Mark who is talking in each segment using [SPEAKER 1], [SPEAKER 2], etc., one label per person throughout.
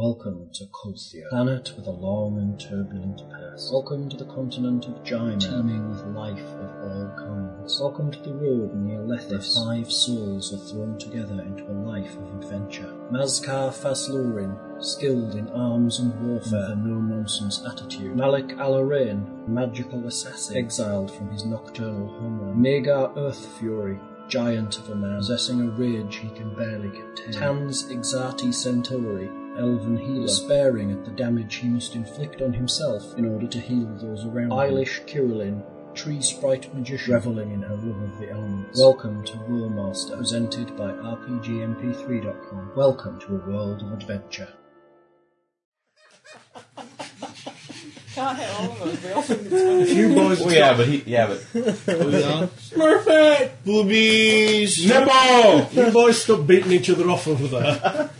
[SPEAKER 1] Welcome to Colcia, planet with a long and turbulent past. Welcome to the continent of Gyma, teeming with life of all kinds. Welcome to the road near Lethis, where five souls are thrown together into a life of adventure. Mazkar Faslurin, skilled in arms and warfare, with a no-nonsense attitude. Malik Alarain, magical assassin, exiled from his nocturnal homeland. Magar Earth Fury, giant of a man, possessing a rage he can barely contain. Tans Exati Centauri, elven healer, sparing at the damage he must inflict on himself in order to heal those around him. Eilish Kirillin, tree sprite magician, reveling in her love of the elements. Welcome to War Master, presented by RPGMP3.com. Welcome to a world of adventure.
[SPEAKER 2] Can't hit all of us. We often
[SPEAKER 3] You boys
[SPEAKER 4] Well, yeah, but he, yeah, but
[SPEAKER 3] perfect.
[SPEAKER 4] boobies, nipple.
[SPEAKER 3] You boys stop beating each other off over there.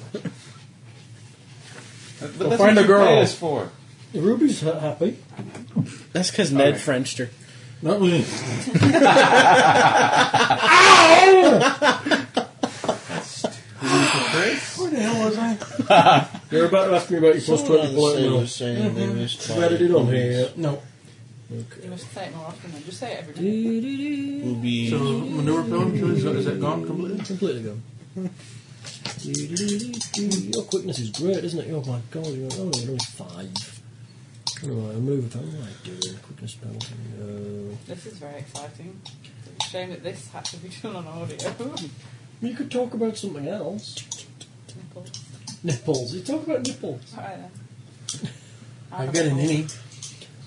[SPEAKER 4] But that's
[SPEAKER 5] find
[SPEAKER 4] what
[SPEAKER 5] a
[SPEAKER 4] you
[SPEAKER 5] girl.
[SPEAKER 4] play this for.
[SPEAKER 3] Ruby's ha- happy.
[SPEAKER 5] That's because Ned Frenched her.
[SPEAKER 3] Not me. Where the hell was I? You're about to ask me about your plus twenty polite
[SPEAKER 6] saying they missed
[SPEAKER 3] now. Where did it on here? No.
[SPEAKER 2] you must say it more often than just say it every day.
[SPEAKER 4] Boobies.
[SPEAKER 6] So, manure film, is that, is that gone completely?
[SPEAKER 3] Completely gone. Your quickness is great, isn't it? Oh my god, you're only another five. Anyway, I'm moving. What am I doing? Quickness penalty. No.
[SPEAKER 2] This is very exciting. It's a shame that this had to be done on audio.
[SPEAKER 3] You could talk about something else. Nipples. You talk about nipples.
[SPEAKER 2] Right then.
[SPEAKER 6] I've got an innie.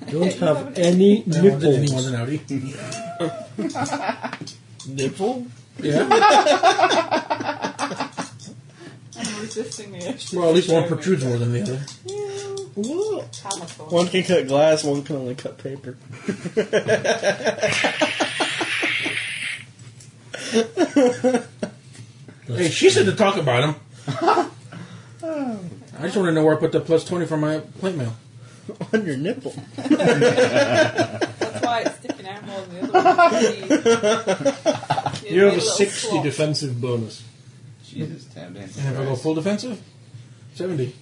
[SPEAKER 3] Don't
[SPEAKER 2] You have
[SPEAKER 3] have any
[SPEAKER 6] I don't want any more
[SPEAKER 3] nipples.
[SPEAKER 6] than Audi.
[SPEAKER 5] Nipple?
[SPEAKER 3] Yeah.
[SPEAKER 2] I'm resisting the urge. to
[SPEAKER 6] Well, at least one
[SPEAKER 2] show me.
[SPEAKER 6] protrudes more than the other.
[SPEAKER 5] What?
[SPEAKER 2] Colourful.
[SPEAKER 5] One can cut glass, one can only cut paper.
[SPEAKER 6] Hey, she said to talk about him. I just want to know where I put the plus 20 for my plate mail.
[SPEAKER 5] On your nipple.
[SPEAKER 2] That's why it's sticking out more than the other one. You,
[SPEAKER 3] You have
[SPEAKER 2] need
[SPEAKER 3] a
[SPEAKER 2] little
[SPEAKER 3] 60
[SPEAKER 2] swap.
[SPEAKER 3] defensive bonus.
[SPEAKER 4] Jesus, damn, damn.
[SPEAKER 6] And if I go full defensive, 70.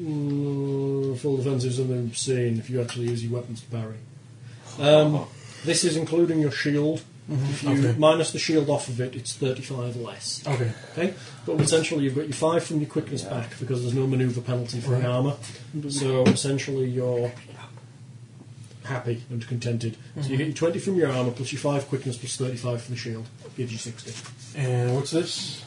[SPEAKER 3] Mm, full defensive is something obscene if you actually use your weapons to parry. Um, this is including your shield. If you
[SPEAKER 6] Mm-hmm. Okay.
[SPEAKER 3] minus the shield off of it, it's 35 less.
[SPEAKER 6] Okay.
[SPEAKER 3] Okay, but essentially you've got your five from your quickness back because there's no manoeuvre penalty for
[SPEAKER 6] Right.
[SPEAKER 3] the armour. So essentially you're happy and contented. So you
[SPEAKER 6] Mm-hmm.
[SPEAKER 3] get your 20 from your armour plus your five quickness plus 35 for the shield. Gives you 60.
[SPEAKER 6] And what's this?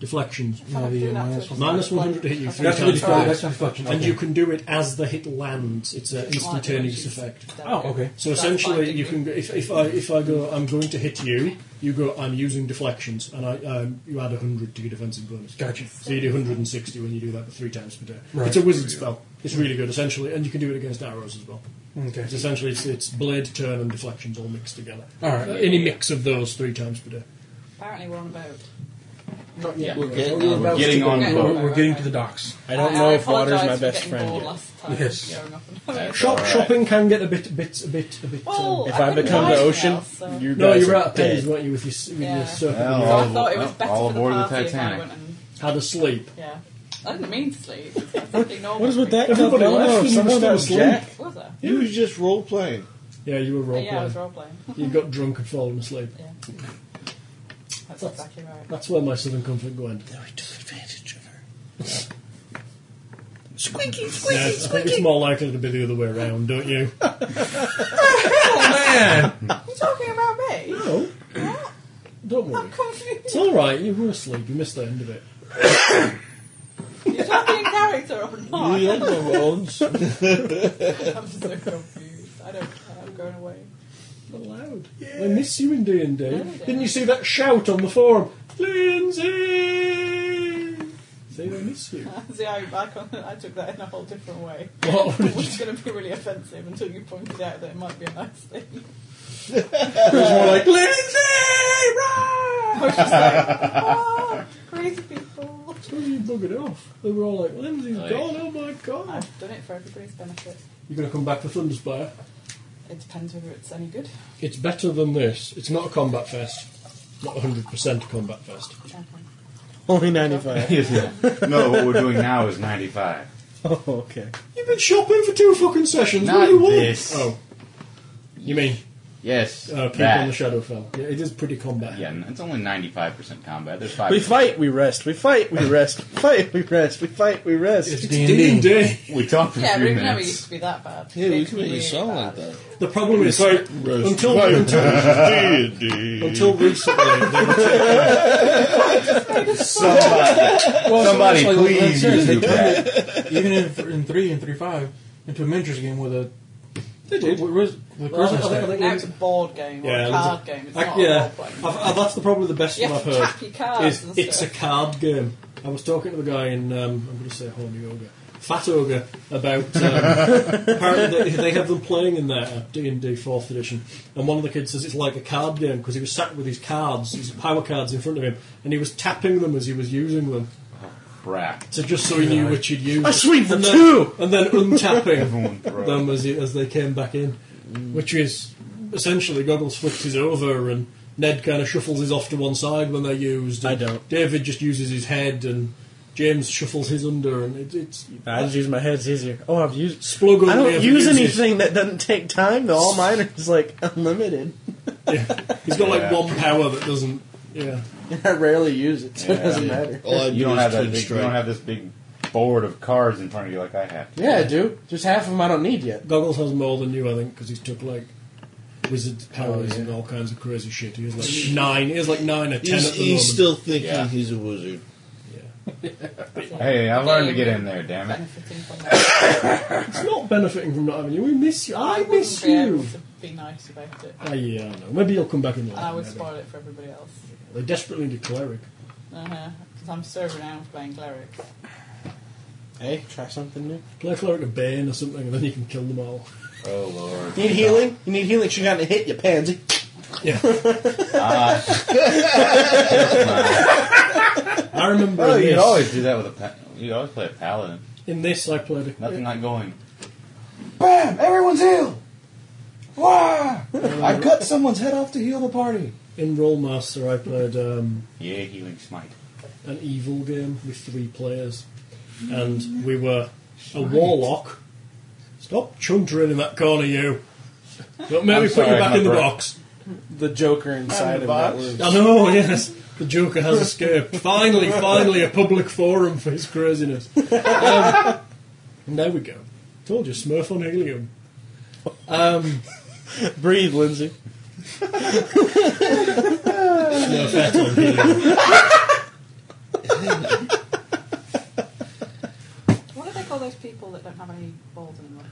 [SPEAKER 3] Deflections.
[SPEAKER 2] Can't do
[SPEAKER 6] Yeah, the
[SPEAKER 2] that
[SPEAKER 6] uh, minus
[SPEAKER 2] to a
[SPEAKER 3] Minus 100 to hit you three
[SPEAKER 6] That's
[SPEAKER 3] times.
[SPEAKER 6] really
[SPEAKER 3] per
[SPEAKER 6] fun.
[SPEAKER 3] hit.
[SPEAKER 6] That's not fun.
[SPEAKER 3] And you can do it as the hit lands. It's an instantaneous effect.
[SPEAKER 6] Oh, okay.
[SPEAKER 3] So
[SPEAKER 2] That's
[SPEAKER 3] essentially,
[SPEAKER 2] fine,
[SPEAKER 3] you can if, if I if I go, I'm going to hit you. You go, I'm using deflections, and I um, you add hundred to your defensive bonus.
[SPEAKER 6] Gotcha.
[SPEAKER 3] So you do 160 when you do that, but three times per day.
[SPEAKER 6] Right.
[SPEAKER 3] It's a wizard spell. It's really good, essentially, and you can do it against arrows as well.
[SPEAKER 6] Okay.
[SPEAKER 3] It's essentially it's, it's blade turn and deflections all mixed together.
[SPEAKER 6] All right.
[SPEAKER 3] Uh, any mix of those three times per day.
[SPEAKER 2] Apparently we're on a boat.
[SPEAKER 6] Not yet.
[SPEAKER 5] We're getting
[SPEAKER 6] We're
[SPEAKER 5] on-
[SPEAKER 6] about
[SPEAKER 4] getting
[SPEAKER 6] to-
[SPEAKER 4] on
[SPEAKER 6] we're-
[SPEAKER 2] board.
[SPEAKER 6] We're getting to the docks.
[SPEAKER 5] I don't know if water's my
[SPEAKER 2] apologise for
[SPEAKER 5] best
[SPEAKER 2] getting
[SPEAKER 5] friend
[SPEAKER 2] bored
[SPEAKER 5] yet.
[SPEAKER 2] last time.
[SPEAKER 6] Yes.
[SPEAKER 2] Going up and over.
[SPEAKER 3] Shop
[SPEAKER 4] All right.
[SPEAKER 3] shopping can get a bit, a bit, a bit, a bit.
[SPEAKER 2] Well,
[SPEAKER 3] um,
[SPEAKER 5] If I
[SPEAKER 2] couldn't
[SPEAKER 5] become
[SPEAKER 2] buy
[SPEAKER 5] the
[SPEAKER 2] anything
[SPEAKER 5] ocean,
[SPEAKER 2] else, so.
[SPEAKER 5] you
[SPEAKER 3] no,
[SPEAKER 5] guys
[SPEAKER 3] you're
[SPEAKER 5] are
[SPEAKER 3] out of pennies,
[SPEAKER 5] dead.
[SPEAKER 3] weren't you, with your s- with
[SPEAKER 2] Yeah.
[SPEAKER 3] your serpent?
[SPEAKER 4] Well,
[SPEAKER 2] So I thought it was
[SPEAKER 4] Oh,
[SPEAKER 2] better
[SPEAKER 4] all
[SPEAKER 2] for the
[SPEAKER 4] aboard the
[SPEAKER 2] party if I
[SPEAKER 4] Titanic.
[SPEAKER 2] went and
[SPEAKER 3] Had a sleep.
[SPEAKER 2] yeah. I didn't mean to sleep. What
[SPEAKER 5] What is with that?
[SPEAKER 3] Everybody
[SPEAKER 5] Oh,
[SPEAKER 3] left and
[SPEAKER 5] something
[SPEAKER 3] you
[SPEAKER 5] about
[SPEAKER 3] fell
[SPEAKER 5] Jack.
[SPEAKER 2] Was I?
[SPEAKER 4] He was just role playing.
[SPEAKER 3] Yeah, you were
[SPEAKER 2] Oh,
[SPEAKER 3] role
[SPEAKER 2] yeah, I was
[SPEAKER 3] playing.
[SPEAKER 2] role playing.
[SPEAKER 3] You got drunk and fallen asleep.
[SPEAKER 2] Yeah. That's exactly right.
[SPEAKER 3] That's where my southern comfort went.
[SPEAKER 5] No, he took advantage of her.
[SPEAKER 3] Yeah, I think it's more likely to be the other way around, don't you?
[SPEAKER 2] You talking about me?
[SPEAKER 3] No. Don't
[SPEAKER 2] Oh,
[SPEAKER 3] worry. It's
[SPEAKER 2] Confused.
[SPEAKER 3] all right. You were asleep. You missed the end of it.
[SPEAKER 2] You're talking in character or not?
[SPEAKER 5] You like my bones?
[SPEAKER 2] I'm so confused. I don't care. I'm going away.
[SPEAKER 3] Not loud. eh? I miss you in D and D.
[SPEAKER 2] I did.
[SPEAKER 3] Didn't you see that shout on the forum, Lindsay? See, they miss you.
[SPEAKER 2] See, I, I, can't- I took that in a whole different way.
[SPEAKER 3] What?
[SPEAKER 2] It was going to be really offensive until you pointed out that it might be a nice thing.
[SPEAKER 3] like,
[SPEAKER 2] I was just like, oh, crazy people.
[SPEAKER 3] Well, you buggered off. They were all like, Lindsay's
[SPEAKER 4] Aye.
[SPEAKER 3] gone, oh my god.
[SPEAKER 2] I've done it for everybody's benefit.
[SPEAKER 3] You're going to come back for Thunderspire.
[SPEAKER 2] It depends whether it's any good.
[SPEAKER 3] It's better than this. It's not a combat fest. Not 100% a combat fest.
[SPEAKER 2] Okay.
[SPEAKER 5] Only 95.
[SPEAKER 4] no, what we're doing now is 95.
[SPEAKER 5] Oh, okay.
[SPEAKER 3] You've been shopping for two fucking sessions. what
[SPEAKER 4] Not
[SPEAKER 3] do you want?
[SPEAKER 4] this.
[SPEAKER 3] Oh, you mean
[SPEAKER 4] Yes.
[SPEAKER 3] uh, people
[SPEAKER 4] that.
[SPEAKER 3] in the Shadowfell? Yeah, it is pretty combat.
[SPEAKER 4] Yeah, and it's only 95% combat. There's 5
[SPEAKER 5] We fight, we rest. We fight, we rest. We fight, we rest. We fight, we
[SPEAKER 3] It's
[SPEAKER 5] rest.
[SPEAKER 3] D and D.
[SPEAKER 4] We talk for
[SPEAKER 2] Yeah,
[SPEAKER 4] three
[SPEAKER 2] Ruben never used
[SPEAKER 4] minutes.
[SPEAKER 2] to be that bad.
[SPEAKER 5] Yeah, we
[SPEAKER 2] It's
[SPEAKER 5] can make you
[SPEAKER 2] really
[SPEAKER 5] sound
[SPEAKER 2] bad.
[SPEAKER 5] like that.
[SPEAKER 3] The problem is like, until until, until recently they were
[SPEAKER 4] Somebody please
[SPEAKER 6] That's it.
[SPEAKER 4] YouTube that.
[SPEAKER 6] Even in, in three and three five, into a miniatures game with a. They
[SPEAKER 3] did.
[SPEAKER 6] With, with
[SPEAKER 3] Well, I
[SPEAKER 6] charisma
[SPEAKER 2] Oh,
[SPEAKER 3] think- I think- I
[SPEAKER 6] stat.
[SPEAKER 3] think-
[SPEAKER 2] Now it's a board game or
[SPEAKER 3] Yeah,
[SPEAKER 2] a
[SPEAKER 3] it's a-
[SPEAKER 2] card game. It's
[SPEAKER 3] Like,
[SPEAKER 2] not a
[SPEAKER 3] yeah,
[SPEAKER 2] role playing.
[SPEAKER 3] I've, I've, that's the problem with the best
[SPEAKER 2] You
[SPEAKER 3] one
[SPEAKER 2] have
[SPEAKER 3] I've
[SPEAKER 2] to
[SPEAKER 3] heard.
[SPEAKER 2] tap your cards
[SPEAKER 3] Is
[SPEAKER 2] and
[SPEAKER 3] it's a
[SPEAKER 2] stuff.
[SPEAKER 3] card game. I was talking to the guy in um, I'm going to say horny ogre, fat ogre, about um, apparently they, they have them playing in there D and D fourth edition, and one of the kids says it's like a card game because he was sat with his cards, his power cards in front of him, and he was tapping them as he was using them,
[SPEAKER 4] Crap.
[SPEAKER 3] so just so he knew which he'd use. A
[SPEAKER 5] sweep for
[SPEAKER 3] and then,
[SPEAKER 5] two!
[SPEAKER 3] and then untapping
[SPEAKER 4] Everyone throw.
[SPEAKER 3] them as, he, as they came back in, which is essentially Goggles flips his over and Ned kind of shuffles his off to one side when they're used.
[SPEAKER 5] I
[SPEAKER 3] and
[SPEAKER 5] don't.
[SPEAKER 3] David just uses his head and James shuffles his under and it, it's
[SPEAKER 5] I just use my head, it's easier. Oh, I've used.
[SPEAKER 3] Splug
[SPEAKER 5] I
[SPEAKER 3] only
[SPEAKER 5] don't
[SPEAKER 3] ever
[SPEAKER 5] use
[SPEAKER 3] uses-
[SPEAKER 5] anything that doesn't take time, though. All mine is like unlimited.
[SPEAKER 3] He's got like
[SPEAKER 4] Yeah.
[SPEAKER 3] one power that doesn't. Yeah,
[SPEAKER 5] I rarely use it, so it
[SPEAKER 4] Yeah.
[SPEAKER 5] doesn't matter.
[SPEAKER 7] All I
[SPEAKER 4] You
[SPEAKER 7] do
[SPEAKER 4] don't,
[SPEAKER 7] is
[SPEAKER 4] have that
[SPEAKER 7] twin
[SPEAKER 4] big, you don't
[SPEAKER 7] strike.
[SPEAKER 4] have this big board of cards in front of you like I have.
[SPEAKER 5] Yeah, I do. Just half of them I don't need yet.
[SPEAKER 3] Goggles has more than you, I think, because he's took like wizard powers and all kinds of crazy shit. He has like nine. He has like nine or ten
[SPEAKER 7] Oh, He's,
[SPEAKER 3] at the moment.
[SPEAKER 7] he's still thinking
[SPEAKER 4] Yeah.
[SPEAKER 7] he's a wizard.
[SPEAKER 4] Hey, I learned to get in there, damn it.
[SPEAKER 2] Benefiting from that.
[SPEAKER 3] It's not benefiting from not having you. We miss you. I,
[SPEAKER 2] wouldn't
[SPEAKER 3] miss
[SPEAKER 2] be able
[SPEAKER 3] you.
[SPEAKER 2] to Be nice about it.
[SPEAKER 3] Ah, yeah, I know. Maybe you'll come back and
[SPEAKER 2] And I would
[SPEAKER 3] maybe.
[SPEAKER 2] spoil it for everybody else.
[SPEAKER 3] They desperately need a cleric.
[SPEAKER 2] Uh-huh. Because I'm so renowned for playing cleric.
[SPEAKER 5] Hey, try something new.
[SPEAKER 3] Play a cleric of Bane or something, and then you can kill them all.
[SPEAKER 4] Oh, Lord.
[SPEAKER 5] Need healing? You need healing? She got a hit, you pansy.
[SPEAKER 3] Yeah,
[SPEAKER 4] Ah.
[SPEAKER 3] I remember
[SPEAKER 4] well,
[SPEAKER 3] in,
[SPEAKER 4] you'd
[SPEAKER 3] this,
[SPEAKER 4] always do that with a pa- You'd always play a paladin.
[SPEAKER 3] in this I played. A,
[SPEAKER 4] Nothing like going, BAM! Everyone's healed! Wow! I cut someone's head off to heal the party!
[SPEAKER 3] in Rollmaster I played um,
[SPEAKER 4] Yeah, healing smite.
[SPEAKER 3] an evil game with three players, and we were a warlock. Stop chuntering in that corner, you. Don't make
[SPEAKER 4] I'm
[SPEAKER 3] me put you
[SPEAKER 4] sorry,
[SPEAKER 3] back
[SPEAKER 4] my
[SPEAKER 3] in the
[SPEAKER 4] bro-
[SPEAKER 3] box.
[SPEAKER 5] The Joker inside of that room.
[SPEAKER 3] I know, yes. The Joker has escaped. Finally, finally, a public forum for his craziness. Um, and there we go. Told you, Smurf on helium.
[SPEAKER 5] Breathe, Lindsay.
[SPEAKER 3] Smurfette on helium.
[SPEAKER 2] What do they call those people that don't have any balls anymore?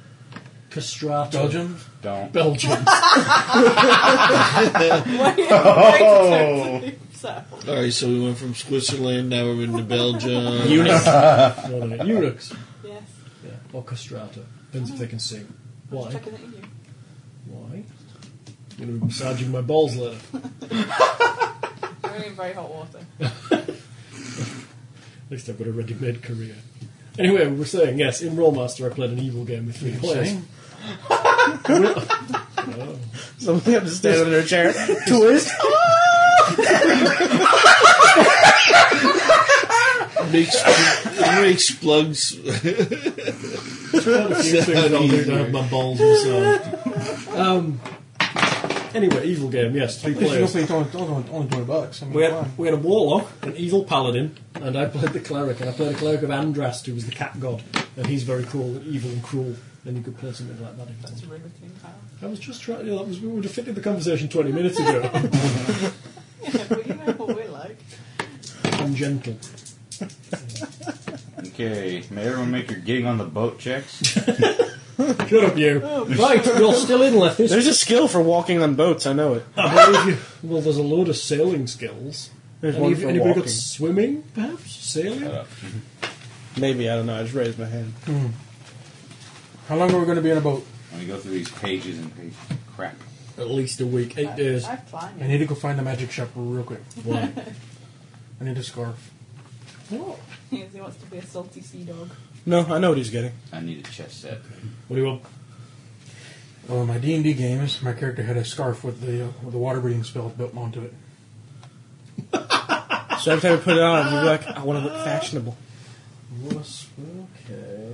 [SPEAKER 3] Castrato.
[SPEAKER 6] Belgium.
[SPEAKER 4] Don't.
[SPEAKER 3] Belgians.
[SPEAKER 2] oh. so,
[SPEAKER 7] All right, so we went from Switzerland. Now we're into Belgium.
[SPEAKER 3] No, no, Eunuchs.
[SPEAKER 2] yes.
[SPEAKER 3] Yeah. Or castrato. Depends if they can sing. Why?
[SPEAKER 2] Checking that you.
[SPEAKER 3] Why? I'm going to be massaging my balls later.
[SPEAKER 2] You're in very hot water.
[SPEAKER 3] At least I've got a ready-made career. Anyway, we were saying, yes, in Rollmaster I played an evil game with three players.
[SPEAKER 5] Somebody have to stand in their chair. Twist.
[SPEAKER 7] Makes, makes plugs.
[SPEAKER 3] quite a few things I'll do to have my balls inside. Um, anyway, evil game, yes, three
[SPEAKER 6] If you don't
[SPEAKER 3] players.
[SPEAKER 6] pay it's only, only, only 20 bucks. I mean,
[SPEAKER 3] We
[SPEAKER 6] why?
[SPEAKER 3] had, we had a warlock, an evil paladin, and I played the cleric, and I played a cleric of Andrast, who was the cat god, and he's very cruel, and evil and cruel, and you could play something like that. if you
[SPEAKER 2] That's
[SPEAKER 3] wanted.
[SPEAKER 2] a riveting pile.
[SPEAKER 3] I was just trying, you know, that was, we would have fitted the conversation 20 minutes ago.
[SPEAKER 2] Yeah, but you know what we're like.
[SPEAKER 3] I'm gentle.
[SPEAKER 4] Okay, may everyone make your getting on the boat checks?
[SPEAKER 3] Shut up, you.
[SPEAKER 5] Oh,
[SPEAKER 3] Right, you're still in Lethis.
[SPEAKER 5] There's a skill for walking on boats. I know it.
[SPEAKER 3] I believe you. Well, there's a load of sailing skills.
[SPEAKER 5] There's
[SPEAKER 3] Any-
[SPEAKER 5] one
[SPEAKER 3] Anybody
[SPEAKER 5] for walking.
[SPEAKER 3] got swimming, perhaps? Sailing?
[SPEAKER 5] Maybe I don't know. I just raised my hand.
[SPEAKER 6] How long are we going to be in a boat?
[SPEAKER 4] Let me go through these pages and pages. Crap.
[SPEAKER 3] At least a week, eight days.
[SPEAKER 2] I've climbed
[SPEAKER 6] I
[SPEAKER 2] it.
[SPEAKER 6] need to go find the magic shop real quick.
[SPEAKER 3] Why?
[SPEAKER 6] I need a scarf.
[SPEAKER 3] What?
[SPEAKER 2] He wants to be a salty sea dog.
[SPEAKER 5] No, I know what he's getting.
[SPEAKER 4] I need a chess set.
[SPEAKER 3] What do you want?
[SPEAKER 6] Well, in my D and D games, my character had a scarf with the uh, with the water breathing spell built onto it.
[SPEAKER 5] So every time you put it on, you're like, I want to look fashionable.
[SPEAKER 3] Okay.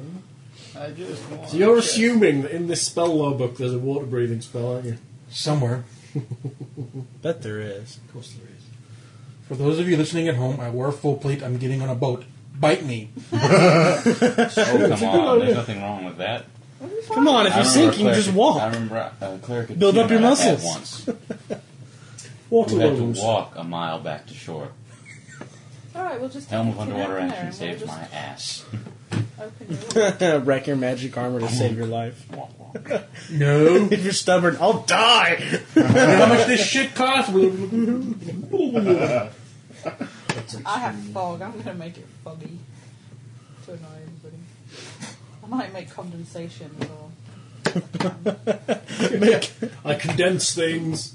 [SPEAKER 4] I just want
[SPEAKER 3] So you're assuming that in this spell law book there's a water breathing spell, aren't you?
[SPEAKER 6] Somewhere.
[SPEAKER 5] Bet there is.
[SPEAKER 3] Of course there is.
[SPEAKER 6] For those of you listening at home, I wore a full plate. I'm getting on a boat. Bite me.
[SPEAKER 8] Oh, come on. There's nothing wrong with that.
[SPEAKER 5] Come on, if
[SPEAKER 8] I remember
[SPEAKER 5] you're sinking,
[SPEAKER 8] Claire
[SPEAKER 5] just
[SPEAKER 8] could- I
[SPEAKER 5] walk.
[SPEAKER 8] remember uh, Claire could
[SPEAKER 5] Build up your muscles.
[SPEAKER 8] Once.
[SPEAKER 3] Water
[SPEAKER 8] You had to
[SPEAKER 3] levels.
[SPEAKER 8] walk a mile back to shore.
[SPEAKER 2] All right, we'll just
[SPEAKER 8] Helm
[SPEAKER 2] take
[SPEAKER 8] of
[SPEAKER 2] the kid
[SPEAKER 8] underwater
[SPEAKER 2] out in
[SPEAKER 8] action
[SPEAKER 2] there and
[SPEAKER 8] saves my ass.
[SPEAKER 2] we'll just open it.
[SPEAKER 5] Wreck your magic armor to save your life.
[SPEAKER 8] Walk, walk.
[SPEAKER 6] No.
[SPEAKER 5] If you're stubborn, I'll die.
[SPEAKER 6] How much this shit cost?
[SPEAKER 2] I have fog. I'm gonna make it foggy to annoy everybody. I might make condensation or
[SPEAKER 5] Make-
[SPEAKER 3] I condense things.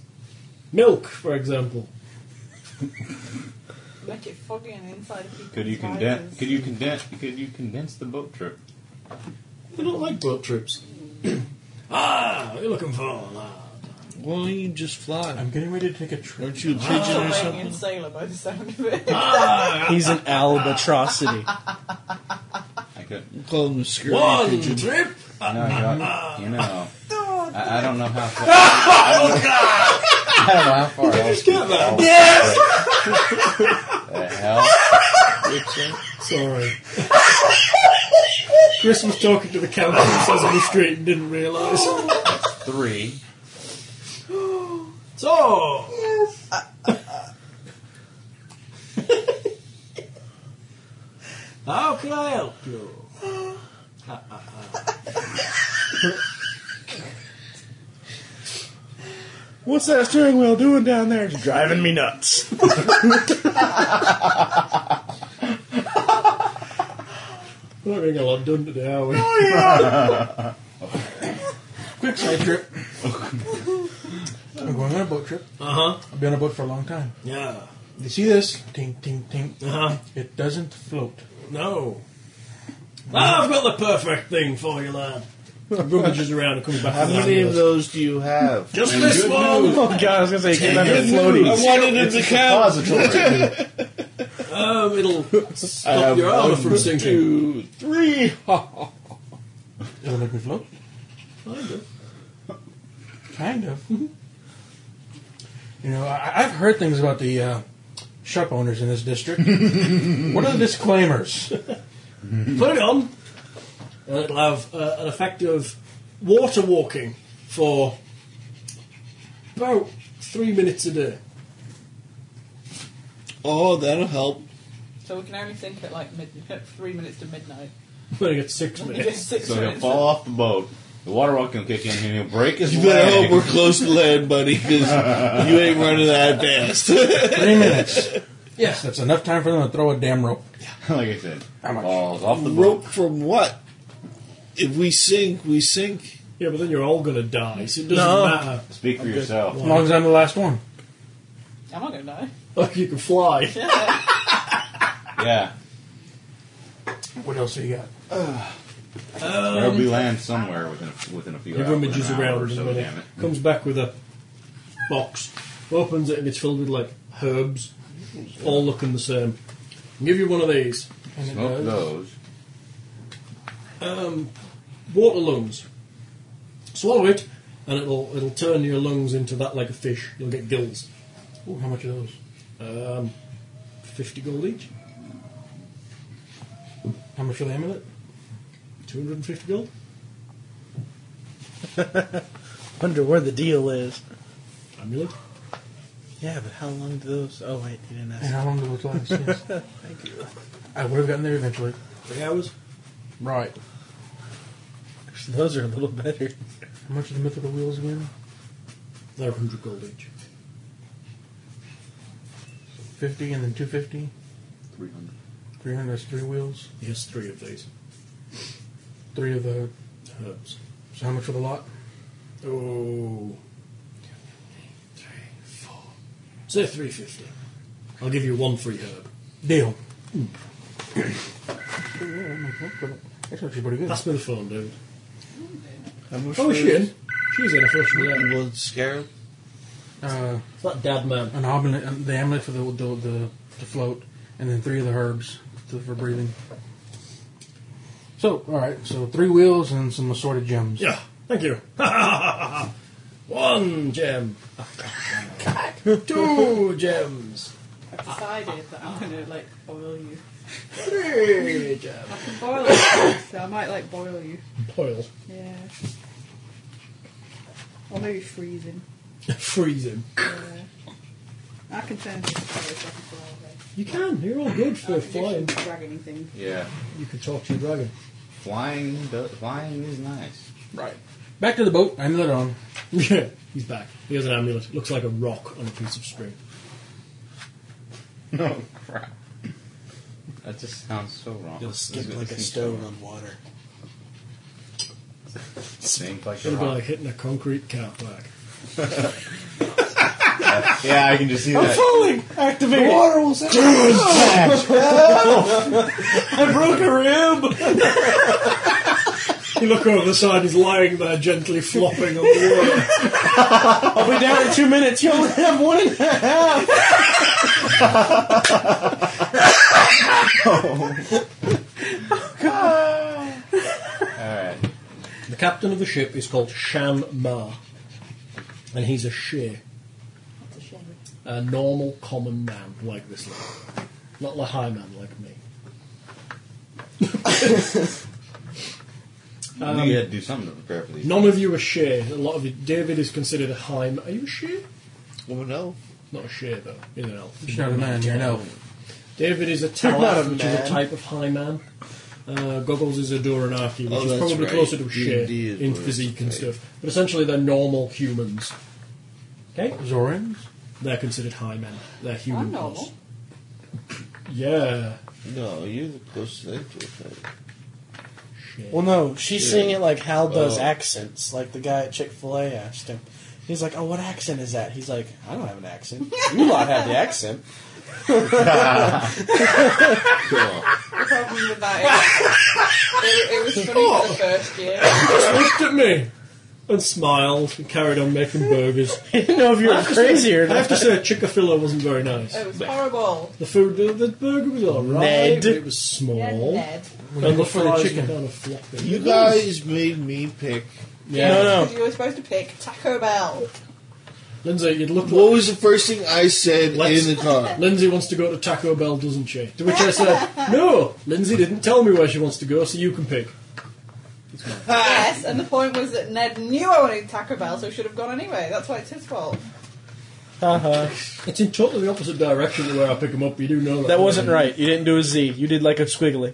[SPEAKER 3] Milk, for example.
[SPEAKER 2] make it foggy on the inside of people's
[SPEAKER 8] Could you
[SPEAKER 2] eyes.
[SPEAKER 8] condense? Could you condense? Could you condense the boat trip?
[SPEAKER 3] They don't like boat trips. ah, what are you looking for? Ah.
[SPEAKER 7] Why don't you just fly?
[SPEAKER 6] I'm getting ready to take a trip.
[SPEAKER 7] Aren't you a pigeon
[SPEAKER 2] Still
[SPEAKER 7] or
[SPEAKER 2] waiting
[SPEAKER 7] something?
[SPEAKER 2] in sailor by the sound of it.
[SPEAKER 5] He's an albatrosity.
[SPEAKER 8] I could.
[SPEAKER 7] Call them a scurvy
[SPEAKER 3] One
[SPEAKER 7] pigeon.
[SPEAKER 3] trip!
[SPEAKER 8] No, you know. I, I don't know how far. I don't know, I don't know how far else. Get that. the hell?
[SPEAKER 3] Sorry. Chris was talking to the counter who says on the street and didn't realise.
[SPEAKER 8] Three.
[SPEAKER 3] So, how can I help you?
[SPEAKER 5] What's that steering wheel doing down there? It's driving me nuts.
[SPEAKER 3] We're not getting a lot done today, are we?
[SPEAKER 5] Oh,
[SPEAKER 6] Quick side trip. I'm going on a boat trip.
[SPEAKER 3] Uh huh.
[SPEAKER 6] I've been on a boat for a long time.
[SPEAKER 3] Yeah.
[SPEAKER 6] You see this? Tink, tink, tink.
[SPEAKER 3] Uh huh.
[SPEAKER 6] It doesn't float.
[SPEAKER 3] No. Ah, I've got the perfect thing for you, lad. Rummages around and comes back.
[SPEAKER 7] How
[SPEAKER 3] with an
[SPEAKER 7] many of
[SPEAKER 3] ambulance.
[SPEAKER 7] those do you have?
[SPEAKER 3] Just this one.
[SPEAKER 5] Oh god, I was gonna say because I'm
[SPEAKER 7] I
[SPEAKER 5] floaty.
[SPEAKER 7] wanted it to count.
[SPEAKER 3] Um, it'll stop your arm from sinking.
[SPEAKER 7] Two, three.
[SPEAKER 6] It'll make me float. Kind of. Kind of. you know, I, I've heard things about the uh, shop owners in this district. what are the disclaimers?
[SPEAKER 3] Put it on, and it'll have uh, an effect of water walking for about three minutes a day.
[SPEAKER 7] Oh, that'll help.
[SPEAKER 2] So we can only think at like midnight, three minutes to midnight.
[SPEAKER 3] When it gets six
[SPEAKER 2] We get
[SPEAKER 3] minutes.
[SPEAKER 2] six
[SPEAKER 8] So he'll
[SPEAKER 2] minutes.
[SPEAKER 8] fall off the boat. The water rock will kick in and he'll break his
[SPEAKER 7] You better
[SPEAKER 8] leg.
[SPEAKER 7] hope we're close to land, buddy, because you ain't running that fast.
[SPEAKER 6] Three minutes.
[SPEAKER 3] Yes.
[SPEAKER 6] That's enough time for them to throw a damn rope.
[SPEAKER 8] like I said,
[SPEAKER 6] How much?
[SPEAKER 8] falls off the boat.
[SPEAKER 7] Rope from what? If we sink, we sink.
[SPEAKER 3] Yeah, but then you're all going to die, so it doesn't
[SPEAKER 5] No.
[SPEAKER 3] matter.
[SPEAKER 8] Speak for yourself.
[SPEAKER 6] As long as I'm the last one.
[SPEAKER 2] Am I gonna die?
[SPEAKER 3] Like, you can fly.
[SPEAKER 8] Yeah,
[SPEAKER 6] What else do you got?
[SPEAKER 8] there'll
[SPEAKER 7] Uh,
[SPEAKER 8] be land somewhere within a, within a few
[SPEAKER 3] It
[SPEAKER 8] hours.
[SPEAKER 3] rummages
[SPEAKER 8] an hour
[SPEAKER 3] around
[SPEAKER 8] or
[SPEAKER 3] and
[SPEAKER 8] so,
[SPEAKER 3] then
[SPEAKER 8] damn it.
[SPEAKER 3] it comes back with a box, opens it, and it's filled with like herbs, all looking the same. I'll give you one of these.
[SPEAKER 6] And it
[SPEAKER 8] Smoke
[SPEAKER 6] does.
[SPEAKER 8] those.
[SPEAKER 3] Water lungs. Swallow it, and it'll it'll turn your lungs into that like a fish. You'll get gills.
[SPEAKER 6] Ooh, how much are those?
[SPEAKER 3] Um, Fifty gold each.
[SPEAKER 6] How much for the amulet?
[SPEAKER 3] Two hundred and fifty gold.
[SPEAKER 5] Wonder where the deal is.
[SPEAKER 3] Amulet.
[SPEAKER 5] Yeah, but how long do those? Oh wait, you didn't
[SPEAKER 6] And
[SPEAKER 5] ask.
[SPEAKER 6] how long do those last? Yes. Thank you. I would have gotten there eventually.
[SPEAKER 3] Three hours.
[SPEAKER 6] Right.
[SPEAKER 5] Actually, Those are a little better.
[SPEAKER 6] How much are the mythical wheels again?
[SPEAKER 3] They're hundred gold each.
[SPEAKER 6] 50 and then 250?
[SPEAKER 8] 300.
[SPEAKER 6] 300, that's three wheels.
[SPEAKER 3] Yes, three of these
[SPEAKER 6] Three of the.
[SPEAKER 3] herbs.
[SPEAKER 6] So how much for the lot?
[SPEAKER 3] Oh. Three, four. Say three fifty. I'll give you one free herb.
[SPEAKER 6] Deal. That's actually pretty good.
[SPEAKER 3] That's me the phone, dude.
[SPEAKER 7] How much
[SPEAKER 3] Oh,
[SPEAKER 7] for
[SPEAKER 3] is she in? She's in, unfortunately. Yeah.
[SPEAKER 7] Blood scarab?
[SPEAKER 6] Uh,
[SPEAKER 3] It's that dad man.
[SPEAKER 6] an amulet, the amulet um, for the, the, the to float, and then three of the herbs to, for breathing. So, all right, so three wheels and some assorted gems.
[SPEAKER 3] Yeah, thank you. One gem. Two gems.
[SPEAKER 2] I've decided that I'm gonna like boil you.
[SPEAKER 3] Three gems.
[SPEAKER 2] I can boil it, so I might like boil you.
[SPEAKER 3] Boil.
[SPEAKER 2] Yeah. Or maybe freeze him.
[SPEAKER 3] Freeze him.
[SPEAKER 2] Yeah. I can turn him into a fly, so I can fly away.
[SPEAKER 3] You can. You're all good for
[SPEAKER 2] I can
[SPEAKER 3] flying.
[SPEAKER 2] do some dragging thing.
[SPEAKER 8] Yeah.
[SPEAKER 3] You can talk to your dragon.
[SPEAKER 8] Flying, do- flying is nice.
[SPEAKER 6] Right. Back to the boat. I um, kneel down.
[SPEAKER 3] Yeah, he's back. He has an amulet. Looks like a rock on a piece of string.
[SPEAKER 8] No crap. That just sounds so wrong.
[SPEAKER 7] You'll
[SPEAKER 8] It's
[SPEAKER 7] skip
[SPEAKER 8] gonna
[SPEAKER 7] like a
[SPEAKER 8] seem
[SPEAKER 7] stone on water.
[SPEAKER 8] So wrong. Seems like
[SPEAKER 3] It'll
[SPEAKER 8] a
[SPEAKER 3] be
[SPEAKER 8] rock.
[SPEAKER 3] like hitting a concrete cat back.
[SPEAKER 8] Yeah, I can just see that.
[SPEAKER 3] Falling! Activate!
[SPEAKER 4] Water will save
[SPEAKER 3] I broke a rib! you look over the side, he's lying there gently flopping on the water.
[SPEAKER 5] I'll be down in two minutes. You only have one and a half.
[SPEAKER 8] Alright.
[SPEAKER 3] The captain of the ship is called Shan Ma, and he's a she,
[SPEAKER 2] That's a shame.
[SPEAKER 3] a normal, common man like this lad. Not a high man like me.
[SPEAKER 7] Um,
[SPEAKER 8] I knew you had to do something to prepare for these.
[SPEAKER 3] None of you are she. A lot of you. David is considered a high man. Are you a she?
[SPEAKER 7] Woman elf.
[SPEAKER 3] Not a she, though. He's an elf.
[SPEAKER 6] You're not a man, you're an elf.
[SPEAKER 3] David is a
[SPEAKER 5] not
[SPEAKER 3] Talaf,
[SPEAKER 5] a
[SPEAKER 3] which is a
[SPEAKER 5] man.
[SPEAKER 3] type of high man. Uh, Goggles is a Duranaki, which
[SPEAKER 7] Oh,
[SPEAKER 3] is
[SPEAKER 7] that's
[SPEAKER 3] probably
[SPEAKER 7] right.
[SPEAKER 3] closer to a
[SPEAKER 7] D&D
[SPEAKER 3] share
[SPEAKER 7] is
[SPEAKER 3] in
[SPEAKER 7] what it's
[SPEAKER 3] physique and
[SPEAKER 7] like.
[SPEAKER 3] stuff. But essentially, they're normal humans. Okay?
[SPEAKER 6] Zorans?
[SPEAKER 3] They're considered high men. They're human.
[SPEAKER 2] I'm
[SPEAKER 3] plus.
[SPEAKER 2] normal.
[SPEAKER 3] Yeah.
[SPEAKER 7] No, you're the closest thing to it.
[SPEAKER 3] Shit.
[SPEAKER 5] Well, no, she's saying it like Hal does
[SPEAKER 7] Oh.
[SPEAKER 5] accents. Like the guy at Chick Fil A asked him. He's like, "Oh, what accent is that?" He's like, "I don't have an accent. You lot have the accent."
[SPEAKER 8] Cool.
[SPEAKER 2] The problem with that is it, it was funny for the first year.
[SPEAKER 3] looked at me and smiled and carried on making burgers.
[SPEAKER 5] I didn't know if you were Uh, crazy or
[SPEAKER 3] I have
[SPEAKER 5] not.
[SPEAKER 3] to say, Chick-fil-A wasn't very nice.
[SPEAKER 2] It was horrible.
[SPEAKER 3] The food, the, the burger was alright.
[SPEAKER 5] Ned.
[SPEAKER 3] but It was small.
[SPEAKER 2] Yeah, Ned.
[SPEAKER 3] And the
[SPEAKER 6] Look for the
[SPEAKER 3] fries were
[SPEAKER 6] chicken.
[SPEAKER 3] kind of floppy.
[SPEAKER 7] You guys made me pick.
[SPEAKER 3] Yeah.
[SPEAKER 5] No,
[SPEAKER 7] Oh.
[SPEAKER 5] no.
[SPEAKER 2] Because you were supposed to pick Taco Bell.
[SPEAKER 3] Lindsay, you'd look
[SPEAKER 7] What
[SPEAKER 3] like...
[SPEAKER 7] was the first thing I said
[SPEAKER 3] Let's-
[SPEAKER 7] in the car?
[SPEAKER 3] Lindsay wants to go to Taco Bell, doesn't she? To which I said, no, Lindsay didn't tell me where she wants to go, so you can pick.
[SPEAKER 2] yes, and the point was that Ned knew I wanted Taco Bell, so he should have gone anyway. That's why it's his fault.
[SPEAKER 5] Uh-huh.
[SPEAKER 3] It's in totally the opposite direction to where I pick them up, you do know that.
[SPEAKER 5] That wasn't right. You didn't do a Z. You did like a squiggly.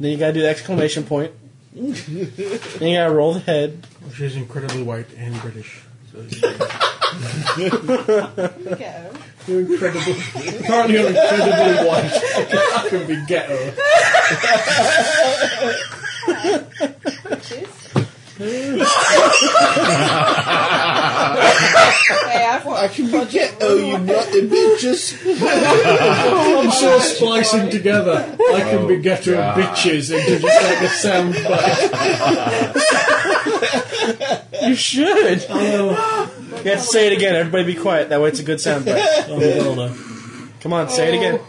[SPEAKER 5] Then you gotta do the exclamation point. then you gotta roll the head.
[SPEAKER 6] She's incredibly white and British. So
[SPEAKER 2] Here we go.
[SPEAKER 3] You're incredible. Apparently you're incredibly white. I can be ghetto.
[SPEAKER 2] Cheers. hey, I've watched
[SPEAKER 7] I can be ghetto, you nutty bitches.
[SPEAKER 3] I'm so splicing together. I can be ghetto bitches into just like a sound bite.
[SPEAKER 5] You should! You have to say it again. Everybody be quiet. That way it's a good sound bite.
[SPEAKER 3] Oh, well, no.
[SPEAKER 5] Come on, say
[SPEAKER 7] Oh.
[SPEAKER 5] it again.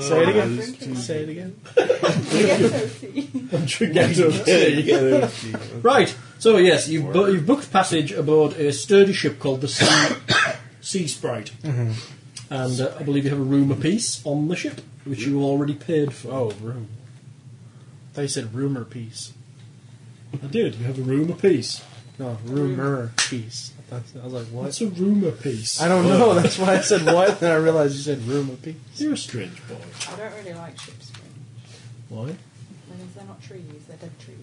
[SPEAKER 5] Say it
[SPEAKER 2] I'm
[SPEAKER 5] again.
[SPEAKER 2] drinking
[SPEAKER 5] Say it again.
[SPEAKER 2] ghetto tea.
[SPEAKER 3] I'm drinking ghetto tea. Right. So yes, you've, bu- you've booked passage aboard a sturdy ship called the Sea, sea Sprite,
[SPEAKER 5] Mm-hmm.
[SPEAKER 3] and uh, I believe you have a room apiece on the ship, which you already paid for.
[SPEAKER 5] Oh, room. I thought you said rumor piece.
[SPEAKER 3] I did. You have a room apiece.
[SPEAKER 5] No, rumor piece. I, thought, I was like, what?
[SPEAKER 3] What's a room apiece?
[SPEAKER 5] I don't know. That's why I said what. Then I realized you said rumor piece.
[SPEAKER 3] You're a strange boy.
[SPEAKER 2] I don't really like ship spring.
[SPEAKER 3] Why?
[SPEAKER 2] Because they're not trees, they're dead trees.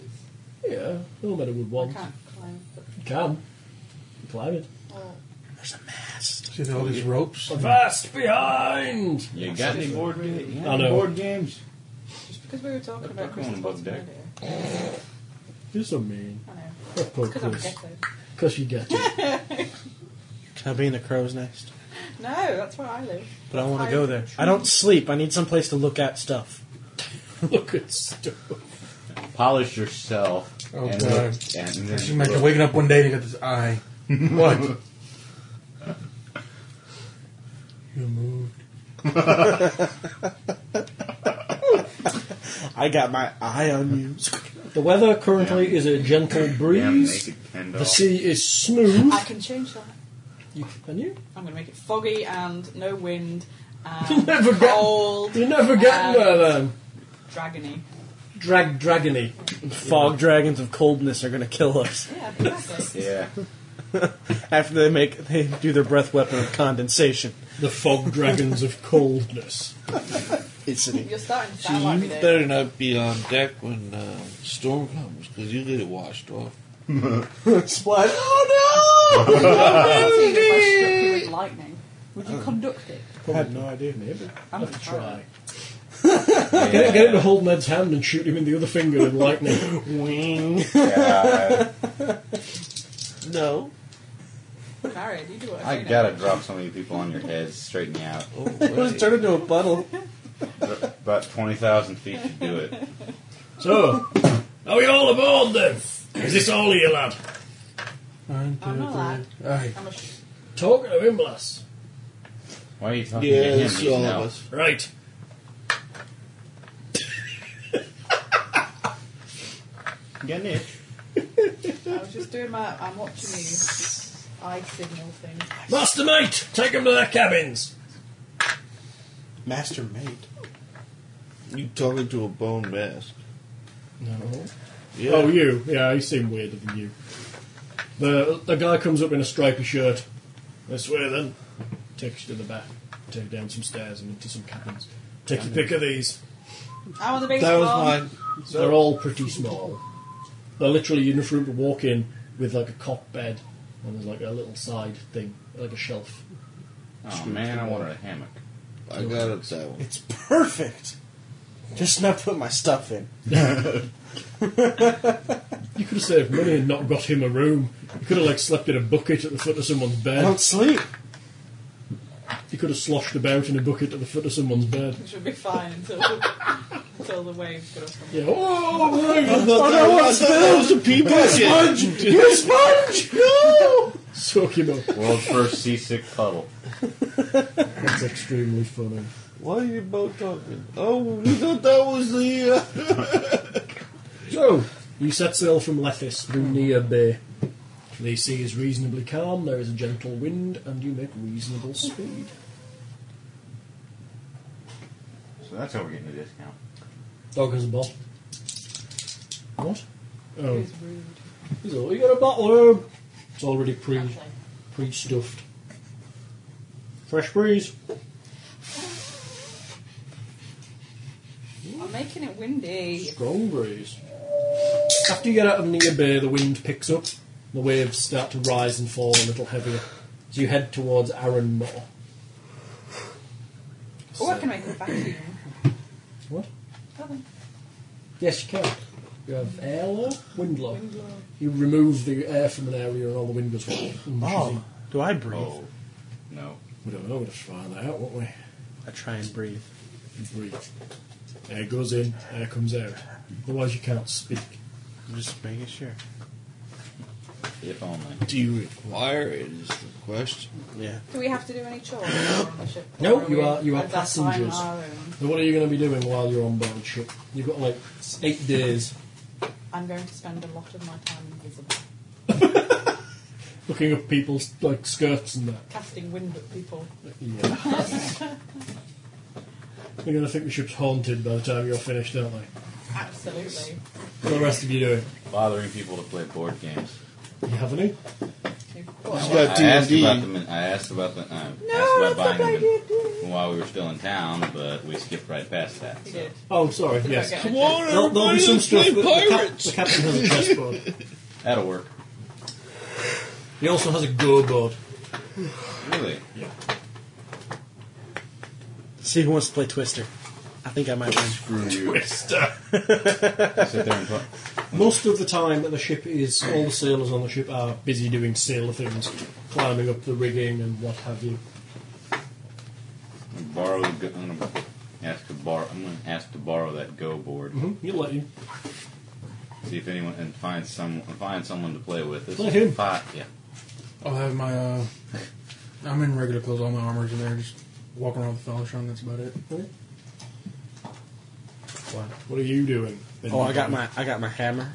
[SPEAKER 3] Yeah, no matter what
[SPEAKER 2] I
[SPEAKER 3] one.
[SPEAKER 2] can't climb. the-
[SPEAKER 3] You can. Climb it.
[SPEAKER 2] Oh,
[SPEAKER 6] See all these ropes?
[SPEAKER 3] Fast behind.
[SPEAKER 8] You got any board games?
[SPEAKER 3] I know.
[SPEAKER 8] Board games?
[SPEAKER 2] just because we were talking
[SPEAKER 8] Look,
[SPEAKER 2] about
[SPEAKER 8] look,
[SPEAKER 2] Christmas
[SPEAKER 8] I'm above
[SPEAKER 2] earlier.
[SPEAKER 8] deck.
[SPEAKER 3] You're so mean.
[SPEAKER 2] I know. Because I'm
[SPEAKER 3] Because
[SPEAKER 2] ghetto.
[SPEAKER 3] you get it.
[SPEAKER 5] Can I be in the crow's nest?
[SPEAKER 2] No, that's where I live.
[SPEAKER 5] But I want
[SPEAKER 2] I-
[SPEAKER 5] to go there. I don't sleep. I need someplace to look at stuff.
[SPEAKER 3] Look at stuff.
[SPEAKER 8] Polish yourself.
[SPEAKER 6] Oh,
[SPEAKER 8] and
[SPEAKER 6] God.
[SPEAKER 8] Look, and then
[SPEAKER 6] She's imagine
[SPEAKER 8] look.
[SPEAKER 6] waking up one day and you got this eye. what? You moved.
[SPEAKER 5] I got my eye on you.
[SPEAKER 3] The weather currently is a gentle
[SPEAKER 9] Damn
[SPEAKER 3] breeze.
[SPEAKER 9] naked Pendle.
[SPEAKER 3] The sea is smooth.
[SPEAKER 2] I can change that.
[SPEAKER 3] You, can you?
[SPEAKER 2] I'm going to make it foggy and no wind and
[SPEAKER 3] Never get-
[SPEAKER 2] cold,
[SPEAKER 3] You're never getting
[SPEAKER 2] Um,
[SPEAKER 3] there then.
[SPEAKER 2] dragony.
[SPEAKER 3] Drag dragony.
[SPEAKER 5] Fog dragons of coldness are gonna kill us
[SPEAKER 2] Yeah, exactly.
[SPEAKER 8] Yeah.
[SPEAKER 5] after they make they do their breath weapon of condensation.
[SPEAKER 3] The fog dragons of coldness.
[SPEAKER 5] It's an
[SPEAKER 2] You're starting to sound like me
[SPEAKER 7] You
[SPEAKER 2] there.
[SPEAKER 7] better not be on deck when uh, storm comes because you get it washed off.
[SPEAKER 5] splash. Oh
[SPEAKER 2] Asking the question with lightning. Would you conduct it?
[SPEAKER 5] no! I had no idea. Maybe.
[SPEAKER 2] I'm going to try. it.
[SPEAKER 3] Get, get him to hold Ned's hand and shoot him in the other finger with lightning.
[SPEAKER 5] Wing.
[SPEAKER 8] yeah
[SPEAKER 5] No.
[SPEAKER 2] Married, you do what I
[SPEAKER 8] I, I
[SPEAKER 2] say
[SPEAKER 8] gotta drop so many people on your heads, straighten you out.
[SPEAKER 7] Oh,
[SPEAKER 5] It was
[SPEAKER 7] wait.
[SPEAKER 5] turned into a puddle.
[SPEAKER 8] About 20,000 feet should do it.
[SPEAKER 3] so, are we all aboard then? Is this all here, lad?
[SPEAKER 6] One,
[SPEAKER 2] I'm
[SPEAKER 6] two,
[SPEAKER 2] not a lad.
[SPEAKER 6] three. Aye.
[SPEAKER 2] now. I'm a sh-
[SPEAKER 3] Talking to him, lass.
[SPEAKER 8] Why are you talking
[SPEAKER 7] yeah,
[SPEAKER 8] to him?
[SPEAKER 7] it's
[SPEAKER 8] He's
[SPEAKER 7] all
[SPEAKER 8] no.
[SPEAKER 7] of us.
[SPEAKER 3] Right.
[SPEAKER 2] I was just doing my. I'm watching you. Eye signal thing.
[SPEAKER 3] Master mate, take him to their cabins.
[SPEAKER 9] Master mate.
[SPEAKER 7] You talking to a bone mask?
[SPEAKER 3] No.
[SPEAKER 7] Yeah.
[SPEAKER 3] Oh, you. Yeah, he seemed weirder than you. The, the guy comes up in a stripy shirt. This way then. Takes you to the back. Take down some stairs and into some cabins. Take your pick of these.
[SPEAKER 2] I want the biggest
[SPEAKER 7] that was
[SPEAKER 2] one.
[SPEAKER 7] mine.
[SPEAKER 3] So they're all pretty small. They're literally enough room to walk in with like a cot bed and there's like a little side thing, like a shelf.
[SPEAKER 8] Oh man, I wanted a hammock.
[SPEAKER 7] I got it that one.
[SPEAKER 5] It's perfect. Just not put my stuff in.
[SPEAKER 3] You could have saved money and not got him a room. You could have like slept in a bucket at the foot of someone's bed.
[SPEAKER 5] sleep.
[SPEAKER 3] You could have sloshed about in a bucket at the foot of someone's bed.
[SPEAKER 2] Which would be fine until the, until the waves get up.
[SPEAKER 3] Yeah. Oh, my God.
[SPEAKER 7] Oh, no, I thought that was a pee bucket.
[SPEAKER 5] You sponge. No.
[SPEAKER 3] Soak him up.
[SPEAKER 8] World's first seasick puddle.
[SPEAKER 3] That's extremely funny.
[SPEAKER 7] Why are you both talking? Oh, we thought that was the. Uh,
[SPEAKER 3] So, you set sail from Lethis through Nia Bay. The sea is reasonably calm, there is a gentle wind, and you make reasonable speed.
[SPEAKER 8] So that's how we're getting the discount.
[SPEAKER 3] Dog has a bottle. What? Oh,
[SPEAKER 2] It's rude.
[SPEAKER 3] he's already got a bottle. um, It's already pre
[SPEAKER 2] Actually.
[SPEAKER 3] pre stuffed. Fresh breeze.
[SPEAKER 2] I'm making it windy.
[SPEAKER 3] Strong breeze. After you get out of Nia Bay, the wind picks up. The waves start to rise and fall a little heavier. So you head towards Arranmore.
[SPEAKER 2] Oh, I can make a vacuum.
[SPEAKER 3] What?
[SPEAKER 2] Nothing.
[SPEAKER 3] Yes, you can. You have airlock, windlock. You remove the air from an area and all the wind goes.
[SPEAKER 5] Oh, do I breathe?
[SPEAKER 8] Oh. No.
[SPEAKER 3] We don't know. We'll just find out, won't we?
[SPEAKER 5] I try and breathe.
[SPEAKER 3] You breathe. Air goes in, air comes out. Otherwise, you can't speak.
[SPEAKER 5] I'm just making sure.
[SPEAKER 8] If only.
[SPEAKER 7] do you require it? Is the question.
[SPEAKER 5] Yeah.
[SPEAKER 2] Do we have to do any chores on the ship?
[SPEAKER 3] No,
[SPEAKER 2] Or
[SPEAKER 3] you
[SPEAKER 2] we-
[SPEAKER 3] are- you are
[SPEAKER 2] is that time
[SPEAKER 3] passengers.
[SPEAKER 2] our own?
[SPEAKER 3] So, what are you going to be doing while you're on board ship? You've got like s- eight days
[SPEAKER 2] I'm going to spend a lot of my time invisible,
[SPEAKER 3] looking up people's like skirts and that.
[SPEAKER 2] casting wind at people.
[SPEAKER 3] Yeah. You're going to think the ship's haunted by the time you're finished, aren't they?
[SPEAKER 2] Absolutely.
[SPEAKER 3] What are the rest of you doing?
[SPEAKER 8] Bothering people to play board games.
[SPEAKER 3] You have any?
[SPEAKER 2] What?
[SPEAKER 7] got
[SPEAKER 8] I asked
[SPEAKER 7] D&D.
[SPEAKER 8] about them. in- I asked about the. I
[SPEAKER 2] No,
[SPEAKER 8] asked
[SPEAKER 2] that's not
[SPEAKER 8] about buying
[SPEAKER 2] my
[SPEAKER 8] them
[SPEAKER 2] idea.
[SPEAKER 8] in- while we were still in town, but we skipped right past that.
[SPEAKER 2] We
[SPEAKER 8] So.
[SPEAKER 2] did.
[SPEAKER 3] Oh, sorry. Yes.
[SPEAKER 2] Okay.
[SPEAKER 7] Come on,
[SPEAKER 3] There'll, there'll be
[SPEAKER 7] everybody,
[SPEAKER 3] some
[SPEAKER 7] let's
[SPEAKER 3] stuff.
[SPEAKER 7] play
[SPEAKER 3] That the, cap-
[SPEAKER 7] pirates.
[SPEAKER 3] the captain has a chessboard.
[SPEAKER 8] That'll work.
[SPEAKER 3] He also has a go board.
[SPEAKER 8] Really?
[SPEAKER 5] See who wants to play Twister. I think I might win.
[SPEAKER 8] Screw you. Sit there and play.
[SPEAKER 3] Most of the time, the ship is all the sailors on the ship are busy doing sailor things, climbing up the rigging and what have you.
[SPEAKER 8] I'm gonna borrow the. Go- I'm gonna ask to borrow. I'm gonna ask to borrow that go board.
[SPEAKER 3] Mm-hmm. You let you.
[SPEAKER 8] See if anyone and find some find someone to play with. This
[SPEAKER 3] Play him.
[SPEAKER 8] Pot, yeah.
[SPEAKER 6] I'll have my. Uh, I'm in regular clothes. All my armor's in there. Just walking around with the Fellowship. That's about it.
[SPEAKER 3] What are you doing?
[SPEAKER 5] Oh, I got my I got my hammer.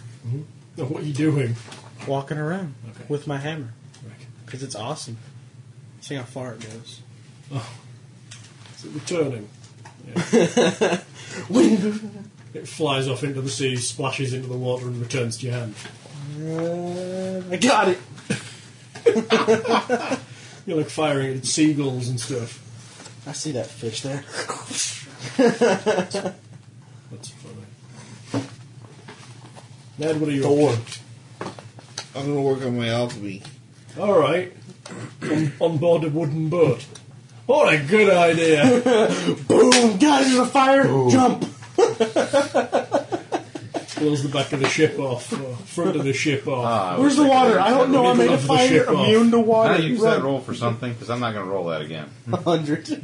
[SPEAKER 3] No, what are you doing?
[SPEAKER 5] Walking around
[SPEAKER 3] Okay.
[SPEAKER 5] with my hammer
[SPEAKER 3] Right.
[SPEAKER 5] because it's awesome. See how far it goes.
[SPEAKER 3] Is it returning? Yeah. it flies off into the sea, splashes into the water, and returns to your hand.
[SPEAKER 5] Uh, I got it.
[SPEAKER 3] You're like firing at seagulls and stuff.
[SPEAKER 5] I see that fish there.
[SPEAKER 3] That's funny. Ned, what are you? up
[SPEAKER 7] I'm gonna work on my alchemy.
[SPEAKER 3] to? All right. on, on board a wooden boat. What a good idea!
[SPEAKER 5] Boom! Guys, there's a fire. Jump.
[SPEAKER 3] Pulls the back of the ship off, uh, front of the ship off.
[SPEAKER 8] Ah,
[SPEAKER 5] Where's the water? I don't know. I made a
[SPEAKER 3] Off the
[SPEAKER 5] fire.
[SPEAKER 3] ship off.
[SPEAKER 5] Immune to
[SPEAKER 8] Can
[SPEAKER 5] water.
[SPEAKER 8] I use that roll for something? Because I'm not going to roll that again.
[SPEAKER 5] Hundred.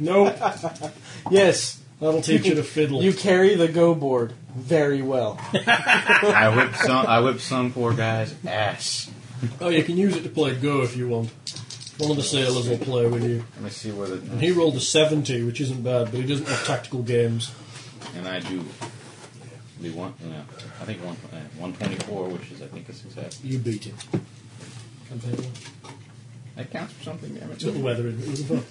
[SPEAKER 3] Nope.
[SPEAKER 5] Yes.
[SPEAKER 3] That'll teach you to fiddle.
[SPEAKER 5] You carry the go board very well.
[SPEAKER 8] I whipped some. I whipped some poor guy's ass.
[SPEAKER 3] Oh, you can use it to play Go if you want. One of the sailors will play with you.
[SPEAKER 8] Let me see where the
[SPEAKER 3] And he rolled a 70, which isn't bad, but he doesn't have tactical games.
[SPEAKER 8] and I do. Be one. You know, I think one uh, one twenty four, which is I think a success.
[SPEAKER 3] You beat him. Campaign one.
[SPEAKER 8] That counts for something, damn it.
[SPEAKER 3] Took the weather in, it was fun.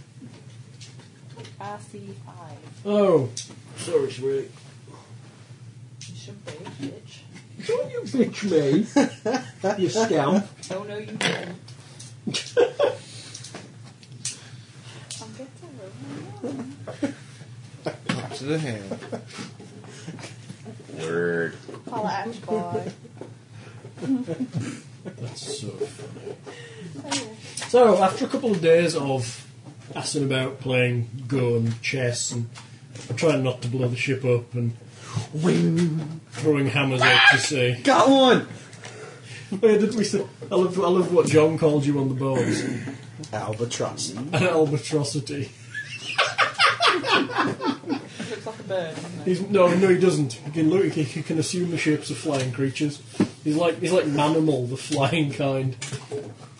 [SPEAKER 2] I see five.
[SPEAKER 3] Oh, sorry, sweetie.
[SPEAKER 2] You should be, bitch.
[SPEAKER 3] Don't you bitch me, you scamp.
[SPEAKER 2] Oh no, you didn't. I'm getting over my
[SPEAKER 7] To the hand.
[SPEAKER 8] Word.
[SPEAKER 2] Call Ash Boy.
[SPEAKER 3] That's so funny.
[SPEAKER 2] Oh,
[SPEAKER 3] So, after a couple of days of assing about, playing Go and chess, and trying not to blow the ship up, and throwing hammers out to sea.
[SPEAKER 5] Got one.
[SPEAKER 3] Oh, yeah, didn't we say, I, love, I love what John called you on the boards. An
[SPEAKER 5] Albatross.
[SPEAKER 3] albatrosity.
[SPEAKER 2] it looks like a bird, doesn't it?
[SPEAKER 3] He's, no, no, he doesn't. He can, look, he, he can assume the shapes of flying creatures. He's like he's like Manimal, the flying kind.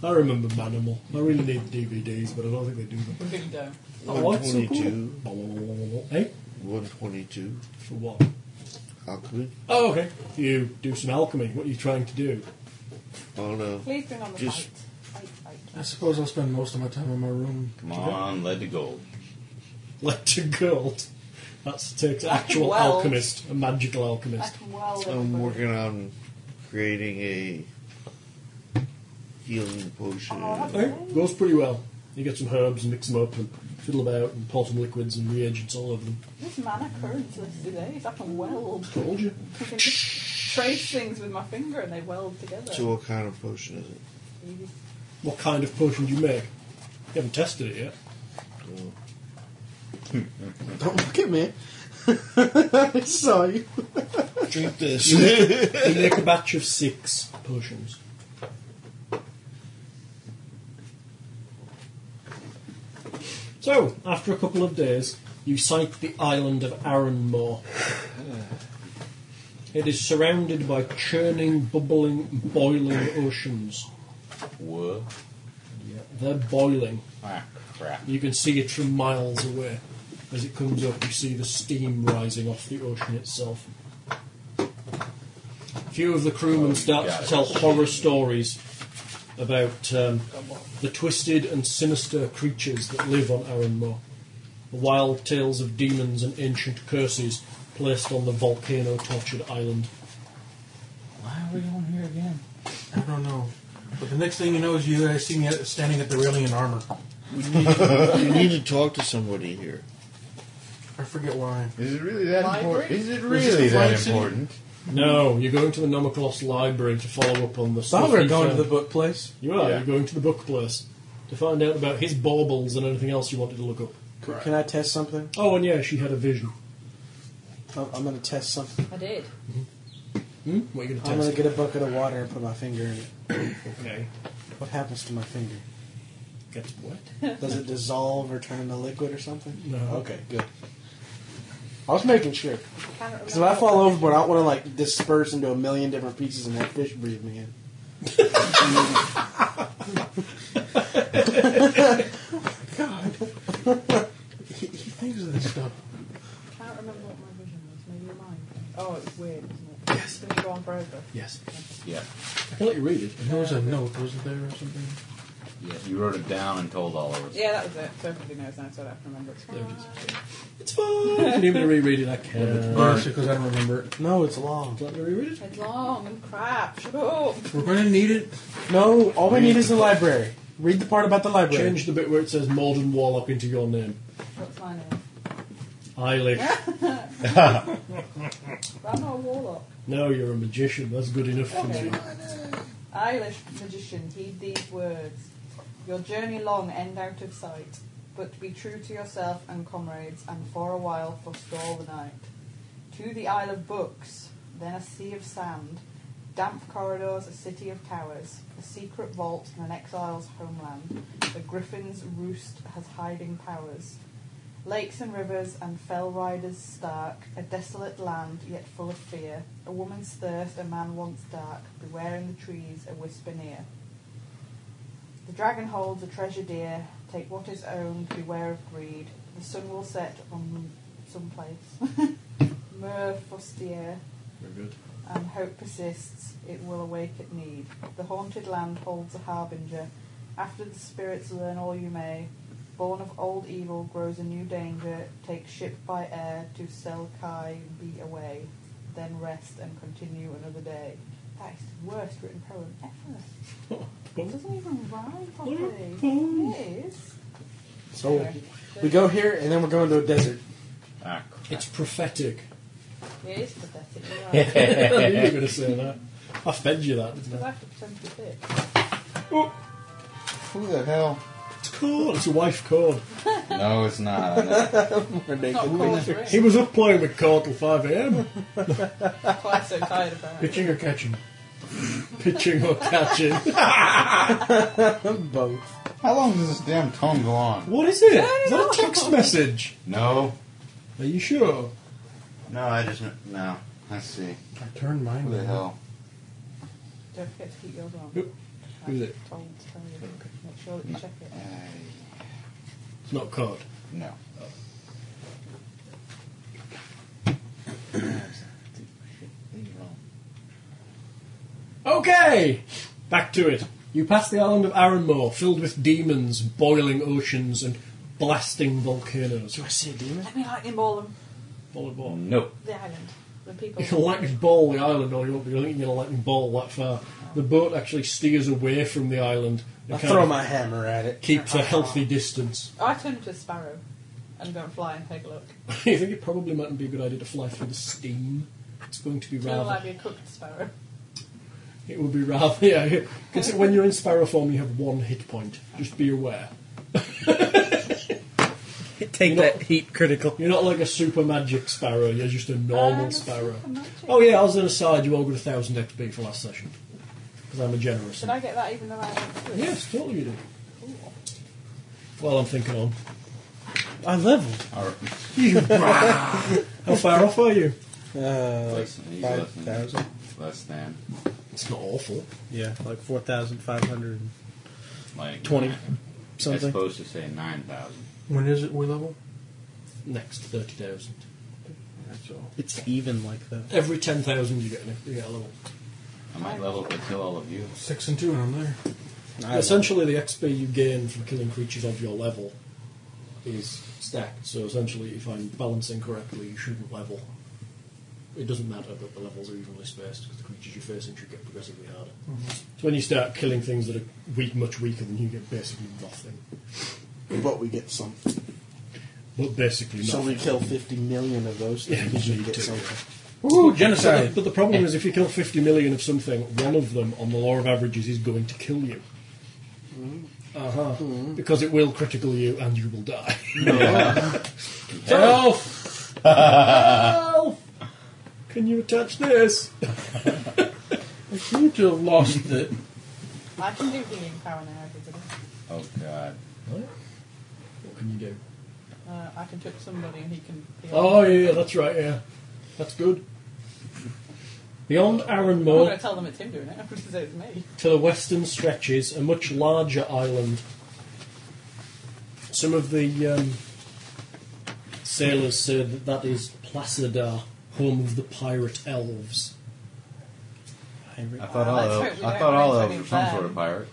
[SPEAKER 3] I remember Manimal. I really need DVDs, but I don't think they do them.
[SPEAKER 2] We really don't.
[SPEAKER 3] Oh, what's so cool?
[SPEAKER 7] 122.
[SPEAKER 3] Blah, blah, blah, blah, blah, blah. Eh?
[SPEAKER 7] 122.
[SPEAKER 3] For what?
[SPEAKER 7] Alchemy.
[SPEAKER 3] Oh, okay. You do some alchemy. What are you trying to do?
[SPEAKER 7] Oh no.
[SPEAKER 2] Please bring on the
[SPEAKER 7] Just-
[SPEAKER 2] fight. Fight, fight.
[SPEAKER 6] I suppose I'll spend most of my time in my room.
[SPEAKER 8] Come on, lead to gold.
[SPEAKER 3] Let to gold. That's takes actual
[SPEAKER 2] Well-
[SPEAKER 3] alchemist, a magical
[SPEAKER 2] I
[SPEAKER 3] alchemist.
[SPEAKER 2] can well
[SPEAKER 7] I'm
[SPEAKER 2] everybody.
[SPEAKER 7] working on creating a healing potion.
[SPEAKER 2] Oh,
[SPEAKER 3] Okay, goes pretty well. You get some herbs and mix them up and fiddle about and pour some liquids and reagents all over them.
[SPEAKER 2] This mana currents listed today. It's like a weld.
[SPEAKER 3] Told you.
[SPEAKER 2] I can just trace things with my finger and they weld together.
[SPEAKER 7] So what kind of potion is it?
[SPEAKER 2] Easy.
[SPEAKER 3] What kind of potion do you make? You haven't tested it yet.
[SPEAKER 5] Don't look at me. I saw you.
[SPEAKER 7] Drink this.
[SPEAKER 3] You make a batch of six potions. So, after a couple of days, you sight the island of Aranmore. It is surrounded by churning, bubbling, boiling oceans.
[SPEAKER 8] Whoa.
[SPEAKER 3] They're boiling.
[SPEAKER 8] Ah, crap.
[SPEAKER 3] You can see it from miles away. As it comes up, you see the steam rising off the ocean itself. A few of the crewmen start
[SPEAKER 8] got
[SPEAKER 3] to
[SPEAKER 8] it.
[SPEAKER 3] tell horror stories about um, the twisted and sinister creatures that live on Aranmore. The wild tales of demons and ancient curses placed on the volcano tortured island.
[SPEAKER 8] Why are we on here again?
[SPEAKER 6] I don't know. But the next thing you know is you guys see me at- standing at the railing in armor.
[SPEAKER 7] you need to talk to somebody here.
[SPEAKER 6] I forget why.
[SPEAKER 8] Is it really that important? Is it
[SPEAKER 6] Was this
[SPEAKER 8] really
[SPEAKER 6] the
[SPEAKER 8] that
[SPEAKER 6] Flying City?
[SPEAKER 8] important?
[SPEAKER 3] No, you're going to the Nomiklos library to follow up on the
[SPEAKER 6] Thought we were
[SPEAKER 3] stuff you
[SPEAKER 6] going
[SPEAKER 3] found.
[SPEAKER 6] to the book place.
[SPEAKER 3] You are.
[SPEAKER 8] Yeah.
[SPEAKER 3] You're going to the book place to find out about his baubles and anything else you wanted to look up.
[SPEAKER 5] Can I test something?
[SPEAKER 3] Oh, and yeah, she had a vision.
[SPEAKER 5] I'm, I'm going to test something.
[SPEAKER 2] I did.
[SPEAKER 3] Hmm? What are you going to
[SPEAKER 5] I'm
[SPEAKER 3] test?
[SPEAKER 5] going to get a bucket of water and put my finger in it.
[SPEAKER 3] Okay.
[SPEAKER 5] What happens to my finger?
[SPEAKER 3] Gets wet.
[SPEAKER 5] Does it dissolve or turn into liquid or something?
[SPEAKER 3] No.
[SPEAKER 5] Okay, good. I was making sure.
[SPEAKER 2] Can't remember
[SPEAKER 5] Because if I fall overboard, I don't want to like disperse into a million different pieces and that fish breathe me in. God.
[SPEAKER 6] thinks of this stuff?
[SPEAKER 2] can't remember what my vision was. Maybe your mind. Oh, it's weird, isn't it? Yes. It's going to go on forever.
[SPEAKER 6] Yes.
[SPEAKER 8] Yeah.
[SPEAKER 6] I can let you read it. And there was a note, wasn't there, or something?
[SPEAKER 8] Yeah. You wrote it down and told all of us.
[SPEAKER 2] Yeah, that was it. So everybody knows now, so I don't have to remember. It's fine.
[SPEAKER 3] It's fine. If you need me to reread it, I can.
[SPEAKER 8] Burn.
[SPEAKER 6] because Uh, I don't remember it. No, it's long.
[SPEAKER 3] Let me reread it.
[SPEAKER 2] It's long and crap. Shut up.
[SPEAKER 6] We're going to need it.
[SPEAKER 5] No, all we need is the library. Read the part about the library.
[SPEAKER 3] Change the bit where it says Malden Warlock into your name.
[SPEAKER 2] What's my name?
[SPEAKER 3] Eilish.
[SPEAKER 5] Ah.
[SPEAKER 2] I'm not a warlock.
[SPEAKER 3] No, you're a magician. That's good enough for me.
[SPEAKER 2] Eilish magician, heed these words. Your journey long end out of sight, but be true to yourself and comrades, and for a while forestall the night. To the Isle of Books, then a sea of sand, damp corridors, a city of towers, a secret vault, and an exile's homeland. The griffin's roost has hiding powers. Lakes and rivers and fell riders stark, a desolate land yet full of fear. A woman's thirst, a man wants dark, beware in the trees, a whisper near. The dragon holds a treasure dear, take what is owned, beware of greed. The sun will set on some place. Mer fustier
[SPEAKER 3] Very good.
[SPEAKER 2] and hope persists, it will awake at need. The haunted land holds a harbinger. After the spirits learn all you may, born of old evil grows a new danger. Take ship by air to Selkai, be away, then rest and continue another day. That is the worst written poem ever. It doesn't even rhyme properly. It is.
[SPEAKER 5] So we go here, and then we're going to a desert.
[SPEAKER 8] Ah,
[SPEAKER 3] It's prophetic.
[SPEAKER 2] It is pathetic. You're right.
[SPEAKER 3] I knew you were going to say that. I fed you that, didn't
[SPEAKER 2] Because I
[SPEAKER 3] I?
[SPEAKER 2] have to pretend to be thick.
[SPEAKER 8] Who the hell?
[SPEAKER 3] It's cold. It's a wife cord.
[SPEAKER 8] No, it's not. I know.
[SPEAKER 2] It's not cold for
[SPEAKER 3] He
[SPEAKER 2] it.
[SPEAKER 3] was up playing with cord till 5 a.m.
[SPEAKER 2] That's why I'm so tired apparently.
[SPEAKER 6] Pitching or catching?
[SPEAKER 3] pitching or catching.
[SPEAKER 5] Both.
[SPEAKER 8] How long does this damn tone go on?
[SPEAKER 6] What is it? Is that a text message?
[SPEAKER 8] No.
[SPEAKER 6] Are you sure?
[SPEAKER 8] No, I just no. Let's see.
[SPEAKER 6] I turned mine
[SPEAKER 8] Who the
[SPEAKER 6] down.
[SPEAKER 8] hell?
[SPEAKER 2] Don't forget to keep yours on.
[SPEAKER 6] Yep. Who's it?
[SPEAKER 2] I told to tell you. Make sure that you check it.
[SPEAKER 8] Uh,
[SPEAKER 3] It's not cord.
[SPEAKER 8] no.
[SPEAKER 3] Okay! Back to it. You pass the island of Aranmore, filled with demons, boiling oceans, and blasting volcanoes.
[SPEAKER 5] Do I see a demon?
[SPEAKER 2] Let me lightning ball them.
[SPEAKER 3] Volleyball.
[SPEAKER 8] No.
[SPEAKER 2] The island. The people.
[SPEAKER 3] You can lightning ball the island, or you won't be thinking you're going to lightning ball that far. The boat actually steers away from the island. It
[SPEAKER 5] I
[SPEAKER 3] kind
[SPEAKER 5] throw
[SPEAKER 3] of
[SPEAKER 5] my hammer at it.
[SPEAKER 3] keeps a healthy distance.
[SPEAKER 2] I turn into a sparrow and go and fly and take a look.
[SPEAKER 3] you think it probably mightn't be a good idea to fly through the steam? It's going to be
[SPEAKER 2] Rather
[SPEAKER 3] rather.
[SPEAKER 2] like be a cooked sparrow.
[SPEAKER 3] It would be rather. Yeah, because when you're in sparrow form, you have one hit point. Just be aware.
[SPEAKER 5] Take that heat critical.
[SPEAKER 3] You're not like a super magic sparrow. You're just a normal
[SPEAKER 2] I'm a
[SPEAKER 3] sparrow.
[SPEAKER 2] super magic.
[SPEAKER 3] Oh yeah, I was an aside. You all got a thousand XP for last session because I'm a generous.
[SPEAKER 2] Did I get that even though I haven't do it?
[SPEAKER 3] Yes, totally you did. Well, I'm thinking on.
[SPEAKER 5] I leveled.
[SPEAKER 8] All right.
[SPEAKER 3] How far off are you?
[SPEAKER 5] Uh, like
[SPEAKER 8] Less than- he's less than-
[SPEAKER 5] 5,000.
[SPEAKER 8] Less than.
[SPEAKER 3] It's not awful.
[SPEAKER 5] Yeah, like 4,500 and
[SPEAKER 8] Like
[SPEAKER 5] 20
[SPEAKER 8] nine. It's
[SPEAKER 5] something.
[SPEAKER 8] supposed to say nine thousand.
[SPEAKER 6] When is it we level?
[SPEAKER 3] Next thirty thousand.
[SPEAKER 6] That's all.
[SPEAKER 5] It's even like that.
[SPEAKER 3] Every ten thousand, you get an, you get a level.
[SPEAKER 8] I might level up and kill all of you.
[SPEAKER 6] Six and two, and I'm there.
[SPEAKER 3] essentially, the XP you gain from killing creatures of your level is stacked. So essentially, if I'm balancing correctly, you shouldn't level. It doesn't matter that the levels are evenly spaced because the creatures you're facing should get progressively harder. So when you start killing things that are weak, much weaker than you, you get basically nothing.
[SPEAKER 5] But we get something.
[SPEAKER 3] But basically nothing.
[SPEAKER 5] So we kill 50 million of those things
[SPEAKER 3] Yeah, me
[SPEAKER 5] and we get
[SPEAKER 3] too.
[SPEAKER 5] something.
[SPEAKER 3] Ooh, genocide! But the problem is, if you kill 50 million of something, one of them, on the law of averages, is going to kill you.
[SPEAKER 5] Mm-hmm.
[SPEAKER 3] Uh huh. Because it will critical you and you will die. Self! Self! Can you attach this?
[SPEAKER 6] I seem to have lost it.
[SPEAKER 2] I can do healing power now, everybody.
[SPEAKER 8] Oh God.
[SPEAKER 3] What can you do?
[SPEAKER 2] Uh, I can touch somebody and he can heal.
[SPEAKER 3] Oh, yeah, that's right, yeah. That's good. Beyond Aranmore.
[SPEAKER 2] I'm not going to tell them it's him doing it. I'm going to say it's me.
[SPEAKER 3] To the western stretches, a much larger island. Some of the um, Sailors say that that is Placida, home of the pirate elves.
[SPEAKER 8] I thought
[SPEAKER 2] Well,
[SPEAKER 8] all
[SPEAKER 2] let's hope
[SPEAKER 8] of
[SPEAKER 2] we
[SPEAKER 8] I
[SPEAKER 2] don't
[SPEAKER 8] thought all
[SPEAKER 2] raise
[SPEAKER 8] of
[SPEAKER 2] any
[SPEAKER 8] them were some
[SPEAKER 2] flag.
[SPEAKER 8] sort of pirate.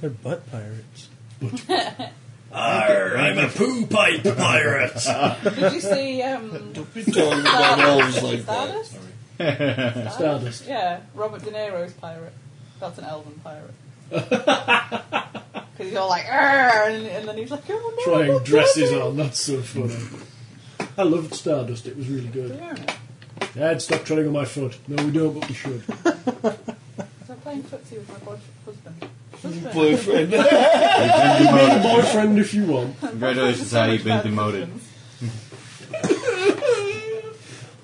[SPEAKER 5] They're butt pirates.
[SPEAKER 3] Arr, I'm a poo pipe pirate!
[SPEAKER 2] Did you see um,
[SPEAKER 7] Don't be talking about elves like that.
[SPEAKER 2] Stardust?
[SPEAKER 7] Sorry.
[SPEAKER 3] Stardust.
[SPEAKER 2] Yeah, Robert De Niro's pirate. That's an elven pirate. Because he's all like, "Arr," and, and then he's like, oh no.
[SPEAKER 3] Trying
[SPEAKER 2] not
[SPEAKER 3] dresses
[SPEAKER 2] Robert."
[SPEAKER 3] on, that's so funny. I loved Stardust, it was really good.
[SPEAKER 2] Yeah.
[SPEAKER 3] Dad, stop treading on my foot. No, we don't, but we should.
[SPEAKER 2] I'm playing footsie with my boy- husband. Husband.
[SPEAKER 7] Boyfriend.
[SPEAKER 3] Boyfriend, if you want.
[SPEAKER 8] Congratulations,
[SPEAKER 2] So
[SPEAKER 8] how
[SPEAKER 2] much
[SPEAKER 8] you've been
[SPEAKER 2] bad
[SPEAKER 8] demoted.
[SPEAKER 2] decisions.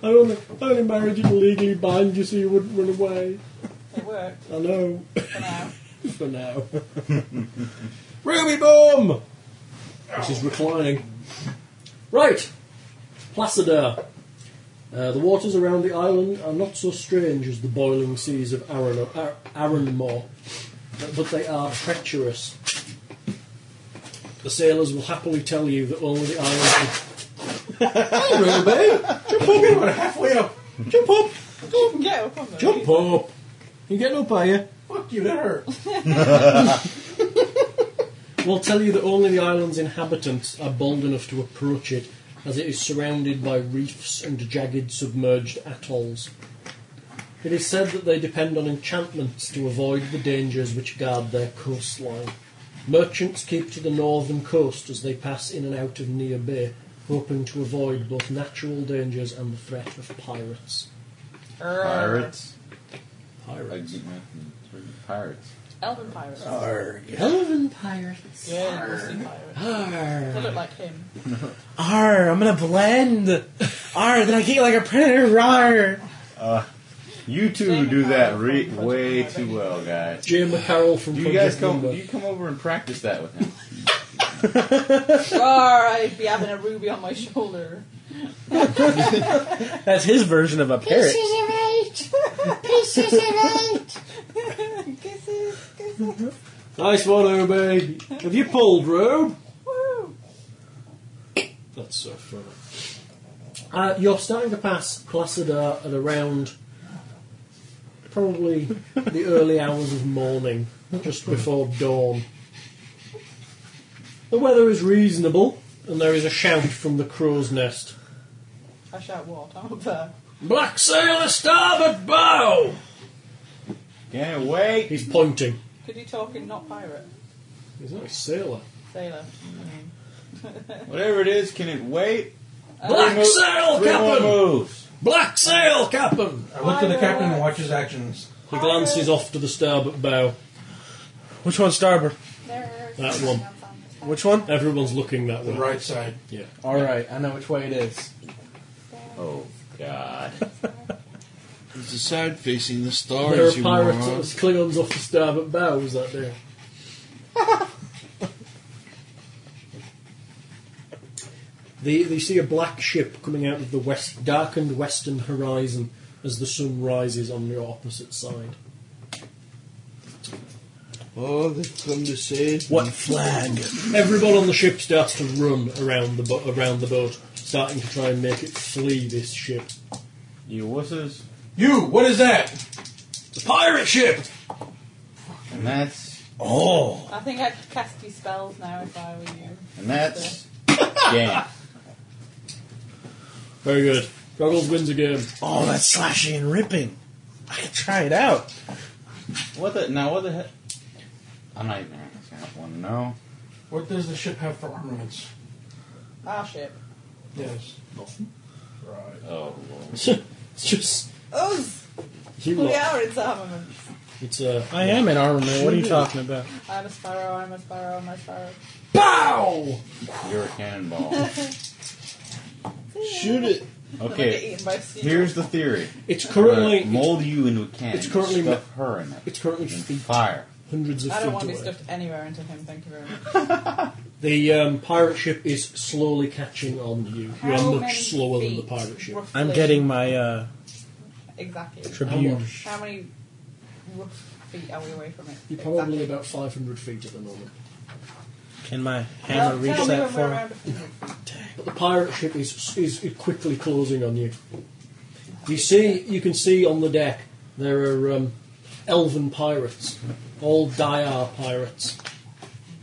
[SPEAKER 3] I only, I only married you to legally bind you so you wouldn't run away.
[SPEAKER 2] It worked
[SPEAKER 3] I know.
[SPEAKER 2] for now.
[SPEAKER 3] For now.
[SPEAKER 6] Ruby Boom!
[SPEAKER 3] Which is reclining. Right! Placida. Uh, the waters around the island are not so strange as the boiling seas of Aran- Ar- Aranmore, but- but they are treacherous. The sailors will happily tell you that only the island
[SPEAKER 6] We're halfway up. Jump up!
[SPEAKER 2] You can get up on the
[SPEAKER 6] Jump
[SPEAKER 2] roof.
[SPEAKER 6] up!
[SPEAKER 5] You getting up, are you?
[SPEAKER 6] Fuck you, that hurt.
[SPEAKER 3] will tell you that only the island's inhabitants are bold enough to approach it, as it is surrounded by reefs and jagged submerged atolls. It is said that they depend on enchantments to avoid the dangers which guard their coastline. Merchants keep to the northern coast as they pass in and out of Nia Bay, hoping to avoid both natural dangers and the threat of pirates.
[SPEAKER 2] Arr.
[SPEAKER 8] Pirates.
[SPEAKER 3] Pirates.
[SPEAKER 8] Like, you know, Pirates.
[SPEAKER 2] Elven pirates.
[SPEAKER 5] Elven pirates.
[SPEAKER 2] Yeah, ghostly pirates. They
[SPEAKER 5] Arr.
[SPEAKER 2] look like him.
[SPEAKER 5] Arr, I'm gonna blend. Arr, then I get like a predator. Arr.
[SPEAKER 8] You two do that re- way too well, guys.
[SPEAKER 3] Jim McCarroll from
[SPEAKER 8] Do you
[SPEAKER 3] Project
[SPEAKER 8] guys come?
[SPEAKER 3] Number.
[SPEAKER 8] Do you come over and practice that with him?
[SPEAKER 2] Arr, I'd be having a ruby on my shoulder.
[SPEAKER 5] That's his version of a parrot.
[SPEAKER 2] Kisses, kisses.
[SPEAKER 3] Nice one, Obi. Have you pulled, Rube?
[SPEAKER 2] Woo.
[SPEAKER 3] That's so funny. Uh, you're starting to pass Placida at around probably the early hours of morning, just before dawn. The weather is reasonable, and there is a shout from the crow's nest.
[SPEAKER 2] I shout what? I'm up there.
[SPEAKER 3] Black sailor starboard bow!
[SPEAKER 8] Can't wait.
[SPEAKER 3] He's pointing.
[SPEAKER 2] Could you talk in not pirate?
[SPEAKER 3] He's not a sailor.
[SPEAKER 2] Sailor. I mean.
[SPEAKER 8] Whatever it is, can it wait?
[SPEAKER 3] Black
[SPEAKER 8] mo-
[SPEAKER 3] sail,
[SPEAKER 8] Three more
[SPEAKER 3] Oh, captain!
[SPEAKER 8] moves.
[SPEAKER 3] Black sail, captain!
[SPEAKER 6] I look to the captain and watch his actions.
[SPEAKER 3] He glances off to the starboard bow.
[SPEAKER 5] Which one's starboard?
[SPEAKER 3] That one.
[SPEAKER 5] Which one?
[SPEAKER 3] Everyone's looking that
[SPEAKER 6] The
[SPEAKER 3] way.
[SPEAKER 6] right side.
[SPEAKER 3] Yeah.
[SPEAKER 5] All right, I know which way it is.
[SPEAKER 8] Oh God.
[SPEAKER 7] It's the side facing the
[SPEAKER 3] There are
[SPEAKER 7] stars, you
[SPEAKER 3] pirates
[SPEAKER 7] moron.
[SPEAKER 3] as Klingons off the starboard bow, was that there? they, they see a black ship coming out of the west, darkened western horizon as the sun rises on the opposite side.
[SPEAKER 7] Oh, they've come to save
[SPEAKER 3] What flag? Everyone on the ship starts to run around the, bo- around the boat, starting to try and make it flee this ship.
[SPEAKER 8] You wusses.
[SPEAKER 6] You, what is that?
[SPEAKER 3] It's a pirate ship!
[SPEAKER 8] And that's
[SPEAKER 6] Oh.
[SPEAKER 2] I think I'd cast you spells now if I were you.
[SPEAKER 8] and that's game.
[SPEAKER 3] Very good. Goggles wins again.
[SPEAKER 5] Oh, that's slashing and ripping. I can try it out.
[SPEAKER 8] What the now? What the heck? I'm not even asking. I want to know.
[SPEAKER 6] What does the ship have for armaments?
[SPEAKER 2] Our ship.
[SPEAKER 6] Yes. Right.
[SPEAKER 8] Oh,
[SPEAKER 3] It's just.
[SPEAKER 2] Us!
[SPEAKER 3] You
[SPEAKER 2] We
[SPEAKER 3] lot.
[SPEAKER 2] are its armament.
[SPEAKER 3] It's uh, a.
[SPEAKER 5] I am in armament. What are you talking about?
[SPEAKER 2] I'm a sparrow, I'm a sparrow, I'm a sparrow.
[SPEAKER 8] you're a cannonball.
[SPEAKER 7] Shoot it.
[SPEAKER 2] I get
[SPEAKER 8] Okay.
[SPEAKER 2] eaten by a sea.
[SPEAKER 8] Here's the theory.
[SPEAKER 3] It's currently.
[SPEAKER 8] Uh, mold you into a cannon.
[SPEAKER 3] it's currently
[SPEAKER 8] stuff her in it.
[SPEAKER 3] It's currently
[SPEAKER 8] and
[SPEAKER 3] feet
[SPEAKER 8] fire.
[SPEAKER 3] hundreds of
[SPEAKER 2] I don't
[SPEAKER 3] feet
[SPEAKER 2] want to
[SPEAKER 3] away.
[SPEAKER 2] be stuffed anywhere into him, thank you very much.
[SPEAKER 3] The um, pirate ship is slowly catching on you. You
[SPEAKER 2] How
[SPEAKER 3] are
[SPEAKER 2] many
[SPEAKER 3] much slower than the
[SPEAKER 2] feet,
[SPEAKER 3] pirate ship.
[SPEAKER 2] roughly?
[SPEAKER 5] I'm getting my uh,
[SPEAKER 2] Exactly.
[SPEAKER 5] tribute.
[SPEAKER 2] How many rough feet are we away from it?
[SPEAKER 3] You're probably
[SPEAKER 2] exactly.
[SPEAKER 3] about 500 feet at the moment.
[SPEAKER 5] Can my
[SPEAKER 2] Well,
[SPEAKER 5] hammer reach
[SPEAKER 2] tell me
[SPEAKER 5] that
[SPEAKER 2] when we're
[SPEAKER 5] far?
[SPEAKER 2] around a hundred.
[SPEAKER 3] but the pirate ship is, is quickly closing on you. You see, you can see on the deck there are um, elven pirates, all Dyar pirates.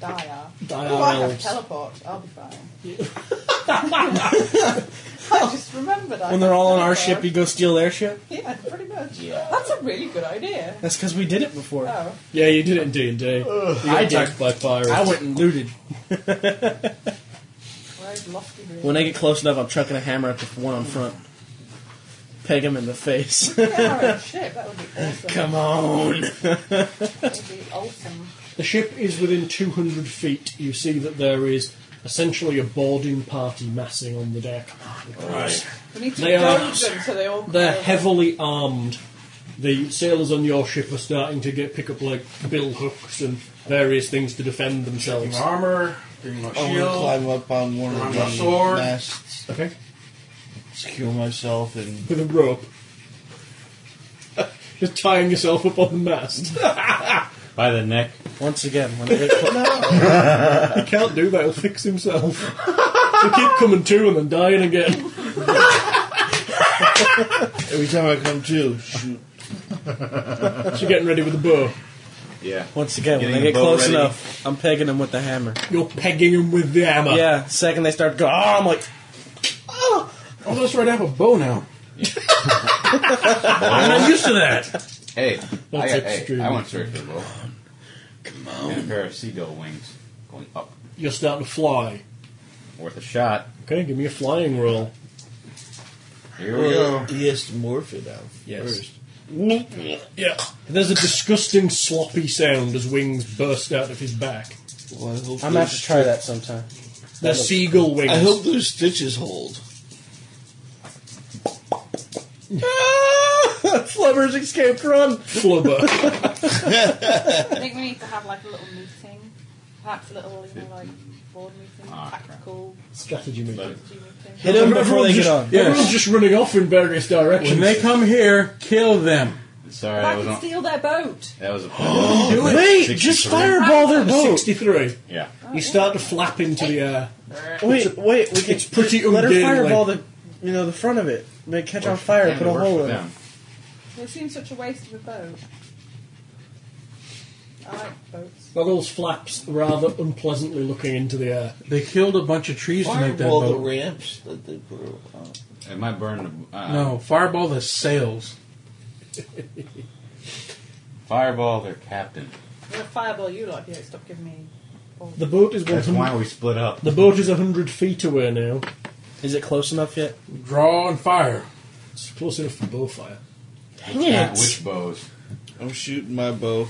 [SPEAKER 2] Dire.
[SPEAKER 3] Dire
[SPEAKER 2] oh, I have
[SPEAKER 3] elves.
[SPEAKER 2] teleport. I'll be fine. I just remembered. I
[SPEAKER 5] When they're all on our ship, you go steal their ship?
[SPEAKER 2] Yeah, pretty much.
[SPEAKER 8] Yeah.
[SPEAKER 2] That's a really good idea.
[SPEAKER 5] That's because we did it before.
[SPEAKER 2] Oh,
[SPEAKER 3] Yeah, you did it in D and D.
[SPEAKER 5] I did.
[SPEAKER 3] attacked by pirates.
[SPEAKER 5] I went and looted.
[SPEAKER 2] where's Lofty Green?
[SPEAKER 5] When they get close enough, I'm chucking a hammer at the one on front. Peg him in the face.
[SPEAKER 2] Yeah, our own ship. That would be awesome.
[SPEAKER 5] Come on.
[SPEAKER 2] That would be awesome.
[SPEAKER 3] The ship is within 200 feet. You see that there is essentially a boarding party massing on the deck.
[SPEAKER 2] We need to
[SPEAKER 3] They are-
[SPEAKER 2] dodge them so they all.
[SPEAKER 3] They're
[SPEAKER 2] go-
[SPEAKER 3] heavily armed. The sailors on your ship are starting to get pick up like bill hooks and various things to defend themselves.
[SPEAKER 6] My armor, bring
[SPEAKER 3] Oh,
[SPEAKER 6] my
[SPEAKER 7] I'm gonna
[SPEAKER 6] shield.
[SPEAKER 7] climb up on one
[SPEAKER 6] On
[SPEAKER 7] of
[SPEAKER 6] my
[SPEAKER 7] the
[SPEAKER 6] sword.
[SPEAKER 7] masts,
[SPEAKER 3] Okay.
[SPEAKER 7] secure myself, and
[SPEAKER 3] With a rope. Just tying yourself up on the mast.
[SPEAKER 8] By the neck.
[SPEAKER 5] Once again, when they get close.
[SPEAKER 3] he can't do that, he'll fix himself. He'll keep coming to and then dying again.
[SPEAKER 7] every time I come to, shoot.
[SPEAKER 3] So getting ready with the bow.
[SPEAKER 8] Yeah.
[SPEAKER 5] Once again, when
[SPEAKER 8] Getting
[SPEAKER 5] they
[SPEAKER 8] the
[SPEAKER 5] get
[SPEAKER 8] boat
[SPEAKER 5] close
[SPEAKER 8] ready.
[SPEAKER 5] enough, I'm pegging them with the hammer.
[SPEAKER 3] You're pegging him with the hammer.
[SPEAKER 5] Yeah, second they start to go, oh, I'm like,
[SPEAKER 6] Oh, that's right. I have a bow now.
[SPEAKER 5] I'm not used to that.
[SPEAKER 8] Hey, I, got, hey
[SPEAKER 3] extreme.
[SPEAKER 8] I went straight for the bow. Come on. And a pair of seagull wings going up.
[SPEAKER 3] You're starting to fly.
[SPEAKER 8] Worth a shot.
[SPEAKER 3] Okay, give me a flying roll.
[SPEAKER 8] Here we go.
[SPEAKER 7] He has to morph it out first.
[SPEAKER 3] Yeah. There's a disgusting sloppy sound as wings burst out of his back.
[SPEAKER 7] Well, I hope
[SPEAKER 5] I'm gonna have to
[SPEAKER 7] those-
[SPEAKER 5] try that sometime.
[SPEAKER 3] They're seagull wings.
[SPEAKER 7] I hope those stitches hold.
[SPEAKER 5] Flubber's escaped, run!
[SPEAKER 3] Flubber.
[SPEAKER 2] I think we need to have like a little meeting, perhaps a little you know, like board meeting,
[SPEAKER 8] Ah, crap.
[SPEAKER 2] tactical
[SPEAKER 3] Strategy meeting.
[SPEAKER 2] strategy meeting.
[SPEAKER 5] Hit him before they
[SPEAKER 3] Everyone's
[SPEAKER 5] get
[SPEAKER 3] just,
[SPEAKER 5] on.
[SPEAKER 3] everyone's just running off in various directions.
[SPEAKER 6] When they come here, kill them.
[SPEAKER 2] But
[SPEAKER 8] Sorry, that
[SPEAKER 2] I
[SPEAKER 8] was,
[SPEAKER 2] can
[SPEAKER 8] on,
[SPEAKER 2] steal their boat.
[SPEAKER 8] that was a
[SPEAKER 5] Wait, just
[SPEAKER 8] 63.
[SPEAKER 5] fireball their boat.
[SPEAKER 3] 63.
[SPEAKER 8] Yeah.
[SPEAKER 3] You start to flap into the air.
[SPEAKER 5] Wait, wait, we
[SPEAKER 3] It's
[SPEAKER 5] can
[SPEAKER 3] pretty
[SPEAKER 5] let her
[SPEAKER 3] ungainly.
[SPEAKER 5] fireball the, you know, the front of it. They catch on fire,
[SPEAKER 8] And
[SPEAKER 5] put
[SPEAKER 8] it
[SPEAKER 5] a
[SPEAKER 8] works
[SPEAKER 5] hole
[SPEAKER 8] with
[SPEAKER 5] in it.
[SPEAKER 8] them.
[SPEAKER 2] It seems such a waste of a boat. I like boats.
[SPEAKER 3] Goggles flaps rather unpleasantly looking into the air.
[SPEAKER 6] They killed a bunch of trees to make that
[SPEAKER 7] Fireball the
[SPEAKER 6] boat.
[SPEAKER 7] ramps that they put on.
[SPEAKER 8] It might burn the. Uh,
[SPEAKER 6] No, fireball the sails.
[SPEAKER 8] Fireball their captain.
[SPEAKER 2] I'm gonna fireball you lot here. Stop giving me.
[SPEAKER 3] The boat is
[SPEAKER 8] That's
[SPEAKER 3] 100,
[SPEAKER 8] why we split up.
[SPEAKER 3] the boat is 100 feet away now.
[SPEAKER 5] Is it close enough yet?
[SPEAKER 6] Draw and fire.
[SPEAKER 3] It's close enough for bow fire.
[SPEAKER 5] Dang
[SPEAKER 8] Not
[SPEAKER 5] it!
[SPEAKER 8] Which bows?
[SPEAKER 7] I'm shooting my bow.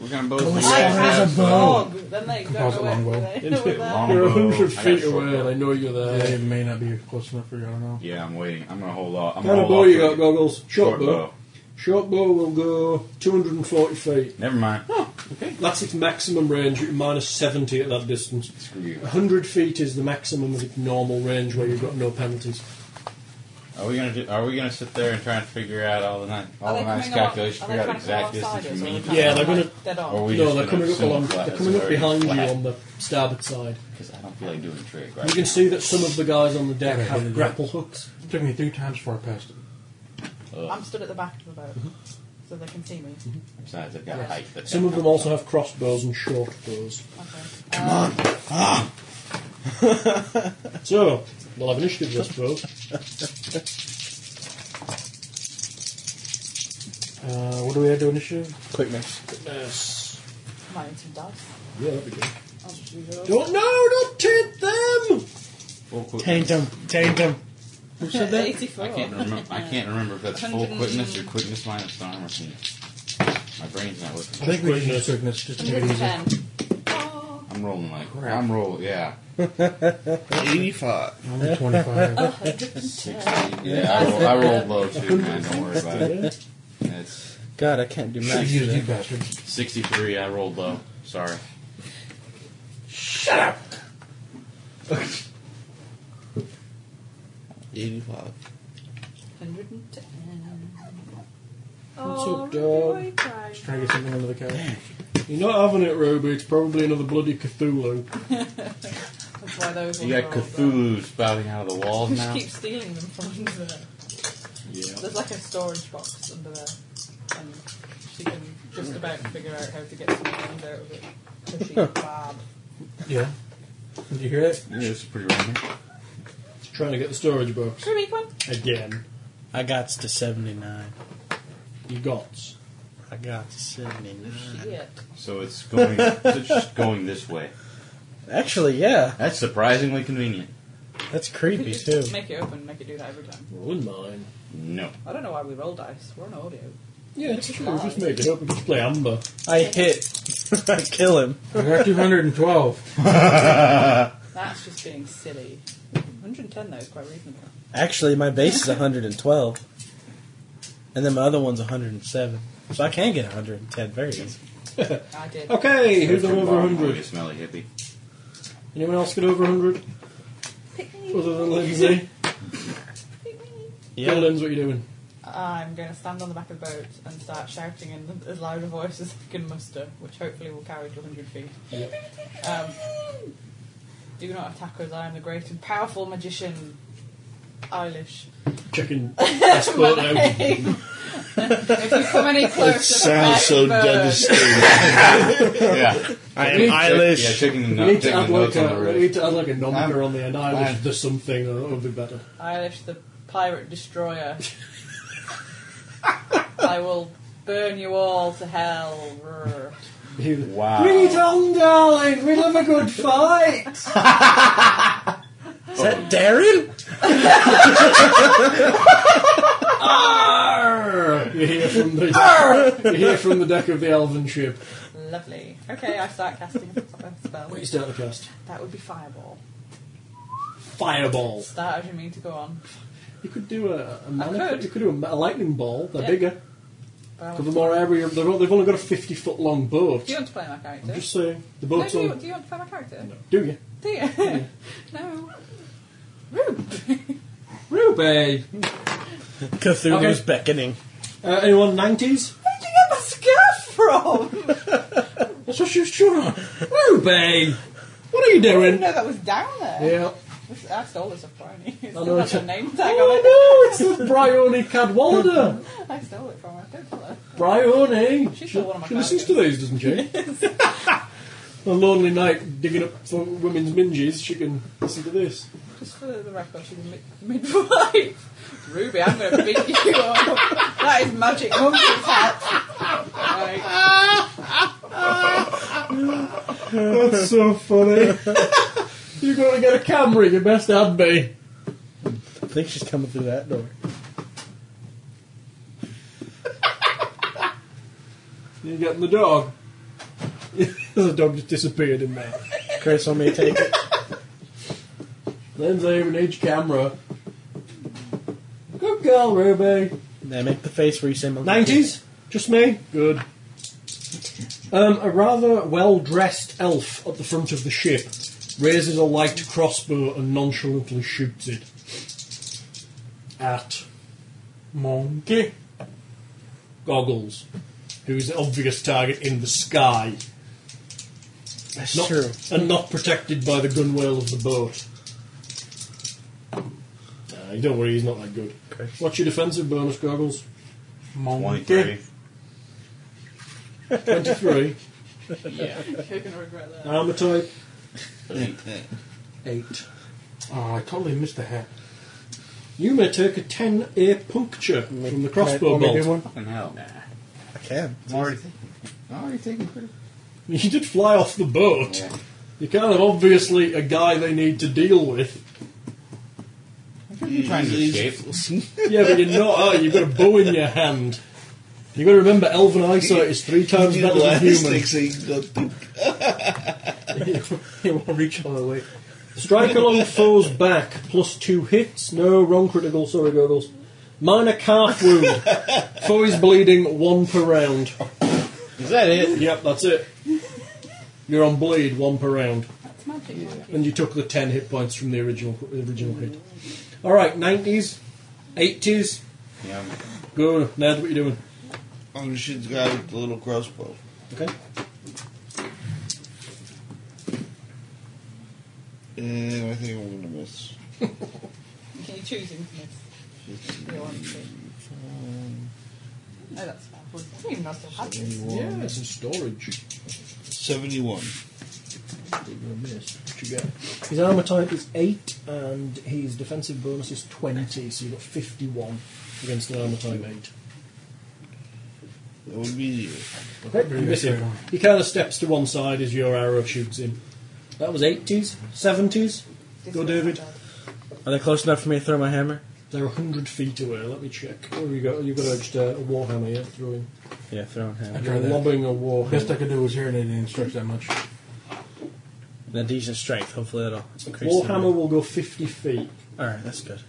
[SPEAKER 8] We're gonna both.
[SPEAKER 5] Go
[SPEAKER 8] do
[SPEAKER 5] as
[SPEAKER 2] I
[SPEAKER 8] that.
[SPEAKER 5] fast as
[SPEAKER 2] have
[SPEAKER 5] a
[SPEAKER 2] a
[SPEAKER 5] bow.
[SPEAKER 2] dog. Then they don't
[SPEAKER 6] Composite
[SPEAKER 2] know where,
[SPEAKER 6] longbow.
[SPEAKER 2] they know where they
[SPEAKER 8] Long-
[SPEAKER 2] are.
[SPEAKER 3] You're
[SPEAKER 8] Bow.
[SPEAKER 3] 100
[SPEAKER 8] I got
[SPEAKER 3] feet
[SPEAKER 8] short
[SPEAKER 3] away and
[SPEAKER 8] bow.
[SPEAKER 3] I know you're there.
[SPEAKER 6] They may not be close enough for you. I don't know.
[SPEAKER 8] Yeah, I'm waiting. I'm gonna hold off. I'm
[SPEAKER 3] What
[SPEAKER 8] gonna
[SPEAKER 3] kind of
[SPEAKER 8] hold
[SPEAKER 3] bow
[SPEAKER 8] off
[SPEAKER 3] you
[SPEAKER 8] till
[SPEAKER 3] got,
[SPEAKER 8] we-
[SPEAKER 3] Goggles? Short,
[SPEAKER 8] Short
[SPEAKER 3] bow.
[SPEAKER 8] bow.
[SPEAKER 3] Short bow will go 240 feet.
[SPEAKER 8] Never mind.
[SPEAKER 3] That's its maximum range, you're minus 70 at that distance.
[SPEAKER 8] Screw you.
[SPEAKER 3] 100 feet is the maximum of its normal range where you've got no penalties.
[SPEAKER 8] Are we gonna do, Are we gonna sit there and try and figure out all the nice all
[SPEAKER 2] Are
[SPEAKER 8] the
[SPEAKER 2] they
[SPEAKER 8] nice
[SPEAKER 2] coming along-
[SPEAKER 8] calculations?
[SPEAKER 2] are
[SPEAKER 8] Figure
[SPEAKER 2] they
[SPEAKER 8] out
[SPEAKER 2] trying to
[SPEAKER 8] exact
[SPEAKER 2] come alongside
[SPEAKER 8] distance
[SPEAKER 2] us, or are
[SPEAKER 8] we
[SPEAKER 2] they
[SPEAKER 8] need.
[SPEAKER 2] trying
[SPEAKER 3] Yeah,
[SPEAKER 2] to
[SPEAKER 3] they're
[SPEAKER 2] come,
[SPEAKER 3] gonna-
[SPEAKER 2] like, dead on?
[SPEAKER 8] Or we
[SPEAKER 3] No,
[SPEAKER 8] just
[SPEAKER 3] they're
[SPEAKER 8] gonna
[SPEAKER 3] coming up
[SPEAKER 8] assume
[SPEAKER 3] along,
[SPEAKER 8] flat-
[SPEAKER 3] they're
[SPEAKER 8] it's
[SPEAKER 3] coming up
[SPEAKER 8] already
[SPEAKER 3] behind you
[SPEAKER 8] flat?
[SPEAKER 3] on the starboard side.
[SPEAKER 8] Because I don't feel like doing trick right
[SPEAKER 3] You can
[SPEAKER 8] now.
[SPEAKER 3] see that some of the guys on the deck
[SPEAKER 6] Yeah,
[SPEAKER 3] have
[SPEAKER 6] yeah, yeah.
[SPEAKER 3] grapple hooks.
[SPEAKER 6] Took me three times before I passed it.
[SPEAKER 2] I'm stood at the back of the boat, so they can see me.
[SPEAKER 3] Mm-hmm.
[SPEAKER 8] Besides, I've got height. But
[SPEAKER 3] Some of them also have crossbows and short bows.
[SPEAKER 2] Okay. Uh,
[SPEAKER 3] So, we'll have initiative, I suppose.
[SPEAKER 6] Uh, what do we have to initiative?
[SPEAKER 5] Quick mix.
[SPEAKER 3] Yes.
[SPEAKER 2] Might need some dice.
[SPEAKER 3] Yeah, that'd be good.
[SPEAKER 2] I'll just use those.
[SPEAKER 3] Don't, no, don't tint them!
[SPEAKER 8] Full quick-
[SPEAKER 5] Taint him. Taint him.
[SPEAKER 6] Who said that?
[SPEAKER 2] 84.
[SPEAKER 8] I can't remember. I can't remember if that's full
[SPEAKER 2] 100
[SPEAKER 8] quickness or quickness minus armor. My brain's not working.
[SPEAKER 6] I think we should use quickness just to make it easy.
[SPEAKER 2] 110. Oh,
[SPEAKER 8] I'm rolling like I'm rolling. Yeah.
[SPEAKER 7] 85.
[SPEAKER 6] I'm at 25.
[SPEAKER 2] 110.
[SPEAKER 8] Yeah, I, roll, I rolled low too, man. Don't worry about it. It's
[SPEAKER 5] God, I can't do
[SPEAKER 6] Should have
[SPEAKER 5] math.
[SPEAKER 6] used you bastards.
[SPEAKER 8] 63. I rolled low. Sorry.
[SPEAKER 6] Shut up!
[SPEAKER 7] 85.
[SPEAKER 2] 110.
[SPEAKER 3] up,
[SPEAKER 2] Oh,
[SPEAKER 3] dog?
[SPEAKER 2] Ruby, why you
[SPEAKER 6] Trying to get something under the couch.
[SPEAKER 3] You're not having it, Ruby. It's probably another bloody Cthulhu.
[SPEAKER 2] cry? That's why those ones
[SPEAKER 8] You got
[SPEAKER 2] are all
[SPEAKER 8] Cthulhu spouting out of the walls
[SPEAKER 2] gone.
[SPEAKER 8] now.
[SPEAKER 2] Just keep stealing them from under there.
[SPEAKER 8] Yeah.
[SPEAKER 2] There's like a storage box under there, and she can just about figure out how to get some things out of it. 'cause she's bad.
[SPEAKER 6] Yeah. Did you hear that?
[SPEAKER 8] Yeah, it's pretty random.
[SPEAKER 3] Trying to get the storage box
[SPEAKER 2] Should we make one?
[SPEAKER 3] again.
[SPEAKER 5] I got to 79.
[SPEAKER 3] You got.
[SPEAKER 5] I got to 79.
[SPEAKER 2] Shit.
[SPEAKER 8] So it's going. it's just going this way.
[SPEAKER 5] Actually, yeah.
[SPEAKER 8] That's surprisingly convenient.
[SPEAKER 5] That's
[SPEAKER 2] Could
[SPEAKER 5] creepy,
[SPEAKER 2] you just
[SPEAKER 5] too.
[SPEAKER 2] Make it open, make it do that every time.
[SPEAKER 3] Rolling mine.
[SPEAKER 8] No.
[SPEAKER 2] I don't know why we roll dice. We're on audio.
[SPEAKER 3] Yeah, it's true. Just make it open. Just play Amber.
[SPEAKER 5] I hit. I kill him.
[SPEAKER 6] I got 212.
[SPEAKER 2] That's just being silly. 110 though is quite reasonable.
[SPEAKER 5] Actually, my base is 112. And then my other one's 107. So I can get 110 very easy.
[SPEAKER 2] I did.
[SPEAKER 3] Okay, who's
[SPEAKER 8] From
[SPEAKER 3] over
[SPEAKER 8] bottom,
[SPEAKER 3] 100?
[SPEAKER 8] You smelly hippie.
[SPEAKER 3] Anyone else get over 100? Other than Lindsay? Yeah, Lindsay, what are you doing?
[SPEAKER 2] I'm going to stand on the back of the boat and start shouting in as loud a voice as I can muster, which hopefully will carry to 100 feet. Um, do not attack us. I am the great and powerful magician, Eilish.
[SPEAKER 3] Checking passport
[SPEAKER 2] My
[SPEAKER 3] out.
[SPEAKER 2] name. if you come any closer,
[SPEAKER 7] It sounds so devastating.
[SPEAKER 8] yeah.
[SPEAKER 5] I
[SPEAKER 3] We
[SPEAKER 5] am
[SPEAKER 8] Yeah,
[SPEAKER 3] check-
[SPEAKER 5] Eilish.
[SPEAKER 8] checking the,
[SPEAKER 3] We
[SPEAKER 8] no-
[SPEAKER 3] need,
[SPEAKER 8] taking the
[SPEAKER 3] to add like
[SPEAKER 8] notes on
[SPEAKER 3] a,
[SPEAKER 8] the
[SPEAKER 3] we
[SPEAKER 8] road.
[SPEAKER 3] need to add like a nomker on the end. Irish
[SPEAKER 8] fine.
[SPEAKER 3] the something, that would be better.
[SPEAKER 2] Eilish the pirate destroyer. I will burn you all to hell. Roar.
[SPEAKER 8] Wow.
[SPEAKER 3] on, darling! We'll have a good fight!
[SPEAKER 5] Is that Darren?
[SPEAKER 3] you, hear from the, you hear from the deck of the elven ship.
[SPEAKER 2] Lovely. Okay, I start casting a spell.
[SPEAKER 3] What do you start the cast?
[SPEAKER 2] That would be fireball.
[SPEAKER 3] Fireball.
[SPEAKER 2] Start as you mean to go on.
[SPEAKER 3] You could do a, a mana-
[SPEAKER 2] could.
[SPEAKER 3] You could do a, ma- a lightning ball. They're
[SPEAKER 2] Yeah.
[SPEAKER 3] bigger.
[SPEAKER 2] But I
[SPEAKER 3] Because
[SPEAKER 2] want
[SPEAKER 3] the more area, they've o- they've only got a 50 foot long boat.
[SPEAKER 2] do you want to play my character?
[SPEAKER 3] I'm just saying. The
[SPEAKER 2] no,
[SPEAKER 3] boat's
[SPEAKER 2] do, you,
[SPEAKER 3] on.
[SPEAKER 2] do you want to play my character?
[SPEAKER 3] Do you?
[SPEAKER 2] Do you? no. Rude.
[SPEAKER 3] Ruby!
[SPEAKER 5] Cthulhu's beckoning.
[SPEAKER 3] Uh, anyone 90s?
[SPEAKER 2] Where did you get my scarf from?
[SPEAKER 3] That's what she was chewing on. Ruby! What are you doing?
[SPEAKER 2] no, that was down there.
[SPEAKER 3] Yeah.
[SPEAKER 2] This- I stole this off Bryony. It's
[SPEAKER 3] I
[SPEAKER 2] still
[SPEAKER 3] know
[SPEAKER 2] got
[SPEAKER 3] it's
[SPEAKER 2] her
[SPEAKER 3] a-
[SPEAKER 2] name
[SPEAKER 3] Oh,
[SPEAKER 2] tag on it.
[SPEAKER 3] I know, it's the Bryony Cadwallader.
[SPEAKER 2] I stole it from her. Don't tell her.
[SPEAKER 3] Bryony.
[SPEAKER 2] She's still one of my
[SPEAKER 3] She listens to these, doesn't she? A lonely night digging up for women's minges, she can listen to this.
[SPEAKER 2] Just for the record, she's a mid- midwife. Ruby, I'm going to beat you up. That is magic monkey's hat. Like,
[SPEAKER 3] That's so funny. You're going to get a camera, you best had me.
[SPEAKER 5] I think she's coming through that door.
[SPEAKER 3] You're getting the dog. the dog just disappeared in there.
[SPEAKER 5] Chris, want me to take it?
[SPEAKER 3] Lindsay, we need your camera. Good girl, Ruby.
[SPEAKER 5] Now make the face where you say monkey.
[SPEAKER 3] 90s? Just me? Good. Um, a rather well dressed elf at the front of the ship raises a light crossbow and nonchalantly shoots it at Monkey Goggles, who is the obvious target in the sky
[SPEAKER 5] That's
[SPEAKER 3] not,
[SPEAKER 5] true.
[SPEAKER 3] and not protected by the gunwale of the boat. Nah, don't worry, he's not that good.
[SPEAKER 5] Okay.
[SPEAKER 3] What's your defensive bonus, Goggles?
[SPEAKER 8] Twenty-three.
[SPEAKER 3] 23.
[SPEAKER 2] you're going to regret that.
[SPEAKER 3] Armour type?
[SPEAKER 6] Oh, I totally missed the hat.
[SPEAKER 3] You may take a 10 a puncture from the crossbow
[SPEAKER 5] Want me to do
[SPEAKER 3] bolt.
[SPEAKER 5] one?
[SPEAKER 8] Fucking hell.
[SPEAKER 5] I can.
[SPEAKER 8] I'm already thinking. I'm already thinking pretty.
[SPEAKER 3] You did fly off the boat.
[SPEAKER 8] Yeah.
[SPEAKER 3] You're kind of obviously a guy they need to deal with.
[SPEAKER 8] You're trying to escape.
[SPEAKER 3] Yeah, but you're not, are you? You've got a bow in your hand. You've got to remember, elven eyesight is three times
[SPEAKER 7] You
[SPEAKER 3] better than
[SPEAKER 7] last
[SPEAKER 3] human.
[SPEAKER 7] thing so you can go,
[SPEAKER 3] You want to reach all the way. Strike along foe's back, plus two hits. No, wrong critical, sorry, goggles. Minor calf wound. Foe is bleeding, one per round.
[SPEAKER 8] Is that it?
[SPEAKER 3] Yep, that's it. You're on bleed, one per round.
[SPEAKER 2] That's magic monkey.
[SPEAKER 3] And you took the 10 hit points from the original the original hit. Alright, 90s, 80s.
[SPEAKER 8] Yeah.
[SPEAKER 3] Go, Ned, what are you doing?
[SPEAKER 7] I'm going to shoot the guy with the little crossbow.
[SPEAKER 3] Okay.
[SPEAKER 7] And Eh, I think I'm going to miss.
[SPEAKER 2] Can you choose him to miss? if you want to? No, that's fine. I didn't even know I still had this.
[SPEAKER 3] Yeah, it's in storage.
[SPEAKER 7] 71.
[SPEAKER 3] You're gonna miss. What you got? His armor type is 8, and his defensive bonus is 20, so you've got 51 against an armor type 8.
[SPEAKER 7] That would be you.
[SPEAKER 3] Okay, you miss him. He kind of steps to one side as your arrow shoots him. That was 80s, 70s.
[SPEAKER 2] This
[SPEAKER 3] Go,
[SPEAKER 2] was
[SPEAKER 3] David.
[SPEAKER 2] my dad.
[SPEAKER 5] Are they close enough for me to throw my hammer?
[SPEAKER 3] They're 100 feet away. Let me check. Where you got? You've got a, just a, a warhammer yeah, through him.
[SPEAKER 5] Yeah, throwing hammer.
[SPEAKER 3] You're
[SPEAKER 6] that.
[SPEAKER 3] lobbing a warhammer.
[SPEAKER 6] Best I could do was hear it and instruct that much.
[SPEAKER 5] They're decent strength. Hopefully that'll increase. the-
[SPEAKER 3] Warhammer will go 50 feet,
[SPEAKER 5] All right, that's good.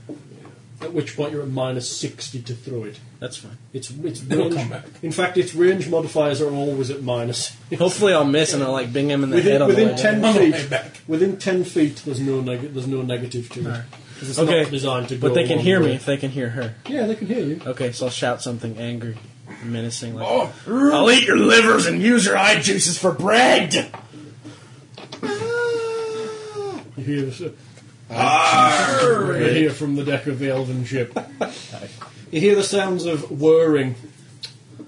[SPEAKER 3] at which point you're at minus 60 to throw it.
[SPEAKER 5] That's fine.
[SPEAKER 3] It's it's
[SPEAKER 6] It'll
[SPEAKER 3] range.
[SPEAKER 6] come back.
[SPEAKER 3] In fact, its range modifiers are always at minus.
[SPEAKER 5] Hopefully I'll miss and I'll like bing him in the
[SPEAKER 3] within
[SPEAKER 5] head on the
[SPEAKER 3] within
[SPEAKER 5] way
[SPEAKER 3] ten
[SPEAKER 5] down.
[SPEAKER 3] feet, within ten feet, there's no neg- there's no negative to it.
[SPEAKER 5] Alright.
[SPEAKER 3] 'Cause It's
[SPEAKER 5] Okay,
[SPEAKER 3] not designed to
[SPEAKER 5] But
[SPEAKER 3] go
[SPEAKER 5] they can
[SPEAKER 3] one
[SPEAKER 5] hear me
[SPEAKER 3] way.
[SPEAKER 5] if they can hear her.
[SPEAKER 3] Yeah, they can hear you.
[SPEAKER 5] Okay, so I'll shout something angry, menacing like, "I'll eat your livers and use your eye juices for bread."
[SPEAKER 3] You hear, this, uh, you hear from the deck of the Elven ship. you hear the sounds of whirring.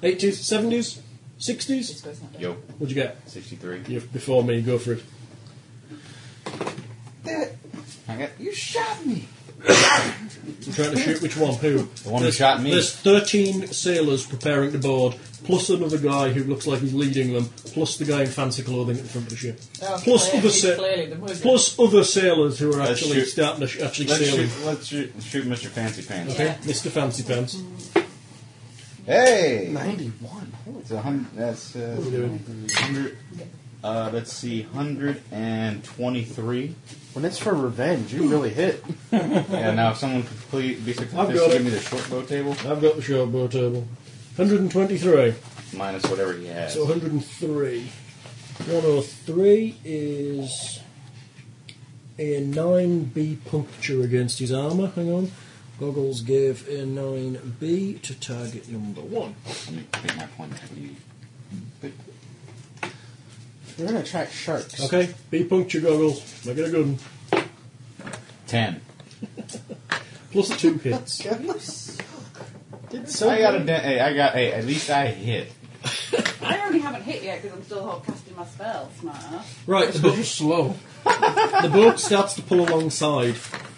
[SPEAKER 3] 80s, 70s, 60s.
[SPEAKER 2] This goes not
[SPEAKER 8] Yo,
[SPEAKER 3] What'd you get?
[SPEAKER 8] 63.
[SPEAKER 3] You before me. Go for it.
[SPEAKER 4] That,
[SPEAKER 8] I got
[SPEAKER 4] you shot me.
[SPEAKER 3] I'm trying to shoot which one? Who?
[SPEAKER 8] the one who shot me.
[SPEAKER 3] There's 13 sailors preparing to board, plus another guy who looks like he's leading them, plus the guy in fancy clothing at the front of the ship.
[SPEAKER 2] Oh,
[SPEAKER 3] Plus
[SPEAKER 2] clear-
[SPEAKER 3] other
[SPEAKER 2] he's
[SPEAKER 3] set-
[SPEAKER 2] clearly the wizard.
[SPEAKER 3] Plus other sailors who are
[SPEAKER 8] Let's
[SPEAKER 3] actually
[SPEAKER 8] shoot.
[SPEAKER 3] starting to sh- actually
[SPEAKER 8] Let's
[SPEAKER 3] sailing.
[SPEAKER 8] shoot, let's shoot, shoot Mr. Fancy Pants.
[SPEAKER 3] Okay,
[SPEAKER 2] Yeah.
[SPEAKER 3] Mr. Fancy Pants.
[SPEAKER 8] Hey!
[SPEAKER 6] 91.
[SPEAKER 8] It's a hundred. That's uh,
[SPEAKER 3] we doing?
[SPEAKER 8] hundred. Uh, let's see, hundred and twenty-three.
[SPEAKER 9] When it's for revenge, you really hit.
[SPEAKER 8] Yeah. Now, if someone could please be so
[SPEAKER 3] I've
[SPEAKER 8] kind
[SPEAKER 3] got
[SPEAKER 8] to
[SPEAKER 3] it.
[SPEAKER 8] give me the short bow table
[SPEAKER 3] I've got the short bow table. 123.
[SPEAKER 8] minus whatever he has.
[SPEAKER 3] So 103. 103 is a 9B puncture against his armour. Hang on. Goggles gave a 9B to target number 1.
[SPEAKER 8] Let me make my point. What do you-
[SPEAKER 9] You're gonna attract sharks.
[SPEAKER 3] Okay, B puncture goggles. Make it a good one.
[SPEAKER 8] Ten.
[SPEAKER 3] Plus 2 hits.
[SPEAKER 8] I got a. de- Hey, I got. Hey, at least I hit.
[SPEAKER 2] I only haven't hit yet because I'm still casting my spell, smart ass.
[SPEAKER 3] Right, the boat,
[SPEAKER 6] slow.
[SPEAKER 3] the boat starts to pull alongside.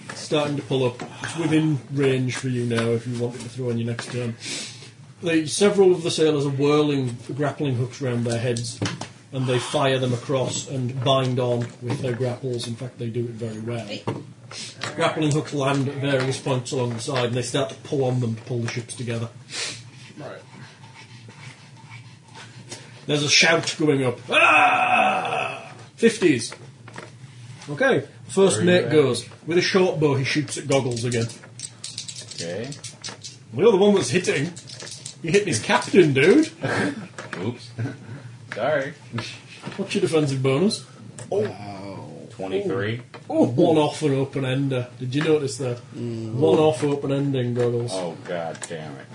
[SPEAKER 3] It's starting to pull up. It's within range for you now if you want it to throw on your next turn. The, several of the sailors are whirling grappling hooks round their heads and they fire them across and bind on with their grapples. In fact, they do it very well. Grappling hooks land at various points along the side and they start to pull on them to pull the ships together.
[SPEAKER 6] Right.
[SPEAKER 3] There's a shout going up. Ah! 50s. Okay, first mate goes. With a short bow, he shoots at goggles again.
[SPEAKER 8] Okay.
[SPEAKER 3] Well, the one that's hitting. You're hitting his captain, dude.
[SPEAKER 8] Oops. Sorry.
[SPEAKER 3] What's your defensive bonus?
[SPEAKER 8] Twenty-three.
[SPEAKER 3] Oh, one off an open ender. Did you notice that? One off open ending goggles.
[SPEAKER 8] Oh god damn it.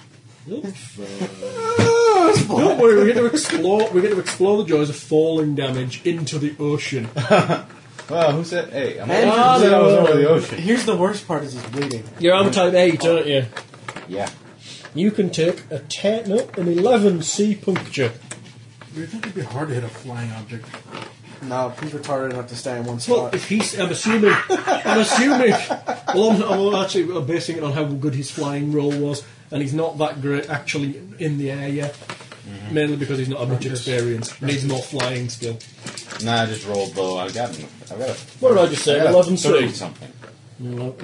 [SPEAKER 3] Don't worry, we're going to explore. We're going to explore the joys of falling damage into the ocean.
[SPEAKER 8] Well, who said? Hey, I'm
[SPEAKER 9] And-
[SPEAKER 8] who said I was over the ocean.
[SPEAKER 9] Here's the worst part: is he's bleeding.
[SPEAKER 3] You're on type eight, aren't you?
[SPEAKER 8] Yeah.
[SPEAKER 3] You can take a ten, no, an eleven C puncture.
[SPEAKER 6] You'd think it'd be hard to hit a flying object.
[SPEAKER 9] No, he's retarded enough to stay in one
[SPEAKER 3] Well,
[SPEAKER 9] spot.
[SPEAKER 3] if he's, I'm assuming, I'm assuming. Well, I'm, I'm actually I'm basing it on how good his flying roll was, and he's not that great actually in the air yet. Mainly because he's not had much experience. Needs more flying skill.
[SPEAKER 8] Nah, I just rolled low. I got. I got a.
[SPEAKER 3] What did I just say?
[SPEAKER 8] I got a
[SPEAKER 3] Eleven
[SPEAKER 8] 30
[SPEAKER 3] C.
[SPEAKER 8] something.
[SPEAKER 3] Did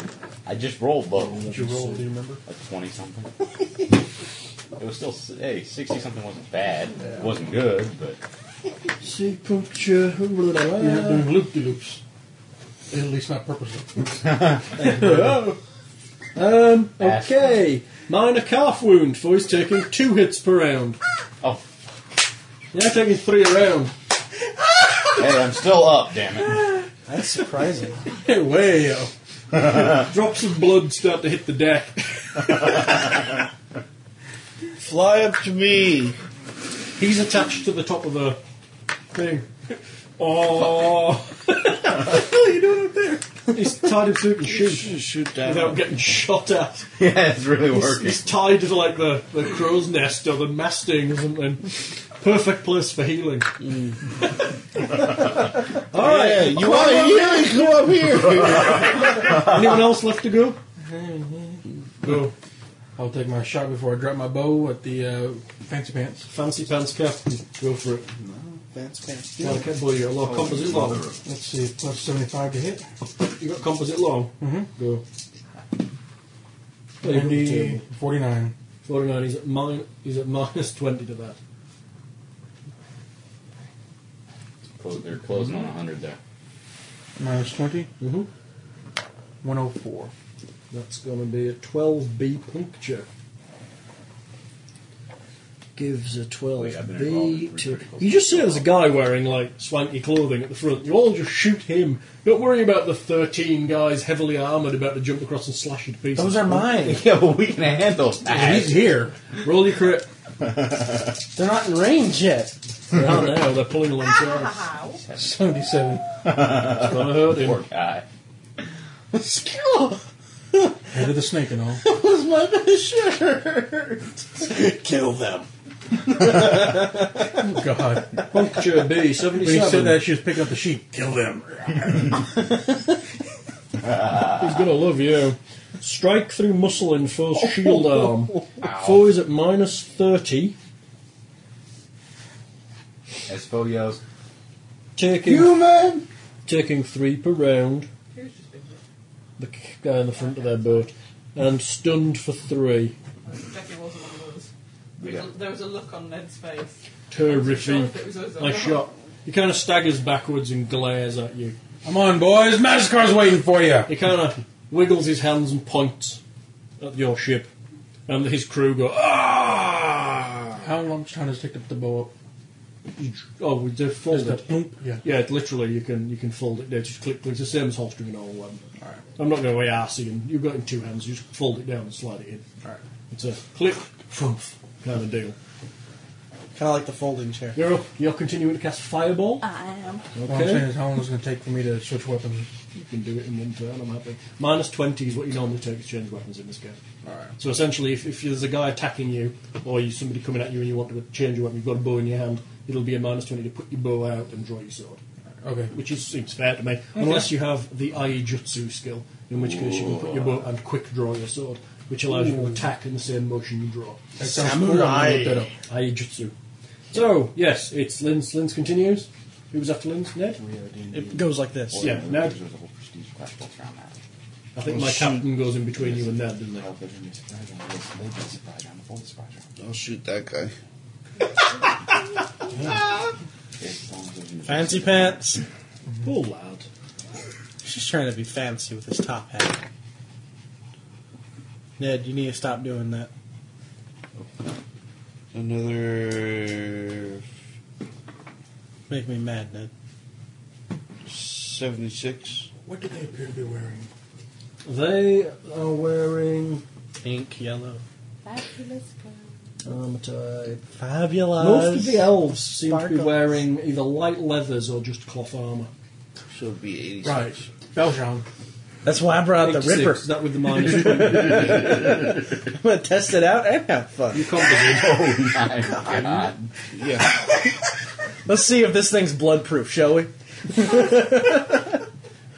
[SPEAKER 8] I just rolled low.
[SPEAKER 3] you roll? Do you remember?
[SPEAKER 8] like 20 something. it was still, s- hey, 60 something wasn't bad. It wasn't good, but.
[SPEAKER 3] C puncture.
[SPEAKER 6] You're not doing loop de loops. At least not purposely.
[SPEAKER 3] Um. Okay. Minor calf wound. For he's taking two hits per round.
[SPEAKER 8] Oh,
[SPEAKER 3] Yeah, taking three a round.
[SPEAKER 8] hey, I'm still up, damn it.
[SPEAKER 9] That's surprising.
[SPEAKER 3] Hey, way up. Drops of blood start to hit the deck.
[SPEAKER 7] Fly up to me.
[SPEAKER 3] He's attached to the top of the thing. Oh, He's tied him to it and shoot
[SPEAKER 7] Shoot, shoot down.
[SPEAKER 3] without getting shot at.
[SPEAKER 8] Yeah, it's really
[SPEAKER 3] He's,
[SPEAKER 8] working.
[SPEAKER 3] he's tied to like the, the crow's nest or the masting or something. Perfect place for healing. All right.
[SPEAKER 8] Yeah, you want to hear? Come up here.
[SPEAKER 3] Anyone else left to go? Go.
[SPEAKER 6] I'll take my shot before I drop my bow at the uh, fancy pants.
[SPEAKER 3] Fancy pants captain. Go for it.
[SPEAKER 9] Advanced pants.
[SPEAKER 3] Yeah. Well, boy, you're Oh, a lot of composite long.
[SPEAKER 6] Let's see, plus 75 to hit.
[SPEAKER 3] You got composite long.
[SPEAKER 6] Mhm.
[SPEAKER 3] Go. Well, you've got the
[SPEAKER 6] 90,
[SPEAKER 3] table.
[SPEAKER 6] 49.
[SPEAKER 3] 49, he's at, min- he's at minus 20 to that.
[SPEAKER 8] Close, they're closing on 100 there.
[SPEAKER 6] Minus 20,
[SPEAKER 3] Mm-hmm.
[SPEAKER 6] 104.
[SPEAKER 3] That's going to be a 12B puncture. Gives a
[SPEAKER 8] Wait, I've been involved in
[SPEAKER 3] 12B
[SPEAKER 8] three
[SPEAKER 3] to.
[SPEAKER 8] criticals.
[SPEAKER 3] You just see there's a guy wearing like swanky clothing at the front. You all just shoot him. Don't worry about the 13 guys heavily armoured about to jump across and slash you to pieces.
[SPEAKER 9] Those are mine.
[SPEAKER 8] Yeah, well, we can handle
[SPEAKER 6] He's
[SPEAKER 8] that.
[SPEAKER 6] here.
[SPEAKER 3] Roll your crit.
[SPEAKER 9] They're not in range yet.
[SPEAKER 3] They are now, they're pulling along twice.
[SPEAKER 2] Ow.
[SPEAKER 6] 77.
[SPEAKER 3] It's going to hurt him.
[SPEAKER 8] Poor guy.
[SPEAKER 9] Skill
[SPEAKER 6] Head of the snake and all.
[SPEAKER 9] was my best shirt.
[SPEAKER 4] Kill them.
[SPEAKER 6] Oh, God.
[SPEAKER 3] Puncture B,
[SPEAKER 6] When he said
[SPEAKER 3] 77.
[SPEAKER 6] that, she was picking up the sheep.
[SPEAKER 4] Kill them.
[SPEAKER 3] He's gonna love you. Strike through muscle in foe's shield arm. Foe is at minus 30,
[SPEAKER 8] As Fo yells,
[SPEAKER 3] taking,
[SPEAKER 4] Human.
[SPEAKER 3] taking three per round.
[SPEAKER 2] Who's just been
[SPEAKER 3] The c- guy in the front of their boat. And stunned for three.
[SPEAKER 2] Definitely wasn't one of those.
[SPEAKER 8] We
[SPEAKER 2] There was a- There was a look on Ned's face. Sure,
[SPEAKER 3] Terrific.
[SPEAKER 2] if it was us, I
[SPEAKER 3] Nice
[SPEAKER 2] don't know.
[SPEAKER 3] shot. He kind of staggers backwards and glares at you.
[SPEAKER 6] Come on, boys. Madagascar's waiting for you.
[SPEAKER 3] He kind of wiggles his hands and points at your ship. And his crew go, ah!
[SPEAKER 6] How long trying to stick up the bow up?
[SPEAKER 3] Oh, we did fold it.
[SPEAKER 6] Boom. Yeah.
[SPEAKER 3] Yeah, it literally you can you can fold it down. Just click, click. It's the same as holstering an all one. I'm not going to arsey and you've got it in two hands. You just fold it down and slide it in.
[SPEAKER 6] Alright.
[SPEAKER 3] It's a click, frumph kind of deal.
[SPEAKER 9] Kind of like the folding chair.
[SPEAKER 3] You're up. You're continuing to cast fireball.
[SPEAKER 2] I am.
[SPEAKER 6] What I'm saying
[SPEAKER 3] Okay,
[SPEAKER 6] is how long is it going to take for me to switch weapons?
[SPEAKER 3] you can do it in one turn. I'm happy. Minus twenty is what you normally take to change weapons in this game.
[SPEAKER 6] Alright.
[SPEAKER 3] So essentially, if, if there's a guy attacking you or you somebody coming at you and you want to change your weapon, you've got a bow in your hand. It'll be a minus twenty to put your bow out and draw your sword.
[SPEAKER 6] Okay.
[SPEAKER 3] which is, seems fair to me, unless you have the Aijutsu skill, in which case you can put your bow and quick draw your sword, which allows you to attack in the same motion you draw.
[SPEAKER 6] That sounds cool. I'm gonna look that up.
[SPEAKER 3] Aijutsu. So, yes, it's Lin's. Lin's continues. Who was after Lin's? Ned?
[SPEAKER 5] It goes like this.
[SPEAKER 3] Yeah, Ned.
[SPEAKER 8] There's a whole prestige class built around that.
[SPEAKER 3] I think my captain goes in between you and Ned, doesn't he?
[SPEAKER 8] Well, there's a new surprise round, there's a lady surprise round, a full surprise round.
[SPEAKER 7] I'll shoot that guy.
[SPEAKER 8] As long as there's a new
[SPEAKER 5] Fancy pants.
[SPEAKER 3] Poor lad.
[SPEAKER 5] She's trying to be fancy with his top hat. Ned, you need to stop doing that.
[SPEAKER 7] Another
[SPEAKER 5] Make me mad, Ned.
[SPEAKER 7] 76.
[SPEAKER 6] What do they appear to be wearing?
[SPEAKER 3] They are wearing
[SPEAKER 5] Pink, yellow,
[SPEAKER 2] Fabulous girl.
[SPEAKER 3] armor type.
[SPEAKER 5] fabulous.
[SPEAKER 3] Most of the elves seem to be
[SPEAKER 5] Sparkles.
[SPEAKER 3] wearing either light leathers or just cloth armour.
[SPEAKER 7] So it'd be 86.
[SPEAKER 6] Right. Belgium.
[SPEAKER 5] That's why I brought the
[SPEAKER 3] 86,
[SPEAKER 5] Ripper.
[SPEAKER 3] Is that with the minus 20?
[SPEAKER 5] I'm gonna test it out and have fun.
[SPEAKER 3] You composite.
[SPEAKER 8] surprise. Oh God.
[SPEAKER 7] Yeah.
[SPEAKER 5] Let's see if this thing's bloodproof, shall we?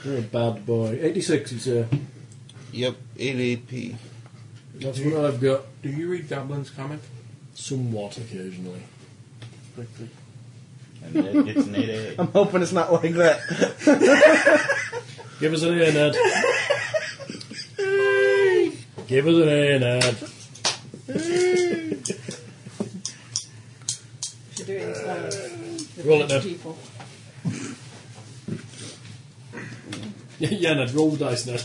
[SPEAKER 3] You're a bad boy. 86 is uh, a.
[SPEAKER 7] Yep, 8 AP.
[SPEAKER 3] That's what I've got.
[SPEAKER 6] Do you read Goblin's comic?
[SPEAKER 3] Somewhat occasionally.
[SPEAKER 8] And Ned gets an 8
[SPEAKER 5] I'm hoping it's not like that.
[SPEAKER 3] Give us an ear, Ned. Give us an ear, Ned.
[SPEAKER 2] Should do it in silence. The
[SPEAKER 3] Uh, roll it now.
[SPEAKER 2] people.
[SPEAKER 3] yeah, Ned, roll the dice, Ned.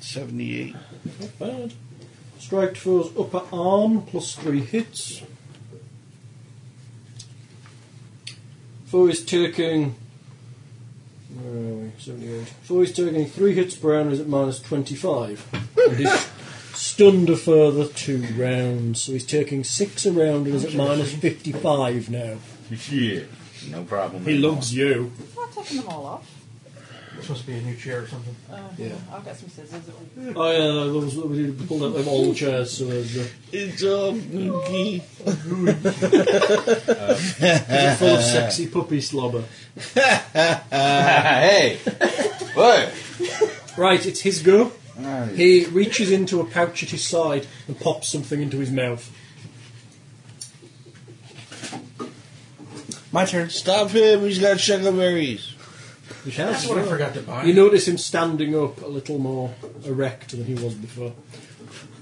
[SPEAKER 7] 78.
[SPEAKER 3] Not bad. Strike foe's upper arm, plus three hits. Foe is taking. Where are we? 78. Foe is taking three hits per round, is at minus 25. and he's stunned a further two rounds, so he's taking six a round and is at minus 55 now.
[SPEAKER 8] Yeah. No problem.
[SPEAKER 3] He
[SPEAKER 8] anymore.
[SPEAKER 3] loves you.
[SPEAKER 2] not taking them all off.
[SPEAKER 6] It's supposed to be a new chair or something.
[SPEAKER 2] Oh, I'll get some scissors.
[SPEAKER 3] Oh yeah, that was what we did. We pulled out them old chairs. So, uh,
[SPEAKER 7] It's all gooky.
[SPEAKER 3] they're full of sexy puppy slobber.
[SPEAKER 8] hey, what?
[SPEAKER 3] Right, it's his go.
[SPEAKER 8] Alright.
[SPEAKER 3] He reaches into a pouch at his side and pops something into his mouth.
[SPEAKER 9] My turn.
[SPEAKER 7] Stop him, he's got checkerberries.
[SPEAKER 3] He has
[SPEAKER 6] That's what I forgot to buy.
[SPEAKER 3] You notice him standing up a little more erect than he was before.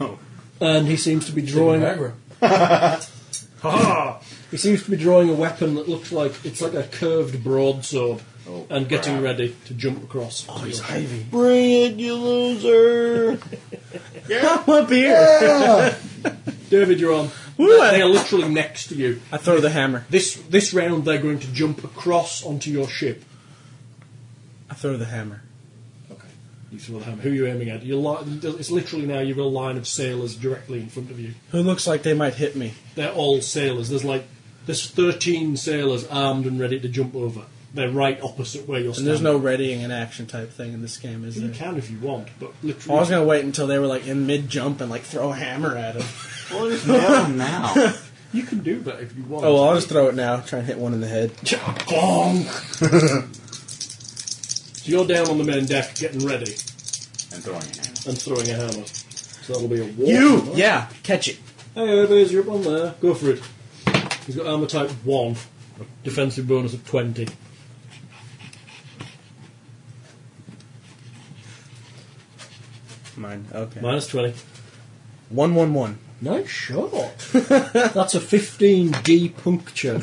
[SPEAKER 3] Oh. And he seems to be drawing.
[SPEAKER 6] Viagra.
[SPEAKER 3] Ha! He seems to be drawing a weapon that looks like it's like a curved broadsword, and getting ready to jump across. Oh, he's
[SPEAKER 7] Bring it, you loser.
[SPEAKER 5] My beer.
[SPEAKER 3] David, you're on.
[SPEAKER 5] Woo!
[SPEAKER 3] They are literally next to you.
[SPEAKER 5] I throw the hammer.
[SPEAKER 3] This this round, they're going to jump across onto your ship.
[SPEAKER 5] I throw the hammer.
[SPEAKER 3] You throw the hammer. Who are you aiming at? You're li- it's literally now you've got a line of sailors directly in front of you.
[SPEAKER 5] Who looks like they might hit me?
[SPEAKER 3] They're all sailors. There's like there's 13 sailors armed and ready to jump over. They're right opposite where you're
[SPEAKER 5] And
[SPEAKER 3] standing.
[SPEAKER 5] there's no readying an action type thing in this game, is
[SPEAKER 3] You
[SPEAKER 5] there?
[SPEAKER 3] can if you want, but
[SPEAKER 5] Oh, I was
[SPEAKER 3] literally.
[SPEAKER 5] gonna wait until they were like in mid jump and like throw a hammer at him.
[SPEAKER 8] No, now.
[SPEAKER 3] You can do that if you want.
[SPEAKER 5] Oh well, I'll just throw it now. Try and hit one in the head.
[SPEAKER 3] Clonk. so you're down on the main deck getting ready
[SPEAKER 8] And throwing your hand.
[SPEAKER 3] and throwing a hammer. So that'll be a war.
[SPEAKER 5] You, yeah, catch it.
[SPEAKER 3] Hey, everybody's you're up on there. Go for it. He's got armor type 1, defensive bonus of 20.
[SPEAKER 5] Mine. Okay.
[SPEAKER 3] Minus 20.
[SPEAKER 5] One, one, one.
[SPEAKER 3] Nice shot. That's a 15D puncture.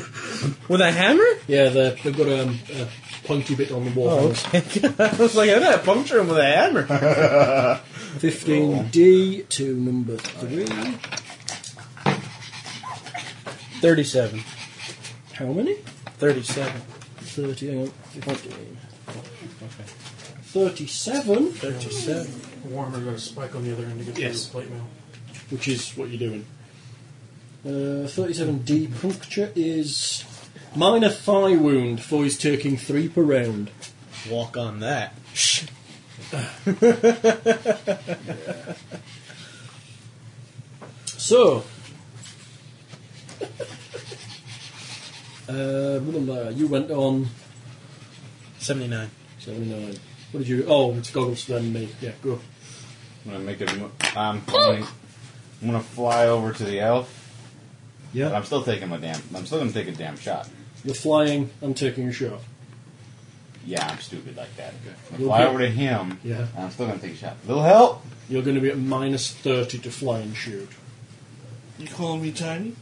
[SPEAKER 5] With a hammer?
[SPEAKER 3] Yeah, they're- they've got um, a pointy bit on the wall.
[SPEAKER 5] Oh, okay. I was like, I'm gonna puncture him with a hammer.
[SPEAKER 3] 15D to number 3.
[SPEAKER 5] Thirty-seven.
[SPEAKER 3] How many?
[SPEAKER 5] Thirty-seven.
[SPEAKER 3] 30, hang on. 15. 37,
[SPEAKER 5] Thirty-seven.
[SPEAKER 6] Warmer got a spike on the other end to get through
[SPEAKER 3] Yes.
[SPEAKER 6] the plate mail.
[SPEAKER 3] which is what you're doing. Uh, 37D puncture is minor thigh wound for he's taking 3 per round.
[SPEAKER 5] Walk on that.
[SPEAKER 3] So. Uh, remember, you went on
[SPEAKER 5] Seventy-nine.
[SPEAKER 3] 79. What did you. Oh, it's goggles then me. Yeah, go.
[SPEAKER 8] I'm gonna make a. mo- I'm going. I'm gonna fly over to the elf.
[SPEAKER 3] Yeah.
[SPEAKER 8] But I'm still taking my damn. I'm still gonna take a damn shot.
[SPEAKER 3] You're flying, I'm taking a shot.
[SPEAKER 8] Yeah, I'm stupid like that. I'm
[SPEAKER 3] You'll
[SPEAKER 8] gonna fly
[SPEAKER 3] be-
[SPEAKER 8] over to him.
[SPEAKER 3] Yeah.
[SPEAKER 8] And I'm still gonna take a shot. Little help.
[SPEAKER 3] You're going to be at minus 30 to fly and shoot.
[SPEAKER 7] You calling me tiny?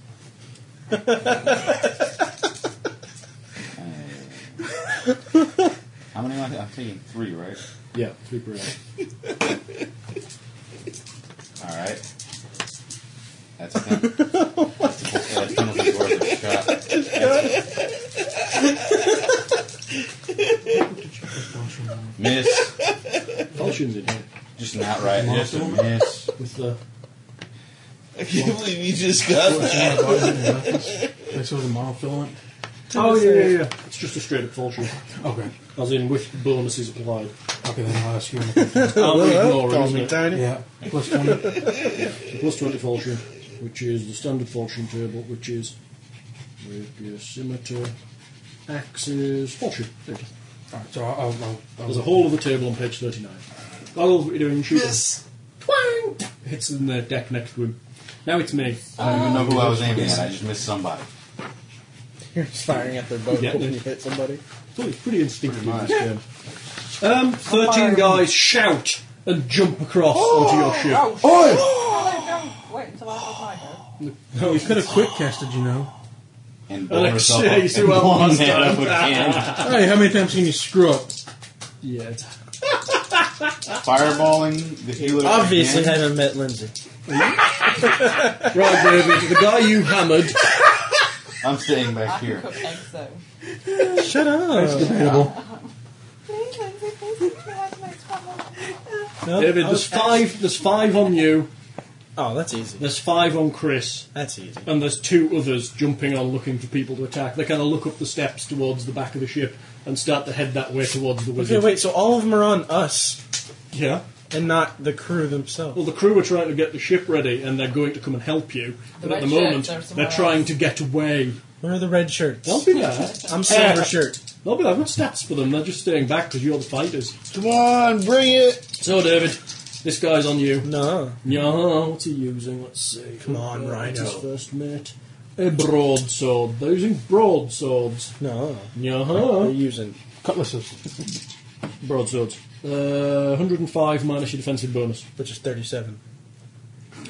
[SPEAKER 8] How many? Am I, I'm taking three, right?
[SPEAKER 3] Yeah, 3 per round.
[SPEAKER 8] All right. That's a ten. that's, that's almost like worth a shot. That's- miss.
[SPEAKER 3] Falchion's in here.
[SPEAKER 8] Just not right. Just a miss.
[SPEAKER 3] With uh, the.
[SPEAKER 7] I can't believe you just got that.
[SPEAKER 6] This was a monofilament.
[SPEAKER 3] Oh, yeah, yeah, yeah. It's just a straight up falchion.
[SPEAKER 6] Okay.
[SPEAKER 3] As in, with bonuses applied.
[SPEAKER 6] Okay, then I'll ask you. another question.
[SPEAKER 3] I'll ignore it,
[SPEAKER 5] Call
[SPEAKER 3] isn't
[SPEAKER 5] me
[SPEAKER 3] it?
[SPEAKER 5] tiny.
[SPEAKER 6] yeah. Plus 20.
[SPEAKER 3] Plus 20 falchion, which is the standard falchion table, which is rapier, scimitar, axes, falchion. There it is.
[SPEAKER 6] Alright, so I'll. I'll, I'll,
[SPEAKER 3] There's a whole other table on page 39. Goggles, what are you doing? Shooting. Yes! Twang! Hits in the deck next to him. Now it's me.
[SPEAKER 8] I don't even know who I was aiming at. I just missed somebody.
[SPEAKER 5] You're just firing at their boat
[SPEAKER 3] Yeah.
[SPEAKER 5] when you hit somebody.
[SPEAKER 3] It's always pretty instinctive.
[SPEAKER 8] Pretty much,
[SPEAKER 3] this game. Um, 13 guys shout and jump across onto your ship.
[SPEAKER 2] Oh, shit. Oh, no, don't wait until I have my go.
[SPEAKER 6] no, you could have quick casted, you know.
[SPEAKER 8] And
[SPEAKER 3] Like,
[SPEAKER 8] blown herself
[SPEAKER 3] yeah,
[SPEAKER 8] up.
[SPEAKER 3] you see
[SPEAKER 8] and
[SPEAKER 3] what
[SPEAKER 8] blown
[SPEAKER 3] happened
[SPEAKER 8] that
[SPEAKER 3] last
[SPEAKER 8] up again.
[SPEAKER 6] Hey, how many times can you screw up?
[SPEAKER 3] Yeah, it's-
[SPEAKER 8] Fireballing the healer.
[SPEAKER 5] Obviously,
[SPEAKER 8] again.
[SPEAKER 5] haven't met Lindsay.
[SPEAKER 3] Right, David, the guy you hammered.
[SPEAKER 8] I'm staying
[SPEAKER 2] I
[SPEAKER 8] back
[SPEAKER 2] can
[SPEAKER 8] here.
[SPEAKER 2] cook eggs though.
[SPEAKER 5] Shut
[SPEAKER 2] Please,
[SPEAKER 5] up.
[SPEAKER 2] Lindsay, please, you have my trouble.
[SPEAKER 3] David, there's five. There's five on you.
[SPEAKER 9] Oh, that's easy.
[SPEAKER 3] There's five on Chris,
[SPEAKER 9] That's easy.
[SPEAKER 3] and there's two others jumping on looking for people to attack. They kind of look up the steps towards the back of the ship and start to head that way towards the
[SPEAKER 9] Okay,
[SPEAKER 3] wizard.
[SPEAKER 9] wait. So all of them are on us
[SPEAKER 3] Yeah.
[SPEAKER 9] and not the crew themselves.
[SPEAKER 3] Well, the crew are trying to get the ship ready, and they're going to come and help you. But
[SPEAKER 2] red
[SPEAKER 3] at the
[SPEAKER 2] shirts
[SPEAKER 3] moment,
[SPEAKER 2] are
[SPEAKER 3] they're
[SPEAKER 2] somewhere
[SPEAKER 3] trying
[SPEAKER 2] else.
[SPEAKER 3] to get away.
[SPEAKER 9] Where are the red shirts?
[SPEAKER 3] They'll be there.
[SPEAKER 9] I'm silver
[SPEAKER 3] Yeah.
[SPEAKER 9] shirt.
[SPEAKER 3] They'll be there. I've got stats for them. They're just staying back because you're the fighters.
[SPEAKER 7] Come on, bring it.
[SPEAKER 3] So, David, this guy's on you.
[SPEAKER 9] No.
[SPEAKER 3] Yeah, what's he using? Let's see.
[SPEAKER 9] Come on,
[SPEAKER 3] Uh, what's
[SPEAKER 9] Rhino.
[SPEAKER 3] His first mate. A broadsword. They're using broadswords.
[SPEAKER 9] No. They're
[SPEAKER 3] Yeah,
[SPEAKER 9] using.
[SPEAKER 6] Cutlasses.
[SPEAKER 3] broadswords. Uh, 105 minus your defensive bonus.
[SPEAKER 9] Which is 37.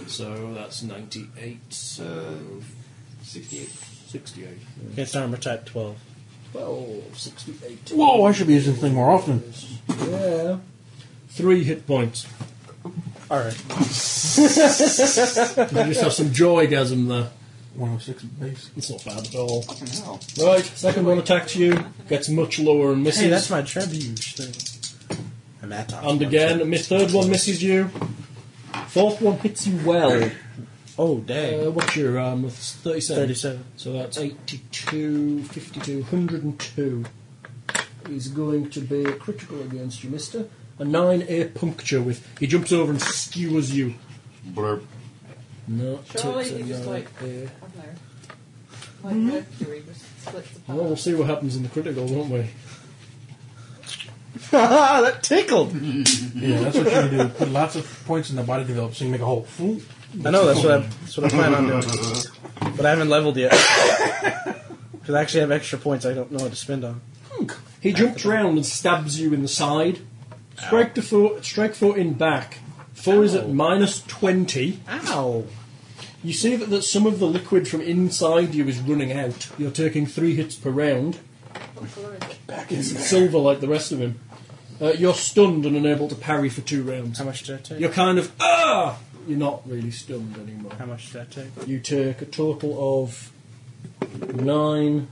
[SPEAKER 3] So that's 98. So
[SPEAKER 8] 68.
[SPEAKER 3] 68.
[SPEAKER 9] Against armor type 12.
[SPEAKER 3] 12, 68.
[SPEAKER 6] Whoa, I should be using this thing more often.
[SPEAKER 3] Yeah. Three hit points.
[SPEAKER 9] Alright.
[SPEAKER 3] You just have some joygasm there.
[SPEAKER 6] 106 base.
[SPEAKER 3] It's not bad at all. Right, second one attack to you. Gets much lower and misses.
[SPEAKER 9] Hey, that's my trebuchet thing. I'm at that.
[SPEAKER 3] and again, miss third one misses you. Fourth one hits you well.
[SPEAKER 9] Oh, dang.
[SPEAKER 3] Uh, what's your arm? It's 37.
[SPEAKER 9] 37.
[SPEAKER 3] So that's 82, 52, 102. He's going to be critical against you, mister. A 9A puncture with. He jumps over and skewers you.
[SPEAKER 8] Blurb.
[SPEAKER 3] No,
[SPEAKER 2] Surely
[SPEAKER 3] takes a
[SPEAKER 2] you just, like- uh,
[SPEAKER 3] 9A.
[SPEAKER 2] I don't know.
[SPEAKER 3] Mm-hmm.
[SPEAKER 2] Like Mercury just splits apart.
[SPEAKER 3] Well, we'll see what happens in the critical, won't we?
[SPEAKER 9] that tickled!
[SPEAKER 6] Yeah, that's what you do. Put lots of points in the body develop so you make a whole fool.
[SPEAKER 9] I know, that's what, I, that's what I plan on doing. But I haven't leveled yet. Because I actually have extra points I don't know what to spend on.
[SPEAKER 3] He jumps round and stabs you in the side. Strike to four, strike four in back. Four is at minus twenty.
[SPEAKER 9] Ow!
[SPEAKER 3] You see that, that some of the liquid from inside you is running out. You're taking three hits per round. It's silver like the rest of him. Uh, you're stunned and unable to parry for two rounds.
[SPEAKER 9] How much did I take?
[SPEAKER 3] You're kind of ah. You're not really stunned anymore.
[SPEAKER 9] How much did I take?
[SPEAKER 3] You take a total of nine,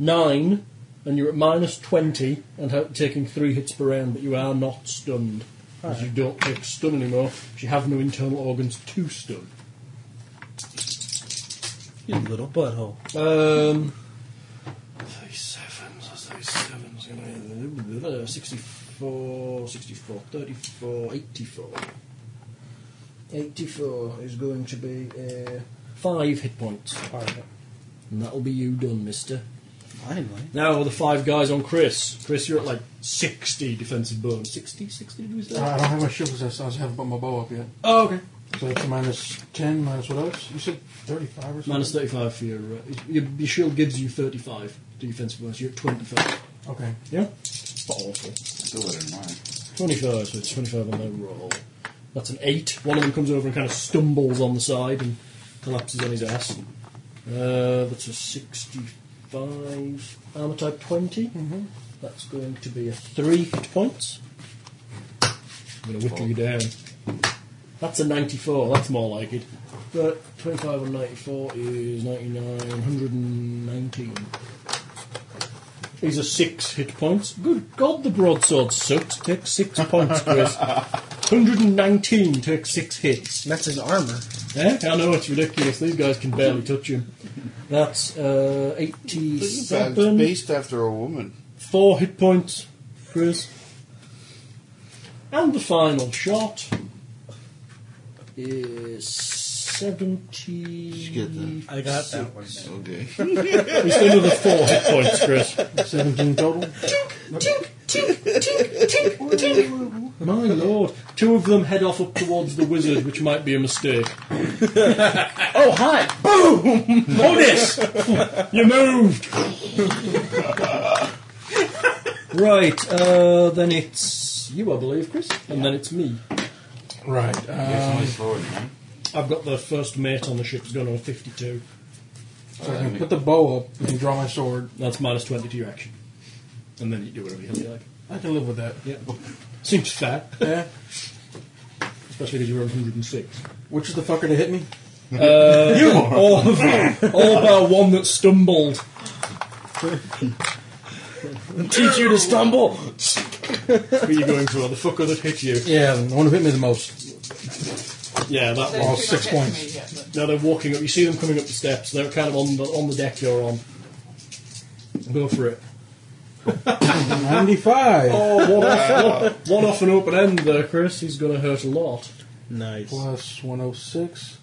[SPEAKER 3] nine, and you're at minus twenty and ha- taking three hits per round, but you are not stunned because you don't take stun anymore. 'cause You have no internal organs to stun.
[SPEAKER 9] You little butthole.
[SPEAKER 3] Um, thirty-seven. So thirty-seven's going to sixty-four, sixty-four, thirty-four, eighty-four. Eighty-four is going to be uh, five hit points. And that'll be you done, mister.
[SPEAKER 9] Finally.
[SPEAKER 3] Now the five guys on Chris. Chris, you're at like 60 defensive bonus. 60, 60 did we say?
[SPEAKER 6] Uh, I don't have my shield because I haven't put my bow up yet.
[SPEAKER 3] oh, okay.
[SPEAKER 6] So that's a minus 10, minus what else? You said 35 or something?
[SPEAKER 3] Minus 35 for your, uh, your... Your shield gives you 35 defensive bonus. You're at 25.
[SPEAKER 6] Okay.
[SPEAKER 3] Yeah? Not awful.
[SPEAKER 8] Still it in mind.
[SPEAKER 3] 25, so it's 25 on their roll. That's an 8. One of them comes over and kind of stumbles on the side and collapses on his ass. Uh, that's a 65. Armour type 20. Mm-hmm. That's going to be a 3 hit points. I'm going to whittle you down. That's a 94, that's more like it. But 25 on 94 is 99, 119. These are six hit points. Good God, the broadsword sucks. Take six points, Chris. 119 take six hits.
[SPEAKER 9] That's his armor.
[SPEAKER 3] Eh? I know it's ridiculous. These guys can barely touch him. That's uh,
[SPEAKER 7] This is about
[SPEAKER 3] 87.
[SPEAKER 7] based after a woman.
[SPEAKER 3] Four hit points, Chris. And the final shot is 70.
[SPEAKER 7] Did you get that?
[SPEAKER 9] I got that one.
[SPEAKER 7] Okay.
[SPEAKER 3] We still another four hit points, Chris.
[SPEAKER 6] 17 total?
[SPEAKER 3] My lord. Two of them head off up towards the wizard, which might be a mistake.
[SPEAKER 9] Oh, hi!
[SPEAKER 3] Otis! you moved! right, uh, then it's you, I believe, Chris. And then it's me.
[SPEAKER 6] Right. Um,
[SPEAKER 3] I've got the first mate on the ship's gun on 52.
[SPEAKER 6] so I can put the bow up and draw my sword.
[SPEAKER 3] That's minus 20 to your action. And then you do whatever the hell you like.
[SPEAKER 6] I can live with that.
[SPEAKER 3] Yeah. Seems fair,
[SPEAKER 6] Yeah.
[SPEAKER 3] especially because you're on 106.
[SPEAKER 6] Which is the fucker to hit me?
[SPEAKER 3] you Uh, All, of, all about one that stumbled.
[SPEAKER 9] Teach you to stumble!
[SPEAKER 3] Who are you going for? The fucker that hit you.
[SPEAKER 6] Yeah, the one who hit me the most.
[SPEAKER 3] Yeah, that
[SPEAKER 2] Those
[SPEAKER 3] one.
[SPEAKER 6] Well,
[SPEAKER 2] two don't get
[SPEAKER 6] six
[SPEAKER 2] to
[SPEAKER 6] points.
[SPEAKER 2] me yet, but-
[SPEAKER 3] Now they're walking up. You see them coming up the steps. They're kind of on the on the deck you're on. Go for it.
[SPEAKER 6] 95.
[SPEAKER 3] Oh, one off, one, one off an open end there, Chris. He's going to hurt a lot.
[SPEAKER 5] Nice.
[SPEAKER 6] Plus 106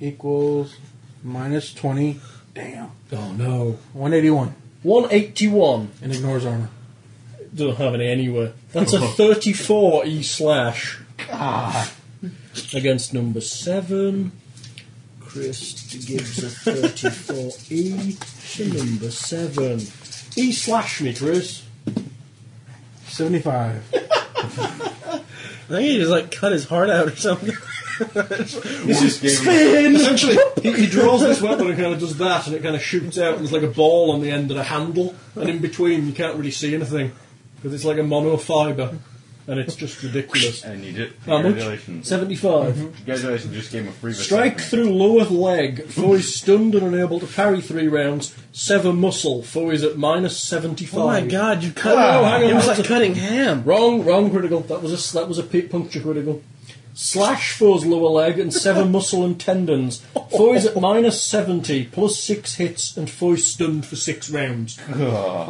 [SPEAKER 6] equals minus 20. Damn.
[SPEAKER 3] Oh no.
[SPEAKER 6] 181.
[SPEAKER 3] 181.
[SPEAKER 6] And ignores armor.
[SPEAKER 3] Don't have any anywhere. That's a 34 E slash. Ah. Against number 7. Chris gives a 34 E to number 7. E slash me, Chris.
[SPEAKER 6] 75.
[SPEAKER 5] I think he just like cut his heart out or something.
[SPEAKER 3] This is spin! Essentially, he, he draws this weapon and kind of does that, and it kind of shoots out, and there's like a ball on the end and a handle, and in between you can't really see anything because it's like a monofiber, and it's just ridiculous.
[SPEAKER 8] And you did.
[SPEAKER 3] How much?
[SPEAKER 8] Congratulations.
[SPEAKER 3] 75.
[SPEAKER 5] Mm-hmm.
[SPEAKER 8] Congratulations, you just gave him a free vasectomy.
[SPEAKER 3] Strike through lower leg. Foe is stunned and unable to parry three rounds. Sever muscle. Foe is at minus seventy-five.
[SPEAKER 5] Oh my god, you cut
[SPEAKER 3] Oh, hang on.
[SPEAKER 5] It was like cutting ham.
[SPEAKER 3] Wrong, wrong critical. That was a that was a peak puncture critical. Slash foe's lower leg and sever muscle and tendons. Foe is at minus seventy, plus six hits, and foe is stunned for six rounds.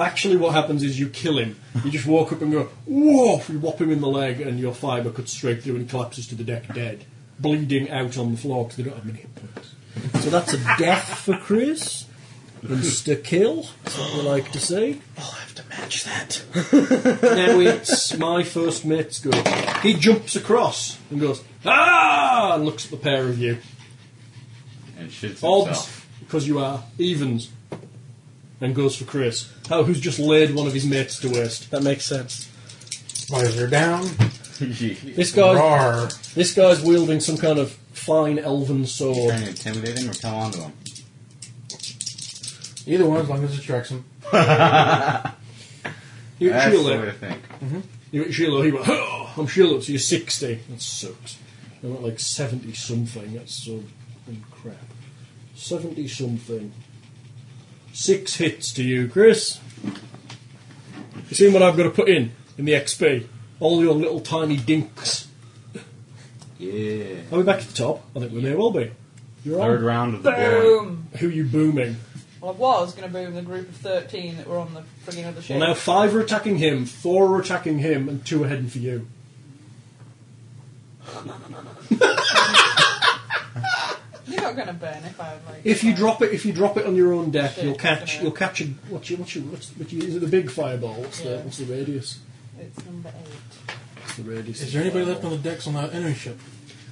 [SPEAKER 3] Actually, what happens is you kill him. You just walk up and go, whoa! You whop him in the leg, and your fibre cuts straight through and collapses to the deck dead, bleeding out on the floor because they don't have many hit points. So that's a death for Chris. Insta kill, that's what we like to see.
[SPEAKER 5] I'll have to match that.
[SPEAKER 3] Now it's my first mate's go. He jumps across and goes, ah, and looks at the pair of you.
[SPEAKER 8] And shits
[SPEAKER 3] Odds,
[SPEAKER 8] himself.
[SPEAKER 3] because you are. Evens, and goes for Chris. Oh, who's just laid one of his mates to waste.
[SPEAKER 5] That makes sense.
[SPEAKER 6] Visor down.
[SPEAKER 8] Trying
[SPEAKER 3] This guy,
[SPEAKER 6] Rar.
[SPEAKER 3] this guy's wielding some kind of fine elven sword.
[SPEAKER 8] to intimidate him or come onto him?
[SPEAKER 6] Either one, as long as it tracks him.
[SPEAKER 3] You at
[SPEAKER 8] That's the way
[SPEAKER 3] Shiloh.
[SPEAKER 8] to think.
[SPEAKER 3] You at Shiloh. He went, oh, I'm Shiloh, so you're 60. That sucks. I went like 70 something. That's so crap. 70 something. Six hits to you, Chris. You seen what I've got to put in in the XP? All your little tiny dinks.
[SPEAKER 8] Yeah.
[SPEAKER 3] Are we back at the top? I think we may well be. You're
[SPEAKER 8] Third
[SPEAKER 3] on.
[SPEAKER 8] round of the board.
[SPEAKER 2] Boom!
[SPEAKER 3] Who you booming?
[SPEAKER 2] Well, I was going to boom the group of 13 that were on the frigging other ship.
[SPEAKER 3] Well, now five are attacking him, four are attacking him, and two are heading for you.
[SPEAKER 2] You're not going to burn if I like. uh,
[SPEAKER 3] If you
[SPEAKER 2] burn.
[SPEAKER 3] drop it, if you drop it on your own deck,
[SPEAKER 2] Shit,
[SPEAKER 3] you'll catch.
[SPEAKER 2] yeah.
[SPEAKER 3] You'll catch a what's your what's your what's, what you, is it the big fireball? What's the
[SPEAKER 2] Yeah.
[SPEAKER 3] what's the radius?
[SPEAKER 2] It's number 8.
[SPEAKER 3] What's the radius?
[SPEAKER 6] Is there anybody left on the decks on the enemy ship?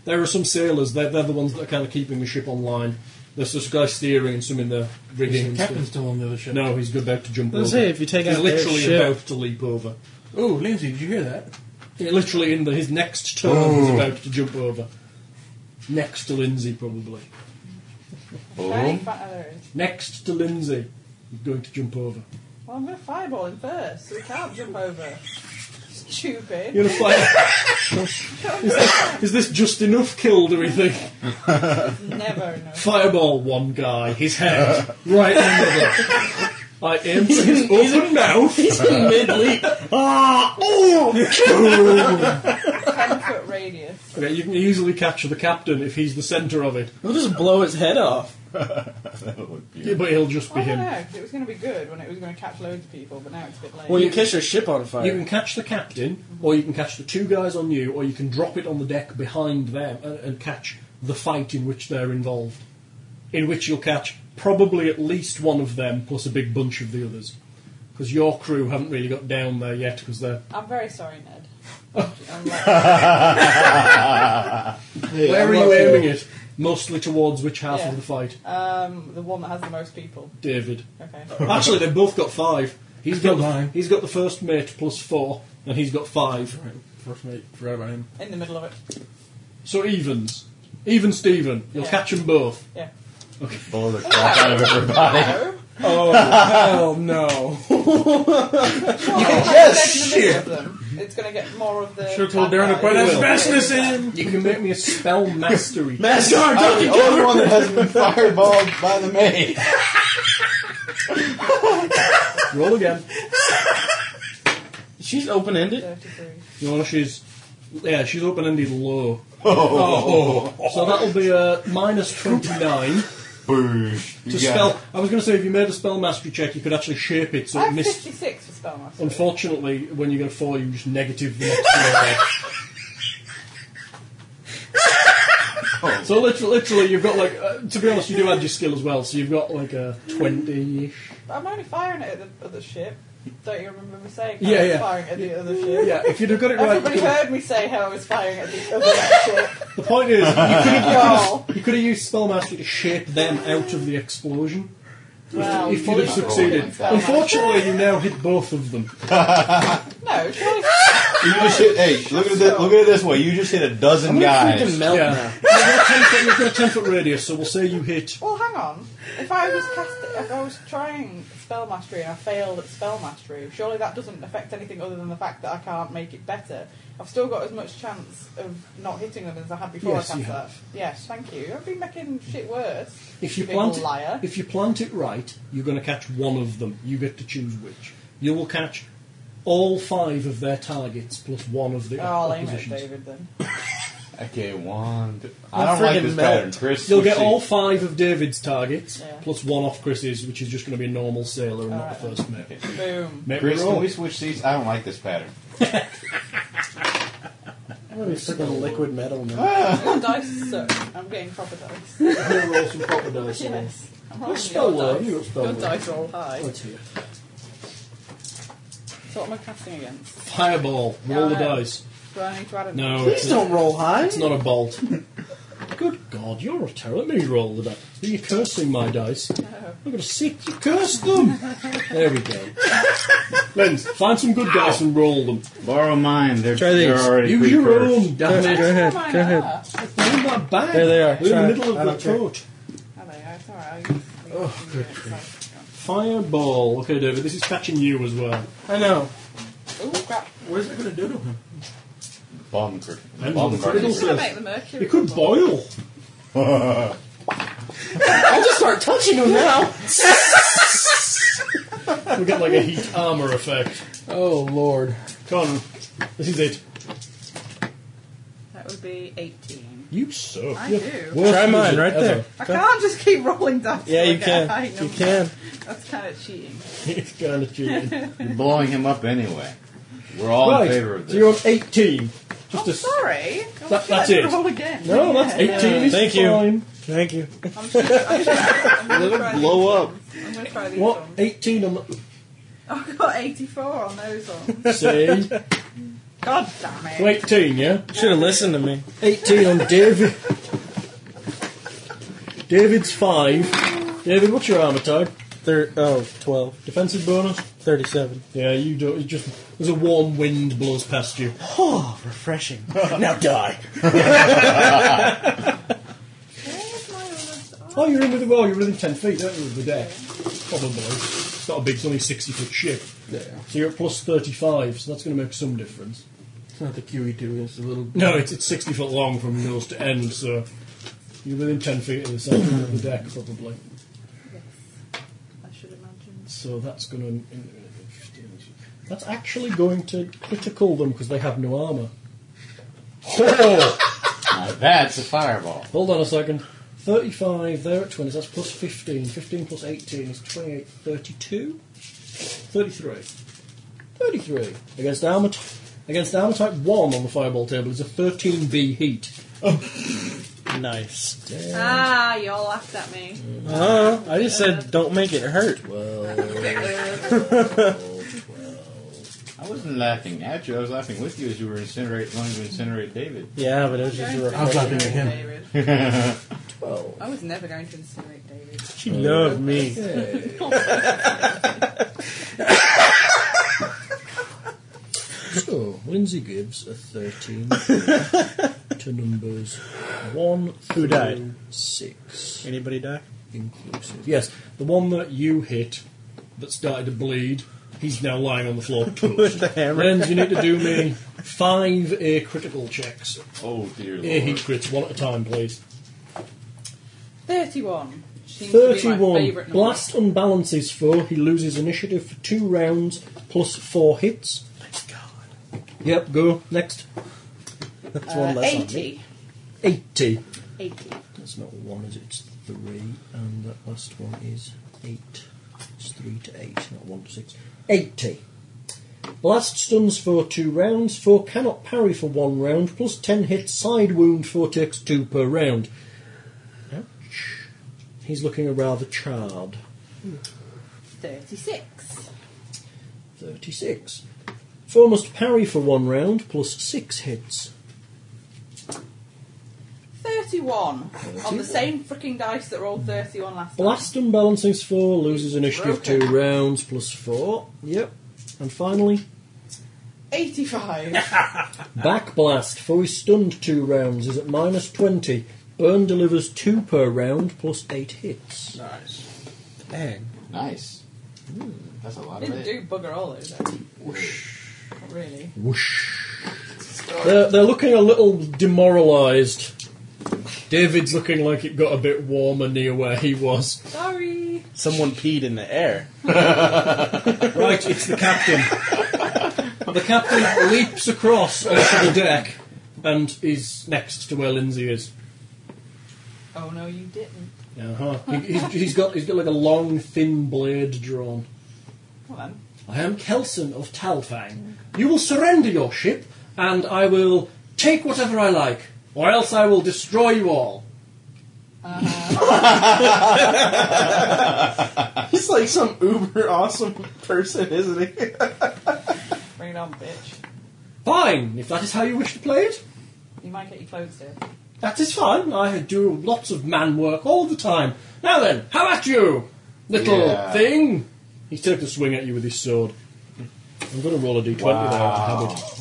[SPEAKER 3] There are some sailors. They're, they're the ones that are kind of keeping the ship online. There's this guy steering and some in the rigging.
[SPEAKER 6] Is
[SPEAKER 3] and
[SPEAKER 6] the captain
[SPEAKER 3] stuff.
[SPEAKER 6] still on the other ship?
[SPEAKER 3] No, he's about to jump
[SPEAKER 5] Let's
[SPEAKER 3] over.
[SPEAKER 5] say if you take
[SPEAKER 3] he's
[SPEAKER 5] out their
[SPEAKER 3] literally
[SPEAKER 5] ship-
[SPEAKER 3] about to leap over.
[SPEAKER 6] Ooh, Lindsay, did you hear that?
[SPEAKER 3] Yeah, Literally in the, his next turn, he's about to jump over. Next to Lindsay, probably.
[SPEAKER 2] Shiny fi- oh, there it is.
[SPEAKER 3] Next to Lindsay, he's going to jump over.
[SPEAKER 2] Well, I'm going to fireball him first, so he can't jump over. Stupid.
[SPEAKER 3] You're gonna fly. is, this, is this just enough kill? Do we think?
[SPEAKER 2] Never enough.
[SPEAKER 3] Fireball one guy, his head, right in the middle. I aim for his open mouth.
[SPEAKER 5] Mid leap.
[SPEAKER 3] Ah, oh!
[SPEAKER 2] 10 foot radius.
[SPEAKER 3] Okay, you can easily capture the captain if he's the centre of it,
[SPEAKER 5] We'll just blow his head off.
[SPEAKER 8] That would be
[SPEAKER 3] Yeah, but he'll just be
[SPEAKER 2] I don't
[SPEAKER 3] him.
[SPEAKER 2] know, 'cause it was going to be good when it was going to catch loads of people, but now it's a bit late.
[SPEAKER 5] Well, you can catch your ship on
[SPEAKER 3] You
[SPEAKER 5] fire.
[SPEAKER 3] can catch the captain,
[SPEAKER 5] Mm-hmm.
[SPEAKER 3] or you can catch the two guys on you, or you can drop it on the deck behind them and, and catch the fight in which they're involved. In which you'll catch probably at least one of them plus a big bunch of the others. Because your crew haven't really got down there yet because they're.
[SPEAKER 2] I'm very sorry, Ned.
[SPEAKER 3] Oh.
[SPEAKER 2] I'm like-
[SPEAKER 3] Where are you aiming it? Mostly towards which half
[SPEAKER 2] Yeah.
[SPEAKER 3] of the fight?
[SPEAKER 2] Um, the one that has the most people.
[SPEAKER 3] David.
[SPEAKER 2] Okay.
[SPEAKER 3] Actually, they've both got five. He's got,
[SPEAKER 6] Good
[SPEAKER 3] the,
[SPEAKER 6] line.
[SPEAKER 3] he's got the first mate plus four, and he's got five.
[SPEAKER 6] Right, first mate, forgot about him.
[SPEAKER 2] In the middle of it.
[SPEAKER 3] So evens. Even Steven. You'll
[SPEAKER 2] Yeah.
[SPEAKER 3] catch them both.
[SPEAKER 2] Yeah.
[SPEAKER 8] blow the crap out of everybody.
[SPEAKER 2] No.
[SPEAKER 5] Oh, Hell no.
[SPEAKER 2] yes, in the middle of them. It's going to get more of the.
[SPEAKER 6] Sure told Darren to put
[SPEAKER 2] bad guys.
[SPEAKER 6] asbestos in!
[SPEAKER 3] You can make me a spell mastery.
[SPEAKER 5] Master,
[SPEAKER 8] I'm the only one that hasn't been fireballed by the maid.
[SPEAKER 3] Roll again.
[SPEAKER 5] She's open ended.
[SPEAKER 2] 33.
[SPEAKER 3] No, she's Yeah, she's open ended low. So that'll be a minus 29.
[SPEAKER 4] Boom.
[SPEAKER 3] To spell, I was going to say if you made a spell mastery check, you could actually shape it so
[SPEAKER 2] I
[SPEAKER 3] it
[SPEAKER 2] have
[SPEAKER 3] missed.
[SPEAKER 2] 56 for spellmaster.
[SPEAKER 3] Unfortunately, when you get a four, you just negative the next roll. so literally, literally, you've got like. Uh, to be honest, you do add your skill as well, so you've got like a twenty-ish.
[SPEAKER 2] But I'm only firing it at the other ship. Don't you remember me saying how
[SPEAKER 3] Yeah,
[SPEAKER 2] I was
[SPEAKER 3] yeah.
[SPEAKER 2] firing at the other ship?
[SPEAKER 3] Yeah, if you'd have got it right, you
[SPEAKER 2] Everybody
[SPEAKER 3] could have-
[SPEAKER 2] heard me say how I was firing at the other ship.
[SPEAKER 3] the point is, you could have,
[SPEAKER 2] Y'all.
[SPEAKER 3] you could have used spell mastery to shape them out of the explosion.
[SPEAKER 2] Wow.
[SPEAKER 3] If you'd have succeeded,
[SPEAKER 2] Oh,
[SPEAKER 3] unfortunately, you now hit both of them.
[SPEAKER 2] No, surely.
[SPEAKER 4] You just hit, hey, look at it. Look at it this way. You just hit a dozen guys.
[SPEAKER 5] Freaking melt
[SPEAKER 3] Yeah.
[SPEAKER 5] now.
[SPEAKER 3] You've got a 10 foot- you've got a 10 foot radius, so we'll say you hit.
[SPEAKER 2] Well, hang on. If I was cast, if I was trying spell mastery and I failed at spell mastery, surely that doesn't affect anything other than the fact that I can't make it better. I've still got as much chance of not hitting them as I had before
[SPEAKER 3] Yes,
[SPEAKER 2] I
[SPEAKER 3] you
[SPEAKER 2] cast that. Yes, thank you. I've been making shit worse.
[SPEAKER 3] If you
[SPEAKER 2] big
[SPEAKER 3] plant
[SPEAKER 2] old liar.
[SPEAKER 3] it, if you plant it right, you're going to catch one of them. You get to choose which. You will catch all five of their targets plus one of the
[SPEAKER 2] Oh, I'll aim at
[SPEAKER 3] oppositions.
[SPEAKER 2] David then.
[SPEAKER 8] Okay, one. Two. I don't like
[SPEAKER 5] friggin'
[SPEAKER 8] this
[SPEAKER 5] melt.
[SPEAKER 8] pattern, Chris.
[SPEAKER 3] You'll
[SPEAKER 8] you
[SPEAKER 3] get
[SPEAKER 8] see.
[SPEAKER 3] all five of David's targets
[SPEAKER 2] Yeah.
[SPEAKER 3] plus one off Chris's, which is just going to be a normal sailor and not the
[SPEAKER 2] Alright.
[SPEAKER 3] first mate.
[SPEAKER 2] Boom.
[SPEAKER 3] Mate,
[SPEAKER 8] Chris,
[SPEAKER 3] roll.
[SPEAKER 8] can we switch seats? I don't like this pattern.
[SPEAKER 5] I'm gonna be freaking liquid metal now.
[SPEAKER 2] Your dice suck. I'm getting proper dice.
[SPEAKER 3] We'll roll some proper dice.
[SPEAKER 2] yes. I'm rolling
[SPEAKER 3] spell
[SPEAKER 2] your
[SPEAKER 3] low,
[SPEAKER 2] dice.
[SPEAKER 3] you got spell
[SPEAKER 2] Your
[SPEAKER 3] low.
[SPEAKER 2] dice roll high.
[SPEAKER 3] Let's see.
[SPEAKER 2] So what am I casting against?
[SPEAKER 3] Fireball. Roll the
[SPEAKER 2] Yeah, I know.
[SPEAKER 3] dice.
[SPEAKER 2] Do I need to add a
[SPEAKER 3] No,
[SPEAKER 5] Please
[SPEAKER 3] it's,
[SPEAKER 5] don't roll high.
[SPEAKER 3] it's not a bolt. Good God, you're a terror. Let me roll the dice. Are you cursing my dice? I'm going to sick you curse them. there we go. Lens, find some good dice and roll them.
[SPEAKER 8] Borrow mine. They're,
[SPEAKER 5] Try these.
[SPEAKER 8] they're already
[SPEAKER 3] Use your
[SPEAKER 8] pre-cursed.
[SPEAKER 3] own, damn it.
[SPEAKER 5] ahead.
[SPEAKER 2] Mine are.
[SPEAKER 3] Find that bag.
[SPEAKER 5] There they are.
[SPEAKER 3] We're
[SPEAKER 5] Try
[SPEAKER 3] in
[SPEAKER 5] it.
[SPEAKER 3] the middle
[SPEAKER 5] I
[SPEAKER 3] of
[SPEAKER 5] don't
[SPEAKER 3] the
[SPEAKER 5] care.
[SPEAKER 3] coat.
[SPEAKER 2] Hello, that's alright. I'll use Oh, good
[SPEAKER 3] Fireball. Okay, David, this is catching you as well.
[SPEAKER 5] I know.
[SPEAKER 2] Oh, crap.
[SPEAKER 6] What is it going to do to him?
[SPEAKER 8] Bomb crit.
[SPEAKER 3] Depends on
[SPEAKER 8] Bomb
[SPEAKER 3] the
[SPEAKER 8] crit.
[SPEAKER 3] critical
[SPEAKER 2] I'm going to
[SPEAKER 3] success.
[SPEAKER 2] make the mercury.
[SPEAKER 3] It could boil.
[SPEAKER 5] I'll just start touching them now.
[SPEAKER 3] We get like a heat armor effect.
[SPEAKER 6] Oh, Lord.
[SPEAKER 3] Con, this is it.
[SPEAKER 2] That would be 18.
[SPEAKER 3] You suck.
[SPEAKER 2] I
[SPEAKER 3] You're
[SPEAKER 2] do.
[SPEAKER 3] worst
[SPEAKER 5] Try mine
[SPEAKER 3] loser
[SPEAKER 5] right
[SPEAKER 3] ever.
[SPEAKER 5] there.
[SPEAKER 2] I can't just keep rolling dice.
[SPEAKER 5] Yeah, you
[SPEAKER 2] Okay, I
[SPEAKER 5] can.
[SPEAKER 2] hate
[SPEAKER 5] You
[SPEAKER 2] numbers.
[SPEAKER 5] can.
[SPEAKER 2] That's kind of cheating.
[SPEAKER 3] it's kind of cheating.
[SPEAKER 8] You're blowing him up anyway. We're all in favor of
[SPEAKER 3] so you're on
[SPEAKER 8] this.
[SPEAKER 3] 18. Just
[SPEAKER 2] I'm
[SPEAKER 3] a,
[SPEAKER 2] Oh, sorry. I'm
[SPEAKER 3] That-
[SPEAKER 2] sure
[SPEAKER 3] that's
[SPEAKER 2] I
[SPEAKER 3] it.
[SPEAKER 2] Roll again.
[SPEAKER 3] no, that's
[SPEAKER 2] Yeah.
[SPEAKER 3] 18. is
[SPEAKER 5] Thank you.
[SPEAKER 3] fine.
[SPEAKER 5] Thank you.
[SPEAKER 2] I'm just, I'm just, I'm gonna try these
[SPEAKER 7] blow up.
[SPEAKER 2] ones. I'm going to try these
[SPEAKER 3] What?
[SPEAKER 2] ones.
[SPEAKER 3] 18 on the...
[SPEAKER 2] I've got 84 on those ones.
[SPEAKER 3] Say...
[SPEAKER 2] God damn it.
[SPEAKER 3] 18, yeah?
[SPEAKER 5] Should have listened to me.
[SPEAKER 3] 18 on David. David's 5. David, what's your armor type?
[SPEAKER 5] Thir- oh, 12.
[SPEAKER 3] Defensive bonus?
[SPEAKER 5] 37.
[SPEAKER 3] Yeah, you don't. It just there's a warm wind blows past you.
[SPEAKER 5] Oh, refreshing. now die.
[SPEAKER 2] Where's my other-
[SPEAKER 3] Oh, you're in with the well. You're within ten feet, aren't you, of the deck? Probably. It's not a big. It's only a sixty foot ship. Yeah. So you're at plus thirty five. So that's going to make some difference.
[SPEAKER 6] It's not the QE2, it's the little.
[SPEAKER 3] No, it's, it's sixty foot long from nose to end. So you're within ten feet of the center of the deck, probably.
[SPEAKER 2] I should imagine.
[SPEAKER 3] So that's going to. That's actually going to critical them because they have no armor. Oh!
[SPEAKER 8] Now that's a fireball.
[SPEAKER 3] Hold on a second. 35, they're at 20, that's plus 15. 15 plus 18 is 28, 32? 33. 33. Against armor, t- against armor type 1 on the fireball table is a 13B heat.
[SPEAKER 5] Nice.
[SPEAKER 2] Ah, y'all laughed at me.
[SPEAKER 5] Uh, I just said don't make it hurt.
[SPEAKER 8] I wasn't laughing at you. I was laughing with you as you were incinerate, going to incinerate David.
[SPEAKER 5] Yeah, but it was just a
[SPEAKER 2] Don't
[SPEAKER 5] refreshing.
[SPEAKER 6] was laughing at
[SPEAKER 2] incinerate
[SPEAKER 6] him.
[SPEAKER 2] David. I was never going to incinerate David.
[SPEAKER 5] She loved me.
[SPEAKER 3] So, Lindsay gives a 13 to numbers 1 through
[SPEAKER 5] died?
[SPEAKER 3] 6
[SPEAKER 5] Anybody die?
[SPEAKER 3] inclusive. Yes, the one that you hit that started to bleed, he's now lying on the floor.
[SPEAKER 5] With the hammer.
[SPEAKER 3] Renz, you need to do me five air critical checks.
[SPEAKER 8] Oh dear
[SPEAKER 3] Air heat
[SPEAKER 8] lord.
[SPEAKER 3] crits, one at a time, please.
[SPEAKER 2] 31. Seems To be my
[SPEAKER 3] 31.
[SPEAKER 2] favourite number.
[SPEAKER 3] Blast unbalances four. He loses initiative for two rounds plus four hits. Yep, go. Next.
[SPEAKER 5] That's
[SPEAKER 2] Uh,
[SPEAKER 5] one less on me.
[SPEAKER 2] 80.
[SPEAKER 3] 80.
[SPEAKER 2] 80.
[SPEAKER 3] That's not one, is it? It's three, and that last one is eight. It's three to eight, not one to six. Eighty. Blast stuns for two rounds. Four cannot parry for one round. Plus ten hit side wound. Four takes two per round. Ouch. He's looking a rather charred.
[SPEAKER 2] 36.
[SPEAKER 3] 36. Four must parry for one round, plus six hits.
[SPEAKER 2] 31. On the same freaking dice that rolled 31 last
[SPEAKER 3] Blast and balancing's four, loses initiative two rounds, plus four. Yep. And finally,
[SPEAKER 2] time. 85.
[SPEAKER 3] Backblast, fully stunned two rounds, is at minus 20. Burn delivers two per round, plus eight hits.
[SPEAKER 6] Nice.
[SPEAKER 8] Nice. Hmm, That's a lot of
[SPEAKER 2] Didn't
[SPEAKER 8] it.
[SPEAKER 2] do bugger all those. though. Not really.
[SPEAKER 3] They're, they're looking a little demoralised. David's looking like it got a bit warmer near where he was.
[SPEAKER 2] Sorry.
[SPEAKER 5] Someone peed in the air.
[SPEAKER 3] Right, it's the captain. the captain leaps across onto the deck and is next to where Lindsay is.
[SPEAKER 2] Oh no, you didn't.
[SPEAKER 3] Uh-huh. He, he's, he's got he's got like a long, thin blade drawn.
[SPEAKER 2] Well then.
[SPEAKER 3] I am Kelson of Talfang. You will surrender your ship, and I will take whatever I like, or else I will destroy you all.
[SPEAKER 9] Uh-huh. He's like some uber awesome person, isn't he?
[SPEAKER 2] Bring it on, bitch.
[SPEAKER 3] Fine, if that is how you wish to play it.
[SPEAKER 2] You might get your clothes dirty.
[SPEAKER 3] That is fine. I do lots of man work all the time. Now then, how at you, little
[SPEAKER 8] Yeah.
[SPEAKER 3] thing? He's taking a swing at you with his sword. I'm going to roll a d20 without a habit.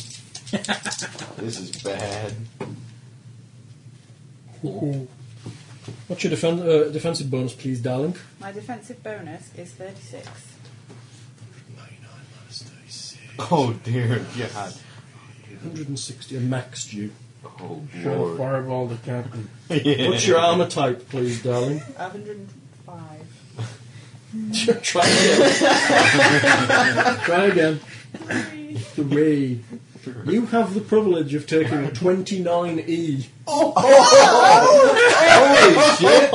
[SPEAKER 8] This is bad.
[SPEAKER 3] What's your defen- uh, defensive bonus, please, darling?
[SPEAKER 2] My defensive bonus is 36.
[SPEAKER 8] Oh dear God.
[SPEAKER 3] 160, I maxed you.
[SPEAKER 8] Oh
[SPEAKER 6] Should
[SPEAKER 8] lord.
[SPEAKER 6] fireball the captain.
[SPEAKER 3] What's your armour type, please, darling?
[SPEAKER 2] 105.
[SPEAKER 3] Try again. Try again. Three. You have the privilege of taking a E 29E.
[SPEAKER 8] Holy shit!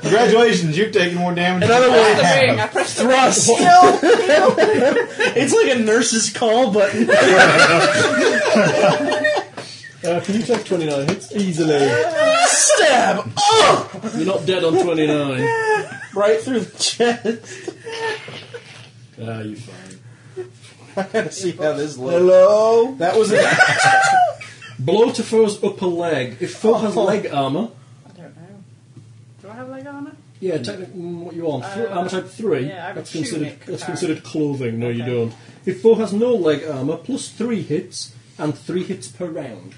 [SPEAKER 8] Congratulations, you've taken more damage.
[SPEAKER 5] In other
[SPEAKER 8] than
[SPEAKER 5] words,
[SPEAKER 8] I have.
[SPEAKER 2] Ring, I pressed the
[SPEAKER 5] thrust. it's like a nurse's call button.
[SPEAKER 3] Uh, can you take 29 hits? Easily.
[SPEAKER 5] Stab
[SPEAKER 3] You're not dead on 29.
[SPEAKER 5] right through the chest.
[SPEAKER 3] Ah, you're fine.
[SPEAKER 5] See how this looks.
[SPEAKER 6] Hello?
[SPEAKER 5] That was a
[SPEAKER 3] Blow to foe's upper leg. If foe
[SPEAKER 5] Oh.
[SPEAKER 3] has leg armour,
[SPEAKER 2] I don't know. Do I have leg armour?
[SPEAKER 5] Hmm.
[SPEAKER 3] yeah, technically, mm, what you on?
[SPEAKER 2] Uh,
[SPEAKER 3] armour type 3?
[SPEAKER 2] yeah, I have a
[SPEAKER 3] that's considered,
[SPEAKER 2] tunic
[SPEAKER 3] that's
[SPEAKER 2] apparently.
[SPEAKER 3] considered clothing. No, you
[SPEAKER 2] Okay.
[SPEAKER 3] don't. If foe has no leg armour, plus 3 hits, and 3 hits per round.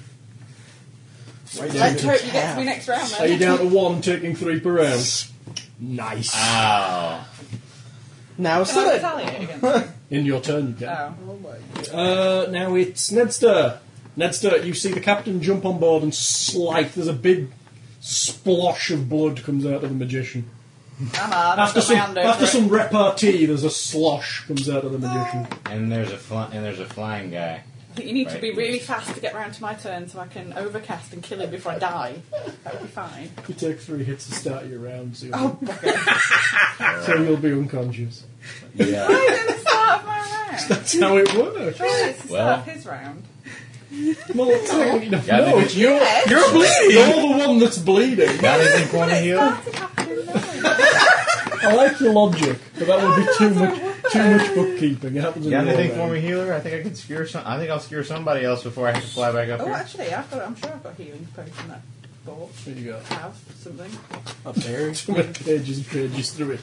[SPEAKER 2] I hope you get to be next round
[SPEAKER 3] Are you
[SPEAKER 2] then.
[SPEAKER 3] down to one, taking three per round? Uh, Nice.
[SPEAKER 5] now
[SPEAKER 2] Can I
[SPEAKER 5] it's not
[SPEAKER 2] retaliate against
[SPEAKER 3] In your turn, you
[SPEAKER 2] you?
[SPEAKER 3] get.
[SPEAKER 2] Oh.
[SPEAKER 3] Uh, now it's Nedster. Nedster, you see the captain jump on board and slice. There's a big splosh of blood comes out of the magician.
[SPEAKER 2] I'm hard.
[SPEAKER 3] After
[SPEAKER 2] I've got my
[SPEAKER 3] some,
[SPEAKER 2] hand over
[SPEAKER 3] after
[SPEAKER 2] it.
[SPEAKER 3] some repartee, there's a slosh comes out of the magician.
[SPEAKER 2] Ah.
[SPEAKER 8] And there's a fly- and there's a flying guy.
[SPEAKER 2] I think you need to be
[SPEAKER 8] Right.
[SPEAKER 2] really fast to get round to my turn so I can overcast and kill him before I die. That would be fine.
[SPEAKER 3] You take three hits to start your round, so, oh, so you'll be unconscious.
[SPEAKER 8] Yeah.
[SPEAKER 2] It's the start of my round.
[SPEAKER 3] That's how it works.
[SPEAKER 2] Surely it's the
[SPEAKER 8] Well.
[SPEAKER 2] start of his round.
[SPEAKER 3] Well, it's
[SPEAKER 2] Oh.
[SPEAKER 3] like, you know,
[SPEAKER 8] Yeah, I
[SPEAKER 3] no,
[SPEAKER 8] think
[SPEAKER 3] it's you. You're bleeding. You're the one that's bleeding.
[SPEAKER 8] Not even corner heel.
[SPEAKER 2] Started happening now.
[SPEAKER 3] I like your logic, but that would be too much too much bookkeeping. It happens in
[SPEAKER 8] Got
[SPEAKER 3] the
[SPEAKER 8] anything
[SPEAKER 3] war
[SPEAKER 8] for me,
[SPEAKER 3] round.
[SPEAKER 8] healer? I think I can skewer some. I think I'll skewer somebody else before I have to fly back up
[SPEAKER 2] Oh,
[SPEAKER 8] here.
[SPEAKER 2] actually, I've got. I'm sure I've got healing potion that bought.
[SPEAKER 3] There you go.
[SPEAKER 2] Have something.
[SPEAKER 5] up there.
[SPEAKER 3] Too many pages and pages through it.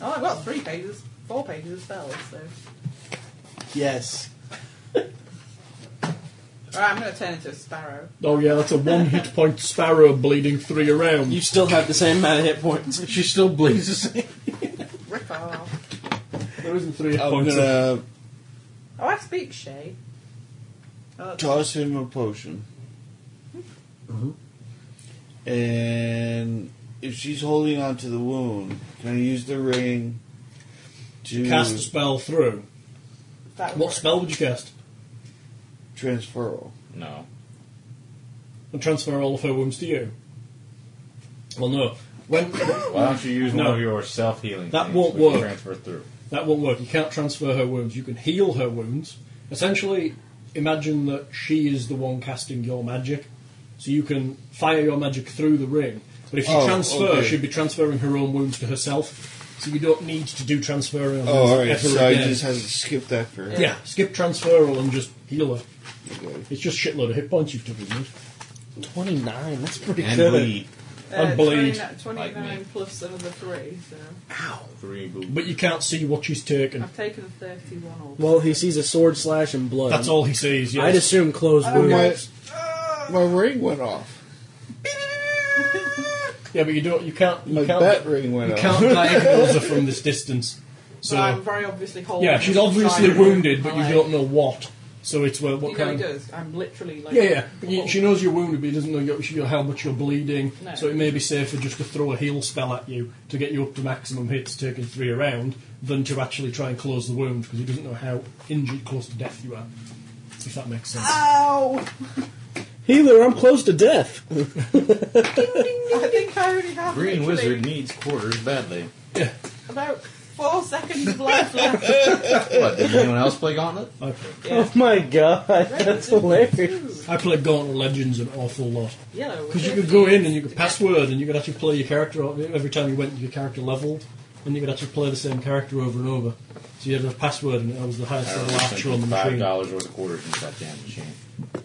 [SPEAKER 2] Oh, I've got three pages, four pages of spells. So,
[SPEAKER 5] Yes.
[SPEAKER 2] all right, I'm going to turn into a sparrow.
[SPEAKER 3] Oh yeah, that's a one hit point sparrow bleeding three around.
[SPEAKER 5] You still have the same amount of hit points.
[SPEAKER 6] She still bleeds the same.
[SPEAKER 2] Rip off.
[SPEAKER 3] there isn't three hit
[SPEAKER 7] I'm
[SPEAKER 3] points.
[SPEAKER 7] gonna
[SPEAKER 2] Oh, I speak Shay. Oh, that's-
[SPEAKER 7] toss him a potion. Mm-hmm. And if she's holding on to the wound, can I use the ring to
[SPEAKER 3] Cast a spell through.
[SPEAKER 2] that would
[SPEAKER 3] What
[SPEAKER 2] work.
[SPEAKER 3] spell would you cast?
[SPEAKER 7] transferal?
[SPEAKER 8] No.
[SPEAKER 3] and transfer all of her wounds to you? Well, no. When
[SPEAKER 8] Why don't you use
[SPEAKER 3] No.
[SPEAKER 8] one of your self healing?
[SPEAKER 3] That won't
[SPEAKER 8] which you
[SPEAKER 3] work.
[SPEAKER 8] Transfer through.
[SPEAKER 3] That won't work. You can't transfer her wounds. You can heal her wounds. Essentially, imagine that she is the one casting your magic. So you can fire your magic through the ring. But if you
[SPEAKER 7] Oh,
[SPEAKER 3] transfer,
[SPEAKER 7] okay.
[SPEAKER 3] she'd be transferring her own wounds to herself. So you don't need to do transferring of
[SPEAKER 7] Oh,
[SPEAKER 3] wounds
[SPEAKER 7] alright,
[SPEAKER 3] ever
[SPEAKER 7] so I
[SPEAKER 3] again.
[SPEAKER 7] just have to skip that for her.
[SPEAKER 3] Yeah, skip transferal and just heal her.
[SPEAKER 7] Okay.
[SPEAKER 3] It's just shitload of hit points you've taken. dude.
[SPEAKER 5] 29, that's pretty
[SPEAKER 8] And
[SPEAKER 5] good.
[SPEAKER 8] bleed.
[SPEAKER 3] And bleed.
[SPEAKER 2] 29, 29 Uh, plus another 3, so
[SPEAKER 8] Three boot.
[SPEAKER 3] But you can't see what she's taken.
[SPEAKER 2] I've taken 31 already.
[SPEAKER 5] Well, he sees a sword slash and blood.
[SPEAKER 3] That's all he sees, yes.
[SPEAKER 5] I'd assume closed
[SPEAKER 2] don't
[SPEAKER 5] wound.
[SPEAKER 2] know.
[SPEAKER 7] My, my ring went off.
[SPEAKER 3] Yeah, but you don't. You can't. You
[SPEAKER 7] My
[SPEAKER 3] can't.
[SPEAKER 7] bat ring went
[SPEAKER 3] you
[SPEAKER 7] off.
[SPEAKER 3] can't diagnose her from this distance. So
[SPEAKER 2] But I'm very obviously holding.
[SPEAKER 3] yeah, she's
[SPEAKER 2] the
[SPEAKER 3] obviously
[SPEAKER 2] side of
[SPEAKER 3] wounded, but
[SPEAKER 2] my
[SPEAKER 3] you
[SPEAKER 2] leg.
[SPEAKER 3] don't know what. So it's well, what
[SPEAKER 2] You know he
[SPEAKER 3] kind? of...
[SPEAKER 2] does. I'm literally like.
[SPEAKER 3] Yeah, yeah. But you- she knows you're wounded, but he doesn't know you're, she- how much you're bleeding.
[SPEAKER 2] No.
[SPEAKER 3] So it may be safer just to throw a heal spell at you to get you up to maximum hits, taking three around, than to actually try and close the wound because he doesn't know how injured, close to death you are. If that makes sense.
[SPEAKER 2] Ow!
[SPEAKER 5] Healer, I'm close to death.
[SPEAKER 2] I think I already have. literally
[SPEAKER 8] Green Wizard needs quarters badly.
[SPEAKER 2] About four seconds of life left.
[SPEAKER 8] What, did anyone else play Gauntlet?
[SPEAKER 5] Oh my god, that's hilarious.
[SPEAKER 3] I played Gauntlet Legends an awful lot.
[SPEAKER 2] Yellow.
[SPEAKER 3] Because you could go in and you could password and you could actually play your character o- every time you went your character leveled, and you could actually play the same character over and over. So you had a password and that was the
[SPEAKER 8] I
[SPEAKER 3] highest
[SPEAKER 8] don't
[SPEAKER 3] level
[SPEAKER 8] know,
[SPEAKER 3] after on the
[SPEAKER 8] thinking Five
[SPEAKER 3] machine.
[SPEAKER 8] dollars worth of quarters in that damn machine.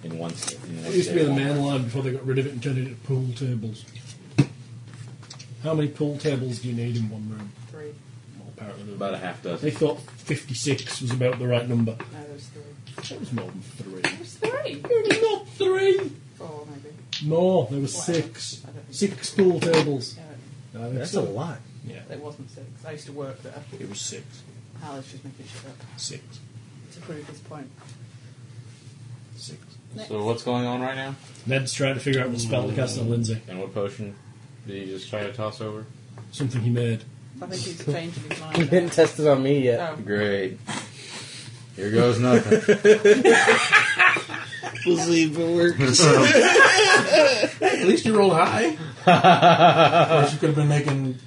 [SPEAKER 8] In one. s- In
[SPEAKER 3] It used to be the man line before they got rid of it and turned it into pool tables. How many pool tables do you need in one room?
[SPEAKER 2] Three.
[SPEAKER 3] Well, apparently there were-
[SPEAKER 8] About a half dozen.
[SPEAKER 3] they thought 56 was about the right number.
[SPEAKER 2] No, there's three.
[SPEAKER 3] It was more than three.
[SPEAKER 2] There's three.
[SPEAKER 3] It was not three!
[SPEAKER 2] Four maybe.
[SPEAKER 3] More, there were
[SPEAKER 2] Whatever.
[SPEAKER 3] six.
[SPEAKER 2] I don't think-
[SPEAKER 3] Six pool tables.
[SPEAKER 2] Yeah,
[SPEAKER 3] I think
[SPEAKER 5] That's a
[SPEAKER 3] so.
[SPEAKER 5] lot.
[SPEAKER 3] Yeah,
[SPEAKER 2] it wasn't six. I used to work there.
[SPEAKER 3] it was six.
[SPEAKER 2] Alice just making shit up
[SPEAKER 3] Six.
[SPEAKER 2] to prove his point.
[SPEAKER 3] Six.
[SPEAKER 8] So what's going on right now?
[SPEAKER 3] Ned's trying to figure out what spell to cast on Lindsay.
[SPEAKER 8] And what potion did you just try to toss over?
[SPEAKER 3] Something he made.
[SPEAKER 2] I think he's changing his
[SPEAKER 5] He
[SPEAKER 2] mind.
[SPEAKER 5] didn't
[SPEAKER 2] now.
[SPEAKER 5] test it on me yet.
[SPEAKER 2] Oh,
[SPEAKER 8] Great. Here goes nothing.
[SPEAKER 7] Believe it works.
[SPEAKER 6] At least you rolled high. or she could have been making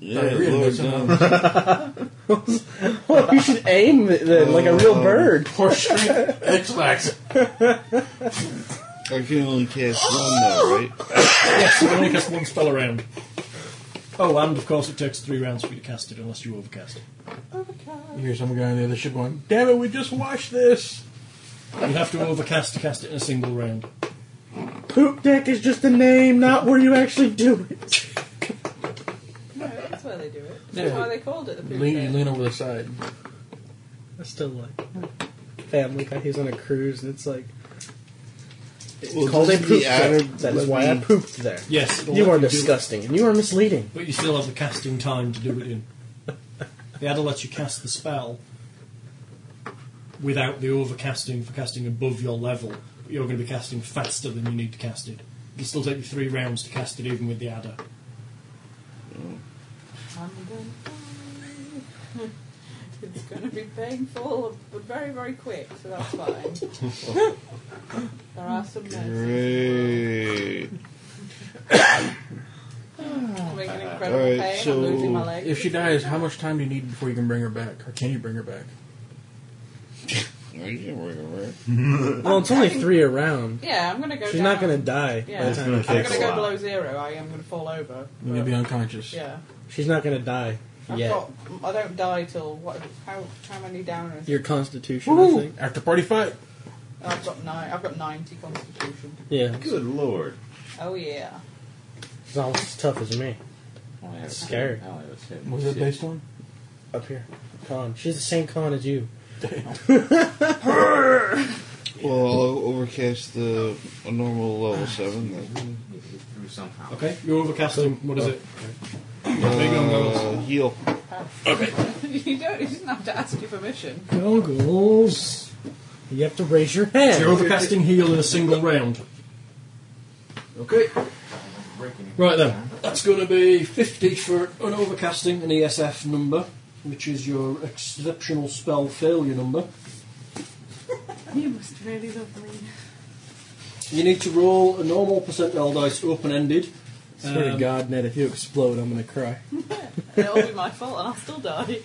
[SPEAKER 7] Yeah,
[SPEAKER 6] Diarrhea
[SPEAKER 7] Lord
[SPEAKER 6] makes it
[SPEAKER 7] knows.
[SPEAKER 5] Well, you should aim it then, like a real bird.
[SPEAKER 6] horse strength X-Lax.
[SPEAKER 7] I can only cast one though, right?
[SPEAKER 3] Yes, you can only cast one spell around. Oh, and of course it takes three rounds for you to cast it unless you overcast it.
[SPEAKER 2] Oh,
[SPEAKER 6] You hear some guy on the other ship going, damn it, we just washed this.
[SPEAKER 3] You have to overcast to cast it in a single round.
[SPEAKER 5] Poop deck is just a name, not where you actually do it.
[SPEAKER 2] no, that's why they do it. That's
[SPEAKER 6] Yeah.
[SPEAKER 2] why they called it the poop
[SPEAKER 6] Lean, you
[SPEAKER 2] game.
[SPEAKER 6] lean over the side.
[SPEAKER 5] I still like family guy. He's on a cruise, and it's like it's
[SPEAKER 7] Well,
[SPEAKER 5] called a
[SPEAKER 7] doesn't the
[SPEAKER 5] poop center.
[SPEAKER 7] app
[SPEAKER 5] That is
[SPEAKER 7] let
[SPEAKER 5] why I
[SPEAKER 7] me-
[SPEAKER 5] pooped there.
[SPEAKER 3] Yes, it'll
[SPEAKER 5] You
[SPEAKER 3] let
[SPEAKER 5] are
[SPEAKER 3] do it,
[SPEAKER 5] disgusting, and you are misleading.
[SPEAKER 3] but you still have the casting time to do it in. The adder lets you cast the spell without the overcasting for casting above your level, but you're going to be casting faster than you need to cast it. It'll still take you three rounds to cast it even with the adder.
[SPEAKER 2] I'm gonna die. It's going to be painful, but very, very quick, so that's fine. there are some nurses
[SPEAKER 7] Great.
[SPEAKER 2] doing an incredible
[SPEAKER 7] Alright,
[SPEAKER 2] pain.
[SPEAKER 7] so
[SPEAKER 2] I'm losing my leg.
[SPEAKER 6] If she dies, how much time do you need before you can bring her back? Or can you bring her back?
[SPEAKER 7] Right, yeah, right, right.
[SPEAKER 5] Well, it's only three around.
[SPEAKER 2] Yeah, I'm going to go
[SPEAKER 5] She's
[SPEAKER 2] down.
[SPEAKER 5] not gonna die.
[SPEAKER 2] Yeah.
[SPEAKER 5] By the
[SPEAKER 2] It's
[SPEAKER 5] time.
[SPEAKER 2] I'm going to go below zero. I am going to fall over.
[SPEAKER 6] You're going to be unconscious.
[SPEAKER 2] Yeah.
[SPEAKER 5] She's not gonna die
[SPEAKER 2] I've
[SPEAKER 5] yet.
[SPEAKER 2] got, I don't die till what? How how many downers?
[SPEAKER 5] Your constitution, I think.
[SPEAKER 6] After party fight.
[SPEAKER 2] I've got nine. I've got ninety constitution.
[SPEAKER 5] Yeah,
[SPEAKER 8] Good lord.
[SPEAKER 2] Oh yeah.
[SPEAKER 5] it's almost as tough as me.
[SPEAKER 8] I only have
[SPEAKER 5] Scary.
[SPEAKER 8] I only have a six.
[SPEAKER 6] Was that
[SPEAKER 8] Six.
[SPEAKER 6] based on?
[SPEAKER 5] Up here, con. She's the same con as you.
[SPEAKER 7] Well, I'll overcast the a normal level seven. Then.
[SPEAKER 8] Through somehow.
[SPEAKER 3] Okay, you're overcasting. What is it?
[SPEAKER 7] Uh, heal.
[SPEAKER 2] you don't. You didn't have to ask your permission.
[SPEAKER 3] Goggles.
[SPEAKER 5] You have to raise your hand.
[SPEAKER 3] You're overcasting heal in a single round. Okay. Right then, that's going to be 50 for an overcasting, an ESF number, which is your exceptional spell failure number.
[SPEAKER 2] You must really love me.
[SPEAKER 3] You need to roll a normal percentile dice, Um, open ended.
[SPEAKER 5] Swear
[SPEAKER 6] Um,
[SPEAKER 5] to God, Ned, if you explode, I'm gonna cry.
[SPEAKER 2] It'll be my fault and I'll still die.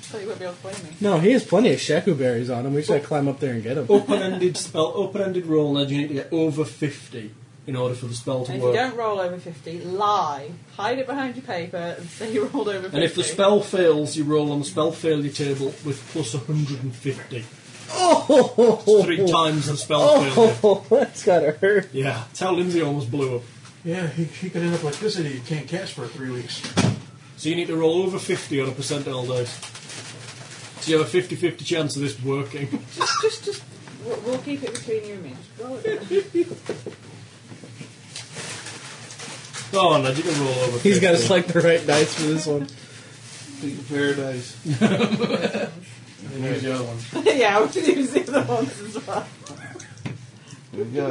[SPEAKER 2] So you won't be able to play me.
[SPEAKER 5] No, he has plenty of shaku berries on him. We should climb up there and get him.
[SPEAKER 3] Open ended spell, open ended roll, Ned. You need to get over 50 in order for the spell to
[SPEAKER 2] And if you
[SPEAKER 3] work.
[SPEAKER 2] don't roll over 50, lie. Hide it behind your paper and say you rolled over 50.
[SPEAKER 3] and if the spell fails, you roll on the spell failure table with plus 150. It's three times the spell failure.
[SPEAKER 5] Oh, that's gotta hurt.
[SPEAKER 3] Yeah, that's how Lindsay almost blew up.
[SPEAKER 6] Yeah, he, he could end up like this, and he can't cast for three weeks.
[SPEAKER 3] So you need to roll over 50 on a percentile dice. So you have a 50 50 chance of this working.
[SPEAKER 2] Just, just, just, we'll, we'll keep it between you and me. Just roll it down.
[SPEAKER 3] Oh, no, you can roll over.
[SPEAKER 5] He's got to
[SPEAKER 3] 50.
[SPEAKER 5] select the right dice for this one.
[SPEAKER 6] Paradise. and here's the other one.
[SPEAKER 2] yeah, we should use the other ones as well.
[SPEAKER 8] Here we go.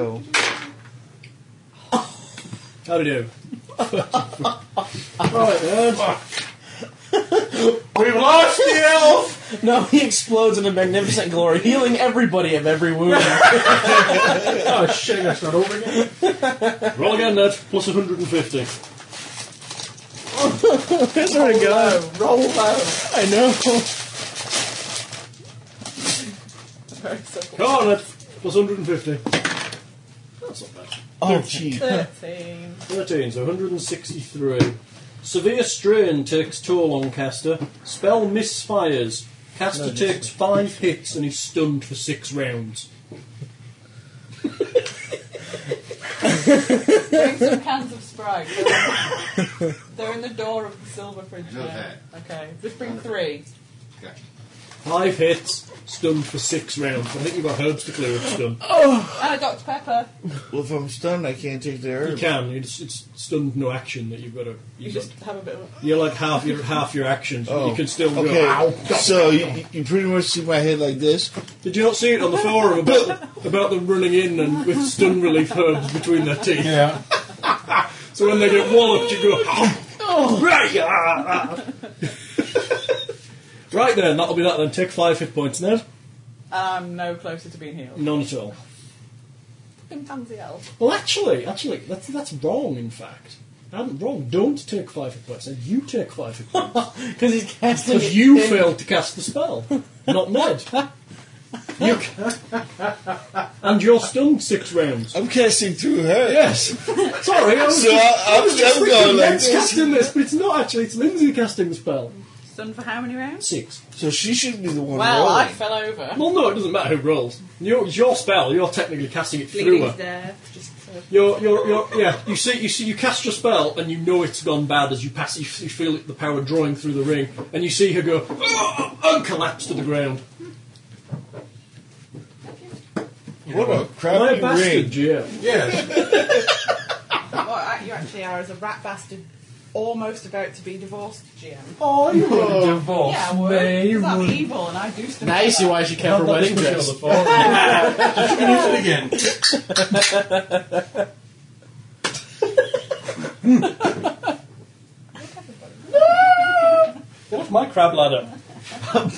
[SPEAKER 3] How do you do?
[SPEAKER 6] We've lost the elf!
[SPEAKER 5] No, he explodes in a magnificent glory, healing everybody of every wound.
[SPEAKER 6] Oh shit, that's not over again.
[SPEAKER 3] Roll again, Ned. Plus 150.
[SPEAKER 5] Swear to God,
[SPEAKER 2] Roll low.
[SPEAKER 5] I know.
[SPEAKER 2] Very simple.
[SPEAKER 3] Come on, Ned. Plus 150. That's not bad.
[SPEAKER 5] Oh, gee.
[SPEAKER 2] 13.
[SPEAKER 3] 13, so 163. Severe strain takes toll on caster. Spell misfires. Caster takes five hits and is stunned for six rounds.
[SPEAKER 2] Bring some cans of Sprite. They're in- They're in the door of the silver fridge
[SPEAKER 8] Just
[SPEAKER 2] now. Okay, just bring three.
[SPEAKER 3] Five hits, stunned for six rounds. I think you've got herbs to clear of stun.
[SPEAKER 2] And a Dr. Pepper.
[SPEAKER 7] Well, if I'm stunned, I can't take the
[SPEAKER 3] You
[SPEAKER 7] herb.
[SPEAKER 3] can. It's, it's stunned no action that you've got to.
[SPEAKER 2] You
[SPEAKER 3] You've
[SPEAKER 2] just
[SPEAKER 3] got,
[SPEAKER 2] have a bit of.
[SPEAKER 3] you're like half your half your actions.
[SPEAKER 7] Oh,
[SPEAKER 3] You can still go.
[SPEAKER 7] okay.
[SPEAKER 3] "Ow."
[SPEAKER 7] So you, you pretty much see my head like this.
[SPEAKER 3] Did you not see it on the forum about about them running in and with stun relief herbs between their teeth?
[SPEAKER 6] Yeah.
[SPEAKER 3] So when they get walloped, you go. "Ow." Right, ah, ah." right then, that'll be that then. Take five hit points, Ned.
[SPEAKER 2] I'm um, no closer to being healed.
[SPEAKER 3] None at all.
[SPEAKER 2] Fucking pansy elf.
[SPEAKER 3] Well, actually, actually, that's that's wrong. In fact, I'm wrong. Don't take five hit points. Ned. You take five hit points.
[SPEAKER 5] Because he's casting.
[SPEAKER 3] Because you failed to cast the spell, not Ned. You ca- and you're stunned six rounds.
[SPEAKER 7] I'm casting through her.
[SPEAKER 3] Oh, Yes. Sorry, I was
[SPEAKER 7] So
[SPEAKER 3] just,
[SPEAKER 7] I, I'm,
[SPEAKER 3] just
[SPEAKER 7] I'm
[SPEAKER 3] thinking
[SPEAKER 7] going like
[SPEAKER 3] Ned's
[SPEAKER 7] this.
[SPEAKER 3] casting this, but it's not actually. It's Lindsay casting the spell.
[SPEAKER 2] Stunned for how many rounds?
[SPEAKER 3] Six.
[SPEAKER 7] So she should be the one
[SPEAKER 2] Well, I
[SPEAKER 7] rolling.
[SPEAKER 2] fell over.
[SPEAKER 3] Well, no, it doesn't matter who rolls. Your, it's your spell. You're technically casting it through
[SPEAKER 2] Bleeding's
[SPEAKER 3] her.
[SPEAKER 2] there. Just uh,
[SPEAKER 3] You're, you're, you're, yeah. You see, you see, you cast your spell, and you know it's gone bad as you pass. You, f- you feel it, the power drawing through the ring, and you see her go "Oh," and collapse to the ground.
[SPEAKER 7] What a
[SPEAKER 3] Am I a
[SPEAKER 7] crappy
[SPEAKER 3] bastard,
[SPEAKER 7] ring.
[SPEAKER 3] GM?
[SPEAKER 6] Yes.
[SPEAKER 2] Well, I- you actually are as a rat bastard almost about to be divorced, GM.
[SPEAKER 3] Oh, you were.
[SPEAKER 9] Divorce.
[SPEAKER 2] yeah, I would. Because I'm evil and I do stuff.
[SPEAKER 5] Now you see why she kept her wedding dress.
[SPEAKER 6] Use it again.
[SPEAKER 3] What's my crab ladder? that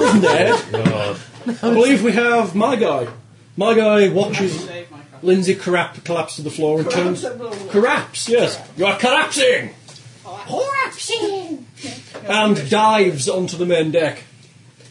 [SPEAKER 3] was Ned. I believe we have my guy. My guy watches
[SPEAKER 2] Save my crap.
[SPEAKER 3] Lindsay crap collapse to the floor and turns. Craps, yes. You are collapsing! Collapsing! And dives onto the main deck.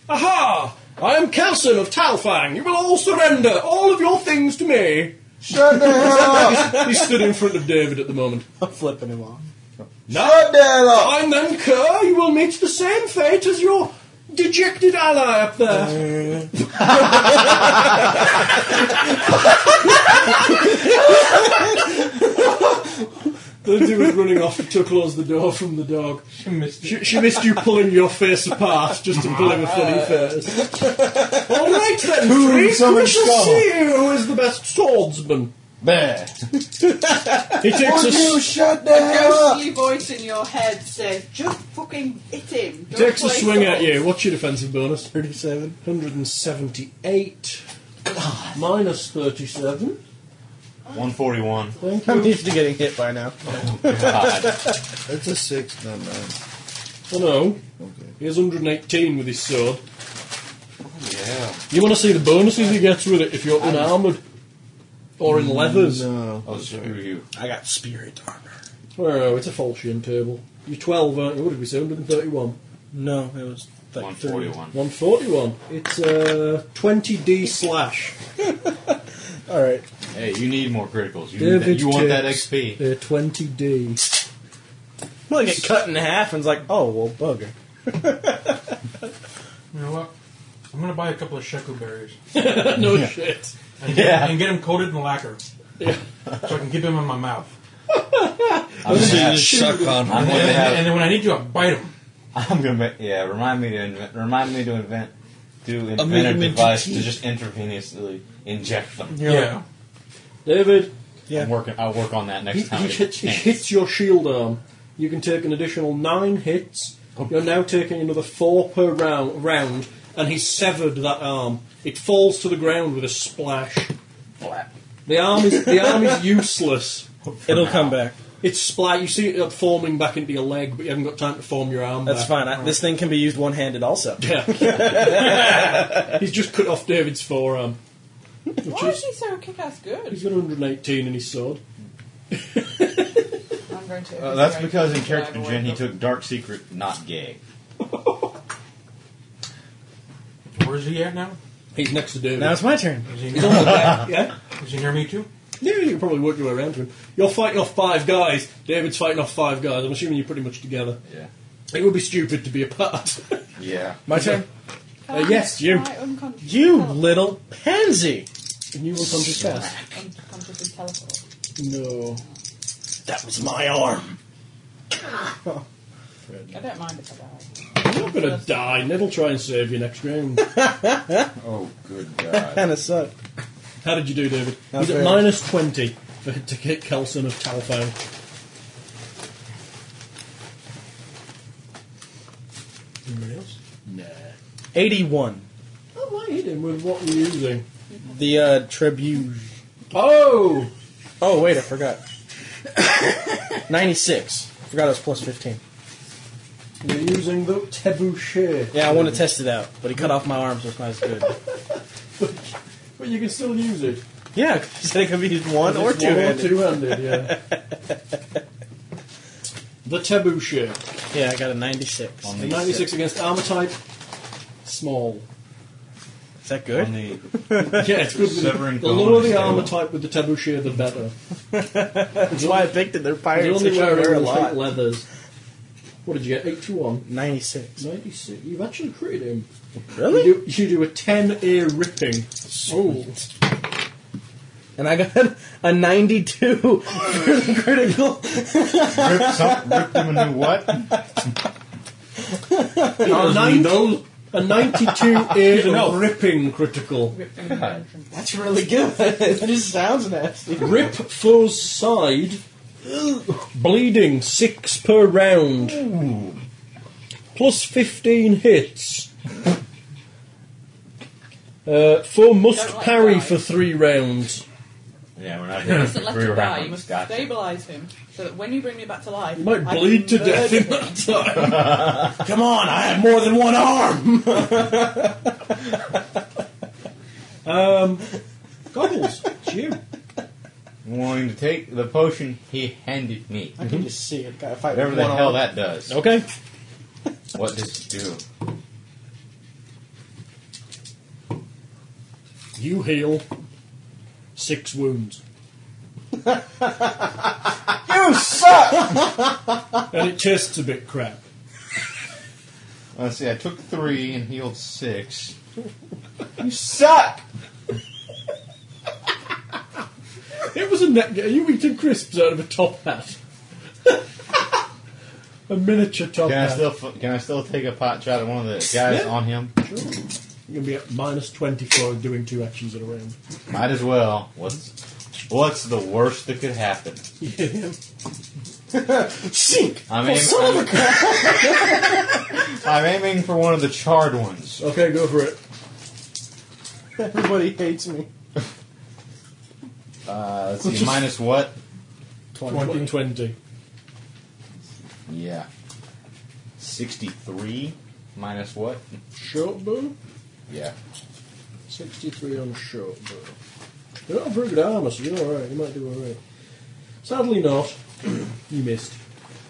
[SPEAKER 3] Aha! I am Kelson of Talfang. You will all surrender all of your things to me.
[SPEAKER 4] Shut the hell up!
[SPEAKER 3] He stood in front of David at the moment.
[SPEAKER 5] I'm flipping him off.
[SPEAKER 4] Shut the hell up!
[SPEAKER 3] I'm then Kerr. You will meet the same fate as your dejected ally up there. Lindsay was running off to close the door from the dog. She missed, she, missed you pulling your face apart just to pull him a funny face. All right then, three. We
[SPEAKER 4] so
[SPEAKER 3] shall
[SPEAKER 4] much trouble.
[SPEAKER 3] see who is the best swordsman.
[SPEAKER 8] Bah.
[SPEAKER 3] He takes a
[SPEAKER 4] Would you shut the
[SPEAKER 2] A
[SPEAKER 4] hell up?
[SPEAKER 2] ghostly voice in your head says, just fucking hit him. Don't
[SPEAKER 3] Takes a
[SPEAKER 2] play
[SPEAKER 3] swing
[SPEAKER 2] golf."
[SPEAKER 3] at you. What's your defensive bonus? 37. 178. Minus 37.
[SPEAKER 4] 141.
[SPEAKER 3] Thank
[SPEAKER 5] I'm
[SPEAKER 3] you.
[SPEAKER 5] used to getting hit by now.
[SPEAKER 7] That's a six, not nine.
[SPEAKER 3] Oh no.
[SPEAKER 7] Okay.
[SPEAKER 3] He has 118 with his sword.
[SPEAKER 7] hell.
[SPEAKER 3] You want to see the bonuses he gets with it if you're unarmored or in leathers.
[SPEAKER 7] No. Oh, sorry.
[SPEAKER 8] you.
[SPEAKER 5] I got spirit armor.
[SPEAKER 3] Oh, it's a falchion table. You're 12, aren't you? What did we say? 131.
[SPEAKER 5] No, it was like
[SPEAKER 8] 141.
[SPEAKER 3] 141. It's uh, 20d slash.
[SPEAKER 5] All right.
[SPEAKER 8] Hey, you need more criticals. You, need that, you want that
[SPEAKER 3] takes
[SPEAKER 8] XP.
[SPEAKER 3] The 20d.
[SPEAKER 5] Well, I get cut in half and it's like, oh well, bugger.
[SPEAKER 6] You know what? I'm gonna buy a couple of sheku berries
[SPEAKER 3] no shit.
[SPEAKER 6] and,
[SPEAKER 8] Yeah.
[SPEAKER 6] and get them coated in lacquer. Yeah. So I can keep them in my mouth.
[SPEAKER 8] I'm
[SPEAKER 7] So you
[SPEAKER 8] gonna,
[SPEAKER 7] just suck on
[SPEAKER 8] I'm
[SPEAKER 7] one.
[SPEAKER 8] gonna
[SPEAKER 6] And, and
[SPEAKER 8] have.
[SPEAKER 6] then when I need you, I bite them.
[SPEAKER 8] I'm gonna. Make, yeah, remind me to invent. Remind me to invent. To invent
[SPEAKER 5] making
[SPEAKER 8] a
[SPEAKER 5] mint
[SPEAKER 8] device to
[SPEAKER 5] tea.
[SPEAKER 8] just intravenously inject them.
[SPEAKER 6] Yeah.
[SPEAKER 3] David,
[SPEAKER 8] I'm working. I'll work on that
[SPEAKER 3] he,
[SPEAKER 8] next time.
[SPEAKER 3] he,
[SPEAKER 8] it
[SPEAKER 3] hits, he
[SPEAKER 8] changes.
[SPEAKER 3] hits your shield arm. You can take an additional 9 hits.
[SPEAKER 5] Oh.
[SPEAKER 3] You're now taking another 4 per round, round, and he's severed that arm. It falls to the ground with a splash. The arm is, the arm is useless.
[SPEAKER 5] It'll come back.
[SPEAKER 3] It's splat. You see it uh, forming back into your leg, but you haven't got time to form your arm.
[SPEAKER 5] That's
[SPEAKER 3] back.
[SPEAKER 5] fine. I, this thing can be used one-handed also.
[SPEAKER 3] Yeah. he's just cut off David's forearm. Which
[SPEAKER 2] Why is
[SPEAKER 3] is,
[SPEAKER 2] he so kick-ass good?
[SPEAKER 3] he's got 118 in his sword.
[SPEAKER 2] I'm going to.
[SPEAKER 8] Uh,
[SPEAKER 3] Oh,
[SPEAKER 8] that's
[SPEAKER 2] eviscerate
[SPEAKER 8] because in
[SPEAKER 2] him
[SPEAKER 8] character
[SPEAKER 2] right
[SPEAKER 8] gen he
[SPEAKER 2] away.
[SPEAKER 8] took dark secret, not gay.
[SPEAKER 6] Where's he at now?
[SPEAKER 3] He's next to David.
[SPEAKER 5] Now it's my turn.
[SPEAKER 6] Is he,
[SPEAKER 3] he's on the back. Yeah.
[SPEAKER 6] is he near me too?
[SPEAKER 3] Yeah, you can probably work your way around to him. You're fighting off five guys. David's fighting off five guys. I'm assuming you're pretty much together.
[SPEAKER 8] Yeah.
[SPEAKER 3] It would be stupid to be apart.
[SPEAKER 8] Yeah.
[SPEAKER 5] My turn.
[SPEAKER 2] Can
[SPEAKER 3] Uh,
[SPEAKER 2] I-
[SPEAKER 3] yes, you.
[SPEAKER 2] can I unconsciously
[SPEAKER 5] You
[SPEAKER 2] teleport?
[SPEAKER 5] little pansy.
[SPEAKER 3] and you will come just fast.
[SPEAKER 2] Unconsciously teleport.
[SPEAKER 3] No.
[SPEAKER 5] That was my arm.
[SPEAKER 2] I don't mind if I die.
[SPEAKER 3] You're not going to die. Ned will try and save you next round.
[SPEAKER 8] Oh, good god.
[SPEAKER 5] Kind of sucked.
[SPEAKER 3] How did you do, David?
[SPEAKER 5] Not
[SPEAKER 3] He's at
[SPEAKER 5] fair.
[SPEAKER 3] minus 20 for, to hit Kelson of Talfow. Anybody else?
[SPEAKER 5] 81.
[SPEAKER 3] Oh, why hit him with what we're using?
[SPEAKER 5] The uh, Trebuge.
[SPEAKER 3] Oh!
[SPEAKER 5] Oh, wait, I forgot. 96. Forgot I was plus 15.
[SPEAKER 3] We're using the Trebuchet.
[SPEAKER 5] Yeah, I want to test it out, but he cut off my arm, so it's not as good.
[SPEAKER 3] But you can still use it.
[SPEAKER 5] yeah, he said it could be used one or
[SPEAKER 3] It's one
[SPEAKER 5] two.
[SPEAKER 3] Or two-handed, yeah. the Trebuchet.
[SPEAKER 5] Yeah, I got a 96.
[SPEAKER 8] On
[SPEAKER 3] The
[SPEAKER 8] the,
[SPEAKER 3] 96 against armor type. Small.
[SPEAKER 5] Is that
[SPEAKER 8] on
[SPEAKER 5] good?
[SPEAKER 8] the
[SPEAKER 3] Yeah, it's good.
[SPEAKER 8] Severing
[SPEAKER 3] The lower the
[SPEAKER 8] bones,
[SPEAKER 3] armor
[SPEAKER 8] yeah.
[SPEAKER 3] type with the Trebuchet, the better.
[SPEAKER 5] That's why I picked it. They're
[SPEAKER 3] They
[SPEAKER 5] pirates.
[SPEAKER 3] only
[SPEAKER 5] They should
[SPEAKER 3] wear
[SPEAKER 5] wear a
[SPEAKER 3] real thick
[SPEAKER 5] lot.
[SPEAKER 3] leathers. What did you get? 81?
[SPEAKER 5] 96.
[SPEAKER 3] 96. You've actually critted him. You
[SPEAKER 5] Really?
[SPEAKER 3] do, you do a 10 ear ripping. Oh.
[SPEAKER 5] And I got a 92 for the critical.
[SPEAKER 8] rip, some, rip them a new what?
[SPEAKER 3] A, 90, a 92 ear ripping critical.
[SPEAKER 5] That's really good. It just sounds nasty.
[SPEAKER 3] Rip foe's side. Bleeding 6 per round. Plus 15 hits. Uh, foe must
[SPEAKER 2] Don't like
[SPEAKER 3] parry
[SPEAKER 2] that.
[SPEAKER 3] for 3 rounds.
[SPEAKER 8] Yeah, we're not here
[SPEAKER 2] So
[SPEAKER 8] for
[SPEAKER 2] let
[SPEAKER 8] three
[SPEAKER 2] him die. You
[SPEAKER 8] rounds.
[SPEAKER 2] must
[SPEAKER 8] Gotcha.
[SPEAKER 2] stabilize him so that when you bring me back to life,
[SPEAKER 3] You might
[SPEAKER 2] I
[SPEAKER 3] bleed to
[SPEAKER 2] can
[SPEAKER 3] death
[SPEAKER 2] murder
[SPEAKER 3] in
[SPEAKER 2] him.
[SPEAKER 3] that time.
[SPEAKER 5] Come on, I have more than one arm.
[SPEAKER 3] Goggles, it's you.
[SPEAKER 8] I'm willing to take the potion he handed me.
[SPEAKER 5] I can just see it. Gotta fight
[SPEAKER 8] Whatever
[SPEAKER 5] with
[SPEAKER 8] the
[SPEAKER 5] one
[SPEAKER 8] hell
[SPEAKER 5] arm.
[SPEAKER 8] that does.
[SPEAKER 3] Okay.
[SPEAKER 8] What does it do?
[SPEAKER 3] You heal six wounds.
[SPEAKER 4] You suck!
[SPEAKER 3] And it tastes a bit crap.
[SPEAKER 8] Let's see, I took three and healed six.
[SPEAKER 4] You suck!
[SPEAKER 3] It was a net. Are you eating crisps out of a top hat? a miniature top
[SPEAKER 8] Can I
[SPEAKER 3] hat.
[SPEAKER 8] still f- can I still take a pot shot at one of the guys
[SPEAKER 3] Yeah.
[SPEAKER 8] on him?
[SPEAKER 3] You're going to be at minus 24 and doing two actions in a round.
[SPEAKER 8] Might as well. What's what's the worst that could happen?
[SPEAKER 5] Sink.
[SPEAKER 8] I'm, aim- I'm, I'm aiming for one of the charred ones.
[SPEAKER 3] okay, go for it.
[SPEAKER 5] Everybody hates me.
[SPEAKER 8] Uh, let's see, minus what?
[SPEAKER 3] 20. 20.
[SPEAKER 8] Yeah. 63 minus what?
[SPEAKER 3] Short bow?
[SPEAKER 8] Yeah.
[SPEAKER 3] 63 on a short bow. You're not very good armor, so you're alright. You might do alright. Sadly, not. you missed.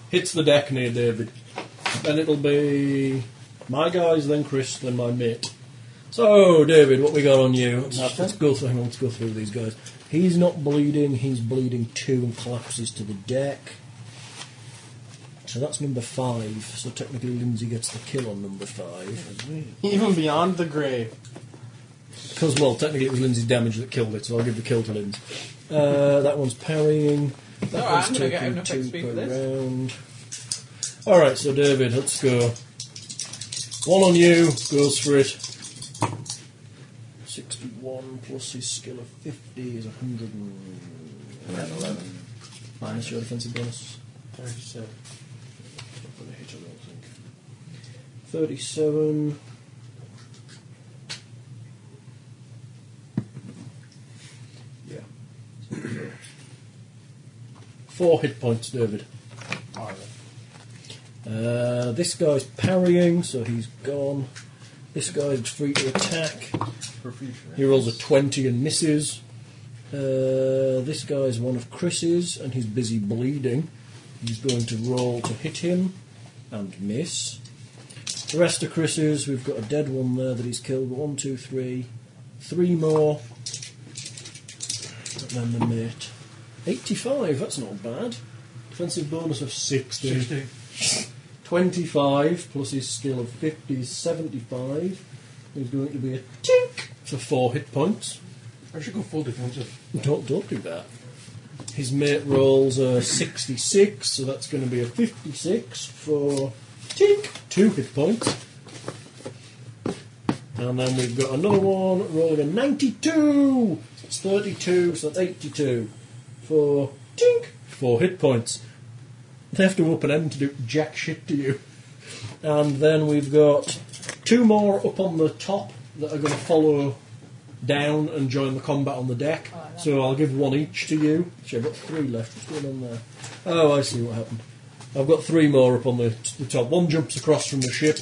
[SPEAKER 3] Hits the deck near David. Then it'll be my guys, then Chris, then my mate. So, David, what we got on you? Let's, let's go through, hang on, let's go through these guys. He's not bleeding, he's bleeding two and collapses to the deck. So that's number five. So technically, Lindsay gets the kill on number five.
[SPEAKER 5] Even beyond the grave.
[SPEAKER 3] Because, well, technically it was Lindsay's damage that killed it, so I'll give the kill to Lindsay. Uh, that one's parrying. That
[SPEAKER 2] Alright, I'm
[SPEAKER 3] one's
[SPEAKER 2] gonna get
[SPEAKER 3] taking
[SPEAKER 2] enough
[SPEAKER 3] two
[SPEAKER 2] XP
[SPEAKER 3] per
[SPEAKER 2] for this.
[SPEAKER 3] round. Alright, so David, let's go. One on you, goes for it. 61 plus his skill of 50 is 111. Minus your defensive bonus. 37. Not gonna hit, I don't think. 37. Yeah. Four hit points, David. Uh, this guy's parrying, so he's gone. This guy's free to attack. He rolls a 20 and misses. Uh, this guy's one of Chris's, and he's busy bleeding. He's going to roll to hit him and miss. The rest of Chris's, we've got a dead one there that he's killed. One, two, three. Three more. And then the mate. 85, that's not bad. Defensive bonus of 60. 25 plus his skill of 50 is 75. There's going to be a tink for four hit points.
[SPEAKER 6] I should go full defensive.
[SPEAKER 3] Don't, don't do that. His mate rolls a 66, so that's going to be a 56 for tink, two hit points. And then we've got another one rolling a 92. It's 32, so that's 82 for tink, four hit points. They have to open end to do jack shit to you. And then we've got two more up on the top that are going to follow down and join the combat on the deck. so I'll give one each to you. Actually, I've got three left. What's going on there? Oh, I see what happened. I've got three more up on the, the top. One jumps across from the ship.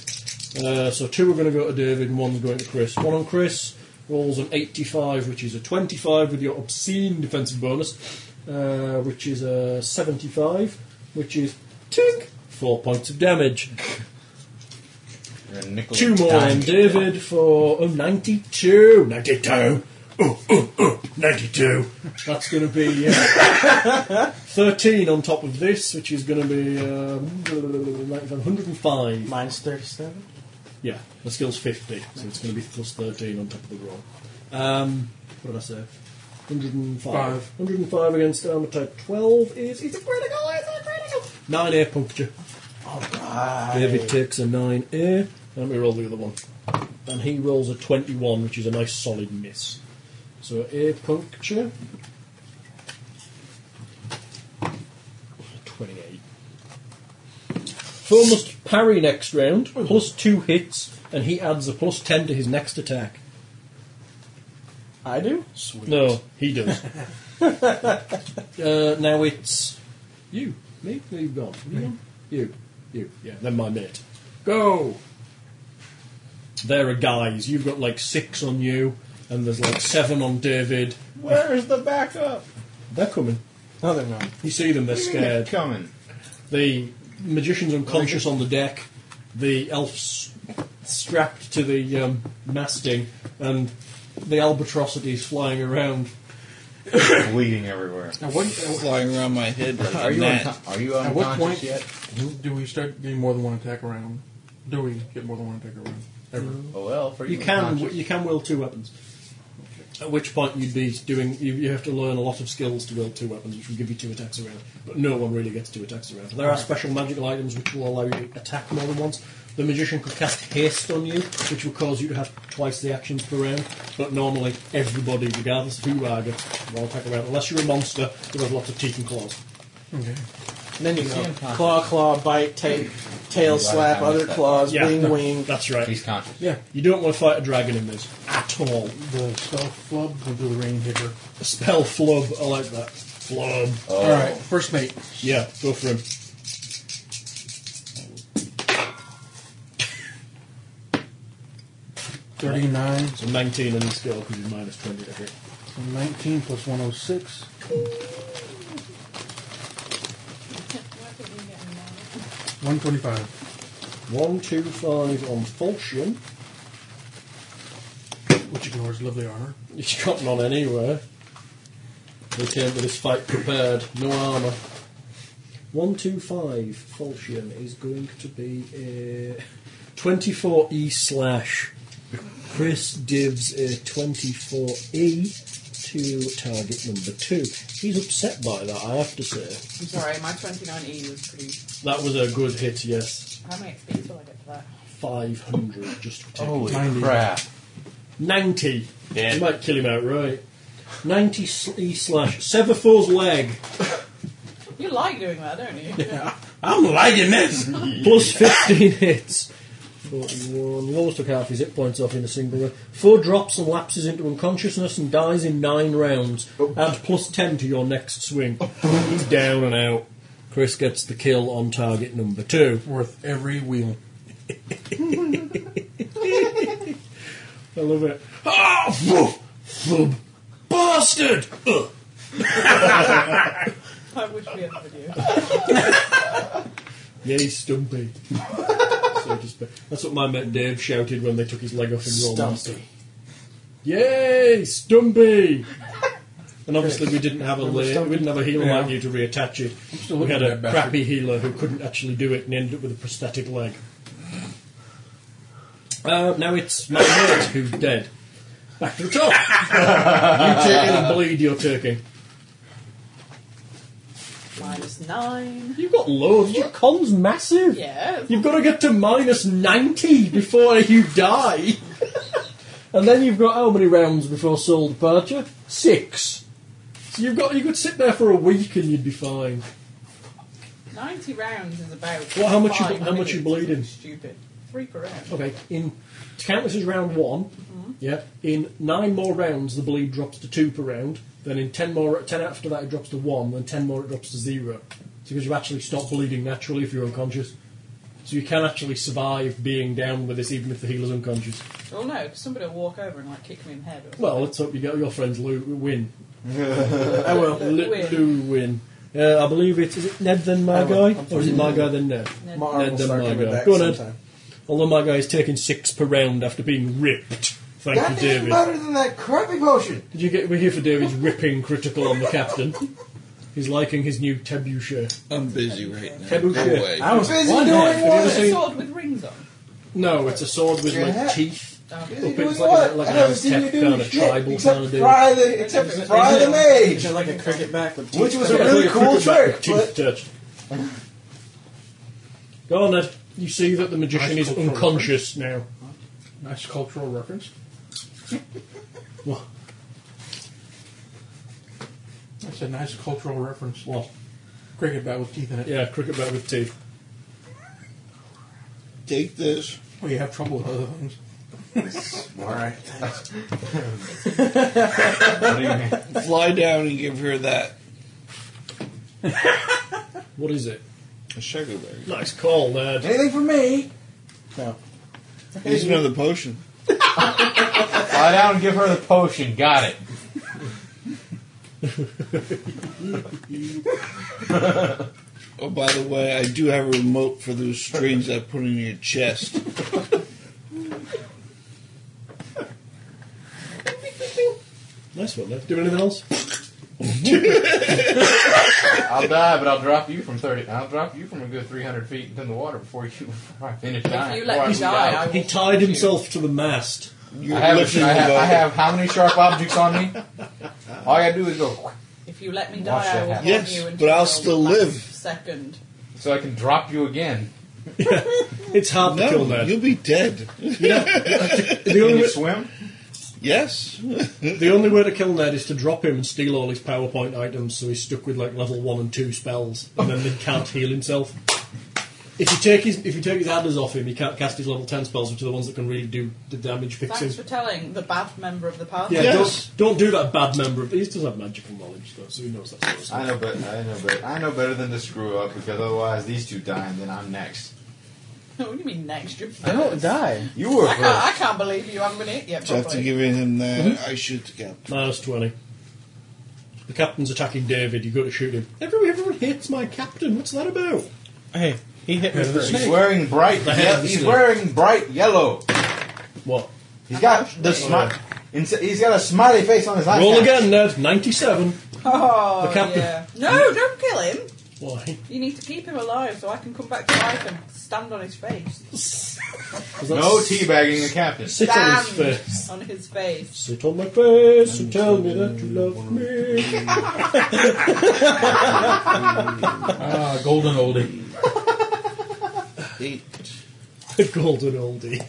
[SPEAKER 3] Uh, so two are going to go to David and one's going to Chris. One on Chris rolls an 85, which is a 25 with your obscene defensive bonus, uh, which is a 75, which is tink, four points of damage.
[SPEAKER 8] You're a nickel
[SPEAKER 3] Two more on David for oh, 92. 92. Ooh, ooh, ooh, 92. oh, That's going to be uh, 13 on top of this, which is going to be um, 105.
[SPEAKER 5] Mine's 37.
[SPEAKER 3] Yeah, the skill's 50, so it's going to be plus 13 on top of the roll. Um, what did I say? 105. 105 against armor type 12 is. It's a critical! It's a critical! 9A puncture. Alright. David takes a 9A. Let me roll the other one. And he rolls a 21, which is a nice solid miss. So A puncture. 28. Thor must parry next round, plus two hits, and he adds a plus ten to his next attack.
[SPEAKER 5] I do?
[SPEAKER 3] No, he does. uh, now it's you, me, no, you've gone. Have you gone? You, you, yeah, then my mate. Go! There are guys. You've got like six on you, and there's like seven on David.
[SPEAKER 5] Where's the backup?
[SPEAKER 3] They're coming.
[SPEAKER 5] No, they're not.
[SPEAKER 3] You see them, they're scared.
[SPEAKER 8] coming.
[SPEAKER 3] The magician's unconscious on the deck. The elf's strapped to the um, masting, and the albatrosity is flying around.
[SPEAKER 8] Bleeding everywhere.
[SPEAKER 6] Now, what,
[SPEAKER 7] Flying around my head like
[SPEAKER 8] Are
[SPEAKER 7] a
[SPEAKER 8] you,
[SPEAKER 7] gnat.
[SPEAKER 8] unco- are you
[SPEAKER 6] at what
[SPEAKER 8] unconscious
[SPEAKER 6] point
[SPEAKER 8] yet?
[SPEAKER 6] do we start getting more than one attack around? Do we get more than one attack around? Ever?
[SPEAKER 8] Oh, well, are you,
[SPEAKER 3] You can
[SPEAKER 8] unconscious?
[SPEAKER 3] you can wield two weapons. At which point you'd be doing you, you have to learn a lot of skills to wield two weapons, which will give you two attacks around. But no one really gets two attacks around. There are special magical items which will allow you to attack more than once. The magician could cast haste on you, which will cause you to have twice the actions per round. But normally everybody, regardless of who you are, gets one attack around, unless you're a monster who has lots of teeth and claws.
[SPEAKER 6] Okay.
[SPEAKER 5] And then you go
[SPEAKER 8] unconscious?
[SPEAKER 5] claw, claw, bite, take, tail slap,
[SPEAKER 8] haven't
[SPEAKER 5] other
[SPEAKER 8] done
[SPEAKER 5] claws,
[SPEAKER 3] Yeah.
[SPEAKER 5] wing, wing.
[SPEAKER 3] That's right.
[SPEAKER 8] He's conscious.
[SPEAKER 6] Yeah,
[SPEAKER 3] You don't want to fight a dragon in this at all.
[SPEAKER 6] the spell flub will do the rain hitter.
[SPEAKER 3] Spell flub, I like that. Flub.
[SPEAKER 8] Oh.
[SPEAKER 7] Oh.
[SPEAKER 6] All right, first mate.
[SPEAKER 3] Yeah, go for him.
[SPEAKER 6] 39,
[SPEAKER 3] So 19 in skill because you're minus 20 to hit.
[SPEAKER 6] so 19 plus 106. One twenty-five.
[SPEAKER 3] One, two, five on Fulcian.
[SPEAKER 6] Which ignores lovely armor.
[SPEAKER 3] He's got none anywhere. They came to this fight prepared, no armour. One, two, five Fulcian is going to be a 24 E slash. Chris gives a 24 E to target number two. He's upset by that, I have to say.
[SPEAKER 2] I'm sorry, my 29E was pretty.
[SPEAKER 3] That was a good hit, yes.
[SPEAKER 2] How many XP till I get to that?
[SPEAKER 3] 500 just to take it.
[SPEAKER 8] Holy crap.
[SPEAKER 3] 90.
[SPEAKER 8] Dead.
[SPEAKER 3] You might kill him outright. 90 sl- E slash. Sever four's leg.
[SPEAKER 2] You like doing that, don't you?
[SPEAKER 6] I'm liking this.
[SPEAKER 3] Plus 15 hits. 41. You almost took half his hit points off in a single round. Four drops and lapses into unconsciousness and dies in nine rounds. Add plus 10 to your next swing. He's down and out. Chris gets the kill on target number two.
[SPEAKER 6] Worth every wheel.
[SPEAKER 3] I love it. Ah, thub, thub, bastard! Ugh.
[SPEAKER 2] I wish we had a video.
[SPEAKER 3] Yay, Stumpy. so to speak. That's what my mate Dave shouted when they took his leg off in Rollmaster. Yay, Stumpy! And obviously we didn't have a la- we didn't have a healer like you to reattach it.
[SPEAKER 6] still
[SPEAKER 3] We
[SPEAKER 6] looking
[SPEAKER 3] had
[SPEAKER 6] at
[SPEAKER 3] a
[SPEAKER 6] that bastard.
[SPEAKER 3] crappy healer who couldn't actually do it and ended up with a prosthetic leg. Uh, now it's my mate who's dead. Back to the top. you take it and bleed. You're taking.
[SPEAKER 2] Minus 9.
[SPEAKER 3] You've got loads. Your con's massive.
[SPEAKER 2] Yeah.
[SPEAKER 3] You've got to get to minus 90 before you die. and then you've got how many rounds before soul departure? Six. So you've got you could sit there for a week and you'd be fine.
[SPEAKER 2] 90 rounds is about.
[SPEAKER 3] Well, how much you-
[SPEAKER 2] five
[SPEAKER 3] how much you
[SPEAKER 2] minutes,
[SPEAKER 3] bleeding? Oh.
[SPEAKER 2] which is Stupid. Three per round.
[SPEAKER 3] Okay, in to count this as round one. Yeah. In nine more rounds, the bleed drops to two per round. Then in ten more, ten after that, it drops to one. Then ten more, it drops to zero. It's because you actually stop bleeding naturally if you're unconscious. So you can actually survive being down with this, even if the healer's unconscious.
[SPEAKER 2] Oh no, 'cause somebody will walk over and like kick me in the head. Or
[SPEAKER 3] Well, let's hope you get your friends Lou win. I will. Li-
[SPEAKER 2] Win.
[SPEAKER 3] Lou win. Uh, I believe it's is it Ned then my
[SPEAKER 6] I will.
[SPEAKER 3] guy, or is it my guy then Ned?
[SPEAKER 2] Ned.
[SPEAKER 3] Ned
[SPEAKER 6] My arm
[SPEAKER 3] then
[SPEAKER 6] will start
[SPEAKER 3] my
[SPEAKER 6] coming
[SPEAKER 3] guy.
[SPEAKER 6] back
[SPEAKER 3] Go on, Ned.
[SPEAKER 6] sometime.
[SPEAKER 3] Although my guy is taking six per round after being ripped. Thank
[SPEAKER 4] That
[SPEAKER 3] you,
[SPEAKER 4] is
[SPEAKER 3] David.
[SPEAKER 4] better than that crappy potion.
[SPEAKER 3] Did you get? We're here for David's ripping critical on the captain. He's liking his new Trebuchet.
[SPEAKER 7] I'm busy right now.
[SPEAKER 3] Taboo
[SPEAKER 7] Go
[SPEAKER 3] shit.
[SPEAKER 7] away.
[SPEAKER 4] I was busy doing
[SPEAKER 2] something.
[SPEAKER 4] what?
[SPEAKER 2] Is it a sword with rings on.
[SPEAKER 3] No, it's a sword with
[SPEAKER 4] Yeah.
[SPEAKER 3] like teeth.
[SPEAKER 2] Okay.
[SPEAKER 4] Busy
[SPEAKER 3] Up,
[SPEAKER 4] doing
[SPEAKER 3] it's like a-
[SPEAKER 4] what?
[SPEAKER 3] like
[SPEAKER 4] I
[SPEAKER 3] an
[SPEAKER 4] haven't seen you
[SPEAKER 3] Aztec
[SPEAKER 4] do
[SPEAKER 3] kind of
[SPEAKER 4] shit
[SPEAKER 3] tribal
[SPEAKER 4] except
[SPEAKER 3] kind of dude.
[SPEAKER 4] fry the except fry the
[SPEAKER 9] Is
[SPEAKER 4] mage,
[SPEAKER 9] it like a cricket back with
[SPEAKER 4] which
[SPEAKER 9] teeth?
[SPEAKER 4] was a really cool
[SPEAKER 3] Cricket back,
[SPEAKER 4] trick.
[SPEAKER 3] Teeth
[SPEAKER 4] but-
[SPEAKER 3] touched. Go on, Ned. You see that the magician
[SPEAKER 6] Nice
[SPEAKER 3] is
[SPEAKER 6] cultural
[SPEAKER 3] unconscious now.
[SPEAKER 6] Nice cultural reference.
[SPEAKER 3] What?
[SPEAKER 6] That's a nice cultural reference.
[SPEAKER 3] What?
[SPEAKER 6] Cricket bat with teeth in it.
[SPEAKER 3] Yeah, cricket bat with teeth.
[SPEAKER 7] Take this.
[SPEAKER 6] Well, Oh, you have trouble with other things.
[SPEAKER 7] Fly down and give her that.
[SPEAKER 3] What is it?
[SPEAKER 7] A sugar berry.
[SPEAKER 3] Nice call, Ned.
[SPEAKER 4] Anything for me?
[SPEAKER 7] Here's another potion.
[SPEAKER 8] Fly down and give her the potion. Got it.
[SPEAKER 7] Oh, by the way, I do have a remote for those strings I put in your chest.
[SPEAKER 3] Nice one, Ned. Do anything else?
[SPEAKER 8] I'll die, but I'll drop you from thirty. I'll drop you from a good three hundred feet into the water before you before I finish
[SPEAKER 2] If
[SPEAKER 8] dying.
[SPEAKER 2] you
[SPEAKER 8] before
[SPEAKER 2] let me
[SPEAKER 8] bleed
[SPEAKER 2] die,
[SPEAKER 8] out.
[SPEAKER 2] I will.
[SPEAKER 3] He tied himself to the mast.
[SPEAKER 7] You're
[SPEAKER 8] I have,
[SPEAKER 7] looking
[SPEAKER 8] I, have,
[SPEAKER 7] about
[SPEAKER 8] I have how many sharp objects on me? All I gotta do is go,
[SPEAKER 2] If you let me
[SPEAKER 8] Watch
[SPEAKER 2] die, I
[SPEAKER 8] that
[SPEAKER 2] will
[SPEAKER 8] happen.
[SPEAKER 2] haunt
[SPEAKER 7] Yes,
[SPEAKER 2] you
[SPEAKER 7] but
[SPEAKER 2] until
[SPEAKER 7] I'll
[SPEAKER 2] the
[SPEAKER 7] still
[SPEAKER 2] last
[SPEAKER 7] live.
[SPEAKER 2] Second.
[SPEAKER 8] so I can drop you again.
[SPEAKER 3] It's hard to kill
[SPEAKER 7] No,
[SPEAKER 3] Ned.
[SPEAKER 7] you'll be dead.
[SPEAKER 3] The
[SPEAKER 8] Can
[SPEAKER 3] only,
[SPEAKER 8] you
[SPEAKER 3] way,
[SPEAKER 8] swim?
[SPEAKER 7] Yes.
[SPEAKER 3] the only way to kill Ned is to drop him and steal all his PowerPoint items so he's stuck with like level one and two spells and then he can't heal himself. If you take his if you take his adders off him, he can't cast his level ten spells, which are the ones that can really do the damage fixing.
[SPEAKER 2] Thanks for telling the bad member of the party.
[SPEAKER 3] Yeah,
[SPEAKER 7] Yes.
[SPEAKER 3] don't, don't do that bad member of he does have magical knowledge though, so he knows that sort of stuff.
[SPEAKER 4] I know, but I know, but I know better than to screw up because otherwise these two die and then I'm next.
[SPEAKER 2] what do you mean next? You're
[SPEAKER 5] I don't die.
[SPEAKER 6] You were
[SPEAKER 2] I can't, I
[SPEAKER 6] first.
[SPEAKER 2] can't believe you haven't been hit yet.
[SPEAKER 7] So after
[SPEAKER 2] properly.
[SPEAKER 7] giving him that,
[SPEAKER 8] Mm-hmm.
[SPEAKER 7] I shoot the captain.
[SPEAKER 3] Minus 20. The captain's attacking David, you've got to shoot him. Everyone, everyone hates my captain, what's that about?
[SPEAKER 5] Hey, he hit me first.
[SPEAKER 6] Snake.
[SPEAKER 8] He's wearing bright.
[SPEAKER 3] The head
[SPEAKER 8] Ye-
[SPEAKER 3] of the
[SPEAKER 8] he's
[SPEAKER 3] snake.
[SPEAKER 8] wearing bright yellow.
[SPEAKER 3] What?
[SPEAKER 8] He's got the smile. He's got a smiley face on his eye.
[SPEAKER 3] Roll again, Ned. 97.
[SPEAKER 2] Oh,
[SPEAKER 3] The captain-
[SPEAKER 2] yeah. No, don't kill him.
[SPEAKER 3] Why?
[SPEAKER 2] You need to keep him alive so I can come back to life and stand on his face.
[SPEAKER 8] No teabagging the captain.
[SPEAKER 3] Sit on his
[SPEAKER 2] Stand
[SPEAKER 3] face.
[SPEAKER 2] on his face.
[SPEAKER 3] Sit on my face and tell me that you love me.
[SPEAKER 6] Ah, golden oldie.
[SPEAKER 7] Eight.
[SPEAKER 3] The golden oldie.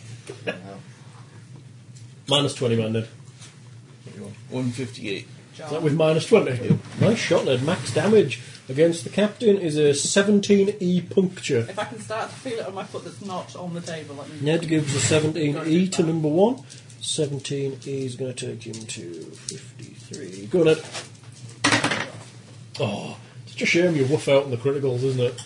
[SPEAKER 3] Minus 20, man, Ned.
[SPEAKER 7] 158.
[SPEAKER 3] Is that with minus 20? Nice shot, Ned. Max damage against the captain is a 17E puncture.
[SPEAKER 2] If I can start to feel it on my foot that's not on the table, let me.
[SPEAKER 3] Ned gives a 17E to number one. 17E is going to take him to 53. Go, Ned. Oh, such a shame you woof out on the criticals, isn't it?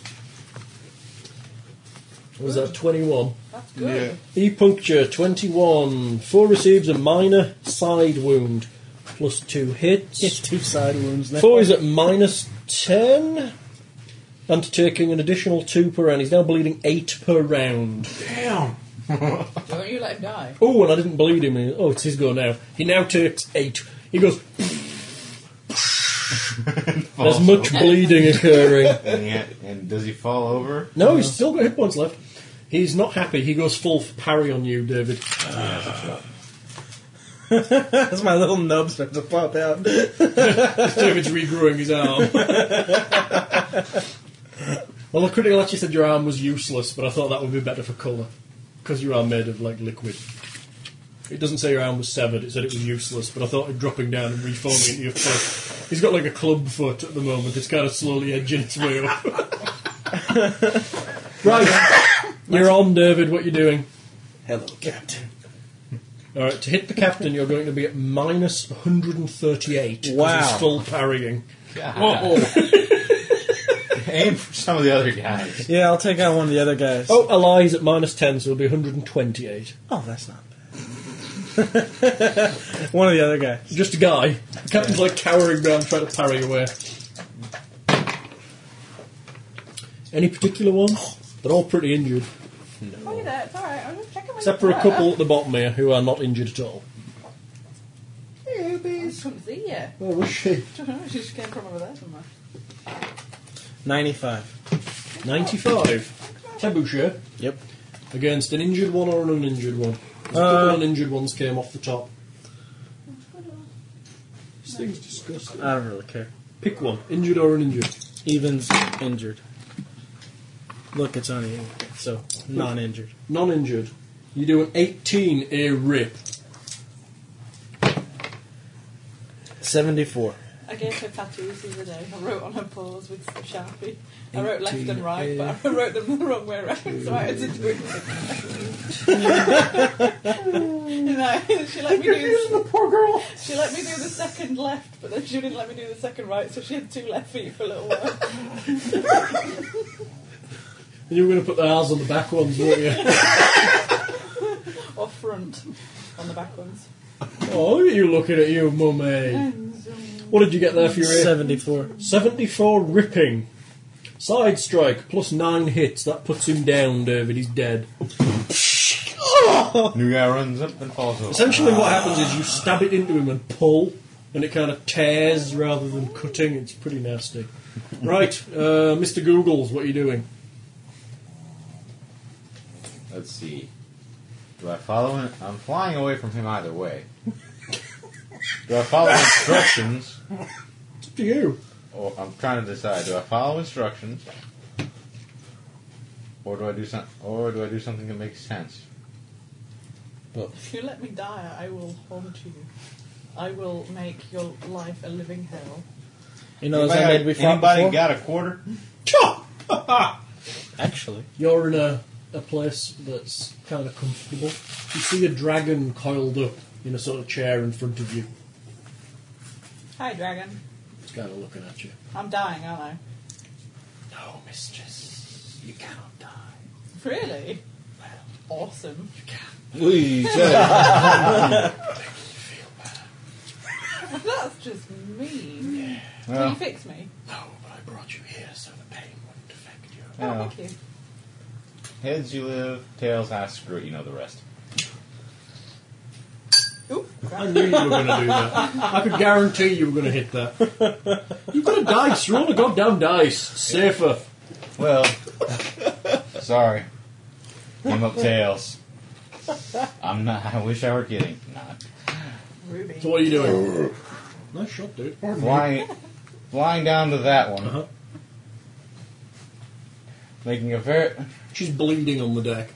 [SPEAKER 3] Was that 21?
[SPEAKER 2] That's good.
[SPEAKER 3] E puncture 21. Four receives a minor side wound plus two hits.
[SPEAKER 10] It's two side wounds now.
[SPEAKER 3] Four is at minus 10. And taking an additional two per round. He's now bleeding eight per round.
[SPEAKER 6] Damn.
[SPEAKER 2] Why don't you let him die?
[SPEAKER 3] Oh, and I didn't bleed him. Oh, it's his go now. He now takes eight. He goes. There's much bleeding occurring.
[SPEAKER 8] And, he, and does he fall over?
[SPEAKER 3] No, he's still got hit points left. He's not happy. He goes full parry on you, David.
[SPEAKER 5] That's my little nub starts to pop out.
[SPEAKER 3] David's regrowing his arm. well, the critical actually said your arm was useless, but I thought that would be better for colour. Because your arm made of, like, liquid. It doesn't say your arm was severed, it said it was useless, but I thought of dropping down and reforming it into your foot. He's got, like, a club foot at the moment. It's kind of slowly edging its way up. right. You're on, David. What you doing?
[SPEAKER 5] Hello, Captain.
[SPEAKER 3] All right, to hit the captain, you're going to be at minus 138. 'cause
[SPEAKER 5] Wow.
[SPEAKER 3] He's full parrying.
[SPEAKER 8] Aim for some of the other guys.
[SPEAKER 5] Yeah, I'll take out one of the other guys.
[SPEAKER 3] Oh, Eli's at minus 10, so it'll be 128.
[SPEAKER 5] Oh, that's not bad. one of the other guys.
[SPEAKER 3] Just a guy. The captain's like cowering down, trying to parry away. Any particular ones? They're all pretty injured,
[SPEAKER 2] Oh, you there. It's all right. I'm just checking. my-
[SPEAKER 3] except for a couple at the bottom here who are not injured at all.
[SPEAKER 2] I just couldn't see you.
[SPEAKER 5] Oh,
[SPEAKER 3] Where was she?
[SPEAKER 2] she just came from over there somewhere.
[SPEAKER 5] 95.
[SPEAKER 3] 95. Tabucha
[SPEAKER 5] Yep.
[SPEAKER 3] against an injured one or an uninjured one. There's a couple of
[SPEAKER 5] Uh,
[SPEAKER 3] uninjured ones came off the top. This thing's disgusting.
[SPEAKER 5] I don't really care.
[SPEAKER 3] Pick one, injured or uninjured.
[SPEAKER 5] Evans injured. Look, it's on you. So, non injured.
[SPEAKER 3] Non injured. You do an 18 a rip.
[SPEAKER 5] 74.
[SPEAKER 2] I gave her tattoos the other day. I wrote on her paws with a sharpie. I wrote left and right, but I wrote them the wrong way around, so I had to do it. and I, she let me do the poor girl. She let me do the second left, but then she didn't let me do the second right, so she had two left feet for a little while.
[SPEAKER 3] And you were going to put the R's on the back ones, weren't you?
[SPEAKER 2] or front on the back ones.
[SPEAKER 3] Oh, look at you looking at you, mummy. What did you get there for your ear?
[SPEAKER 5] 74.
[SPEAKER 3] 74 ripping. Side strike, plus 9 hits. That puts him down, David. He's dead.
[SPEAKER 8] New guy runs up and falls over.
[SPEAKER 3] Essentially, what happens is you stab it into him and pull, and it kind of tears rather than cutting. It's pretty nasty. Right, uh, Mr. Googles, what are you doing?
[SPEAKER 8] Let's see. Do I follow him? I'm flying away from him either way. Do I follow instructions?
[SPEAKER 3] It's up to you.
[SPEAKER 8] Or I'm trying to decide. Do I follow instructions? Or do I do some, Or do I do something that makes sense?
[SPEAKER 2] If you let me die, I will haunt you. I will make your life a living hell.
[SPEAKER 5] You know, as I made we fought
[SPEAKER 8] anybody
[SPEAKER 5] before?
[SPEAKER 8] got a quarter?
[SPEAKER 5] Actually.
[SPEAKER 3] You're in a, a place that's kind of comfortable. You see a dragon coiled up in a sort of chair in front of you.
[SPEAKER 2] Hi, dragon.
[SPEAKER 3] It's kind of looking at you.
[SPEAKER 2] I'm dying, aren't I?
[SPEAKER 3] No, mistress, you cannot die.
[SPEAKER 2] Really? Awesome.
[SPEAKER 7] Please, uh,
[SPEAKER 2] That's just mean. Can you fix me?
[SPEAKER 6] No, but I brought you here so the pain wouldn't affect you.
[SPEAKER 2] Oh,
[SPEAKER 8] No.
[SPEAKER 2] thank you.
[SPEAKER 8] Heads you live, tails I screw it, you know the rest.
[SPEAKER 2] Oop,
[SPEAKER 3] I
[SPEAKER 2] crap.
[SPEAKER 3] knew you were going to do that. I could guarantee you were going to hit that. You've got a dice. Roll the goddamn dice. Safer.
[SPEAKER 8] Well, sorry. I'm up tails. I'm not. I wish I were kidding. Not
[SPEAKER 2] Ruby.
[SPEAKER 3] So what are you doing? Uh-huh. Nice shot, dude.
[SPEAKER 8] flying, flying down to that one,
[SPEAKER 3] Uh-huh.
[SPEAKER 8] making a very
[SPEAKER 3] She's bleeding on the deck.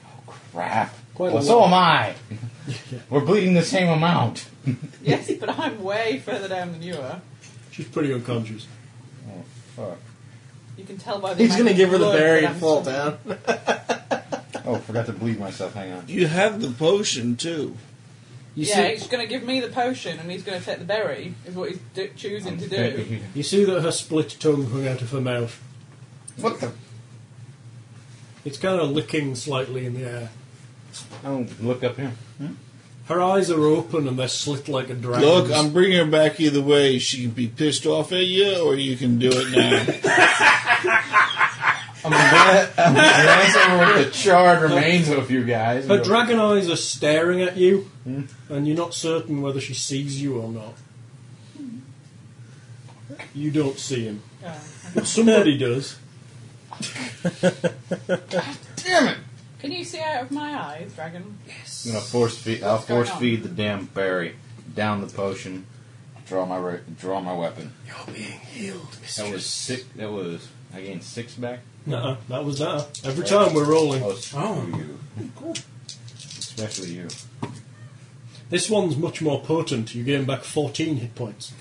[SPEAKER 8] crap.
[SPEAKER 3] Quite a
[SPEAKER 8] well,
[SPEAKER 3] lot.
[SPEAKER 8] so am I. We're bleeding the same amount.
[SPEAKER 2] Yes, but I'm way further down than you are.
[SPEAKER 3] She's pretty unconscious.
[SPEAKER 8] Fuck.
[SPEAKER 2] You can tell by the
[SPEAKER 5] He's
[SPEAKER 2] amount
[SPEAKER 5] gonna
[SPEAKER 2] of
[SPEAKER 5] give her the
[SPEAKER 2] blood
[SPEAKER 5] berry eh?
[SPEAKER 2] that
[SPEAKER 5] and
[SPEAKER 2] I'm
[SPEAKER 5] fall
[SPEAKER 2] swimming.
[SPEAKER 5] down.
[SPEAKER 8] Oh, forgot to bleed myself. Hang on.
[SPEAKER 7] you have the potion too.
[SPEAKER 3] You
[SPEAKER 2] yeah,
[SPEAKER 3] see,
[SPEAKER 2] he's going to give me the potion and he's going to take the berry, is what he's do- choosing to do.
[SPEAKER 3] you see that her split tongue hung out of her mouth.
[SPEAKER 8] What the?
[SPEAKER 3] It's kind of licking slightly in the air.
[SPEAKER 8] Oh, look up here.
[SPEAKER 3] Her eyes are open and they're slit like a dragon's.
[SPEAKER 7] Look, I'm bringing her back either way. She can be pissed off at you, or you can do it now.
[SPEAKER 8] I'm glad, I'm glad over the charred remains of you guys.
[SPEAKER 3] Her dragon eyes are staring at you, and you're not certain whether she sees you or not. You don't see him.
[SPEAKER 2] Oh.
[SPEAKER 3] But somebody does.
[SPEAKER 8] Damn it!
[SPEAKER 2] Can you see out of my eyes, dragon?
[SPEAKER 8] I'm gonna force feed. I'll
[SPEAKER 2] What's going
[SPEAKER 8] force
[SPEAKER 2] on?
[SPEAKER 8] feed the damn berry. Down the potion. Draw my re- draw my weapon.
[SPEAKER 6] You're being healed,
[SPEAKER 8] That was
[SPEAKER 6] mistress.
[SPEAKER 8] six. That was I gained six back.
[SPEAKER 3] Nuh-uh, that was that. Every time we're rolling.
[SPEAKER 8] Oh, screw
[SPEAKER 6] Oh.
[SPEAKER 8] you. Especially you.
[SPEAKER 3] This one's much more potent. You gain back 14 hit points.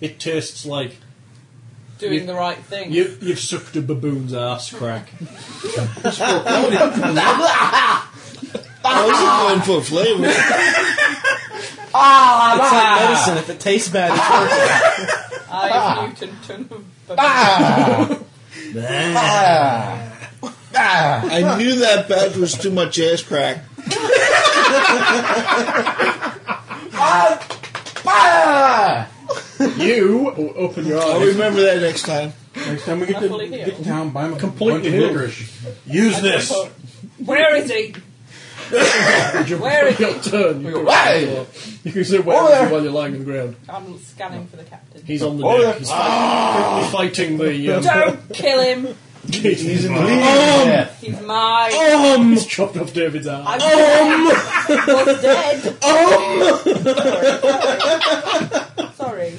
[SPEAKER 3] It tastes like
[SPEAKER 2] Doing the right thing.
[SPEAKER 3] you, you've sucked a baboon's ass crack.
[SPEAKER 7] I was going for flavor.
[SPEAKER 5] It's like medicine. If it tastes bad, it's worth it.
[SPEAKER 2] I have Newton ton of baboon.
[SPEAKER 7] I knew that bad was too much ass crack.
[SPEAKER 3] you o- open your
[SPEAKER 7] I'll
[SPEAKER 3] eyes.
[SPEAKER 7] remember that next time.
[SPEAKER 6] Next time we get
[SPEAKER 2] I'm
[SPEAKER 6] to
[SPEAKER 2] fully healed.
[SPEAKER 6] get down, buy him a
[SPEAKER 3] Completely
[SPEAKER 6] bunch of
[SPEAKER 3] healed.
[SPEAKER 6] licorice. Use this.
[SPEAKER 2] Where is he? Where is
[SPEAKER 3] Your
[SPEAKER 2] he?
[SPEAKER 3] turn. You can,
[SPEAKER 8] Hey!
[SPEAKER 3] you can say where is he while you're lying on the ground.
[SPEAKER 2] I'm scanning for the captain.
[SPEAKER 3] He's on the
[SPEAKER 8] Oh,
[SPEAKER 3] deck. He's currently fighting the. Um,
[SPEAKER 2] Don't kill him.
[SPEAKER 3] he's in the. Um.
[SPEAKER 8] Yeah.
[SPEAKER 2] He's mine.
[SPEAKER 3] He's chopped off David's arm.
[SPEAKER 2] I'm dead. was dead. Oh. Sorry.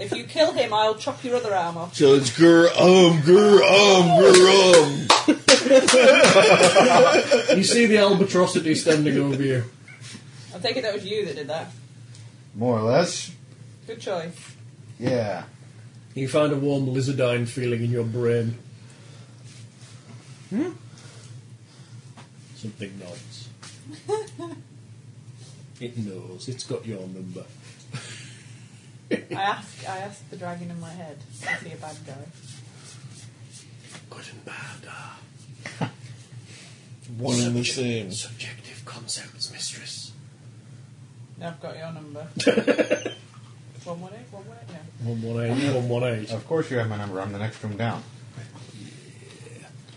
[SPEAKER 2] if you kill him, I'll chop your other arm off.
[SPEAKER 7] So it's grr um grr um grr um.
[SPEAKER 3] You see the albatrosity standing over you.
[SPEAKER 2] I take it that was you that did that.
[SPEAKER 8] More or less.
[SPEAKER 2] Good choice.
[SPEAKER 8] Yeah.
[SPEAKER 3] You find a warm lizardine feeling in your brain. Hmm? Something nods. it knows. It's got your number.
[SPEAKER 2] I ask, I ask the dragon in my head, is he a bad guy?
[SPEAKER 3] Good and bad are
[SPEAKER 7] One and the same.
[SPEAKER 3] subjective concepts, mistress.
[SPEAKER 2] No, I've got your number. one one eight, one one eight. No.
[SPEAKER 3] 118, 118.
[SPEAKER 8] Of course you have my number. I'm the next room down.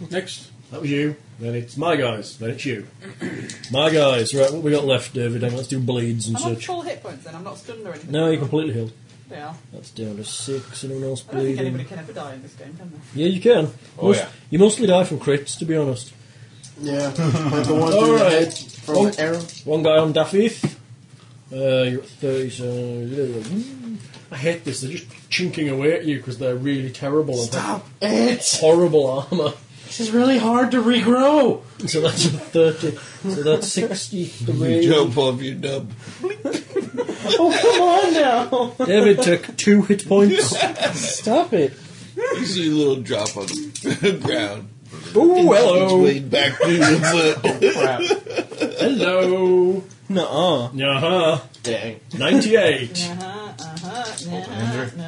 [SPEAKER 3] Next. That was you. Then it's my guys. Then it's you. my guys. Right, what we got left, David? Hang on, Let's do bleeds and
[SPEAKER 2] I'm on
[SPEAKER 3] such.
[SPEAKER 2] full hit points then. I'm not stunned or anything.
[SPEAKER 3] No, you're completely healed.
[SPEAKER 2] Yeah.
[SPEAKER 3] That's down to six. Anyone else
[SPEAKER 2] I don't think anybody
[SPEAKER 3] bleeding?
[SPEAKER 2] can ever die in this game, can they?
[SPEAKER 3] Yeah, you can.
[SPEAKER 8] Oh,
[SPEAKER 3] Most-
[SPEAKER 8] yeah.
[SPEAKER 3] You mostly die from crits, to be honest.
[SPEAKER 11] Yeah. Like the one
[SPEAKER 3] All
[SPEAKER 11] through the
[SPEAKER 3] right.
[SPEAKER 11] head from
[SPEAKER 3] Oh.
[SPEAKER 11] the arrow.
[SPEAKER 3] One guy on Daffif. Uh, you're at 30, so... mm, I hate this. They're just chinking away at you because they're really terrible and have
[SPEAKER 11] Stop it!
[SPEAKER 3] horrible armour.
[SPEAKER 11] This is really hard to regrow.
[SPEAKER 3] So that's a 30. So that's 63.
[SPEAKER 7] Jump off your dub.
[SPEAKER 11] Oh come on now!
[SPEAKER 3] David took two hit points.
[SPEAKER 11] Stop it!
[SPEAKER 7] You see a little drop on the ground.
[SPEAKER 3] Ooh,
[SPEAKER 7] It's way back to the foot.
[SPEAKER 3] Hello.
[SPEAKER 11] Nuh-uh.
[SPEAKER 3] Uh-huh.
[SPEAKER 11] Dang.
[SPEAKER 3] 98.
[SPEAKER 2] Uh-huh, uh-huh, uh-huh,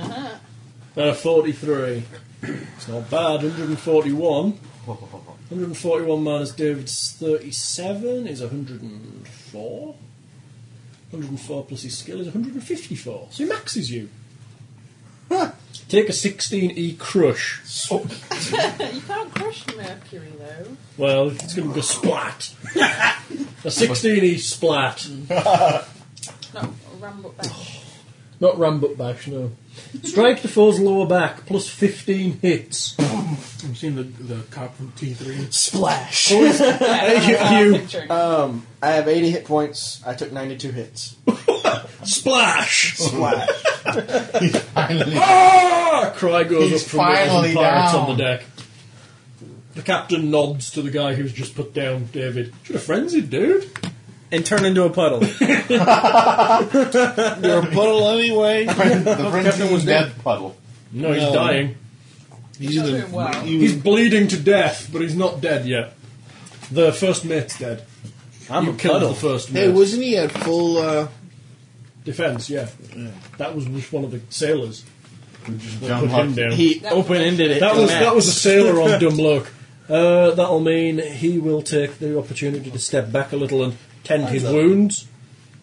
[SPEAKER 2] uh-huh.
[SPEAKER 3] Uh, 43. It's not bad. 141. 141 minus David's 37 is 104. 104 plus his skill is 154. So he maxes you. Take a 16e crush.
[SPEAKER 2] you can't crush Mercury though.
[SPEAKER 3] Well, it's going to go splat. a 16e splat.
[SPEAKER 2] No, ramble back.
[SPEAKER 3] Not rambut bash, no. Strike the foe's lower back, plus 15 hits.
[SPEAKER 6] I'm seeing the, the cop from T3.
[SPEAKER 5] Splash.
[SPEAKER 2] you,
[SPEAKER 9] Um, I have 80 hit points. I took 92 hits.
[SPEAKER 3] Splash!
[SPEAKER 9] Splash.
[SPEAKER 4] Finally.
[SPEAKER 3] Ah! Cry goes
[SPEAKER 4] He's
[SPEAKER 3] up from the
[SPEAKER 4] finally
[SPEAKER 3] eleven pirates
[SPEAKER 4] down.
[SPEAKER 3] on the deck. The captain nods to the guy who's just put down David. Should have frenzied, dude.
[SPEAKER 5] and turn into a puddle.
[SPEAKER 7] You're a puddle anyway.
[SPEAKER 4] the friend was dead puddle.
[SPEAKER 3] No, he's
[SPEAKER 7] No.
[SPEAKER 3] dying.
[SPEAKER 7] He's
[SPEAKER 2] Not
[SPEAKER 7] in the,
[SPEAKER 2] doing well.
[SPEAKER 7] you-
[SPEAKER 3] He's bleeding to death, but he's not dead yet. The first mate's dead.
[SPEAKER 5] I'm
[SPEAKER 3] you
[SPEAKER 5] a
[SPEAKER 3] killed
[SPEAKER 5] puddle.
[SPEAKER 3] the first mate.
[SPEAKER 7] hey, wasn't he at full? Uh,
[SPEAKER 3] Defense, yeah. That was just one of the sailors.
[SPEAKER 4] Just
[SPEAKER 3] that
[SPEAKER 4] John
[SPEAKER 3] put him
[SPEAKER 4] Hawkins.
[SPEAKER 3] down.
[SPEAKER 9] He open ended it.
[SPEAKER 3] That
[SPEAKER 9] to
[SPEAKER 3] was
[SPEAKER 9] Matt.
[SPEAKER 3] that was a sailor on dumb luck. Uh, that'll mean he will take the opportunity to step back a little and tend his wounds.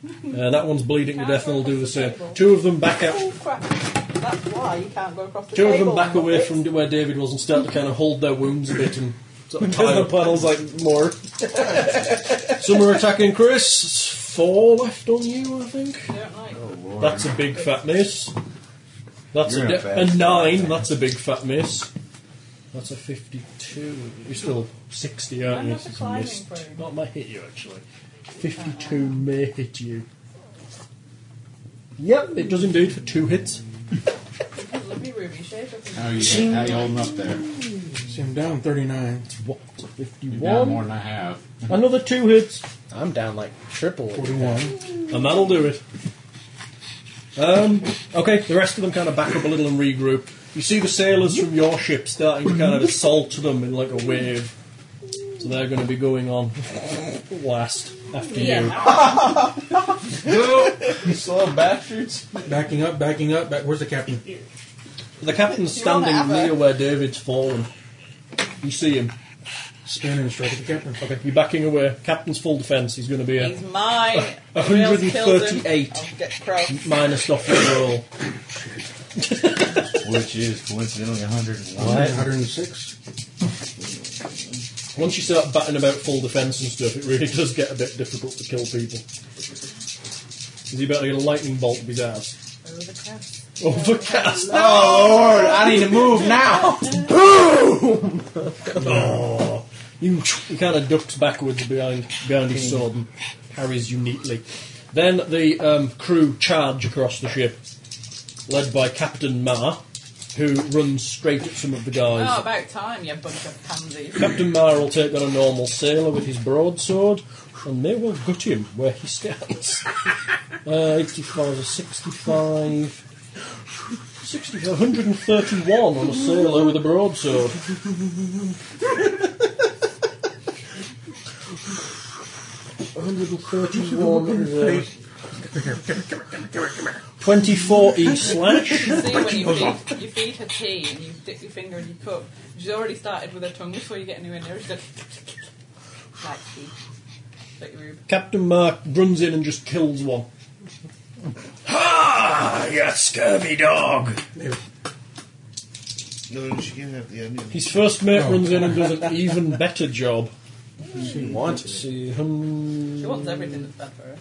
[SPEAKER 3] Uh, that one's bleeding to death, and will do the same. Two of them back out.
[SPEAKER 2] Oh crap! That's why you can't go across the
[SPEAKER 3] Two of
[SPEAKER 2] table
[SPEAKER 3] them back
[SPEAKER 2] and
[SPEAKER 3] away
[SPEAKER 2] not
[SPEAKER 3] from
[SPEAKER 2] it.
[SPEAKER 3] where David was and start to kind of hold their wounds a bit and sort of tie
[SPEAKER 5] the
[SPEAKER 3] up.
[SPEAKER 5] puddle's like more.
[SPEAKER 3] Some are attacking Chris. It's Four left on you, I think.
[SPEAKER 2] I don't like it.
[SPEAKER 3] That's a big fat miss. That's
[SPEAKER 4] You're
[SPEAKER 3] a,
[SPEAKER 4] in a
[SPEAKER 3] de-
[SPEAKER 4] bad
[SPEAKER 3] a
[SPEAKER 4] spot,
[SPEAKER 3] nine. That's a big fat miss. That's a fifty-two. You're still sixty, aren't
[SPEAKER 2] I'm
[SPEAKER 3] you?
[SPEAKER 2] not
[SPEAKER 3] It's a
[SPEAKER 2] climbing Uh-huh.
[SPEAKER 3] miss.
[SPEAKER 2] prone.
[SPEAKER 3] Not might hit you actually. Fifty-two may hit you. Yep, it does indeed for two hits.
[SPEAKER 2] Lovely ruby shape. isn't it?
[SPEAKER 3] Ah,
[SPEAKER 4] How are you, how you holding up there?
[SPEAKER 6] See, I'm down 39.
[SPEAKER 3] What?
[SPEAKER 4] You've got
[SPEAKER 3] Fifty-one.
[SPEAKER 4] more than I have.
[SPEAKER 3] Another two hits.
[SPEAKER 9] I'm down like triple. it.
[SPEAKER 6] 41.
[SPEAKER 3] And that'll do it. Um, okay, the rest of them kind of back up a little and regroup. You see the sailors from your ship starting to kind of assault them in like a wave. So they're going to be going on last after
[SPEAKER 2] Yeah.
[SPEAKER 4] Slow bastards.
[SPEAKER 6] Backing up, backing up. Back, where's the captain?
[SPEAKER 3] you. The captain's
[SPEAKER 2] You wanna
[SPEAKER 3] standing
[SPEAKER 2] have a-
[SPEAKER 3] near where David's fallen. You see him.
[SPEAKER 6] Spin and strike at the captain.
[SPEAKER 3] Okay, you're backing away. Captain's full defence. He's going to be a
[SPEAKER 2] He's mine.
[SPEAKER 3] A
[SPEAKER 2] Who else
[SPEAKER 3] hundred and
[SPEAKER 2] killed him?
[SPEAKER 3] thirty-eight.
[SPEAKER 2] I'll get cross.
[SPEAKER 3] minus off the roll.
[SPEAKER 4] Which is coincidentally 101.
[SPEAKER 6] 106.
[SPEAKER 3] Once you start batting about full defence and stuff, it really does get a bit difficult to kill people. Is he about to get a lightning bolt up his ass?
[SPEAKER 2] Overcast.
[SPEAKER 3] Overcast.
[SPEAKER 9] Oh Lord, I need to move now.
[SPEAKER 3] Oh, you, he kind of ducks backwards behind, behind his sword and parries you neatly. Then the um, crew charge across the ship, led by Captain Ma, who runs straight at some of the guys.
[SPEAKER 2] Oh, about time, you bunch of pansies.
[SPEAKER 3] Captain Ma will take on a normal sailor with his broadsword, and they will gut him where he stands. uh, 85 or 65. 60, 131 on a sailor with a broadsword. Hundred and thirty-one is a twenty-four e slash.
[SPEAKER 2] See when you feed, you feed her tea and you dip your finger in your cup. She's already started with her tongue before you get anywhere near her. She's like, like tea. Bit rude.
[SPEAKER 3] Captain Mark runs in and just kills one. Ha! You scurvy dog!
[SPEAKER 7] no, she can have the onion.
[SPEAKER 3] His first mate runs in and does an even better job.
[SPEAKER 9] She wants
[SPEAKER 3] Let's see, hun-
[SPEAKER 2] She wants everything that's bad for her.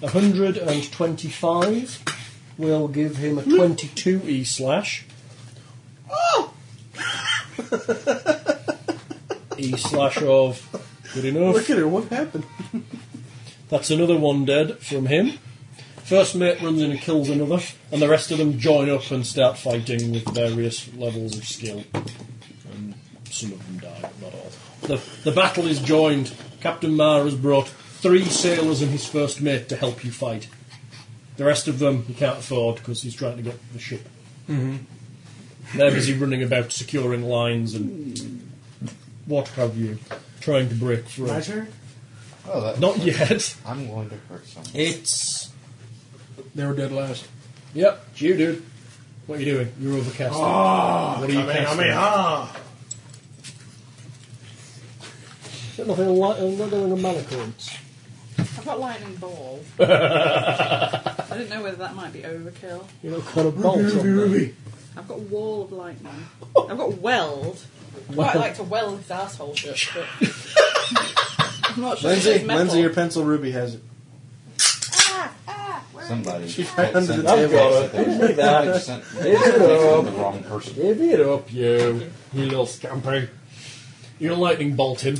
[SPEAKER 3] 125 will give him a 22 E slash. Oh! E slash of good enough.
[SPEAKER 9] Look at her. What happened?
[SPEAKER 3] That's another one dead from him. First mate runs in and kills another, and the rest of them join up and start fighting with various levels of skill. And some of them die, but not all. The, the battle is joined. Captain Mar has brought three sailors and his first mate to help you fight. The rest of them he can't afford because he's trying to get the ship. They're busy running about securing lines and what have you, trying to break through.
[SPEAKER 4] Oh, that,
[SPEAKER 3] Not yet.
[SPEAKER 4] I'm going to hurt someone.
[SPEAKER 3] It's
[SPEAKER 6] They were dead last.
[SPEAKER 3] Yep, it's you, dude. What are you doing? You're overcast. what are you casting? Got nothing. Li- I'm not doing a mana current.
[SPEAKER 2] I've got lightning ball. I didn't know whether that might be overkill.
[SPEAKER 3] You know, kind of bolt on there.
[SPEAKER 2] I've got wall of lightning. I've got weld. Quite like to weld his asshole shut, but I'm not sure. if
[SPEAKER 5] Lindsay,
[SPEAKER 2] it's metal.
[SPEAKER 5] Lindsay, your pencil ruby has it.
[SPEAKER 2] Ah, ah, where is it?
[SPEAKER 8] Somebody.
[SPEAKER 5] She's right under the
[SPEAKER 8] Somebody
[SPEAKER 5] table.
[SPEAKER 8] sent that. Somebody sent- they sent it to the wrong person.
[SPEAKER 3] Give it up, you. You little scampy. You're lightning bolt him.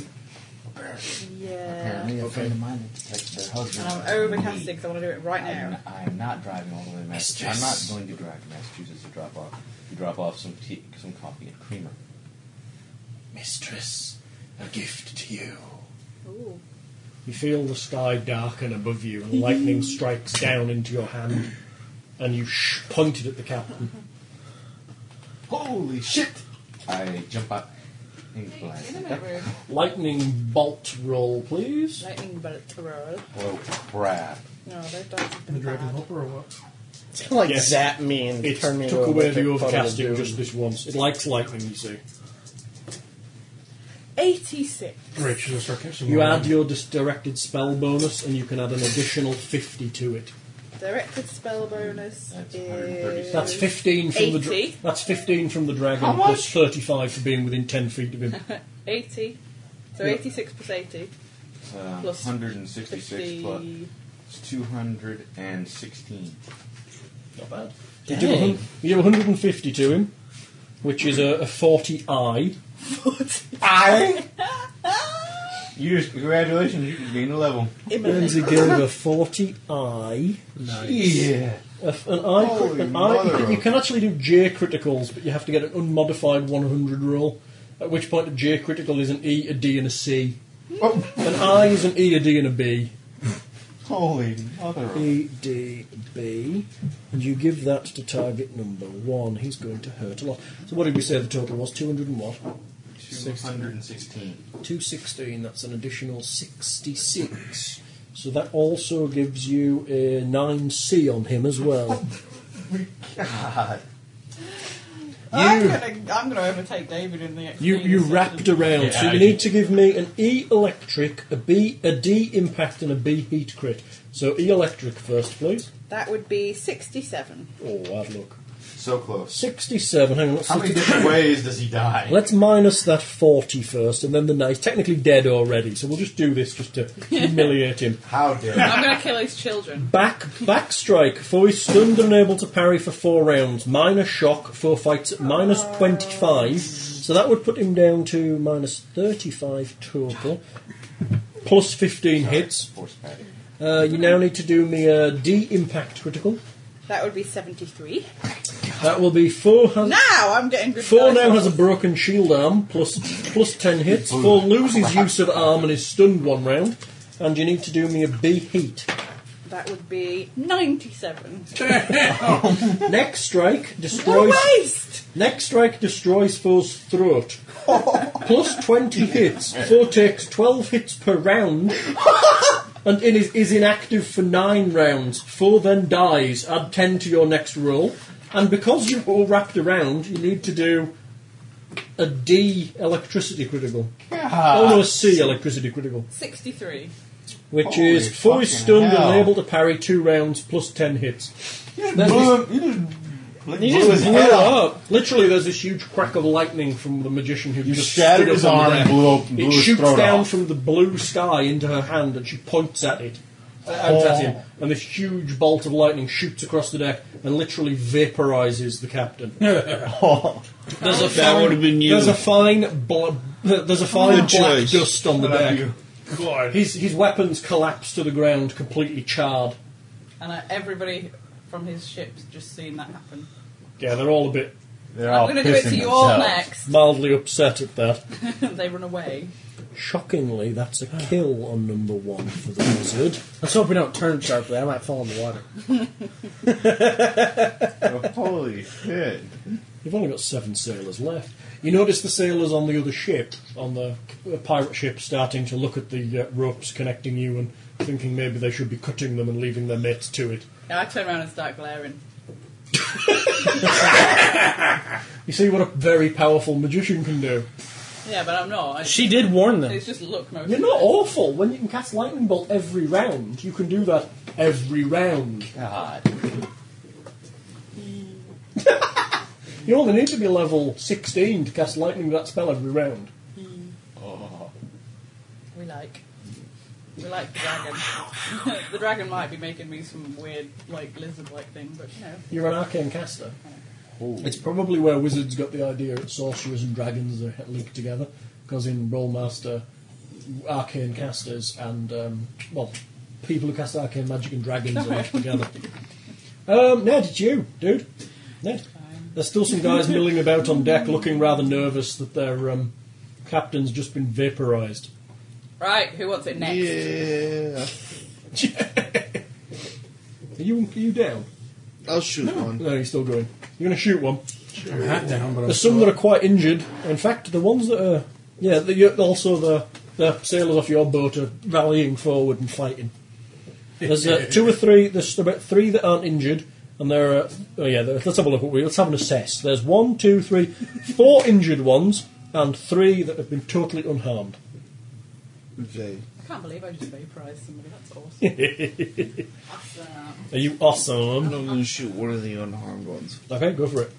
[SPEAKER 2] Yeah.
[SPEAKER 8] Apparently, a friend of mine had to text their husband.
[SPEAKER 2] And I'm overcasting because I want to do it right
[SPEAKER 8] I'm,
[SPEAKER 2] now.
[SPEAKER 8] I'm not driving all the way to Massachusetts. I'm not going to drive to Massachusetts to drop off. To drop off some tea, some coffee and creamer.
[SPEAKER 7] Mistress, a gift to you.
[SPEAKER 2] Ooh.
[SPEAKER 3] You feel the sky darken above you, and lightning strikes down into your hand, and you sh- point it at the captain.
[SPEAKER 7] Holy shit!
[SPEAKER 8] I jump up. and
[SPEAKER 2] Hey,
[SPEAKER 8] glance
[SPEAKER 2] in a
[SPEAKER 8] at
[SPEAKER 2] minute,
[SPEAKER 8] that.
[SPEAKER 2] Rude.
[SPEAKER 3] Lightning bolt roll, please.
[SPEAKER 2] Lightning bolt roll.
[SPEAKER 8] Oh crap!
[SPEAKER 2] No, those dice have been bad.
[SPEAKER 6] or what?
[SPEAKER 5] It's kind of like
[SPEAKER 3] Yes.
[SPEAKER 5] zap me and
[SPEAKER 3] It
[SPEAKER 5] turn me
[SPEAKER 3] took
[SPEAKER 5] into
[SPEAKER 3] away
[SPEAKER 5] a
[SPEAKER 3] the
[SPEAKER 5] wicked puddle of
[SPEAKER 3] overcasting
[SPEAKER 5] doom.
[SPEAKER 3] just this once. It likes lightning, you see.
[SPEAKER 2] 86.
[SPEAKER 6] Rachel is sarcastic.
[SPEAKER 3] You add your dis- directed spell bonus, and you can add an additional 50 to it.
[SPEAKER 2] Directed spell bonus
[SPEAKER 8] That's
[SPEAKER 2] is.
[SPEAKER 8] 136.
[SPEAKER 3] That's 15 from the dra-
[SPEAKER 2] 80.
[SPEAKER 3] that's 15 from the dragon
[SPEAKER 2] How
[SPEAKER 3] plus
[SPEAKER 2] much?
[SPEAKER 3] 35 for being within 10 feet of him.
[SPEAKER 2] 80. So 86 plus 80.
[SPEAKER 8] It's, uh,
[SPEAKER 2] Plus
[SPEAKER 8] 166 plus
[SPEAKER 2] 50.
[SPEAKER 8] it's 216.
[SPEAKER 3] Not bad. You do, a hun- you do 150 to him, which is a, a 40 I.
[SPEAKER 8] You just congratulations, you can be in the level.
[SPEAKER 3] Lindsay Gilder, 40 I.
[SPEAKER 8] Yeah.
[SPEAKER 3] A f- An I, crit-
[SPEAKER 8] Holy
[SPEAKER 3] an I you,
[SPEAKER 8] mother
[SPEAKER 3] can, you
[SPEAKER 8] of-
[SPEAKER 3] can actually do J criticals, but you have to get an unmodified 100 roll. At which point, a J critical is an E, a D, and a C.
[SPEAKER 8] Oh.
[SPEAKER 3] An I is an E, a D, and a B.
[SPEAKER 8] Holy mother. of-
[SPEAKER 3] E D B, and you give that to target number one. He's going to hurt a lot. So what did we say the total was? Two hundred and what?
[SPEAKER 8] 216.
[SPEAKER 3] Two sixteen. That's an additional sixty-six. So that also gives you a nine C on him as well.
[SPEAKER 2] I'm going to I'm gonna overtake David in the next
[SPEAKER 3] You you
[SPEAKER 2] session.
[SPEAKER 3] wrapped around. so you need to give me an E electric, a B, a D impact, and a B heat crit. So E electric first, please.
[SPEAKER 2] That would be 67.
[SPEAKER 3] Oh, bad luck.
[SPEAKER 8] So close.
[SPEAKER 3] Sixty-seven. Hang on. what's
[SPEAKER 8] How many
[SPEAKER 3] 60?
[SPEAKER 8] different ways does he die?
[SPEAKER 3] Let's minus that 40 first, and then the knight. He's technically dead already, so we'll just do this just to humiliate him.
[SPEAKER 8] How dare
[SPEAKER 2] I'm going to kill his children.
[SPEAKER 3] Back, back strike. Foe is stunned and unable to parry for four rounds. Minus shock. Foe fights at minus 25. So that would put him down to minus 35 total. Plus 15 hits.
[SPEAKER 8] force patty.
[SPEAKER 3] Uh, you now need to do me a D impact critical.
[SPEAKER 2] That would be 73.
[SPEAKER 3] That will be four. Has,
[SPEAKER 2] Now I'm getting good
[SPEAKER 3] Um, Four
[SPEAKER 2] dice
[SPEAKER 3] now has a
[SPEAKER 2] rolls.
[SPEAKER 3] broken shield arm, plus plus ten hits. Four loses use of arm and is stunned one round. And you need to do me a B heat.
[SPEAKER 2] That would be 97.
[SPEAKER 3] Next strike destroys.
[SPEAKER 2] Waste!
[SPEAKER 3] Next strike destroys foe's throat. plus twenty hits. Foe takes twelve hits per round. And in is, is inactive for nine rounds. Four then dies. Add ten to your next roll. And because you're all wrapped around, you need to do a D electricity critical. Oh no, a C electricity critical,
[SPEAKER 2] 63.
[SPEAKER 3] which
[SPEAKER 8] Holy
[SPEAKER 3] is fully
[SPEAKER 8] fucking
[SPEAKER 3] stunned
[SPEAKER 8] hell.
[SPEAKER 3] and able to parry two rounds plus ten hits.
[SPEAKER 8] You just blew him. You just blew, his head off.
[SPEAKER 3] up. Literally, there's this huge crack of lightning from the magician who
[SPEAKER 4] You
[SPEAKER 3] just
[SPEAKER 4] shattered
[SPEAKER 3] stood
[SPEAKER 4] his
[SPEAKER 3] up on
[SPEAKER 4] arm
[SPEAKER 3] the
[SPEAKER 4] and
[SPEAKER 3] ground.
[SPEAKER 4] blew, up, blew
[SPEAKER 3] It
[SPEAKER 4] his
[SPEAKER 3] shoots
[SPEAKER 4] throat
[SPEAKER 3] down
[SPEAKER 4] off.
[SPEAKER 3] from the blue sky into her hand, and she points at it, uh,
[SPEAKER 4] Oh.
[SPEAKER 3] out at him, and this huge bolt of lightning shoots across the deck and literally vaporizes the captain. There's a
[SPEAKER 7] That would have been you.
[SPEAKER 3] There's a fine bl- there's a fine
[SPEAKER 7] Good
[SPEAKER 3] black
[SPEAKER 7] choice.
[SPEAKER 3] dust on the deck.
[SPEAKER 7] God.
[SPEAKER 3] His his weapons collapse to the ground, completely charred.
[SPEAKER 2] And uh, everybody from his ship's just seen that happen.
[SPEAKER 3] Yeah, they're all a bit
[SPEAKER 8] They're
[SPEAKER 2] I'm
[SPEAKER 8] all
[SPEAKER 2] going to do it
[SPEAKER 8] pissing
[SPEAKER 2] to you all
[SPEAKER 8] themselves.
[SPEAKER 2] next.
[SPEAKER 3] mildly upset at that.
[SPEAKER 2] they run away.
[SPEAKER 3] Shockingly, that's a kill on number one for the wizard.
[SPEAKER 5] Let's hope we don't turn sharply. I might fall in the water.
[SPEAKER 8] Oh, holy shit.
[SPEAKER 3] You've only got seven sailors left. You notice the sailors on the other ship, on the uh, pirate ship, starting to look at the uh, ropes connecting you and thinking maybe they should be cutting them and leaving their mates to it.
[SPEAKER 2] Yeah, I turn around and start glaring.
[SPEAKER 3] You see what a very powerful magician can do.
[SPEAKER 2] Yeah, but I'm not. I,
[SPEAKER 12] She did warn them.
[SPEAKER 2] it's just look most.
[SPEAKER 3] You're not awful when you can cast lightning bolt every round. You can do that every round.
[SPEAKER 13] God.
[SPEAKER 3] You only need to be level 16 to cast lightning that spell every round.
[SPEAKER 2] We like. We like the dragon. the dragon might be making me some weird, like lizard-like thing, but you know.
[SPEAKER 3] You're an arcane caster. It's probably where wizards got the idea that sorcerers and dragons are linked together, because in Rollmaster, arcane casters and um, well, people who cast arcane magic and dragons are linked together. Um, Ned, it's you, dude. Ned. There's still some guys milling about on deck, looking rather nervous that their um, captain's just been vaporised.
[SPEAKER 2] Right, who wants it next?
[SPEAKER 7] Yeah.
[SPEAKER 3] Are you are you down?
[SPEAKER 7] I'll shoot one.
[SPEAKER 3] No, he's still going. You're going to shoot one.
[SPEAKER 6] I'm not down, but I'm
[SPEAKER 3] There's some that are quite injured. In fact, the ones that are, yeah, the, you- also the the sailors off your boat are rallying forward and fighting. There's uh, two or three. There's about three that aren't injured, and there are. Oh yeah, there, let's have a look. At, let's have an assess. There's one, two, three, four injured ones, and three that have been totally unharmed.
[SPEAKER 7] Okay.
[SPEAKER 2] I can't believe I just vaporized somebody. That's awesome. uh, awesome.
[SPEAKER 3] Are you awesome?
[SPEAKER 7] I'm going to shoot one of the unharmed ones.
[SPEAKER 3] Okay, go for it.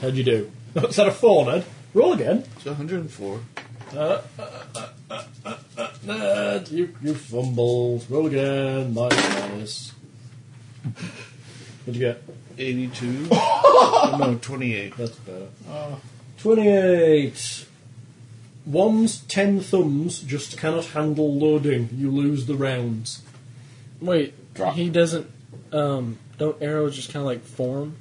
[SPEAKER 3] How'd you do? Is that a four, Ned? Roll again.
[SPEAKER 7] It's 104.
[SPEAKER 3] Ned, you, you fumbled. Roll again. Minus. What'd you get?
[SPEAKER 7] 82. Oh, no, 28.
[SPEAKER 3] That's better. 28. One's ten thumbs just cannot handle loading. You lose the rounds.
[SPEAKER 12] Wait,
[SPEAKER 13] Drop.
[SPEAKER 12] he doesn't. Um, don't arrows just kind of like form?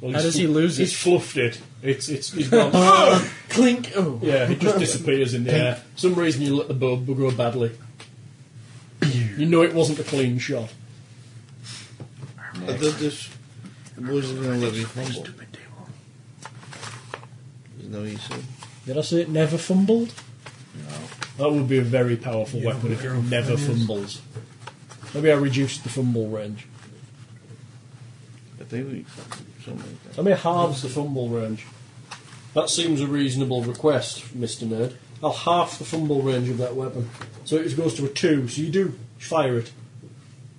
[SPEAKER 3] Well,
[SPEAKER 12] How
[SPEAKER 3] he's
[SPEAKER 12] does
[SPEAKER 3] fl-
[SPEAKER 12] he lose
[SPEAKER 3] He's
[SPEAKER 12] it?
[SPEAKER 3] fluffed it. It's it's he's gone.
[SPEAKER 12] Clink. Oh,
[SPEAKER 3] yeah, it just disappears in the air. For some reason you let the bow grow badly. You know it wasn't a clean shot.
[SPEAKER 7] I thought this wasn't going to let me fumble. There's no use in
[SPEAKER 3] Did I say it never fumbled? No. That would be a very powerful weapon if it never fumbles. Maybe I reduced the fumble range.
[SPEAKER 7] I think we. Something like that.
[SPEAKER 3] I mean, halves the fumble range. That seems a reasonable request, Mr. Nerd. I'll half the fumble range of that weapon. So it goes to a two, so you do fire it.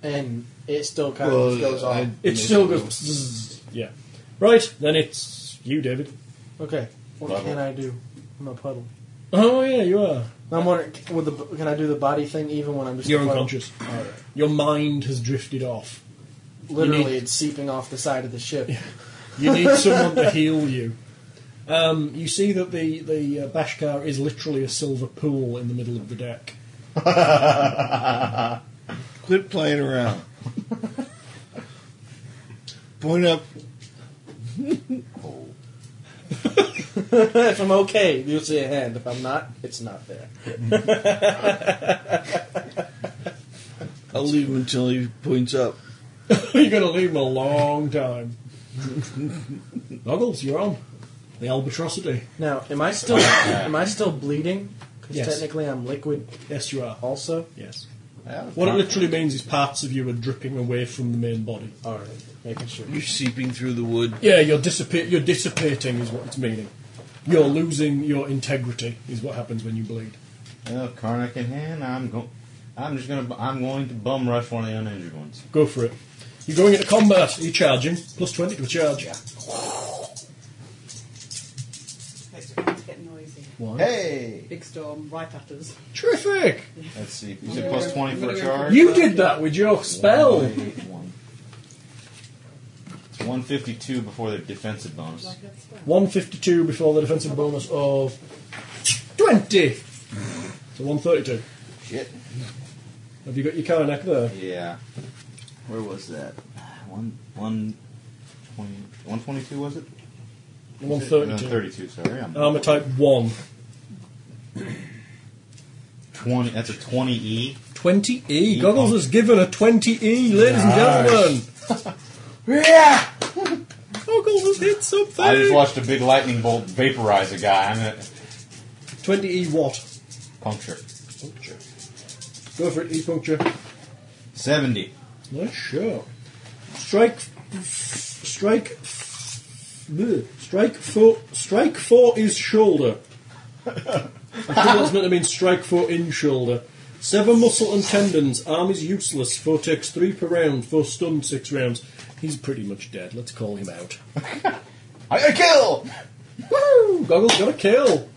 [SPEAKER 5] and it still kind
[SPEAKER 7] Well,
[SPEAKER 5] of goes on.
[SPEAKER 7] I-
[SPEAKER 3] It still goes. Zzz, yeah. Right, then it's you, David.
[SPEAKER 5] okay, what
[SPEAKER 13] Level.
[SPEAKER 5] can I do? I'm a puddle.
[SPEAKER 3] Oh, yeah, you are.
[SPEAKER 5] I'm wondering, would the, can I do the body thing even when I'm just? a
[SPEAKER 3] You're
[SPEAKER 5] puddle?
[SPEAKER 3] unconscious. Your mind has drifted off.
[SPEAKER 5] Literally,
[SPEAKER 3] need-
[SPEAKER 5] it's seeping off the side of the ship.
[SPEAKER 3] You need someone to heal you. Um, you see that the the uh, Bashkar is literally a silver pool in the middle of the deck.
[SPEAKER 7] Quit playing around. Point up.
[SPEAKER 5] if I'm okay, you'll see a hand. If I'm not, it's not there.
[SPEAKER 7] I'll leave him until he points up.
[SPEAKER 3] You're going to leave him a long time. Goggles, you're on. The albatrosity.
[SPEAKER 5] Now, am I still am I still bleeding? Because
[SPEAKER 3] Yes.
[SPEAKER 5] technically, I'm liquid.
[SPEAKER 3] Yes, you are.
[SPEAKER 5] Also,
[SPEAKER 3] Yes.
[SPEAKER 13] That was
[SPEAKER 3] What it literally means is parts of you are dripping away from the main body.
[SPEAKER 5] all right, making sure.
[SPEAKER 7] You're seeping through the wood.
[SPEAKER 3] Yeah, you're dissipa- You're dissipating is what it's meaning. You're losing your integrity is what happens when you bleed.
[SPEAKER 8] Well, Karnak in hand, I'm going. I'm just gonna. I'm going to bum rush one of the uninjured ones.
[SPEAKER 3] Go for it. You're going into combat. Are you charging? Plus 20 to a charge.
[SPEAKER 2] It's going to get noisy.
[SPEAKER 8] Hey,
[SPEAKER 2] Big storm right at us.
[SPEAKER 3] Terrific!
[SPEAKER 8] let's see. You said plus twenty for a charge.
[SPEAKER 3] You did that with your spell.
[SPEAKER 8] One. It's one fifty-two before the defensive bonus.
[SPEAKER 3] 152 before the defensive bonus of 20. So 132.
[SPEAKER 8] Shit.
[SPEAKER 3] Have you got your Karnak there?
[SPEAKER 8] Yeah. Where was that? One one twenty one twenty two was it?
[SPEAKER 3] 132.
[SPEAKER 8] Thirty two. Sorry, I'm
[SPEAKER 3] Armor type 1.
[SPEAKER 8] twenty. That's a twenty e.
[SPEAKER 3] 20E. Goggles has given a 20E, ladies and gentlemen.
[SPEAKER 8] Yeah.
[SPEAKER 3] Goggles has hit
[SPEAKER 8] I just
[SPEAKER 3] something.
[SPEAKER 8] watched a big lightning bolt vaporize
[SPEAKER 3] E
[SPEAKER 8] a guy. I'm gonna
[SPEAKER 3] 20E what?
[SPEAKER 8] puncture.
[SPEAKER 6] Go for it, E puncture.
[SPEAKER 8] 70.
[SPEAKER 6] Nice shot. Strike. f- Strike. f- bleh. Strike for. Strike for his shoulder. I think that's meant to mean strike for in shoulder. Sever muscle and tendons. Arm is useless. Four takes three per round. Four stunned six rounds. He's pretty much dead. Let's call him out.
[SPEAKER 8] I got a kill!
[SPEAKER 6] Woo! Goggles got a kill.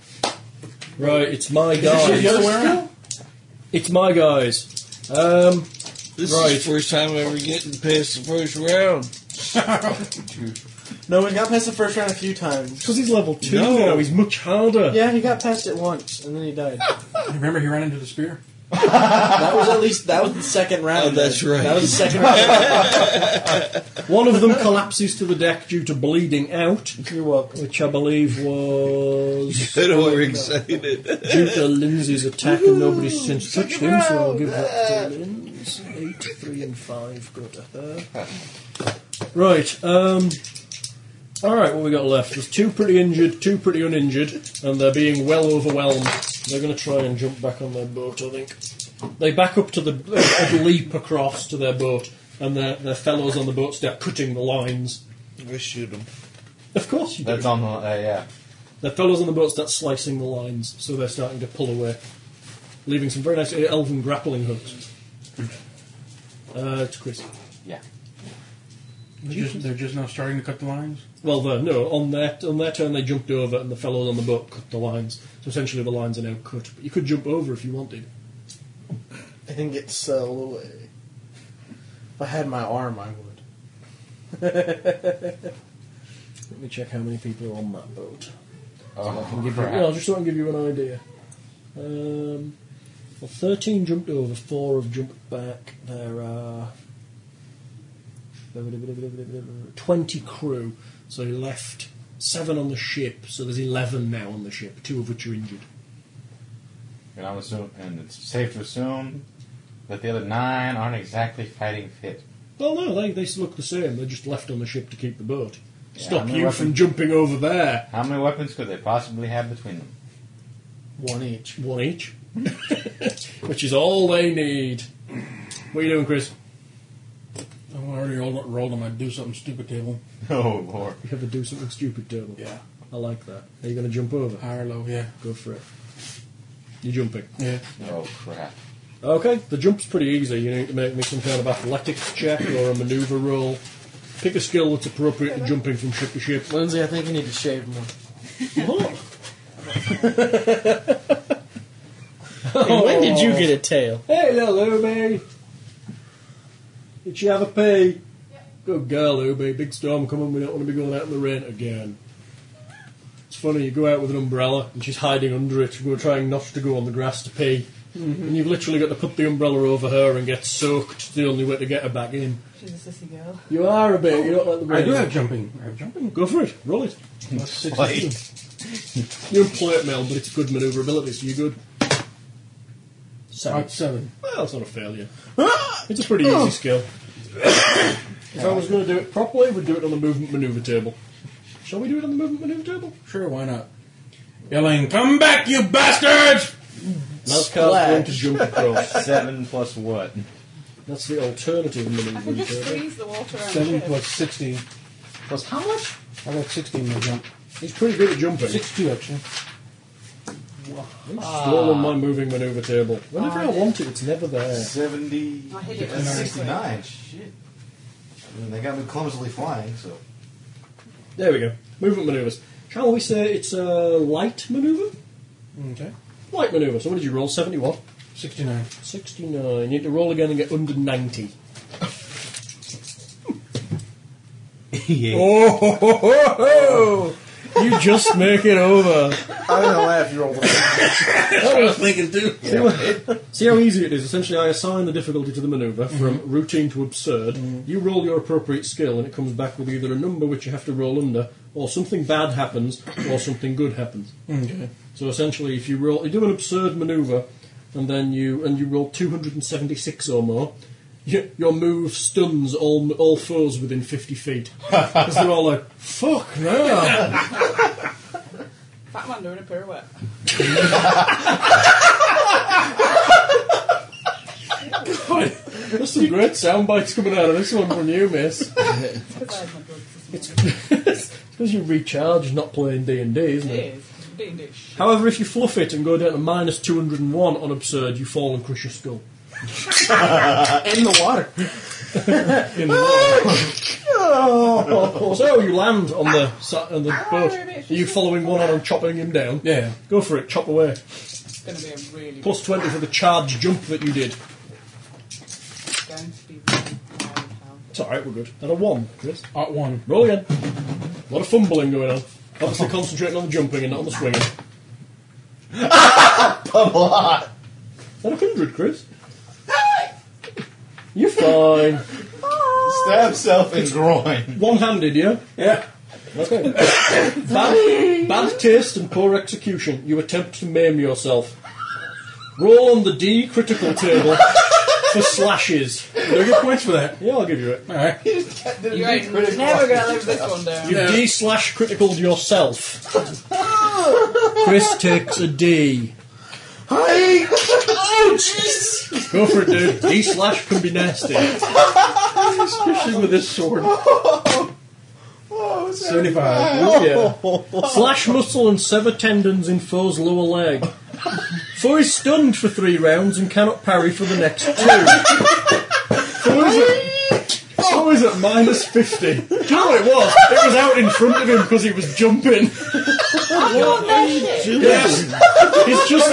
[SPEAKER 6] Right, it's my guys. It's my guys. Um,
[SPEAKER 7] This
[SPEAKER 6] Right.
[SPEAKER 7] is the first time I'm ever getting past the first round.
[SPEAKER 5] No, he got past the first round a few times.
[SPEAKER 6] because he's level two
[SPEAKER 7] No.
[SPEAKER 6] now, he's much harder.
[SPEAKER 5] Yeah, he got past it once, and then he died.
[SPEAKER 6] Remember, he ran into the spear.
[SPEAKER 5] that was at least that was the second round.
[SPEAKER 7] Oh, that's right.
[SPEAKER 5] That was the second round.
[SPEAKER 6] One of them collapses to the deck due to bleeding out,
[SPEAKER 5] You're welcome.
[SPEAKER 6] which I believe was
[SPEAKER 7] Get overexcited.
[SPEAKER 6] due to Lindsay's attack, and nobody's since touched him, so I'll give that to Lindsay. Eight, three, and five go to her. Right, um. Alright, what we got left? There's two pretty injured, two pretty uninjured, and they're being well overwhelmed. They're going to try and jump back on their boat, I think. They back up to the. and leap across to their boat, and their, their fellows on the boat start cutting the lines.
[SPEAKER 7] I shoot him.
[SPEAKER 6] Of course you do.
[SPEAKER 8] That's on the. Uh, yeah.
[SPEAKER 6] The fellows on the boat start slicing the lines, so they're starting to pull away, leaving some very nice elven grappling hooks. Uh, to Chris.
[SPEAKER 8] Yeah.
[SPEAKER 6] They're They're just- just- now starting to cut the lines?
[SPEAKER 3] Well, the, no, on their, on their turn they jumped over and the fellows on the boat cut the lines. So essentially the lines are now cut. But you could jump over if you wanted.
[SPEAKER 5] I didn't get
[SPEAKER 3] uh,
[SPEAKER 5] sailed away. If I had my arm, I would.
[SPEAKER 3] Let me check how many people are on that boat.
[SPEAKER 8] Oh,
[SPEAKER 3] Well, just so I can give you an idea. Um, well, 13 jumped over, 4 have jumped back. There are
[SPEAKER 6] 20 crew, so he left 7 on the ship, so there's 11 now on the ship, 2 of which are injured.
[SPEAKER 8] And I'm assuming, and it's safe to assume that the other nine aren't exactly fighting fit.
[SPEAKER 6] Well, no, they, they look the same, they're just left on the ship to keep the boat.
[SPEAKER 8] Yeah,
[SPEAKER 6] Stop
[SPEAKER 8] I'm
[SPEAKER 6] you
[SPEAKER 8] reckon-
[SPEAKER 6] from jumping over there!
[SPEAKER 8] How many weapons could they possibly have between them?
[SPEAKER 5] One each.
[SPEAKER 6] One each. Which is all they need. What are you doing, Chris? I'm Oh, already rolled, rolled on my do something stupid table.
[SPEAKER 8] Oh, Lord.
[SPEAKER 6] You have a do something stupid table. Yeah. I like that. Are you going to jump over? High or low, yeah.
[SPEAKER 3] Go for it. You're jumping.
[SPEAKER 6] Yeah.
[SPEAKER 8] Oh, crap.
[SPEAKER 3] Okay, the jump's pretty easy. You need to make me some kind of athletics check or a maneuver roll. Pick a skill that's appropriate to jumping from ship to ship.
[SPEAKER 5] Lindsay, I think you need to shave more.
[SPEAKER 3] when did you
[SPEAKER 5] get a tail?
[SPEAKER 3] Hey, little Ubi. Did she have a pee? Good girl, Ubi. Big storm coming. We don't want to be going out in the rain again. It's funny. You go out with an umbrella, and she's hiding under it. We're trying not to go on the grass to pee,
[SPEAKER 6] Mm-hmm.
[SPEAKER 3] and you've literally got to put the umbrella over her and get soaked. It's the only way to get her back in.
[SPEAKER 14] She's a sissy girl.
[SPEAKER 3] You are a bit. You don't like the rain.
[SPEAKER 6] I do have jumping. I have jumping.
[SPEAKER 3] Go for it. Roll it. You're in plate mail, but it's good manoeuvrability, so you're good. Seven.
[SPEAKER 6] Right, seven.
[SPEAKER 3] Well, it's not a failure. It's a pretty easy skill. Oh. if I was going to do it properly, we'd do it on the movement maneuver table. Shall we do it on the movement maneuver table?
[SPEAKER 6] Sure, why not? Yelling, come back, you bastards!
[SPEAKER 3] Mousecar's going to jump across.
[SPEAKER 8] Seven plus what?
[SPEAKER 3] That's the alternative
[SPEAKER 2] I
[SPEAKER 3] maneuver
[SPEAKER 2] can just
[SPEAKER 3] table.
[SPEAKER 2] squeeze the water out
[SPEAKER 6] Seven
[SPEAKER 2] of
[SPEAKER 6] plus 16.
[SPEAKER 8] Plus how much?
[SPEAKER 6] I got 16 in my jump.
[SPEAKER 3] He's pretty good at jumping.
[SPEAKER 6] 62, actually.
[SPEAKER 3] He's stolen my moving maneuver table. Whenever I want it, it's never there.
[SPEAKER 15] 70.
[SPEAKER 14] I hit it
[SPEAKER 15] and
[SPEAKER 14] with a
[SPEAKER 15] 69. Shit. I mean, they got me clumsily flying, so.
[SPEAKER 3] There we go. Movement maneuvers. Shall we say it's a light maneuver?
[SPEAKER 6] Okay.
[SPEAKER 3] Light maneuver. So what did you roll? 71?
[SPEAKER 6] 69.
[SPEAKER 3] 69. You need to roll again and get under 90.
[SPEAKER 8] yeah.
[SPEAKER 3] Oh, ho, ho,
[SPEAKER 6] Oh,
[SPEAKER 3] ho, ho. you just make it over.
[SPEAKER 5] I'm gonna laugh. You rolled
[SPEAKER 3] See, how- see how easy it is. Essentially, I assign the difficulty to the maneuver from routine to absurd. You roll your appropriate skill, and it comes back with either a number which you have to roll under, or something bad happens, or something good happens.
[SPEAKER 6] Okay.
[SPEAKER 3] So essentially, if you roll, you do an absurd maneuver, and then you and you roll 276 or more. y- Your move stuns all all foes within 50 feet. Because they're all like, fuck no!
[SPEAKER 2] Fat man doing a pirouette.
[SPEAKER 3] There's some great sound bites coming out of this one from you, miss.
[SPEAKER 2] Because I had my drugs this morning.
[SPEAKER 3] it's because you recharge not playing D&D, isn't
[SPEAKER 2] It
[SPEAKER 3] it?
[SPEAKER 2] is. D&D is shit.
[SPEAKER 3] However, if you fluff it and go down to minus 201 on absurd, you fall and crush your skull.
[SPEAKER 5] In the water.
[SPEAKER 3] In the water. so you land on the sa- on the boat.
[SPEAKER 2] maybe it's
[SPEAKER 3] Are you
[SPEAKER 2] just-
[SPEAKER 3] following one on and chopping him down?
[SPEAKER 6] Yeah.
[SPEAKER 3] Go for it, chop away.
[SPEAKER 2] It's going to be a really
[SPEAKER 3] Plus 20 for the charge jump that you did.
[SPEAKER 2] going to be really loud house.
[SPEAKER 3] It's alright, we're good. And a 1, Chris.
[SPEAKER 6] At one.
[SPEAKER 3] Roll again. A lot of fumbling going on. Obviously concentrating on the jumping and not on the swinging. Not a 100, Chris. You're fine.
[SPEAKER 2] Oh.
[SPEAKER 8] Stab self in groin.
[SPEAKER 3] One handed, yeah?
[SPEAKER 6] Yeah.
[SPEAKER 3] Okay. bad, bad taste and poor execution. You attempt to maim yourself. Roll on the D critical table for slashes.
[SPEAKER 6] Do I get points for that?
[SPEAKER 3] Yeah, I'll give you it.
[SPEAKER 6] All right.
[SPEAKER 2] You ain't never going to live this one down.
[SPEAKER 3] You D slash critical yourself. Chris takes a D. Hi! Oh, Jesus! Go for it, dude. D slash can be nasty. Especially with this sword.
[SPEAKER 6] 75.
[SPEAKER 3] Yeah. Slash muscle and sever tendons in foe's lower leg. Foe is stunned for three rounds and cannot parry for the next two. Foe is at, foe is at minus 50. Do you know what it was? It was out in front of him because he was jumping. Yes. He's just.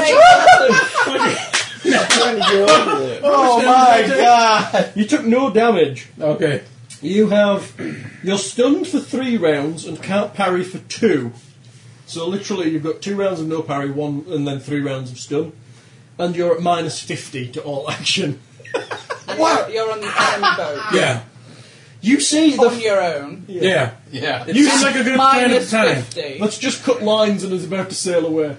[SPEAKER 8] Oh my god!
[SPEAKER 3] you took no damage.
[SPEAKER 6] Okay.
[SPEAKER 3] You have. You're stunned for three rounds and can't parry for two. So literally, you've got two rounds of no parry, one, and then three rounds of stun, and you're at minus fifty to all action.
[SPEAKER 2] What? You're on the island boat.
[SPEAKER 6] Yeah.
[SPEAKER 3] You see
[SPEAKER 2] On
[SPEAKER 3] the.
[SPEAKER 2] your own.
[SPEAKER 6] Yeah.
[SPEAKER 8] Yeah.
[SPEAKER 6] It seems like a good plan at the
[SPEAKER 2] Minus
[SPEAKER 6] time.
[SPEAKER 2] 50.
[SPEAKER 3] Let's just cut lines and is about to sail away.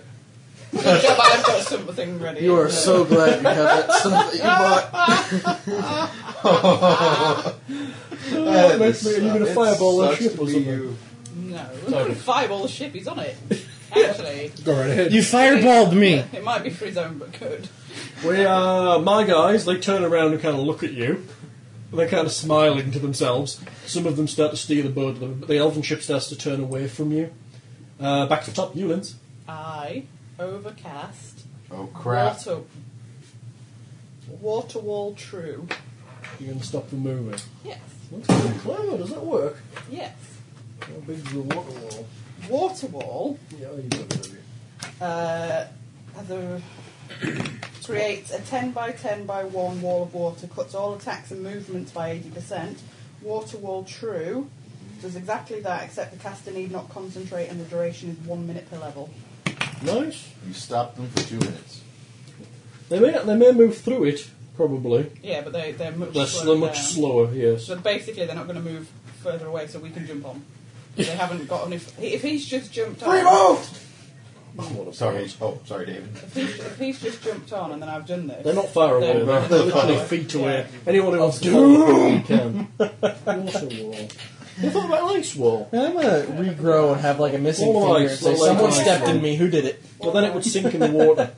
[SPEAKER 2] Good job I've got something ready.
[SPEAKER 5] You are so glad you have that stuff that you
[SPEAKER 2] Ah!
[SPEAKER 5] bought.
[SPEAKER 3] Oh, mate, mate, are you going to
[SPEAKER 8] It
[SPEAKER 3] fireball that
[SPEAKER 8] sucks
[SPEAKER 3] ship
[SPEAKER 8] to
[SPEAKER 3] or
[SPEAKER 8] be
[SPEAKER 3] something?
[SPEAKER 8] you.
[SPEAKER 2] No. Sorry. Fireball the ship, he's on it. Actually.
[SPEAKER 6] Go right ahead.
[SPEAKER 5] You fireballed me.
[SPEAKER 2] It might be for his own, but good.
[SPEAKER 3] We are my guys. They turn around and kind of look at you. And they're kind of smiling to themselves. Some of them start to steer the boat, but the elven ship starts to turn away from you. Uh, back to the top, you, Linz.
[SPEAKER 2] I overcast
[SPEAKER 8] Oh crap.
[SPEAKER 2] water water wall true.
[SPEAKER 3] You're going to stop them moving.
[SPEAKER 2] Yes,
[SPEAKER 3] That's pretty clever. Does that work?
[SPEAKER 2] yes.
[SPEAKER 3] How big's the water wall?
[SPEAKER 2] Water wall
[SPEAKER 3] Yeah, you got it.
[SPEAKER 2] uh, the, creates a ten by ten by one wall of water, cuts all attacks and movements by eighty percent. Water wall true does exactly that, except the caster need not concentrate, and the duration is one minute per level.
[SPEAKER 3] Nice.
[SPEAKER 8] You stopped them for two minutes.
[SPEAKER 3] They may they may move through it probably.
[SPEAKER 2] Yeah, but they they're much
[SPEAKER 3] They're
[SPEAKER 2] slowed
[SPEAKER 3] sl- much
[SPEAKER 2] down.
[SPEAKER 3] slower. Yes.
[SPEAKER 2] So basically, they're not going to move further away, so we can jump on. They haven't got an if, if he's just jumped on.
[SPEAKER 8] Sorry. Oh, sorry, David.
[SPEAKER 2] If he's, if he's just jumped on and then I've done this.
[SPEAKER 3] They're not far away.
[SPEAKER 2] They're-
[SPEAKER 3] They're,
[SPEAKER 2] they're
[SPEAKER 3] literally
[SPEAKER 2] far away.
[SPEAKER 3] feet
[SPEAKER 2] Yeah.
[SPEAKER 3] away. Anyone who wants to doom you can. Water wall. You thought about an ice wall.
[SPEAKER 5] I'm gonna regrow and have like a missing
[SPEAKER 3] Well,
[SPEAKER 5] finger
[SPEAKER 3] like-
[SPEAKER 5] and say,
[SPEAKER 3] well, like
[SPEAKER 5] someone
[SPEAKER 3] an ice
[SPEAKER 5] stepped in
[SPEAKER 3] roll.
[SPEAKER 5] me. Who did it?
[SPEAKER 3] Well, then it would sink in the water.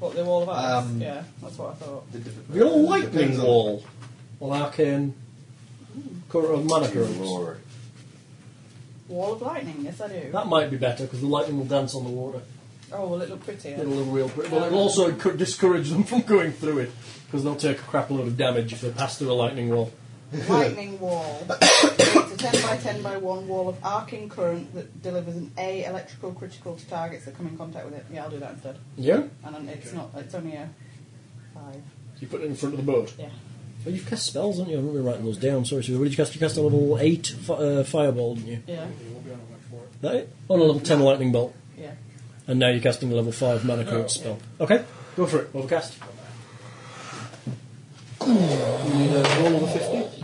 [SPEAKER 2] What the wall of ice?
[SPEAKER 8] Um,
[SPEAKER 2] yeah, that's what I thought.
[SPEAKER 3] Have you got a
[SPEAKER 8] Depends
[SPEAKER 3] lightning
[SPEAKER 8] on-
[SPEAKER 3] wall? On arcane. Current
[SPEAKER 8] Dear
[SPEAKER 3] manacles.
[SPEAKER 8] Lord.
[SPEAKER 2] Wall of lightning. Yes, I do.
[SPEAKER 3] That might be better because the lightning will dance on the water.
[SPEAKER 2] oh, will it look prettier?
[SPEAKER 3] It'll look real pretty. Well, it'll also encour- discourage them from going through it because they'll take a crap load of damage if they pass through a lightning wall.
[SPEAKER 2] Lightning wall. it's a ten by ten by one wall of arcing current that delivers an A electrical critical to targets that come in contact with it. Yeah, I'll do that instead.
[SPEAKER 3] Yeah?
[SPEAKER 2] And then it's not. It's only a five.
[SPEAKER 3] You put it in front of the boat.
[SPEAKER 2] Yeah.
[SPEAKER 6] Well, you've cast spells, haven't you? I haven't been writing those down. Sorry, so what did you cast? You cast a level 8 fi- uh, fireball, didn't you?
[SPEAKER 2] Yeah.
[SPEAKER 6] That it? On a level 10 lightning bolt.
[SPEAKER 2] Yeah.
[SPEAKER 6] And now you're casting a level 5 mana coat spell. Okay.
[SPEAKER 3] Go for it. Overcast. You need a roll of a 50.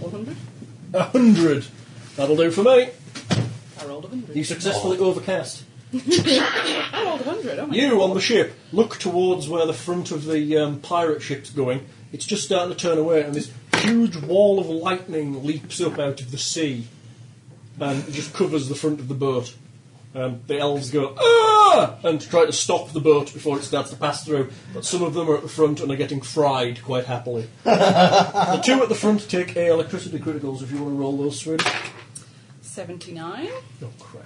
[SPEAKER 2] One hundred.
[SPEAKER 3] 100. That'll do for me.
[SPEAKER 2] I rolled a hundred.
[SPEAKER 3] You successfully overcast.
[SPEAKER 2] I rolled a hundred. Oh my
[SPEAKER 3] You on the ship look towards where the front of the um, pirate ship's going. It's just starting to turn away, and this huge wall of lightning leaps up out of the sea and just covers the front of the boat. Um, the elves go ah and try to stop the boat before it starts to pass through, but some of them are at the front and are getting fried quite happily. the two at the front take a electricity criticals if you want to roll those through.
[SPEAKER 2] 79.
[SPEAKER 3] Oh crap!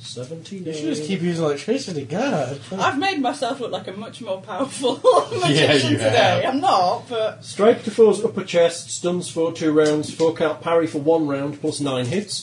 [SPEAKER 3] Seventeen.
[SPEAKER 5] You should just keep using electricity. God.
[SPEAKER 2] I've made myself look like a much more powerful magician today. I'm not, but
[SPEAKER 3] Strike to foe's upper chest, stuns for two rounds, four count parry for one round, plus nine hits.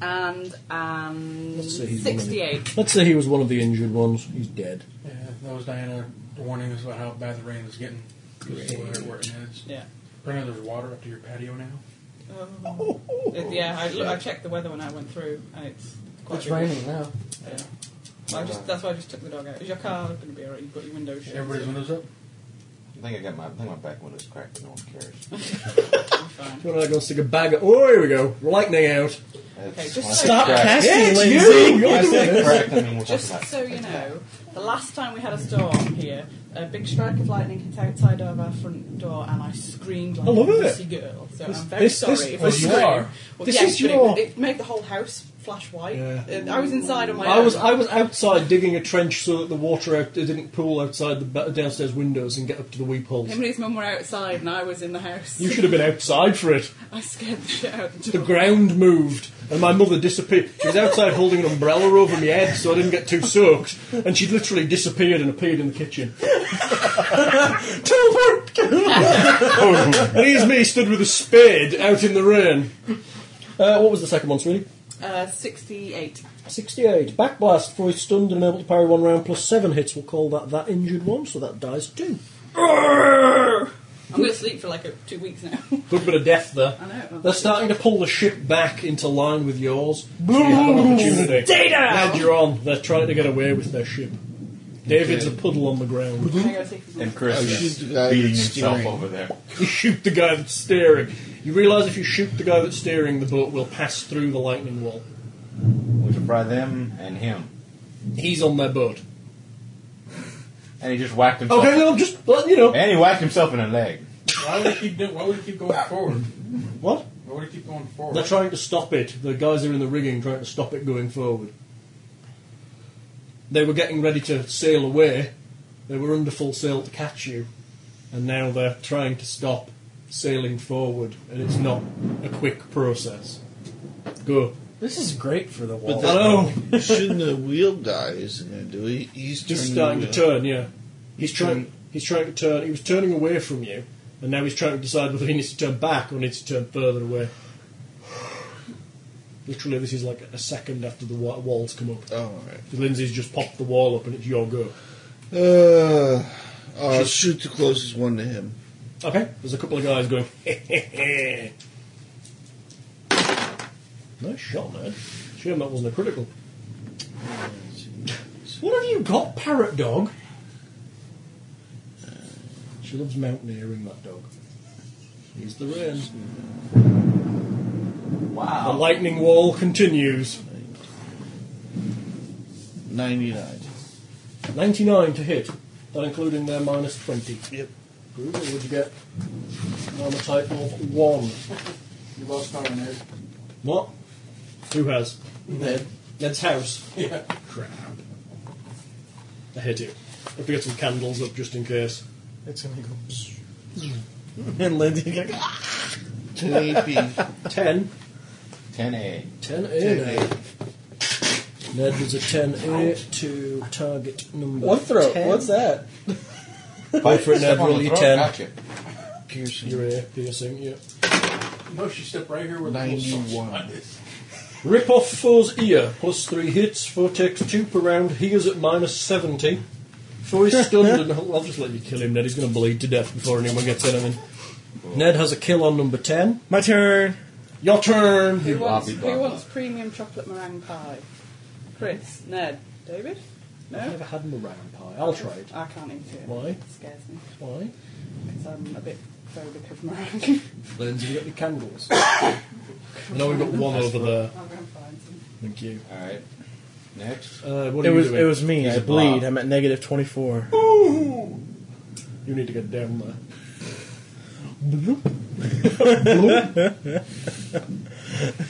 [SPEAKER 2] and um,
[SPEAKER 3] Let's see, he's
[SPEAKER 2] 68.
[SPEAKER 3] Let's say he was one of the injured ones. He's dead.
[SPEAKER 6] Yeah, that was Diana warning us about how bad the rain was getting. Just where, where it is.
[SPEAKER 2] Yeah.
[SPEAKER 6] Apparently, there's water up to your patio now.
[SPEAKER 2] Um, it- yeah, I, look, I checked the weather when I went through, and it's quite
[SPEAKER 5] It's
[SPEAKER 2] big.
[SPEAKER 5] raining now.
[SPEAKER 2] Yeah. Well, I just, that's why I just took the dog out. Is your car going to be alright? You've got your windows shut.
[SPEAKER 6] Everybody's windows up.
[SPEAKER 8] I think I got my. I think my back window's cracked. but No one cares.
[SPEAKER 2] You're fine.
[SPEAKER 3] Do you want to go stick a bag of... Oh, here we go. Lightning out.
[SPEAKER 2] Okay,
[SPEAKER 8] It's-
[SPEAKER 2] just
[SPEAKER 8] when I
[SPEAKER 2] so-
[SPEAKER 8] say
[SPEAKER 5] Stop
[SPEAKER 8] cracked-
[SPEAKER 5] casting,
[SPEAKER 3] Yeah, it's
[SPEAKER 5] Lindsay.
[SPEAKER 3] you!
[SPEAKER 8] when I
[SPEAKER 3] You're
[SPEAKER 8] say
[SPEAKER 3] doing it.
[SPEAKER 8] cracked, I mean we're talking
[SPEAKER 2] Just
[SPEAKER 8] about
[SPEAKER 2] so you know, the last time we had a storm here, a big strike of lightning hit outside of our front door, and I screamed like
[SPEAKER 3] I love
[SPEAKER 2] a
[SPEAKER 3] it.
[SPEAKER 2] pussy girl. So
[SPEAKER 3] This-
[SPEAKER 2] I'm very
[SPEAKER 3] this-
[SPEAKER 2] sorry
[SPEAKER 3] this-
[SPEAKER 2] if
[SPEAKER 3] well,
[SPEAKER 2] I
[SPEAKER 3] you
[SPEAKER 2] screamed.
[SPEAKER 3] are.
[SPEAKER 2] Well,
[SPEAKER 3] This
[SPEAKER 2] yeah,
[SPEAKER 3] is
[SPEAKER 2] but it,
[SPEAKER 3] your-
[SPEAKER 2] it made the whole house flash white.
[SPEAKER 3] Yeah.
[SPEAKER 2] And I was inside on my
[SPEAKER 3] I
[SPEAKER 2] own.
[SPEAKER 3] was I was outside digging a trench so that the water out, it didn't pool outside the ba- downstairs windows and get up to the weep holes.
[SPEAKER 2] Him and his mum were outside, and I was in the house.
[SPEAKER 3] You should have been outside for it.
[SPEAKER 2] I scared the shit out of
[SPEAKER 3] The
[SPEAKER 2] them.
[SPEAKER 3] ground moved, and my mother disappeared. She was outside holding an umbrella over my head so I didn't get too soaked, and she literally disappeared and appeared in the kitchen. Teleport! and here's me stood with a spade out in the rain. Uh, what was the second one, really?
[SPEAKER 2] Uh, 68.
[SPEAKER 3] 68. Backblast, for he's stunned and able to parry one round plus seven hits. We'll call that that injured one, so that dies two.
[SPEAKER 2] I'm going to sleep for like a, two weeks now.
[SPEAKER 3] Good bit of death there.
[SPEAKER 2] I know.
[SPEAKER 3] They're starting to pull the ship back into line with yours. So you have an opportunity.
[SPEAKER 2] Data!
[SPEAKER 3] Glad you're on. They're trying to get away with their ship. David's a puddle on the ground.
[SPEAKER 2] I gotta take
[SPEAKER 8] And Chris
[SPEAKER 7] Oh,
[SPEAKER 8] is
[SPEAKER 7] she's, uh,
[SPEAKER 8] beating himself
[SPEAKER 7] steering.
[SPEAKER 8] over there.
[SPEAKER 3] You shoot the guy that's steering. You realise if you shoot the guy that's steering, the boat will pass through the lightning wall.
[SPEAKER 8] We should fry them and him.
[SPEAKER 3] He's on their boat.
[SPEAKER 8] And he just whacked himself.
[SPEAKER 3] Okay, no, I'm just letting you know.
[SPEAKER 8] And he whacked himself in the leg.
[SPEAKER 6] Why would it keep doing, Why would it keep going forward?
[SPEAKER 3] What?
[SPEAKER 6] Why would it keep going forward?
[SPEAKER 3] They're trying to stop it. The guys are in the rigging trying to stop it going forward. They were getting ready to sail away. They were under full sail to catch you. And now they're trying to stop sailing forward. And it's not a quick process. Go.
[SPEAKER 5] This is great for the
[SPEAKER 7] But
[SPEAKER 5] wall.
[SPEAKER 7] the-
[SPEAKER 3] Hello.
[SPEAKER 7] Shouldn't the wheel die? Isn't it? Do he, he's turning
[SPEAKER 3] Just starting
[SPEAKER 7] the
[SPEAKER 3] to
[SPEAKER 7] wheel.
[SPEAKER 3] turn, yeah. He's trying, he's trying to turn. He was turning away from you. And now he's trying to decide whether he needs to turn back or needs to turn further away. Literally, this is like a second after the wa- walls come up.
[SPEAKER 7] Oh, all right.
[SPEAKER 3] Lindsay's just popped the wall up and it's your go.
[SPEAKER 7] Uh, I'll shoot the closest one to him.
[SPEAKER 3] Okay, there's a couple of guys going. nice shot, man. Shame that wasn't a critical. What have you got, parrot dog? She loves mountaineering. That dog. Here's the rain. Wow. The lightning wall continues.
[SPEAKER 7] 99.
[SPEAKER 3] 99 to hit. That including their minus 20.
[SPEAKER 7] Yep.
[SPEAKER 3] Good, what would you get? Armor type of 1.
[SPEAKER 6] You lost power, Ned.
[SPEAKER 3] What? Who has?
[SPEAKER 6] Ned.
[SPEAKER 3] Ned's house.
[SPEAKER 6] Yeah.
[SPEAKER 3] Crap. I hit it. I have to get some candles up just in case.
[SPEAKER 5] It's gonna go. and Lindsay goes, "Ah."
[SPEAKER 7] 2AP.
[SPEAKER 3] 10.
[SPEAKER 8] 10A.
[SPEAKER 3] 10 8. Ned was a 10 8 to target number
[SPEAKER 5] One throat.
[SPEAKER 3] 10.
[SPEAKER 5] What's that?
[SPEAKER 3] Go for it, Ned.
[SPEAKER 8] Step on
[SPEAKER 3] Roll
[SPEAKER 8] the
[SPEAKER 3] your
[SPEAKER 8] throat,
[SPEAKER 3] 10.
[SPEAKER 8] Gotcha.
[SPEAKER 3] Your ear piercing, yeah.
[SPEAKER 6] No, she stepped right here with the
[SPEAKER 7] 91.
[SPEAKER 3] Rip off foe's ear. Plus 3 hits. Foe takes 2 per round. He is at minus 70. Foe is stunned and I'll just let you kill him, Ned. He's going to bleed to death before anyone gets anything. Ned has a kill on number 10.
[SPEAKER 5] My turn.
[SPEAKER 3] Your turn!
[SPEAKER 2] Who wants,
[SPEAKER 8] Bobby
[SPEAKER 2] who
[SPEAKER 8] Bobby.
[SPEAKER 2] wants premium chocolate meringue pie? Chris, Ned, David?
[SPEAKER 3] I've
[SPEAKER 2] No?
[SPEAKER 3] never had meringue pie. I'll try it.
[SPEAKER 2] I can't eat it.
[SPEAKER 3] Why?
[SPEAKER 2] It scares me.
[SPEAKER 3] Why?
[SPEAKER 2] Because I'm a bit phobic of meringue.
[SPEAKER 3] Lindsay, you got the candles. no, we've got one over there.
[SPEAKER 2] I'll go and find some.
[SPEAKER 3] Thank you.
[SPEAKER 8] Alright. Next.
[SPEAKER 3] Uh, what
[SPEAKER 5] It
[SPEAKER 3] are
[SPEAKER 5] was
[SPEAKER 3] you
[SPEAKER 5] it
[SPEAKER 3] doing?
[SPEAKER 5] was me.
[SPEAKER 8] He's
[SPEAKER 5] I
[SPEAKER 8] a
[SPEAKER 5] bleed.
[SPEAKER 8] blob.
[SPEAKER 5] I'm at negative twenty four.
[SPEAKER 3] You need to get down there.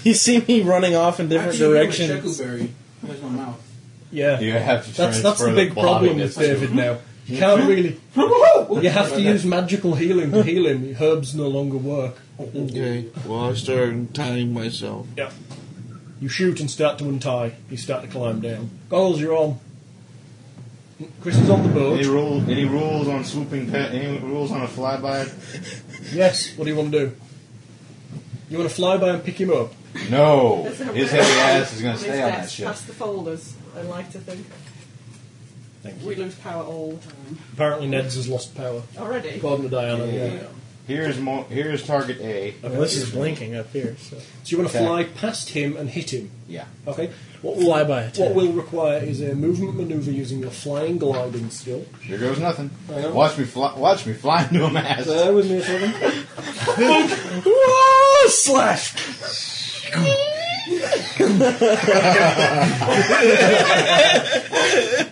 [SPEAKER 5] You see me running off in different
[SPEAKER 6] Actually,
[SPEAKER 5] directions.
[SPEAKER 6] You know, with Shekelberry, there's no mouth.
[SPEAKER 3] Yeah.
[SPEAKER 8] You have to
[SPEAKER 3] That's that's
[SPEAKER 8] transfer
[SPEAKER 3] the big problem
[SPEAKER 8] blobbiness to
[SPEAKER 3] with David now. You can't really. You have to use magical healing to heal him. Herbs no longer work.
[SPEAKER 7] Okay, well, I start untying myself.
[SPEAKER 3] Yeah. You shoot and start to untie. You start to climb down. Goals, you're on. Chris is on the boat.
[SPEAKER 8] Any rules? Any rules on swooping? Pe- any rules on a flyby?
[SPEAKER 3] Yes. What do you want to do? You want to fly by and pick him up?
[SPEAKER 8] No,
[SPEAKER 2] That's how
[SPEAKER 8] his
[SPEAKER 2] we're-
[SPEAKER 8] heavy ass is gonna
[SPEAKER 2] These
[SPEAKER 8] stay on that
[SPEAKER 2] decks
[SPEAKER 8] ship.
[SPEAKER 2] Pass the folders, I like to think.
[SPEAKER 3] Thank
[SPEAKER 2] We lose power all the time.
[SPEAKER 3] Apparently, Ned's has lost power.
[SPEAKER 2] Already?
[SPEAKER 3] According to Diana. Yeah.
[SPEAKER 8] Here's mo- here's target A.
[SPEAKER 5] Well, this is blinking up here. So
[SPEAKER 3] So you want to
[SPEAKER 8] Okay.
[SPEAKER 3] fly past him and hit him.
[SPEAKER 8] Yeah.
[SPEAKER 3] Okay. What will
[SPEAKER 5] fly by attack.
[SPEAKER 3] What will require is a movement maneuver using your flying gliding skill.
[SPEAKER 8] Here goes nothing.
[SPEAKER 3] I know.
[SPEAKER 8] Watch me fly. Watch me fly into a mast.
[SPEAKER 3] Bear with me a second.
[SPEAKER 5] Whoa! Slash!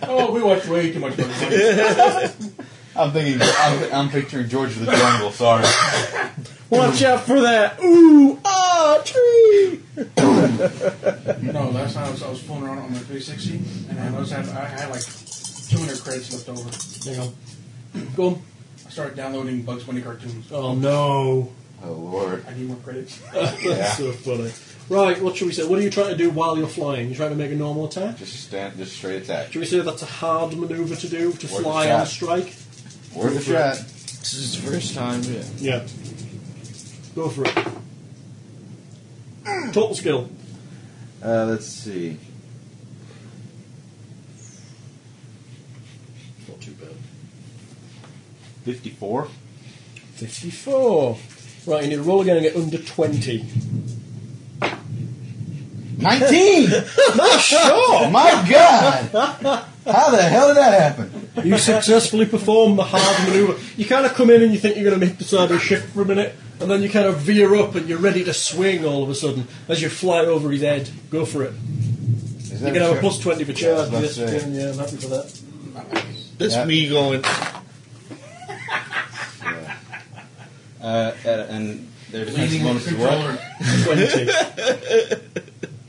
[SPEAKER 6] Oh, we watch way too much movies.
[SPEAKER 8] I'm thinking. I'm, I'm picturing George of the Jungle. Sorry.
[SPEAKER 5] Watch out for that! Ooh! Ah! Tree!
[SPEAKER 6] no, last time I was, I was fooling around on my 360, and I noticed I had, I had like 200 credits left over.
[SPEAKER 3] Hang on. Go on.
[SPEAKER 6] I started downloading Bugs Bunny cartoons.
[SPEAKER 3] Oh no!
[SPEAKER 8] Oh Lord.
[SPEAKER 6] I need more credits.
[SPEAKER 3] That's
[SPEAKER 8] Yeah.
[SPEAKER 3] so funny. Right. What should we say? What are you trying to do while you're flying? You trying to make a normal attack?
[SPEAKER 8] Just stand. Just straight attack.
[SPEAKER 3] Should we say that's a hard maneuver to do to
[SPEAKER 8] Worth a
[SPEAKER 3] fly
[SPEAKER 8] shot.
[SPEAKER 3] and strike?
[SPEAKER 8] Worth a shot.
[SPEAKER 7] This is the first time, yeah.
[SPEAKER 3] Yeah. Go for it. Total skill.
[SPEAKER 8] Uh, let's see.
[SPEAKER 3] Not too bad.
[SPEAKER 8] Fifty-four.
[SPEAKER 3] 54. Right, you need to roll again and get under 20.
[SPEAKER 8] Nineteen. sure. My God. How the hell did that happen?
[SPEAKER 3] You successfully perform the hard maneuver. You kind of come in and you think you're going to hit the side of the ship for a minute, and then you kind of veer up and you're ready to swing all of a sudden as you fly over his head. Go for it.
[SPEAKER 8] Is
[SPEAKER 3] You're
[SPEAKER 8] that
[SPEAKER 3] going to have a
[SPEAKER 8] sure?
[SPEAKER 3] plus 20 for
[SPEAKER 8] Yeah, I was
[SPEAKER 3] charge.
[SPEAKER 8] about to
[SPEAKER 3] Yes,
[SPEAKER 8] say.
[SPEAKER 3] Ken, yeah, I'm happy for that.
[SPEAKER 7] That's
[SPEAKER 8] Yeah.
[SPEAKER 7] me going,
[SPEAKER 8] Uh, at- and there's
[SPEAKER 6] Leaning on
[SPEAKER 8] bonus
[SPEAKER 6] the
[SPEAKER 8] as well.
[SPEAKER 6] controller.
[SPEAKER 3] 20.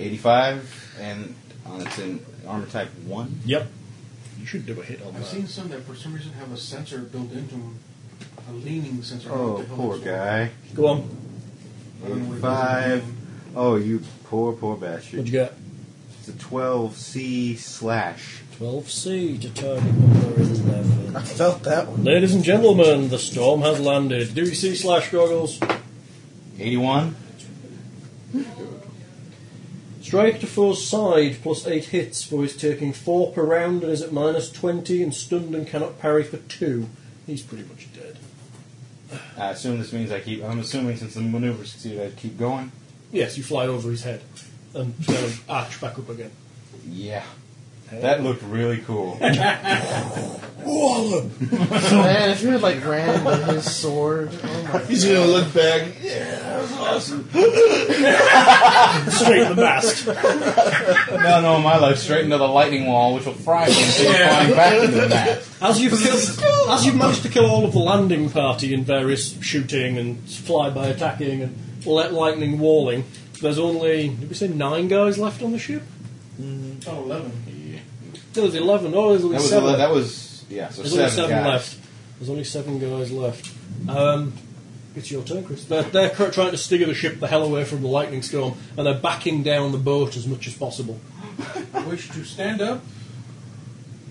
[SPEAKER 8] 85, and on it's in armor type 1.
[SPEAKER 3] yep. You should do a hit on
[SPEAKER 6] I've
[SPEAKER 3] that.
[SPEAKER 6] seen some that for some reason have a sensor built into them, a leaning sensor. I don't know what
[SPEAKER 8] Oh,
[SPEAKER 6] the hell
[SPEAKER 8] poor
[SPEAKER 6] it's
[SPEAKER 8] guy.
[SPEAKER 3] Go on.
[SPEAKER 6] for. I don't know what it
[SPEAKER 8] 85.
[SPEAKER 6] is.
[SPEAKER 8] Oh, you poor, poor
[SPEAKER 3] What'd
[SPEAKER 8] bastard.
[SPEAKER 3] you get?
[SPEAKER 8] It's a 12C slash.
[SPEAKER 3] 12C to target number 11.
[SPEAKER 5] I felt that one.
[SPEAKER 3] Ladies and gentlemen, the storm has landed. Do you see slash goggles?
[SPEAKER 8] 81.
[SPEAKER 3] Strike to foe's side plus 8 hits, for he's taking 4 per round and is at minus 20 and stunned and cannot parry for 2. He's pretty much dead.
[SPEAKER 8] I assume this means I keep. I'm assuming since the maneuver succeeded, I'd keep going.
[SPEAKER 3] Yes, you fly over his head and kind of arch back up again.
[SPEAKER 8] Yeah. That looked really cool.
[SPEAKER 5] Man, if you had like ran with his sword, oh my
[SPEAKER 7] he's going to look back.
[SPEAKER 3] Straight the mast.
[SPEAKER 8] no, no, my life straight into the lightning wall, which will fry me and send me flying back into the map.
[SPEAKER 3] As you've, killed, as you've managed to kill all of the landing party in various shooting and flyby attacking and let lightning walling, there's only, did we say 9 guys left on the ship?
[SPEAKER 6] Oh, 11.
[SPEAKER 3] No, there's 11. Oh, there's
[SPEAKER 8] That
[SPEAKER 3] only
[SPEAKER 8] was,
[SPEAKER 3] 7.
[SPEAKER 8] that was yeah. So
[SPEAKER 3] There's
[SPEAKER 8] seven,
[SPEAKER 3] only seven
[SPEAKER 8] guys.
[SPEAKER 3] left. There's only seven guys left. Um, it's your turn, Chris. They're, they're cr- trying to steer the ship the hell away from the lightning storm, and they're backing down the boat as much as possible.
[SPEAKER 6] I wish to stand up,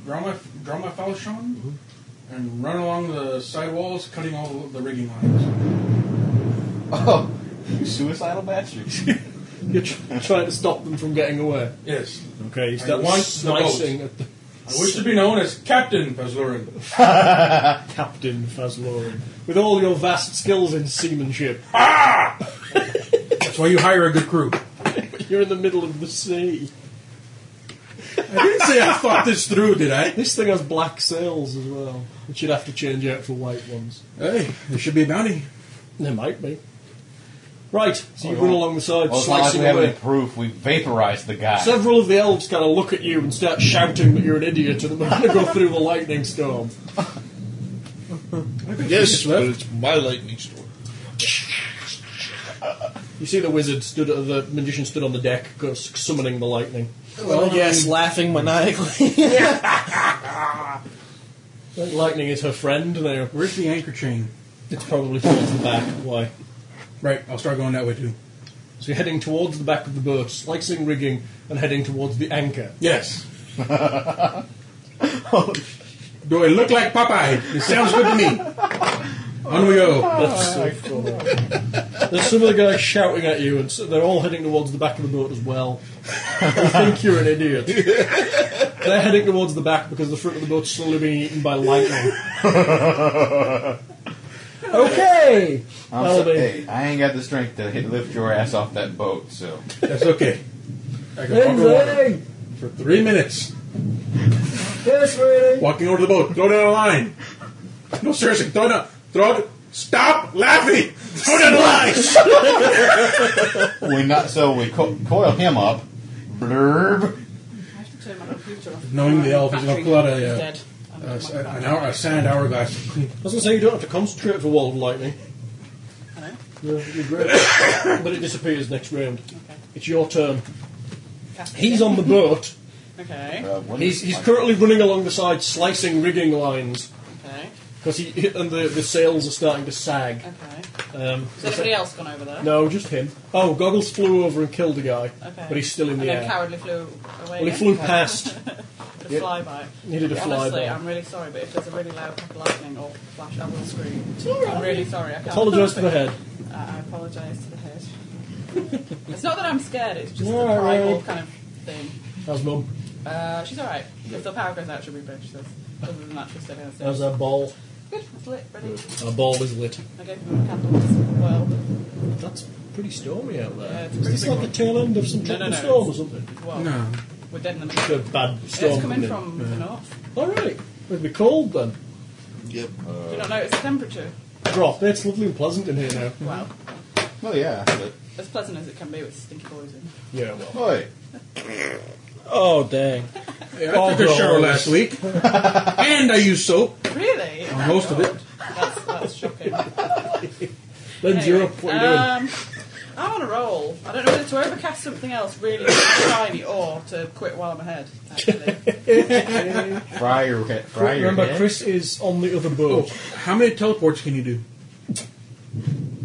[SPEAKER 6] draw my draw my falchion, and run along the side walls, cutting all the rigging lines.
[SPEAKER 8] Oh, you suicidal bastard!
[SPEAKER 3] You're tr- trying to stop them from getting away.
[SPEAKER 6] Yes.
[SPEAKER 3] Okay, you
[SPEAKER 6] I
[SPEAKER 3] start
[SPEAKER 6] want the
[SPEAKER 3] slicing at the
[SPEAKER 6] I wish to be known as Captain Pazlurin.
[SPEAKER 3] captain Fazlorin with all your vast skills in seamanship.
[SPEAKER 6] That's why you hire a good crew.
[SPEAKER 3] You're in the middle of the sea.
[SPEAKER 6] I didn't say I thought this through, did I?
[SPEAKER 3] This thing has black sails as well, which you'd have to change out for white ones.
[SPEAKER 6] Hey, there should be a bounty.
[SPEAKER 3] There might be. Right, so you run along the
[SPEAKER 8] Oh.
[SPEAKER 3] side,
[SPEAKER 8] Well, it's not like
[SPEAKER 3] slicing
[SPEAKER 8] we have
[SPEAKER 3] away.
[SPEAKER 8] any proof. We vaporized the guy.
[SPEAKER 3] Several of the elves kind of look at you and start shouting that you're an idiot and they're going to go through the lightning storm.
[SPEAKER 7] Yes, but it's my lightning storm.
[SPEAKER 3] You see the wizard stood, uh, the magician stood on the deck, go- summoning the lightning. Oh,
[SPEAKER 5] Well, Oh, yes, laughing maniacally.
[SPEAKER 3] That lightning is her friend there.
[SPEAKER 6] Where's the anchor chain?
[SPEAKER 3] It's probably towards the back. Why?
[SPEAKER 6] Right, I'll start going that way too.
[SPEAKER 3] So you're heading towards the back of the boat, slicing rigging, and heading towards the anchor.
[SPEAKER 6] Yes. Oh, Do I look like Popeye? It sounds good to me. On we go.
[SPEAKER 3] That's so funny. There's some of the guys shouting at you, and so they're all heading towards the back of the boat as well. They think you're an idiot. they're heading towards the back because the front of the boat's slowly being eaten by lightning. okay!
[SPEAKER 8] I'm
[SPEAKER 3] That'll
[SPEAKER 8] so,
[SPEAKER 3] be-
[SPEAKER 8] hey, I ain't got the strength to hit, lift your ass off that boat, so
[SPEAKER 6] That's okay. I can walk over water for three minutes. Walking over the boat. Throw down a line. No, seriously. Throw down. Throw it. Stop laughing. Throw down a line.
[SPEAKER 8] we not so we co- coil him up. Blurb.
[SPEAKER 2] I have to turn my computer off.
[SPEAKER 6] Knowing the elf is going to pull out
[SPEAKER 5] He's
[SPEAKER 6] a, uh,
[SPEAKER 5] dead.
[SPEAKER 2] Oh
[SPEAKER 6] a, s- a- an hour, a sand hourglass.
[SPEAKER 3] I was going to say, you don't have to concentrate for Wall of Lightning. No, it'd be great. but it disappears next round. It's your turn. He's on the boat.
[SPEAKER 2] Okay.
[SPEAKER 8] Uh, what
[SPEAKER 3] He's,
[SPEAKER 8] is-
[SPEAKER 3] he's currently running along the side, slicing rigging lines
[SPEAKER 2] Okay.
[SPEAKER 3] because he and the, the sails are starting to sag.
[SPEAKER 2] Okay.
[SPEAKER 3] Um,
[SPEAKER 2] Has anybody else gone over there?
[SPEAKER 3] no, just him. Oh, goggles flew over and killed a guy,
[SPEAKER 2] Okay.
[SPEAKER 3] but he's still in
[SPEAKER 2] and
[SPEAKER 3] the
[SPEAKER 2] then
[SPEAKER 3] air.
[SPEAKER 2] cowardly flew away.
[SPEAKER 3] Well, he
[SPEAKER 2] again.
[SPEAKER 3] flew past.
[SPEAKER 2] Did a flyby.
[SPEAKER 3] He did a
[SPEAKER 2] Honestly,
[SPEAKER 3] flyby.
[SPEAKER 2] I'm really sorry, but if there's a really loud clap of lightning or flash, I will scream. I'm really sorry. I can't
[SPEAKER 3] Apologise for the head.
[SPEAKER 2] Uh, I apologise to the head. it's not that I'm scared. It's just
[SPEAKER 3] All
[SPEAKER 2] the
[SPEAKER 3] right.
[SPEAKER 2] primal kind of thing.
[SPEAKER 3] How's mum?
[SPEAKER 2] Uh, she's all right. If the power goes out, she'll be better. She says. Other than that, she's staying downstairs.
[SPEAKER 3] How's our ball?
[SPEAKER 2] Good. It's lit. Ready.
[SPEAKER 3] Our ball is lit.
[SPEAKER 2] I gave them a candle as well.
[SPEAKER 3] That's pretty stormy out
[SPEAKER 2] Yeah,
[SPEAKER 3] there.
[SPEAKER 2] it's a
[SPEAKER 3] Is
[SPEAKER 2] pretty
[SPEAKER 3] this
[SPEAKER 2] big
[SPEAKER 3] like the
[SPEAKER 2] one.
[SPEAKER 3] tail end of some
[SPEAKER 2] No, no,
[SPEAKER 3] tropical
[SPEAKER 2] no,
[SPEAKER 3] storm or
[SPEAKER 2] it's-
[SPEAKER 3] something?
[SPEAKER 2] Well,
[SPEAKER 6] No.
[SPEAKER 2] we're dead in the
[SPEAKER 3] Just
[SPEAKER 2] middle.
[SPEAKER 3] a bad storm.
[SPEAKER 2] It's coming
[SPEAKER 3] isn't it?
[SPEAKER 2] from the north.
[SPEAKER 3] All right, it'd Oh, be cold then.
[SPEAKER 7] Yep.
[SPEAKER 2] Do you not notice the temperature?
[SPEAKER 3] Drop. It's lovely and pleasant in here now.
[SPEAKER 2] Well,
[SPEAKER 8] Well, Oh, yeah. but-
[SPEAKER 2] as pleasant as it can be with stinky poison.
[SPEAKER 3] Yeah, well.
[SPEAKER 8] Boy,
[SPEAKER 5] Oh, dang.
[SPEAKER 6] Yeah,
[SPEAKER 3] Oh,
[SPEAKER 6] I took a shower last week, and I used soap
[SPEAKER 2] Really?
[SPEAKER 3] Oh.
[SPEAKER 6] on most of it.
[SPEAKER 2] That's, that's shocking.
[SPEAKER 3] Ben's,
[SPEAKER 2] Anyway,
[SPEAKER 3] you're up. What are you doing?
[SPEAKER 2] um, I'm on a roll. I don't know whether to overcast something else really shiny or to quit while I'm ahead. Actually,
[SPEAKER 8] fry your head. Fry your
[SPEAKER 3] Remember,
[SPEAKER 8] head.
[SPEAKER 3] Chris is on the other boat.
[SPEAKER 6] How many teleports can you do?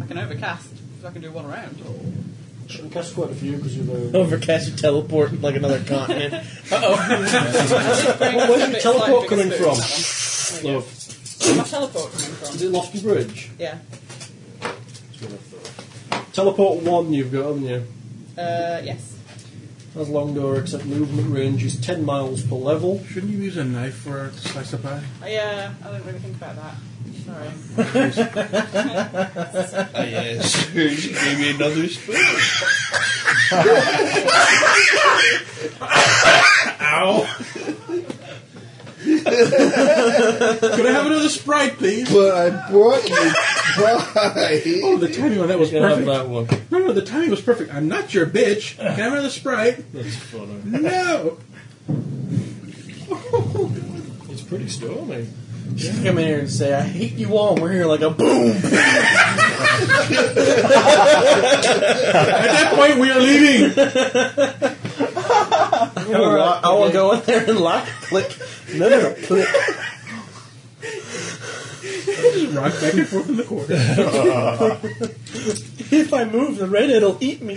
[SPEAKER 2] I can overcast. So I can do one round.
[SPEAKER 3] Should cast quite a few because you're the.
[SPEAKER 5] Overcast and teleport like another continent.
[SPEAKER 2] Where's
[SPEAKER 3] your teleport coming from?
[SPEAKER 2] Where's my teleport coming
[SPEAKER 3] Is
[SPEAKER 2] from?
[SPEAKER 3] it Lofty Bridge?
[SPEAKER 2] Yeah.
[SPEAKER 3] Teleport one you've got, haven't you?
[SPEAKER 2] Uh, yes.
[SPEAKER 3] Has long door, except movement range is 10 miles per level.
[SPEAKER 6] Shouldn't you use a knife for a slice of pie?
[SPEAKER 2] I, uh, I didn't really think about that. Sorry.
[SPEAKER 16] Uh,
[SPEAKER 7] Ah, yes. she gave me another spoon.
[SPEAKER 6] Could I have another Sprite, please?
[SPEAKER 16] But I brought you
[SPEAKER 6] Oh, the timing on that was
[SPEAKER 3] You can have
[SPEAKER 6] perfect.
[SPEAKER 3] that one.
[SPEAKER 6] No, no, the timing was perfect. I'm not your bitch. Can I have another Sprite?
[SPEAKER 3] That's funny.
[SPEAKER 6] No.
[SPEAKER 3] It's pretty stormy.
[SPEAKER 5] Come here and say, I hate you all. And we're here like a boom.
[SPEAKER 6] At that point, we are leaving.
[SPEAKER 5] I will go in there and lock, click. No, no, no, click.
[SPEAKER 6] Just rock back and forth in the corner.
[SPEAKER 5] If I move, the redhead'll eat me.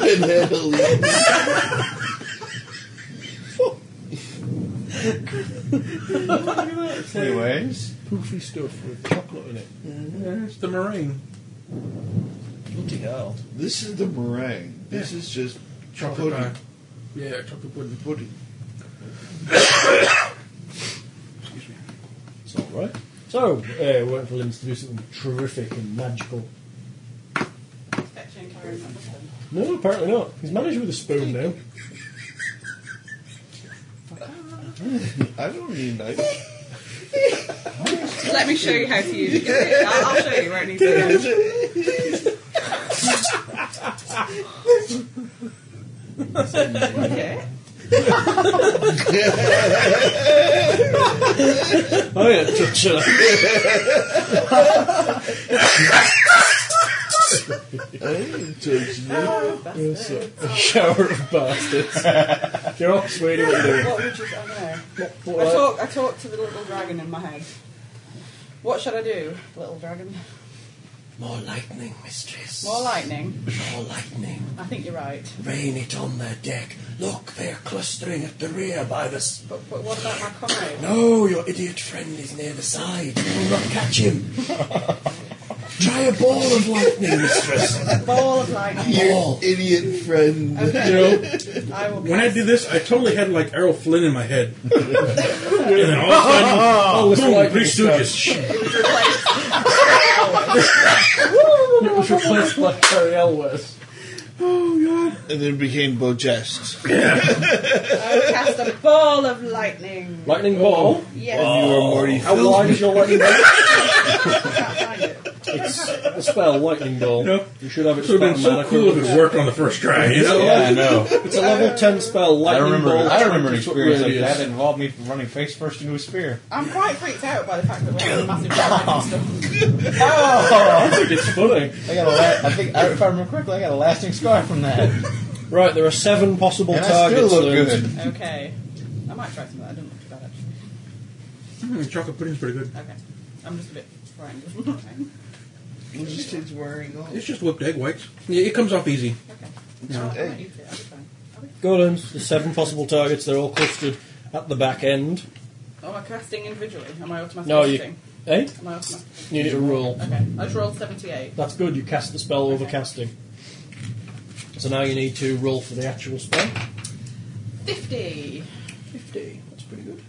[SPEAKER 16] redhead.
[SPEAKER 8] Anyways,
[SPEAKER 3] Poofy stuff with chocolate in it.
[SPEAKER 6] There's the meringue.
[SPEAKER 3] Bloody hell.
[SPEAKER 16] This is the meringue. This is just
[SPEAKER 6] Chocolate pie.
[SPEAKER 16] pudding.
[SPEAKER 6] Yeah, chocolate pudding.
[SPEAKER 16] Pudding.
[SPEAKER 3] It's alright. So, uh, we're waiting for Limbs to do something terrific and magical.
[SPEAKER 2] Fetching carrying my husband.
[SPEAKER 3] No, apparently not. He's managed with a spoon now.
[SPEAKER 16] I don't need knife.
[SPEAKER 2] Let me show you how to use it. I'll, I'll show you where it needs to go. Okay.
[SPEAKER 3] Oh yeah, touch
[SPEAKER 2] Bastards.
[SPEAKER 3] Shower of bastards. You're off, sweetie. What are you doing?
[SPEAKER 2] What would you? I don't know.
[SPEAKER 3] What,
[SPEAKER 2] I
[SPEAKER 3] what-
[SPEAKER 2] talk. I talk to the little dragon in my head. What should I do, little dragon?
[SPEAKER 3] More lightning, mistress.
[SPEAKER 2] More lightning.
[SPEAKER 3] More lightning.
[SPEAKER 2] I think you're right.
[SPEAKER 3] Rain it on their deck. Look, they're clustering at the rear by the. S-
[SPEAKER 2] But, but what about my comrade?
[SPEAKER 3] no, your idiot friend is near the side. You will not catch him. Try a ball of lightning, mistress.
[SPEAKER 2] A ball of lightning.
[SPEAKER 3] Ball.
[SPEAKER 7] Idiot friend.
[SPEAKER 2] Okay.
[SPEAKER 5] You know,
[SPEAKER 2] I will.
[SPEAKER 5] when I did this, I totally had like Errol Flynn in my head. Oh, and then all of a sudden, boom, Reese Dugas.
[SPEAKER 2] It was replaced.
[SPEAKER 3] It was replaced by Harry Elwes.
[SPEAKER 5] Oh,
[SPEAKER 7] And then became Bojest.
[SPEAKER 2] I will cast a ball of lightning.
[SPEAKER 3] Lightning ball.
[SPEAKER 5] Oh.
[SPEAKER 2] Yes.
[SPEAKER 7] You were Morty
[SPEAKER 3] How wide is your lightning
[SPEAKER 2] I
[SPEAKER 3] ball?
[SPEAKER 2] can't find it.
[SPEAKER 3] It's the spell lightning ball.
[SPEAKER 5] No.
[SPEAKER 3] You should have it.
[SPEAKER 5] It would have been so cool if it worked on the first try, you know?
[SPEAKER 8] Yeah, I know.
[SPEAKER 3] It's a level ten spell.
[SPEAKER 8] I
[SPEAKER 3] Lightning
[SPEAKER 8] remember.
[SPEAKER 3] ball.
[SPEAKER 8] I remember an
[SPEAKER 3] 20 foot
[SPEAKER 8] experience like
[SPEAKER 3] radius.
[SPEAKER 8] that that involved me running face first into a spear.
[SPEAKER 2] I'm quite freaked out by the fact that we're having a massive lightning and stuff.
[SPEAKER 3] I think it's funny.
[SPEAKER 8] I got a. La- I think I, if I remember correctly, I got a lasting scar from that.
[SPEAKER 3] Right, there are seven possible
[SPEAKER 8] and I still
[SPEAKER 3] targets.
[SPEAKER 8] look
[SPEAKER 3] there.
[SPEAKER 8] good.
[SPEAKER 2] Okay. I might try some of that. I don't look too bad actually.
[SPEAKER 5] Mm, chocolate pudding's pretty good.
[SPEAKER 2] Okay. I'm just a bit frightened.
[SPEAKER 7] was just kids wearing all
[SPEAKER 5] It's just whipped egg whites. Yeah, it comes off easy.
[SPEAKER 2] okay. No, I might eat it. I'll be fine.
[SPEAKER 3] Golems. There's seven possible targets. They're all clustered at the back end.
[SPEAKER 2] Oh, am I casting individually? Am I automatically
[SPEAKER 3] No, you-
[SPEAKER 2] casting?
[SPEAKER 3] Eh?
[SPEAKER 2] Am I automatically?
[SPEAKER 3] You need to roll.
[SPEAKER 2] Okay. I just rolled 78.
[SPEAKER 3] That's good. You cast the spell over casting. So now you need to roll for the actual spell.
[SPEAKER 2] 50.
[SPEAKER 3] Fifty. That's pretty good.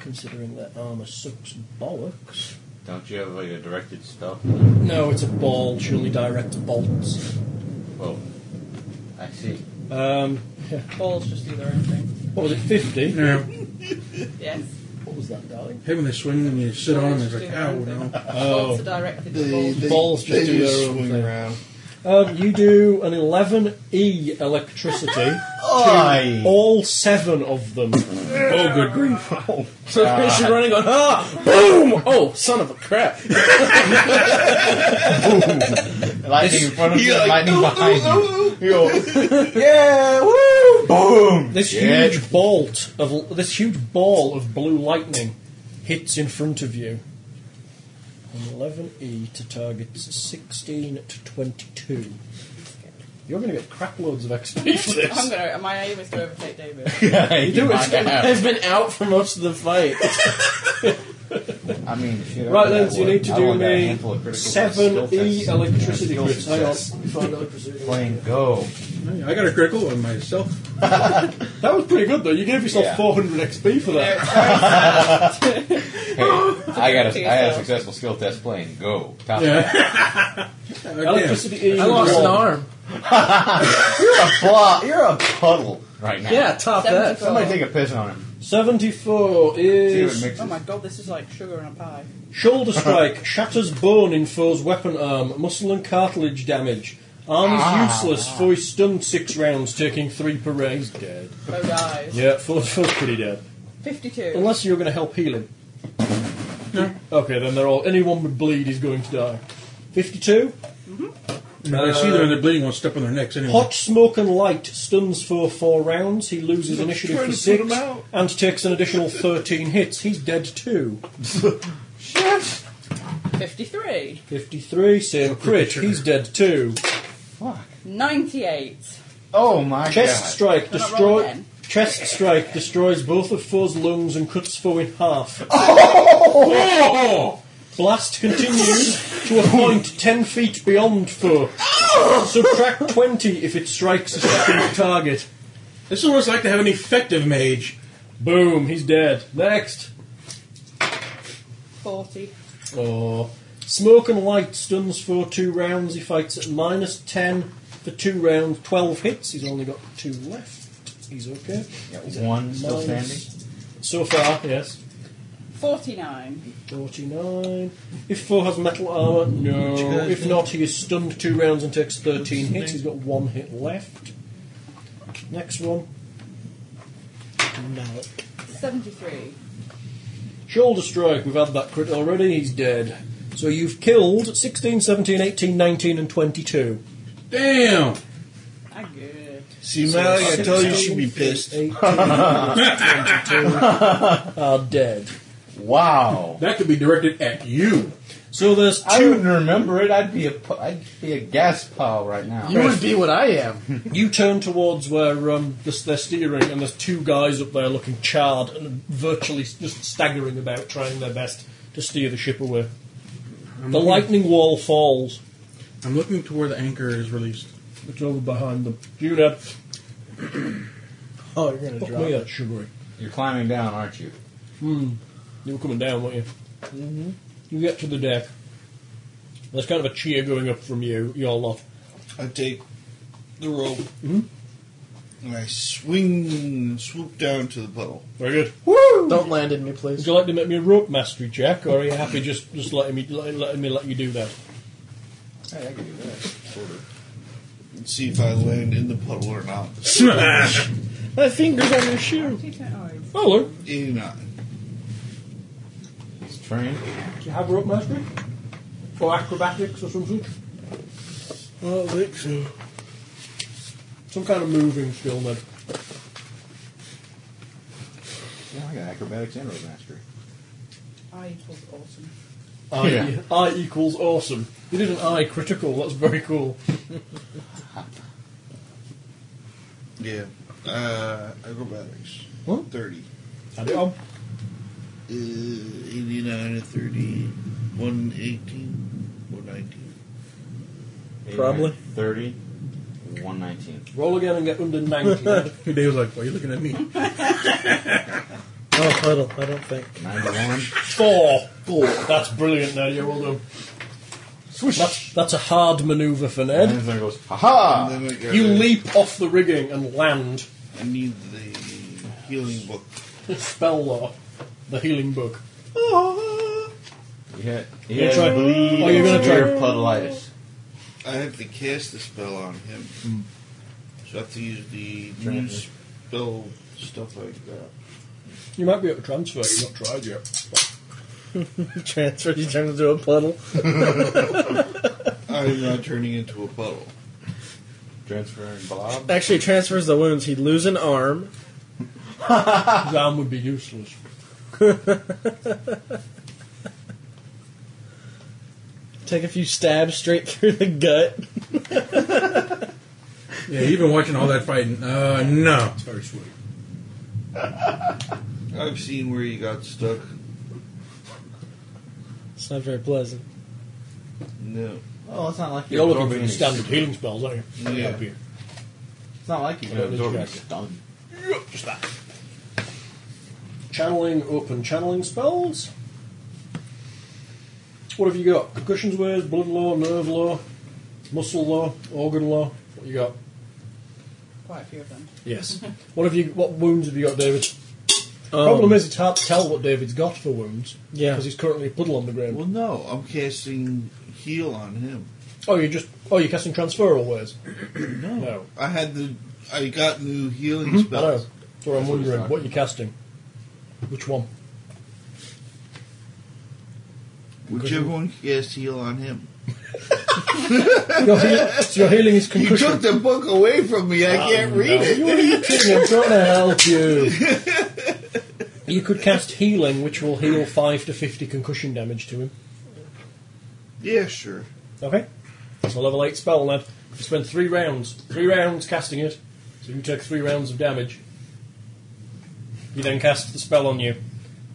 [SPEAKER 3] Considering that armor sucks bollocks.
[SPEAKER 8] Don't you have like a directed spell?
[SPEAKER 3] No, it's a ball. Surely direct bolts.
[SPEAKER 8] Well, I see.
[SPEAKER 3] Um,
[SPEAKER 2] Balls just do their own thing.
[SPEAKER 3] what was it? Fifty.
[SPEAKER 5] Yeah.
[SPEAKER 2] Yes.
[SPEAKER 3] What was that, darling?
[SPEAKER 5] Hey, when they swing and you sit on them, it's like, ow, no.
[SPEAKER 3] Oh.
[SPEAKER 2] Balls are directed to
[SPEAKER 7] They,
[SPEAKER 2] balls.
[SPEAKER 7] they,
[SPEAKER 3] Balls just
[SPEAKER 7] they
[SPEAKER 3] do
[SPEAKER 7] just
[SPEAKER 3] their own
[SPEAKER 7] swing
[SPEAKER 3] thing.
[SPEAKER 7] around.
[SPEAKER 3] Um, you do an 11E electricity.
[SPEAKER 8] Oh, Aye.
[SPEAKER 3] All seven of them.
[SPEAKER 5] Oh, good grief.
[SPEAKER 3] So she's running on, ah, boom! Oh, son of a crap.
[SPEAKER 8] Lightning in front of you,
[SPEAKER 7] You're like,
[SPEAKER 8] lightning
[SPEAKER 7] "Ooh,
[SPEAKER 8] behind you. You go,
[SPEAKER 3] Yeah, woo!
[SPEAKER 8] boom!
[SPEAKER 3] This
[SPEAKER 8] Yeah.
[SPEAKER 3] huge bolt of, this huge ball of blue lightning hits in front of you. An 11E to targets 16 to 22. You're going to get crap loads of XP for
[SPEAKER 2] I'm
[SPEAKER 3] this.
[SPEAKER 2] gonna. My aim is to overtake David.
[SPEAKER 8] you
[SPEAKER 3] Do it.
[SPEAKER 8] I
[SPEAKER 3] They've been out for most of the fight.
[SPEAKER 8] mean, shit, I
[SPEAKER 3] Right
[SPEAKER 8] did
[SPEAKER 3] then,
[SPEAKER 8] that
[SPEAKER 3] so you
[SPEAKER 8] one.
[SPEAKER 3] need to
[SPEAKER 8] I
[SPEAKER 3] do
[SPEAKER 8] only got a
[SPEAKER 3] me
[SPEAKER 8] handful of critical skill
[SPEAKER 3] seven E
[SPEAKER 8] tests.
[SPEAKER 3] electricity
[SPEAKER 8] Skill
[SPEAKER 3] crits. Hang on,
[SPEAKER 8] success.
[SPEAKER 3] find electricity.
[SPEAKER 8] Playing Go.
[SPEAKER 5] Hey, I got a critical on myself.
[SPEAKER 3] That was pretty good though. You gave yourself
[SPEAKER 8] Yeah.
[SPEAKER 3] 400 XP for that.
[SPEAKER 8] Hey, I got a, I had a
[SPEAKER 2] yourself.
[SPEAKER 8] successful skill test playing Go. Top
[SPEAKER 5] Yeah.
[SPEAKER 3] Electricity E.
[SPEAKER 17] I
[SPEAKER 3] would
[SPEAKER 17] lost an
[SPEAKER 3] roll.
[SPEAKER 17] arm.
[SPEAKER 8] You're a blah, you're a puddle right now.
[SPEAKER 17] Yeah, top that.
[SPEAKER 2] 74.
[SPEAKER 8] Somebody take a piss on him.
[SPEAKER 3] 74
[SPEAKER 8] See what
[SPEAKER 3] is
[SPEAKER 8] mixes.
[SPEAKER 2] Oh my god, this is like sugar in a pie.
[SPEAKER 3] shoulder strike shatters bone in foe's weapon arm, muscle and cartilage damage. Arm is useless. Foe is stunned six rounds, taking three per round. He's dead.
[SPEAKER 2] Oh guys.
[SPEAKER 3] Yeah, foe's, foe's pretty dead.
[SPEAKER 2] 52.
[SPEAKER 3] Unless you're going to help heal him. Okay, then they're all. Anyone with bleed is going to die. 52.
[SPEAKER 5] Now I see them and they're bleeding one step on their necks anyway.
[SPEAKER 3] Hot smoke and light stuns for four rounds. He loses initiative for six and takes an additional 13 hits. He's dead too.
[SPEAKER 2] 53.
[SPEAKER 3] 53, same crit. He's dead too.
[SPEAKER 2] 98.
[SPEAKER 8] Oh my
[SPEAKER 3] Chest
[SPEAKER 8] god.
[SPEAKER 3] strike
[SPEAKER 2] We're not
[SPEAKER 3] destroy.
[SPEAKER 2] rolling
[SPEAKER 3] Chest strike destroys both of foe's lungs and cuts foe in half.
[SPEAKER 5] Oh!
[SPEAKER 3] Blast continues to a point 10 feet beyond foe. Subtract 20 if it strikes a second target.
[SPEAKER 5] This is what it's like to have an effective mage.
[SPEAKER 3] Boom, he's dead. Next.
[SPEAKER 2] 40.
[SPEAKER 3] Oh. Smoke and light stuns for two rounds. He fights at minus ten for two rounds. Twelve hits. He's only got two left. He's okay. He's at
[SPEAKER 8] One still
[SPEAKER 3] minus-
[SPEAKER 8] standing.
[SPEAKER 3] So far, yes.
[SPEAKER 2] 49.
[SPEAKER 3] 49. If four has metal armour, no. If not, he is stunned two rounds and takes 13 hits. He's got one hit left. Next one. No.
[SPEAKER 2] 73.
[SPEAKER 3] Shoulder strike. We've had that crit already. He's dead. So you've killed 16, 17, 18, 19, and 22.
[SPEAKER 18] Damn!
[SPEAKER 2] I good.
[SPEAKER 7] See, Mally, I tell you, she'd be pissed.
[SPEAKER 3] 18, 22 are dead.
[SPEAKER 8] Wow.
[SPEAKER 18] That could be directed at you.
[SPEAKER 3] So there's
[SPEAKER 8] I
[SPEAKER 3] two.
[SPEAKER 8] wouldn't remember it. I'd be a pu- I'd be a gas pile right now.
[SPEAKER 5] You would be what I am.
[SPEAKER 3] You turn towards where um, this, they're steering, and there's two guys up there looking charred and virtually s- just staggering about, trying their best to steer the ship away.
[SPEAKER 18] I'm
[SPEAKER 3] The
[SPEAKER 18] looking,
[SPEAKER 3] lightning wall falls.
[SPEAKER 18] I'm looking to where the anchor is released.
[SPEAKER 3] It's over behind them. Judah,
[SPEAKER 19] Oh, you're gonna
[SPEAKER 3] fuck
[SPEAKER 19] drop.
[SPEAKER 3] me, that's sugary.
[SPEAKER 8] You're climbing down, aren't you?
[SPEAKER 3] You were coming down, weren't you? Mm-hmm. You get to the deck. There's kind of a cheer going up from you, your lot.
[SPEAKER 7] I take the rope
[SPEAKER 8] Mm-hmm.
[SPEAKER 7] and I swing, swoop down to the puddle.
[SPEAKER 3] Very good.
[SPEAKER 5] Don't land in me, please.
[SPEAKER 3] Would you like to make me a rope mastery check, or are you happy just, just letting me letting, letting me let you do that?
[SPEAKER 8] Hey, I can do that.
[SPEAKER 7] and see if I land in the puddle or not.
[SPEAKER 5] My finger's on your shoe.
[SPEAKER 3] Oh, look.
[SPEAKER 7] 89.
[SPEAKER 8] He's trained.
[SPEAKER 3] Do you have rope mastery? Or acrobatics or something?
[SPEAKER 19] I don't think so.
[SPEAKER 3] Some kind of moving skill, then.
[SPEAKER 8] Yeah, I got acrobatics and road mastery.
[SPEAKER 2] I equals awesome.
[SPEAKER 3] I,
[SPEAKER 8] Yeah.
[SPEAKER 3] I equals awesome. You did an I critical, that's very cool.
[SPEAKER 7] Yeah. Uh, acrobatics.
[SPEAKER 3] What?
[SPEAKER 7] 30.
[SPEAKER 3] Tom?
[SPEAKER 7] Uh, 89 and 30. 118. 119.
[SPEAKER 19] Probably.
[SPEAKER 8] 30, 119.
[SPEAKER 3] Roll again and get under 90.
[SPEAKER 19] Dave was like, "Why are you looking at me?" oh, puddle. I don't think.
[SPEAKER 8] 91.
[SPEAKER 3] Four. Four. That's brilliant there, yeah, well done. That's, that's a hard manoeuvre for
[SPEAKER 8] And
[SPEAKER 3] Ned.
[SPEAKER 8] then goes, ha
[SPEAKER 7] And then I got
[SPEAKER 3] You
[SPEAKER 7] a-
[SPEAKER 3] leap off the rigging and land.
[SPEAKER 7] I need the healing book.
[SPEAKER 3] Spell law. The healing book.
[SPEAKER 8] He had, he
[SPEAKER 3] You're
[SPEAKER 8] had
[SPEAKER 3] trying-
[SPEAKER 8] bleed
[SPEAKER 3] Oh, you're gonna
[SPEAKER 8] and severe
[SPEAKER 3] try-
[SPEAKER 8] puddleitis.
[SPEAKER 7] I have to cast the spell on him. So I have to use the new
[SPEAKER 8] Transfer.
[SPEAKER 7] spell stuff I got.
[SPEAKER 3] You might be able to transfer, you've not tried yet.
[SPEAKER 5] Transfer. You turn into a puddle.
[SPEAKER 7] I'm not turning into a puddle.
[SPEAKER 8] Transferring Blob.
[SPEAKER 5] Actually, transfers the wounds. He'd lose an arm.
[SPEAKER 3] His arm would be useless.
[SPEAKER 5] Take a few stabs straight through the gut.
[SPEAKER 18] Yeah, you've been watching all that fighting. Uh, no.
[SPEAKER 3] It's very sweet.
[SPEAKER 7] I've seen where you got stuck.
[SPEAKER 5] It's not very pleasant.
[SPEAKER 7] No.
[SPEAKER 8] Oh, it's not like
[SPEAKER 3] You're looking
[SPEAKER 8] absorbing
[SPEAKER 3] for the
[SPEAKER 8] any-
[SPEAKER 3] standard healing spells, aren't you?
[SPEAKER 7] Yeah.
[SPEAKER 3] Up here.
[SPEAKER 8] It's not like you can
[SPEAKER 3] Yeah,
[SPEAKER 8] absorb
[SPEAKER 3] yeah.
[SPEAKER 8] any stun.
[SPEAKER 3] Just that. Channeling, open channeling spells. What have you got? Concussions waves, blood law, nerve law, muscle law, organ law. What you got?
[SPEAKER 2] Quite a few of them.
[SPEAKER 3] Yes. Um, what have you? What wounds have you got, David? Problem is, it's hard to tell what David's got for wounds.
[SPEAKER 5] Yeah.
[SPEAKER 3] Because he's currently a puddle on the ground.
[SPEAKER 7] Well, no. I'm casting heal on him.
[SPEAKER 3] Oh, you're just. Oh, you're casting transferal waves. no. No.
[SPEAKER 7] I had the. I got new
[SPEAKER 8] Mm-hmm.
[SPEAKER 7] healing
[SPEAKER 3] I know.
[SPEAKER 7] spells.
[SPEAKER 3] That's what I'm
[SPEAKER 8] what he's
[SPEAKER 3] wondering.
[SPEAKER 8] talking
[SPEAKER 3] What you're casting? Which one?
[SPEAKER 7] Whichever one cast heal on him.
[SPEAKER 3] your, heal, your healing is
[SPEAKER 7] You
[SPEAKER 3] concussion.
[SPEAKER 7] took the book away from me.
[SPEAKER 8] Uh,
[SPEAKER 7] I can't read it.
[SPEAKER 3] You're eating, I'm trying to help you. You could cast healing, which will heal 5 to 50 concussion damage to him.
[SPEAKER 7] Yeah, sure.
[SPEAKER 3] Okay? That's a level 8 spell, lad. You spend 3 rounds. 3 rounds casting it, so you take 3 rounds of damage. You then cast the spell on you.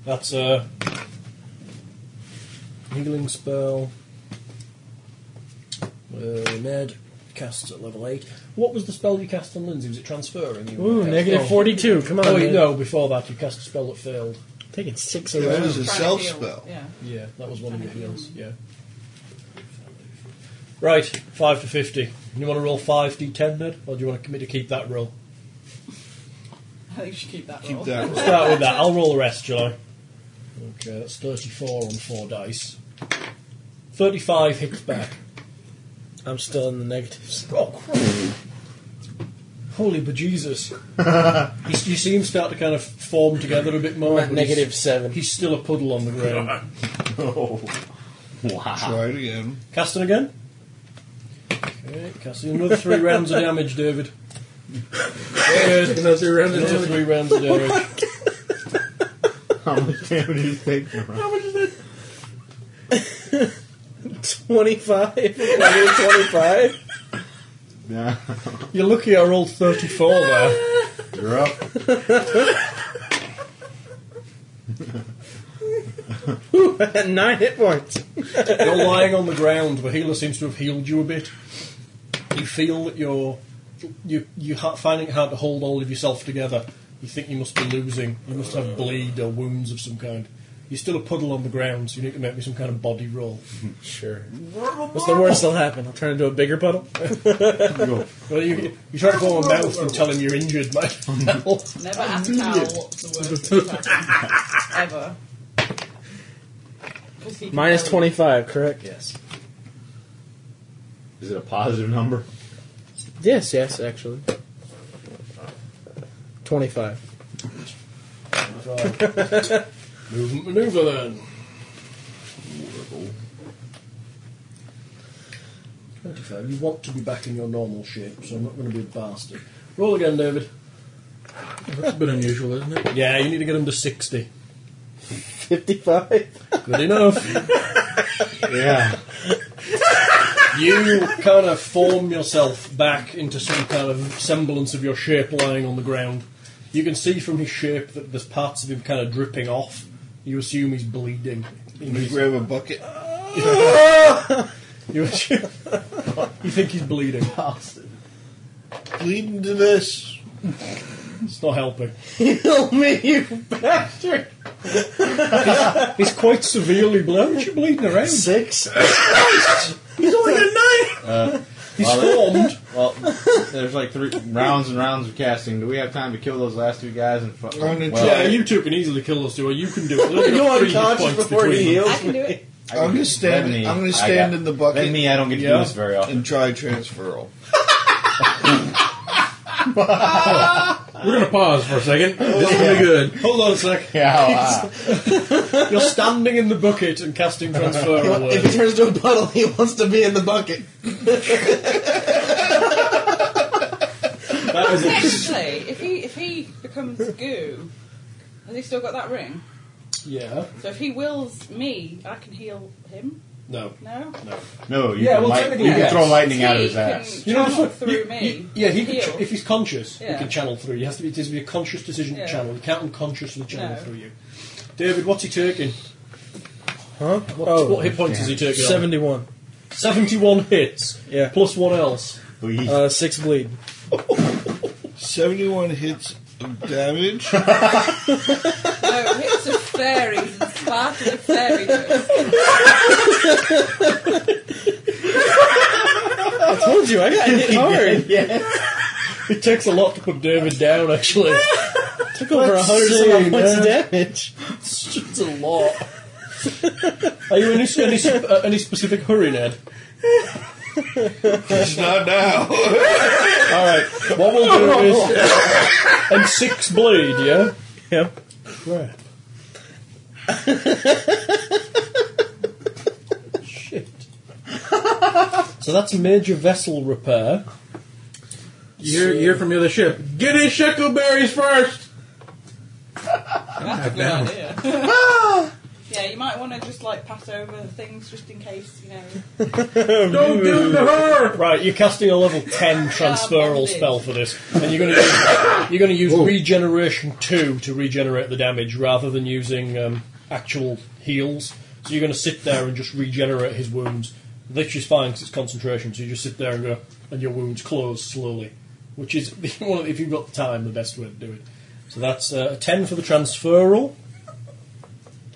[SPEAKER 3] That's a healing spell. Uh, Ned casts at level 8. What was the spell you cast on Lindsay? Was it transferring you?
[SPEAKER 5] Ooh,
[SPEAKER 3] Yeah.
[SPEAKER 5] negative
[SPEAKER 3] Oh.
[SPEAKER 5] 42. Come on.
[SPEAKER 3] Oh, wait,
[SPEAKER 5] man.
[SPEAKER 3] no, before that, you cast a spell that failed.
[SPEAKER 5] Taking six
[SPEAKER 7] It
[SPEAKER 5] around.
[SPEAKER 7] was a self spell.
[SPEAKER 2] Yeah.
[SPEAKER 3] Yeah, that was one of your heals, yeah. Right, 5 to 50. You want to roll 5d10, Ned? Or do you want to commit to keep that roll?
[SPEAKER 2] I think you should keep that
[SPEAKER 7] Keep
[SPEAKER 2] roll.
[SPEAKER 7] that. roll.
[SPEAKER 3] Start with that. I'll roll the rest, shall I? Okay, that's 34 on 4 dice. 35 hits back.
[SPEAKER 5] I'm still in the negatives.
[SPEAKER 3] Oh, crap. Holy bejesus. He's, you see him start to kind of form together a bit more.
[SPEAKER 5] I'm at
[SPEAKER 3] but he's-
[SPEAKER 5] negative seven.
[SPEAKER 3] He's still a puddle on the ground.
[SPEAKER 8] Wow.
[SPEAKER 7] Try it again.
[SPEAKER 20] Casting again. Okay, casting another three rounds of damage, David.
[SPEAKER 3] There's another round of
[SPEAKER 20] Another
[SPEAKER 3] damage.
[SPEAKER 20] three rounds of damage.
[SPEAKER 8] How much damage is taking from?
[SPEAKER 5] 25. 25.
[SPEAKER 8] Yeah.
[SPEAKER 20] You're lucky I rolled 34 there.
[SPEAKER 8] You're up.
[SPEAKER 5] Nine hit points.
[SPEAKER 3] You're lying on the ground. The healer seems to have healed you a bit. You feel that you're you you ha- finding it hard to hold all of yourself together. You think you must be losing. You must have bleed or wounds of some kind. You're still a puddle on the ground, so you need to make me some kind of body roll.
[SPEAKER 5] Sure. What's the worst that'll happen? I'll turn into a bigger puddle?
[SPEAKER 3] Well, you, you try to blow my mouth and tell him you're injured, mate.
[SPEAKER 5] Oh,
[SPEAKER 2] Never ask Cal what's the worst that's happened. Ever. 'Cause he can
[SPEAKER 5] Minus
[SPEAKER 2] tell
[SPEAKER 5] 25, correct? Yes.
[SPEAKER 8] Is it a positive number?
[SPEAKER 5] Yes, yes, actually. 25.
[SPEAKER 3] Movement maneuver then. Twenty-five. You want to be back in your normal shape, so I'm not going to be a bastard. Roll again, David.
[SPEAKER 21] That's a bit unusual, isn't it?
[SPEAKER 3] Yeah, you need to get him to sixty.
[SPEAKER 5] 55?
[SPEAKER 3] Good enough.
[SPEAKER 8] Yeah.
[SPEAKER 3] you kind of form yourself back into some kind of semblance of your shape lying on the ground. You can see from his shape that there's parts of him kind of dripping off. You assume he's bleeding.
[SPEAKER 7] Let me grab a bucket.
[SPEAKER 3] You, assume, you think he's bleeding.
[SPEAKER 7] Bleed into this.
[SPEAKER 3] It's not helping.
[SPEAKER 5] Kill me, you bastard!
[SPEAKER 3] He's quite severely blown. Why aren't you bleeding around?
[SPEAKER 5] Six? Uh,
[SPEAKER 3] He's only a nine. he's
[SPEAKER 8] well,
[SPEAKER 3] formed.
[SPEAKER 8] Well, there's like three rounds and rounds of casting. Do we have time to kill those last two guys and fuck?
[SPEAKER 7] I'm
[SPEAKER 5] uh,
[SPEAKER 7] gonna
[SPEAKER 8] Well,
[SPEAKER 3] yeah, you two can easily kill those two, or you can do it. Look at
[SPEAKER 5] You're
[SPEAKER 3] three hit
[SPEAKER 5] unconscious
[SPEAKER 3] points
[SPEAKER 5] before
[SPEAKER 3] between them.
[SPEAKER 5] he heals
[SPEAKER 2] I can do it.
[SPEAKER 7] I'm gonna stand.
[SPEAKER 8] Let me-
[SPEAKER 7] I'm
[SPEAKER 8] I
[SPEAKER 7] gonna stand
[SPEAKER 8] got-
[SPEAKER 7] in the
[SPEAKER 8] Let
[SPEAKER 7] bucket
[SPEAKER 8] me. I don't get to
[SPEAKER 3] Yeah.
[SPEAKER 8] do this very often.
[SPEAKER 7] and try transferal.
[SPEAKER 21] We're going to pause for a second.
[SPEAKER 5] Oh,
[SPEAKER 21] This will be good.
[SPEAKER 3] Hold on a sec.
[SPEAKER 8] Yeah.
[SPEAKER 3] You're standing in the bucket and casting transferable
[SPEAKER 5] If
[SPEAKER 3] words.
[SPEAKER 5] he turns to a puddle, he wants to be in the bucket.
[SPEAKER 3] That is a,
[SPEAKER 2] Actually, if he if he becomes goo, has he still got that ring?
[SPEAKER 3] yeah.
[SPEAKER 2] So if he wills me, I can heal him.
[SPEAKER 3] No.
[SPEAKER 2] No,
[SPEAKER 8] No, you
[SPEAKER 3] Yeah,
[SPEAKER 8] can,
[SPEAKER 3] well,
[SPEAKER 8] light-
[SPEAKER 3] technically
[SPEAKER 8] you can
[SPEAKER 3] yes.
[SPEAKER 8] throw lightning out of
[SPEAKER 2] He
[SPEAKER 8] his ass.
[SPEAKER 2] Can
[SPEAKER 3] that's
[SPEAKER 2] channel
[SPEAKER 3] what-
[SPEAKER 2] through
[SPEAKER 3] you-
[SPEAKER 2] me.
[SPEAKER 3] you- yeah, he can
[SPEAKER 2] heal.
[SPEAKER 3] ch- if he's conscious, he
[SPEAKER 2] Yeah.
[SPEAKER 3] can channel through. You have to be, it has to be a conscious decision
[SPEAKER 2] Yeah.
[SPEAKER 3] to channel. You can't unconsciously channel
[SPEAKER 2] No.
[SPEAKER 3] through you. David, what's he taking?
[SPEAKER 5] Huh? Oh.
[SPEAKER 3] What, what hit points is he taking? on?
[SPEAKER 5] 71.
[SPEAKER 3] 71 hits.
[SPEAKER 5] Yeah.
[SPEAKER 3] Plus one else.
[SPEAKER 8] Bleed.
[SPEAKER 5] Uh, six bleed.
[SPEAKER 7] Seventy-one hits of damage.
[SPEAKER 2] No, hits of fairies and sparkles of fairy dust.
[SPEAKER 5] I told you, I got hit hard.
[SPEAKER 3] eh? It takes a lot to put David down, actually.
[SPEAKER 5] Took over a
[SPEAKER 3] Let's
[SPEAKER 5] 100
[SPEAKER 3] see,
[SPEAKER 5] some odd points of
[SPEAKER 3] man.
[SPEAKER 5] damage.
[SPEAKER 3] it's a lot. Are you in any, any, uh, any specific hurry, Ned?
[SPEAKER 7] it's not now.
[SPEAKER 3] Alright, what we'll do is. And six bleed, yeah?
[SPEAKER 5] Yep.
[SPEAKER 3] Crap. Shit. So that's major vessel repair.
[SPEAKER 21] You hear, you hear from the other ship. Get his shekelberries first!
[SPEAKER 2] That's a good idea. yeah, you might want to just like pass over things just in case you know.
[SPEAKER 21] Don't give him to her!
[SPEAKER 3] Right, you're casting a level ten transferal spell for this, and you're going to use, you're going to use regeneration two to regenerate the damage rather than using um, actual heals. So you're going to sit there and just regenerate his wounds. Which is fine because it's concentration. So you just sit there and go, and your wounds close slowly, which is one of the- if you've got the time, the best way to do it. So that's uh, a ten for the transferal.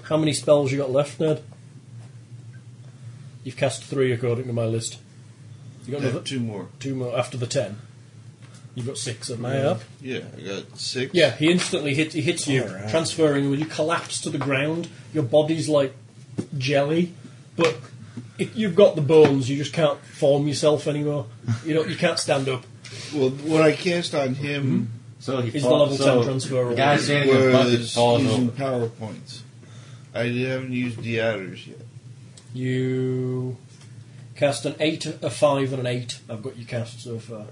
[SPEAKER 3] How many spells you got left, Ned? You've cast three according to my list. You got another,
[SPEAKER 7] Have two more.
[SPEAKER 3] two more after the ten. You've got six of
[SPEAKER 5] Am I up?
[SPEAKER 7] Yeah, I got six.
[SPEAKER 3] Yeah, he instantly hit, he hits you,
[SPEAKER 5] Alright.
[SPEAKER 3] transferring you. You collapse to the ground. Your body's like jelly, but it, you've got the bones. You just can't form yourself anymore. You know, you can't stand up.
[SPEAKER 7] Well, what I cast on him
[SPEAKER 8] Mm-hmm. So he
[SPEAKER 3] He's
[SPEAKER 5] Oh,
[SPEAKER 8] fall-
[SPEAKER 3] the level
[SPEAKER 8] so
[SPEAKER 3] ten transferable.
[SPEAKER 8] The guy standing in a bucket
[SPEAKER 7] was
[SPEAKER 8] falls
[SPEAKER 7] using
[SPEAKER 8] over.
[SPEAKER 7] power points. I haven't used the adders yet.
[SPEAKER 3] You cast an 8, a 5, and an 8. I've got you cast so far.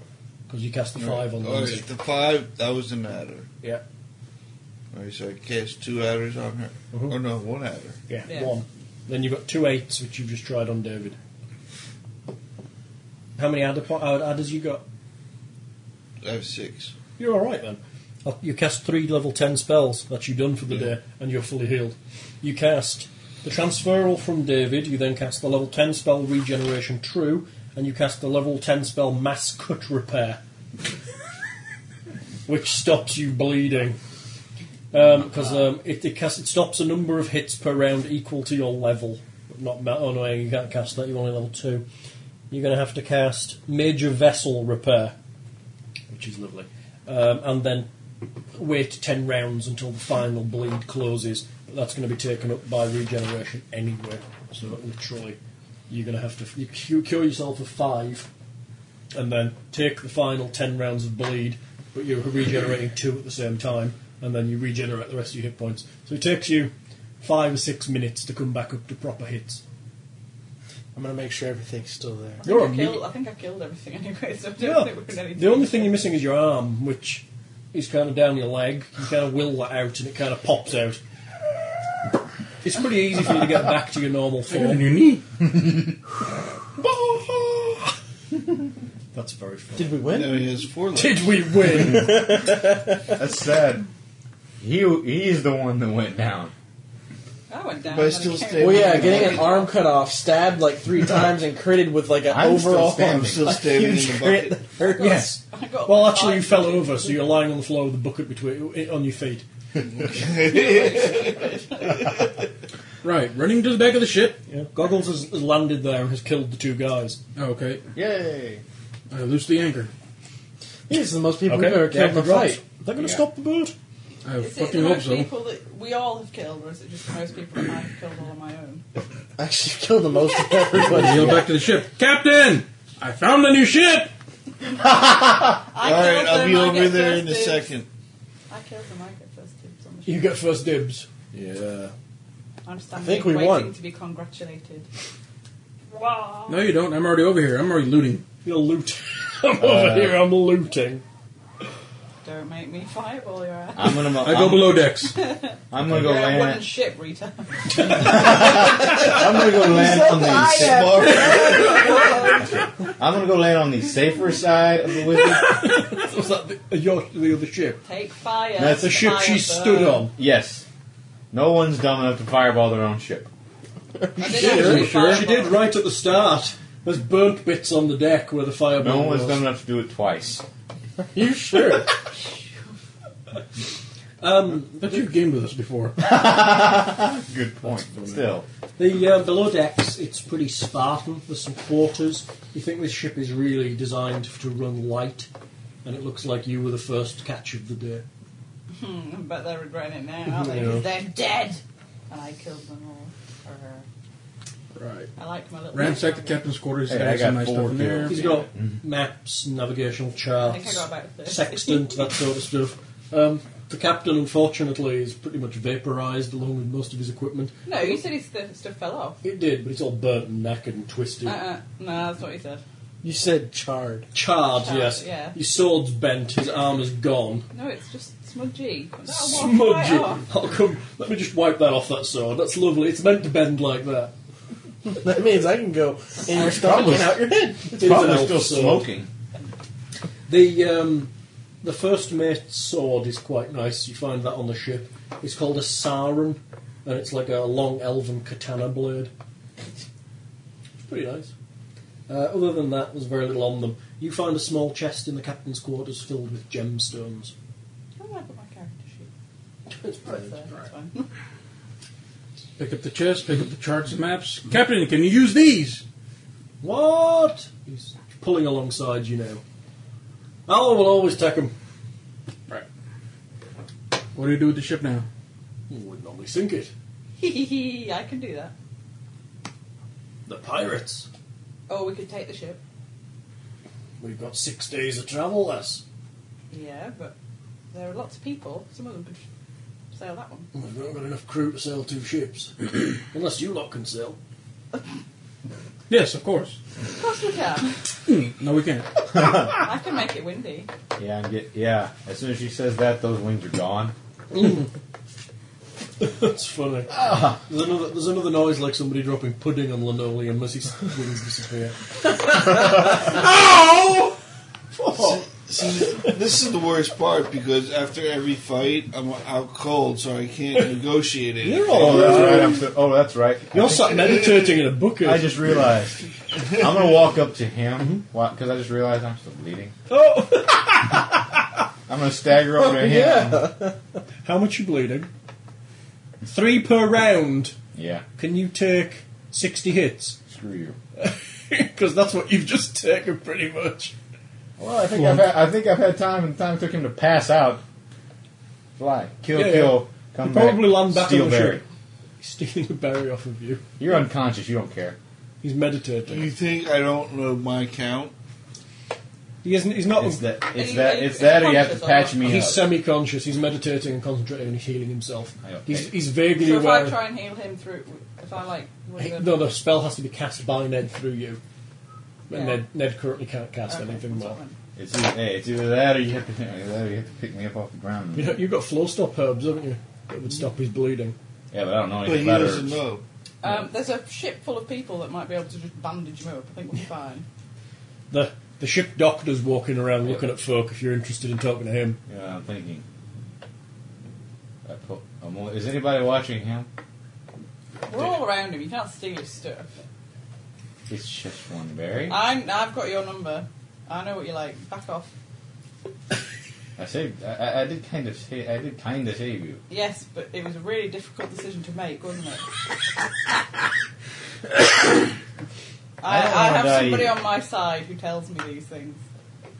[SPEAKER 3] Because you cast the 5 on
[SPEAKER 7] Alright,
[SPEAKER 3] Lindsay.
[SPEAKER 7] Oh, the five, that was an adder.
[SPEAKER 3] Yeah.
[SPEAKER 7] Alright, so I cast two adders on her.
[SPEAKER 3] Mhm.
[SPEAKER 7] Oh no, one adder.
[SPEAKER 3] yeah,
[SPEAKER 2] Yeah.
[SPEAKER 3] 1. Then you've got two 8s, which you've just tried on David. How many adder, po- uh, adders you got?
[SPEAKER 7] I have six.
[SPEAKER 3] You're alright then. Uh, You cast three level 10 spells that you've done for the
[SPEAKER 7] Yeah.
[SPEAKER 3] day, and you're fully healed. You cast the transferal from David, you then cast the level 10 spell regeneration true, and you cast the level 10 spell mass cut repair, which stops you bleeding. Because um, it, it, casts, it stops a number of hits per round equal to your level. But not ma- oh no, you can't cast that, you're only level 2. You're going to have to cast Major Vessel Repair, which is lovely um, and then wait 10 rounds until the final bleed closes. But that's going to be taken up by regeneration anyway. So literally, you're going to have to you cu- cure yourself of five, and then take the final 10 rounds of bleed. But you're regenerating two at the same time, and then you regenerate the rest of your hit points. So it takes you five or six minutes to come back up to proper hits.
[SPEAKER 5] I'm going to make sure everything's still there.
[SPEAKER 3] You're
[SPEAKER 2] I,
[SPEAKER 3] a
[SPEAKER 2] killed, I think I killed everything anyway, so I don't
[SPEAKER 3] Yeah.
[SPEAKER 2] think we're going to
[SPEAKER 3] The only thing you're missing is your arm, which is kind of down your leg. You kind of will that out, and it kind of pops out. It's pretty easy for you to get back to your normal form.
[SPEAKER 22] new knee.
[SPEAKER 3] That's very funny.
[SPEAKER 5] Did we win?
[SPEAKER 7] Now he has four legs.
[SPEAKER 3] Did we win?
[SPEAKER 8] That's sad. He he's the one that went down.
[SPEAKER 2] I went down.
[SPEAKER 7] But I
[SPEAKER 2] and
[SPEAKER 7] still
[SPEAKER 2] came
[SPEAKER 7] stay-
[SPEAKER 5] Well, yeah, getting an arm cut off, stabbed like three times, and critted with like an
[SPEAKER 8] I'm still
[SPEAKER 5] overall
[SPEAKER 8] standing.
[SPEAKER 7] I'm still
[SPEAKER 5] a
[SPEAKER 7] standing in
[SPEAKER 5] huge
[SPEAKER 7] the
[SPEAKER 5] crit
[SPEAKER 7] bucket.
[SPEAKER 5] that hurts.
[SPEAKER 3] yes.
[SPEAKER 2] I got
[SPEAKER 3] Well,
[SPEAKER 2] like
[SPEAKER 3] actually, you
[SPEAKER 2] five
[SPEAKER 3] fell
[SPEAKER 2] minutes.
[SPEAKER 3] over, so you're lying on the floor with the bucket between i- on your feet.
[SPEAKER 6] Right, running to the back of the ship.
[SPEAKER 3] Yeah. Goggles has, has landed there and has killed the two guys.
[SPEAKER 6] Oh, Okay,
[SPEAKER 8] Yay!
[SPEAKER 6] I loose the anchor.
[SPEAKER 5] These are the most people
[SPEAKER 3] Okay.
[SPEAKER 5] we've ever
[SPEAKER 3] Yeah,
[SPEAKER 5] killed in a
[SPEAKER 3] congrats.
[SPEAKER 5] fight.
[SPEAKER 3] They're going to
[SPEAKER 8] Yeah.
[SPEAKER 3] stop the boat.
[SPEAKER 6] I
[SPEAKER 2] Is it the
[SPEAKER 6] fucking hope
[SPEAKER 2] most
[SPEAKER 6] so.
[SPEAKER 2] people that we all have killed, or is it just the most people that I've killed all on my own?
[SPEAKER 5] Actually, you've killed the most of everybody.
[SPEAKER 6] Yell back to the ship, Captain! I found a new ship.
[SPEAKER 2] I
[SPEAKER 7] Alright,
[SPEAKER 2] killed
[SPEAKER 7] I'll
[SPEAKER 2] them,
[SPEAKER 7] be
[SPEAKER 2] I
[SPEAKER 7] over
[SPEAKER 2] get
[SPEAKER 7] there
[SPEAKER 2] first
[SPEAKER 7] in a
[SPEAKER 2] dibs.
[SPEAKER 7] second.
[SPEAKER 2] I killed them, I get first dibs on the ship.
[SPEAKER 3] You get first dibs.
[SPEAKER 6] Yeah.
[SPEAKER 2] I'm standing
[SPEAKER 5] think we
[SPEAKER 2] waiting
[SPEAKER 5] won.
[SPEAKER 2] to be congratulated. Wow.
[SPEAKER 6] No, you don't. I'm already over here. I'm already looting.
[SPEAKER 3] You're looting. I'm over here. I'm looting.
[SPEAKER 2] Don't make me fireball your ass.
[SPEAKER 8] I'm gonna.
[SPEAKER 6] I go
[SPEAKER 8] I'm,
[SPEAKER 6] below decks.
[SPEAKER 8] I'm gonna go
[SPEAKER 2] You're a wooden
[SPEAKER 8] land.
[SPEAKER 2] ship, Rita.
[SPEAKER 8] I'm gonna go land on the. sa-
[SPEAKER 7] Smart.
[SPEAKER 8] I'm gonna go land on the safer side of the wizard.
[SPEAKER 3] Was that the, uh, your, the other ship?
[SPEAKER 2] Take fire.
[SPEAKER 8] That's
[SPEAKER 3] The ship
[SPEAKER 2] fire
[SPEAKER 3] she
[SPEAKER 2] burn.
[SPEAKER 3] stood on.
[SPEAKER 8] Yes. No one's dumb enough to fireball their own ship.
[SPEAKER 2] I did actually fireball.
[SPEAKER 3] She did right at the start. There's burnt bits on the deck where the fire
[SPEAKER 8] No
[SPEAKER 3] burn
[SPEAKER 8] one's
[SPEAKER 3] was.
[SPEAKER 8] dumb enough to do it twice.
[SPEAKER 5] you sure?
[SPEAKER 3] Um,
[SPEAKER 6] But you've gamed with us before.
[SPEAKER 8] Good point. Still.
[SPEAKER 3] the uh, below decks, it's pretty spartan. There's some quarters. You think this ship is really designed to run light, and it looks like you were the first catch of the day.
[SPEAKER 2] But they're regretting it now, aren't they? Because they're dead. And I killed them all. Or,
[SPEAKER 6] Right.
[SPEAKER 2] I liked my little.
[SPEAKER 6] Ransack the captain's quarters.
[SPEAKER 8] Hey,
[SPEAKER 6] had
[SPEAKER 8] I got
[SPEAKER 6] some nice
[SPEAKER 8] four
[SPEAKER 6] stuff in there.
[SPEAKER 3] He's got maps, navigational
[SPEAKER 2] I think I
[SPEAKER 3] charts,
[SPEAKER 2] got about 30.
[SPEAKER 3] sextant, that sort of stuff. Um, the captain, unfortunately, is pretty much vaporised along with most of his equipment.
[SPEAKER 2] No, you said his th- stuff fell off.
[SPEAKER 3] It did, but it's all burnt and knackered and twisted.
[SPEAKER 2] Uh-uh. No, that's what he said.
[SPEAKER 5] You said charred.
[SPEAKER 3] Charred,
[SPEAKER 2] Charred,
[SPEAKER 3] yes.
[SPEAKER 2] yeah.
[SPEAKER 3] His sword's bent, his armour's gone.
[SPEAKER 2] No, it's just smudgy. That'll wash
[SPEAKER 3] Smudgy.
[SPEAKER 2] right off.
[SPEAKER 3] I'll Oh, come. Let me just wipe that off that sword. That's lovely. It's meant to bend like that.
[SPEAKER 5] That means I can go in your stomach and out your head.
[SPEAKER 3] It's an
[SPEAKER 8] Probably
[SPEAKER 3] elf
[SPEAKER 8] still
[SPEAKER 3] sword.
[SPEAKER 8] smoking.
[SPEAKER 3] The um, the first mate's sword is quite nice. You find that on the ship. It's called a sarin, and it's like a long elven katana blade. It's pretty nice. Uh, other than that, there's very little on them. You find a small chest in the captain's quarters filled with gemstones.
[SPEAKER 2] How do I put my character sheet?
[SPEAKER 3] It's
[SPEAKER 2] Oh,
[SPEAKER 3] pretty.
[SPEAKER 2] it's there. That's fine.
[SPEAKER 6] Pick up the chest. Pick up the charts and maps. Captain, can you use these?
[SPEAKER 3] What? He's pulling alongside you now. Alan will always take them.
[SPEAKER 6] What do you do with the ship now?
[SPEAKER 3] Would normally sink it.
[SPEAKER 2] Hee hee hee, I can do that.
[SPEAKER 3] The pirates.
[SPEAKER 2] Oh, we could take the ship.
[SPEAKER 3] We've got six days of travel less.
[SPEAKER 2] Yeah, but there are lots of people. Some of them could sail that one.
[SPEAKER 3] We've not got enough crew to sail two ships. Unless you lot can sail.
[SPEAKER 23] Yes, of course.
[SPEAKER 2] Of course we can.
[SPEAKER 6] Hmm,
[SPEAKER 23] No, we can't.
[SPEAKER 2] I can make it windy.
[SPEAKER 8] Yeah, I'm get, yeah. As soon as she says that, those wings are gone.
[SPEAKER 3] That's funny.
[SPEAKER 7] Ah.
[SPEAKER 3] There's, another, there's another noise like somebody dropping pudding on linoleum as his wings disappear.
[SPEAKER 7] See, this is the worst part because after every fight, I'm out cold, so I can't negotiate it.
[SPEAKER 3] You're
[SPEAKER 8] Oh,
[SPEAKER 3] all.
[SPEAKER 8] that's right. I'm so, oh, that's right.
[SPEAKER 3] You're sat meditating in a bucket.
[SPEAKER 8] I just realized. I'm gonna walk up to him because I just realized I'm still bleeding.
[SPEAKER 3] Oh.
[SPEAKER 8] I'm gonna stagger over to him.
[SPEAKER 3] yeah. How much you bleeding? Three per round.
[SPEAKER 8] Yeah.
[SPEAKER 3] Can you take sixty hits?
[SPEAKER 8] Screw you.
[SPEAKER 3] Because that's what you've just taken, pretty much.
[SPEAKER 8] Well, I think I've had, I think I've had time, and time took him to pass out. Fly, kill,
[SPEAKER 3] Yeah, yeah.
[SPEAKER 8] kill, come
[SPEAKER 3] You
[SPEAKER 8] back.
[SPEAKER 3] probably land back
[SPEAKER 8] steal
[SPEAKER 3] on the
[SPEAKER 8] berry.
[SPEAKER 3] ship. He's stealing a berry off of you.
[SPEAKER 8] You're unconscious. You don't care.
[SPEAKER 3] He's meditating.
[SPEAKER 7] You think I don't know my count?
[SPEAKER 3] He isn't. He's not.
[SPEAKER 8] It's that.
[SPEAKER 2] Are
[SPEAKER 8] It's
[SPEAKER 2] you-
[SPEAKER 8] that.
[SPEAKER 2] are you-
[SPEAKER 8] It's
[SPEAKER 2] are you
[SPEAKER 8] that. Or you have to
[SPEAKER 2] conscious or
[SPEAKER 8] patch
[SPEAKER 2] not?
[SPEAKER 8] me
[SPEAKER 3] Oh. He's
[SPEAKER 8] up.
[SPEAKER 3] semi-conscious. He's meditating and concentrating and healing himself.
[SPEAKER 8] Okay.
[SPEAKER 3] He's, he's vaguely
[SPEAKER 2] So if
[SPEAKER 3] aware.
[SPEAKER 2] I try and heal him through, if I like,
[SPEAKER 3] Hey,
[SPEAKER 2] whatever-
[SPEAKER 3] No, the spell has to be cast by Ned through you. And
[SPEAKER 2] Yeah.
[SPEAKER 3] Ned, Ned currently can't cast
[SPEAKER 2] Okay,
[SPEAKER 3] anything
[SPEAKER 2] that's
[SPEAKER 3] more.
[SPEAKER 2] all then.
[SPEAKER 8] It's either, hey, it's either that or you have to. That or you have to pick me up off the ground.
[SPEAKER 3] You know, you've got flow stop herbs, haven't you? That would stop his bleeding.
[SPEAKER 8] Yeah, but I don't know
[SPEAKER 7] But he
[SPEAKER 8] anything about
[SPEAKER 7] doesn't
[SPEAKER 8] herbs.
[SPEAKER 7] know.
[SPEAKER 2] Um, there's a ship full of people that might be able to just bandage him up. I think we'll be fine.
[SPEAKER 3] The the ship doctor's walking around looking at folk if you're interested in talking to him.
[SPEAKER 8] Yeah, I'm thinking. I put, I'm, only- is anybody watching him?
[SPEAKER 2] We're all around him. You can't steal his stuff.
[SPEAKER 8] It's just one berry.
[SPEAKER 2] I'm, I've got your number. I know what you like. Back off.
[SPEAKER 8] I saved. I- I, I did kind of. Say, I did kind of save you.
[SPEAKER 2] Yes, but it was a really difficult decision to make, wasn't it? I,
[SPEAKER 8] I
[SPEAKER 2] I,
[SPEAKER 8] don't wanna
[SPEAKER 2] have
[SPEAKER 8] die
[SPEAKER 2] somebody
[SPEAKER 8] either.
[SPEAKER 2] on my side who tells me these things.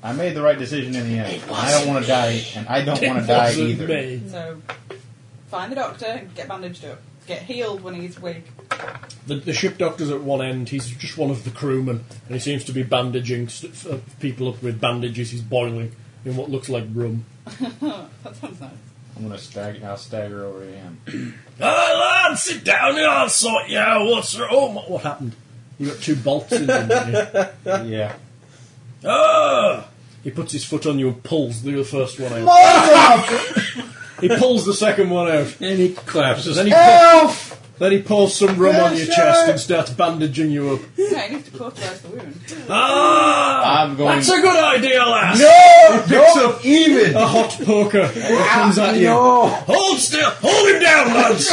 [SPEAKER 8] I made the right decision in the end. And I don't want to die, and I don't want to die
[SPEAKER 3] Wasn't
[SPEAKER 8] either.
[SPEAKER 3] me.
[SPEAKER 2] So find the doctor and get bandaged up. Get healed when he's weak.
[SPEAKER 3] The, the ship doctor's at one end. He's just one of the crewmen, and he seems to be bandaging st- f- uh, people up with bandages. He's boiling in what looks like rum.
[SPEAKER 2] That sounds nice.
[SPEAKER 8] I'm gonna stagger. I'll stagger over to him.
[SPEAKER 3] Ah, lad, sit down and I'll sort you out. What's oh, my- what happened? You got two bolts in him. didn't you?
[SPEAKER 8] yeah.
[SPEAKER 3] Ah! He puts his foot on you and pulls the first one out. he pulls the second one out.
[SPEAKER 5] And he collapses.
[SPEAKER 3] Then he, pour- then he pours some rum on your chest and starts bandaging you up.
[SPEAKER 2] Yeah, he needs to cauterise the wound.
[SPEAKER 3] Ah!
[SPEAKER 8] I'm going.
[SPEAKER 3] That's a good idea, lass!
[SPEAKER 24] No! Don't even!
[SPEAKER 3] A hot poker that comes at you.
[SPEAKER 24] No!
[SPEAKER 3] Hold still! Hold him down, lads!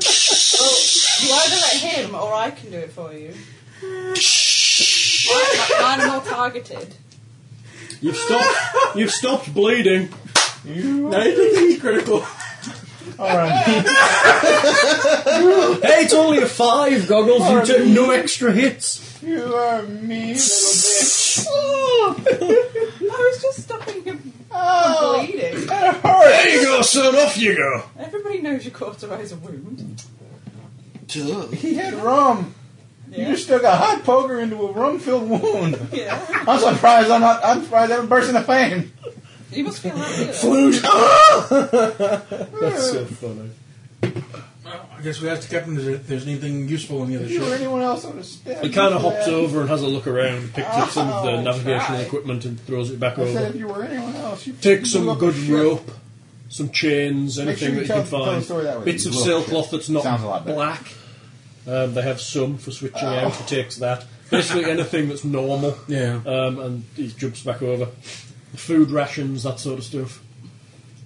[SPEAKER 2] You either let him or I can do it for you. mine, mine are more targeted.
[SPEAKER 3] You've stopped, you've stopped bleeding.
[SPEAKER 5] critical.
[SPEAKER 8] all right.
[SPEAKER 3] Hey, it's only a five, Goggles. You took no extra hits.
[SPEAKER 8] You are mean little bitch.
[SPEAKER 2] I was just stopping him from bleeding.
[SPEAKER 3] There you go, son. Off you go.
[SPEAKER 2] Everybody knows you cauterise a wound.
[SPEAKER 7] Duh.
[SPEAKER 8] He had rum. You
[SPEAKER 2] Yeah.
[SPEAKER 8] just stuck a hot poker into a rum-filled wound.
[SPEAKER 2] yeah.
[SPEAKER 8] I'm surprised. I'm not. I'm surprised I haven't burst into fame.
[SPEAKER 2] You must feel happy. though.
[SPEAKER 3] That's so funny.
[SPEAKER 6] Well, I guess we asked the captain if there's anything useful in the other
[SPEAKER 8] If you or
[SPEAKER 6] ship.
[SPEAKER 8] anyone else on the staff,
[SPEAKER 3] He
[SPEAKER 8] you
[SPEAKER 3] kind of
[SPEAKER 8] should
[SPEAKER 3] hops
[SPEAKER 8] have-
[SPEAKER 3] over and has a look around, picks up some of the
[SPEAKER 8] Ow,
[SPEAKER 3] navigational
[SPEAKER 2] try.
[SPEAKER 3] equipment and throws it back
[SPEAKER 8] I said
[SPEAKER 3] over.
[SPEAKER 8] if you were anyone else, you
[SPEAKER 3] Take
[SPEAKER 8] you
[SPEAKER 3] some
[SPEAKER 8] look
[SPEAKER 3] good
[SPEAKER 8] shit.
[SPEAKER 3] rope, some chains,
[SPEAKER 8] Make sure you
[SPEAKER 3] anything that you
[SPEAKER 8] tell- tell the
[SPEAKER 3] can
[SPEAKER 8] story that
[SPEAKER 3] find.
[SPEAKER 8] way.
[SPEAKER 3] Bits of
[SPEAKER 8] Look
[SPEAKER 3] sailcloth that's not
[SPEAKER 8] Sounds a lot better. Oh.
[SPEAKER 3] black. Um, they have some for switching out. He takes that. Basically anything that's normal.
[SPEAKER 6] Yeah.
[SPEAKER 5] Uh,
[SPEAKER 3] Um, and he jumps back over. Food rations, that sort of stuff.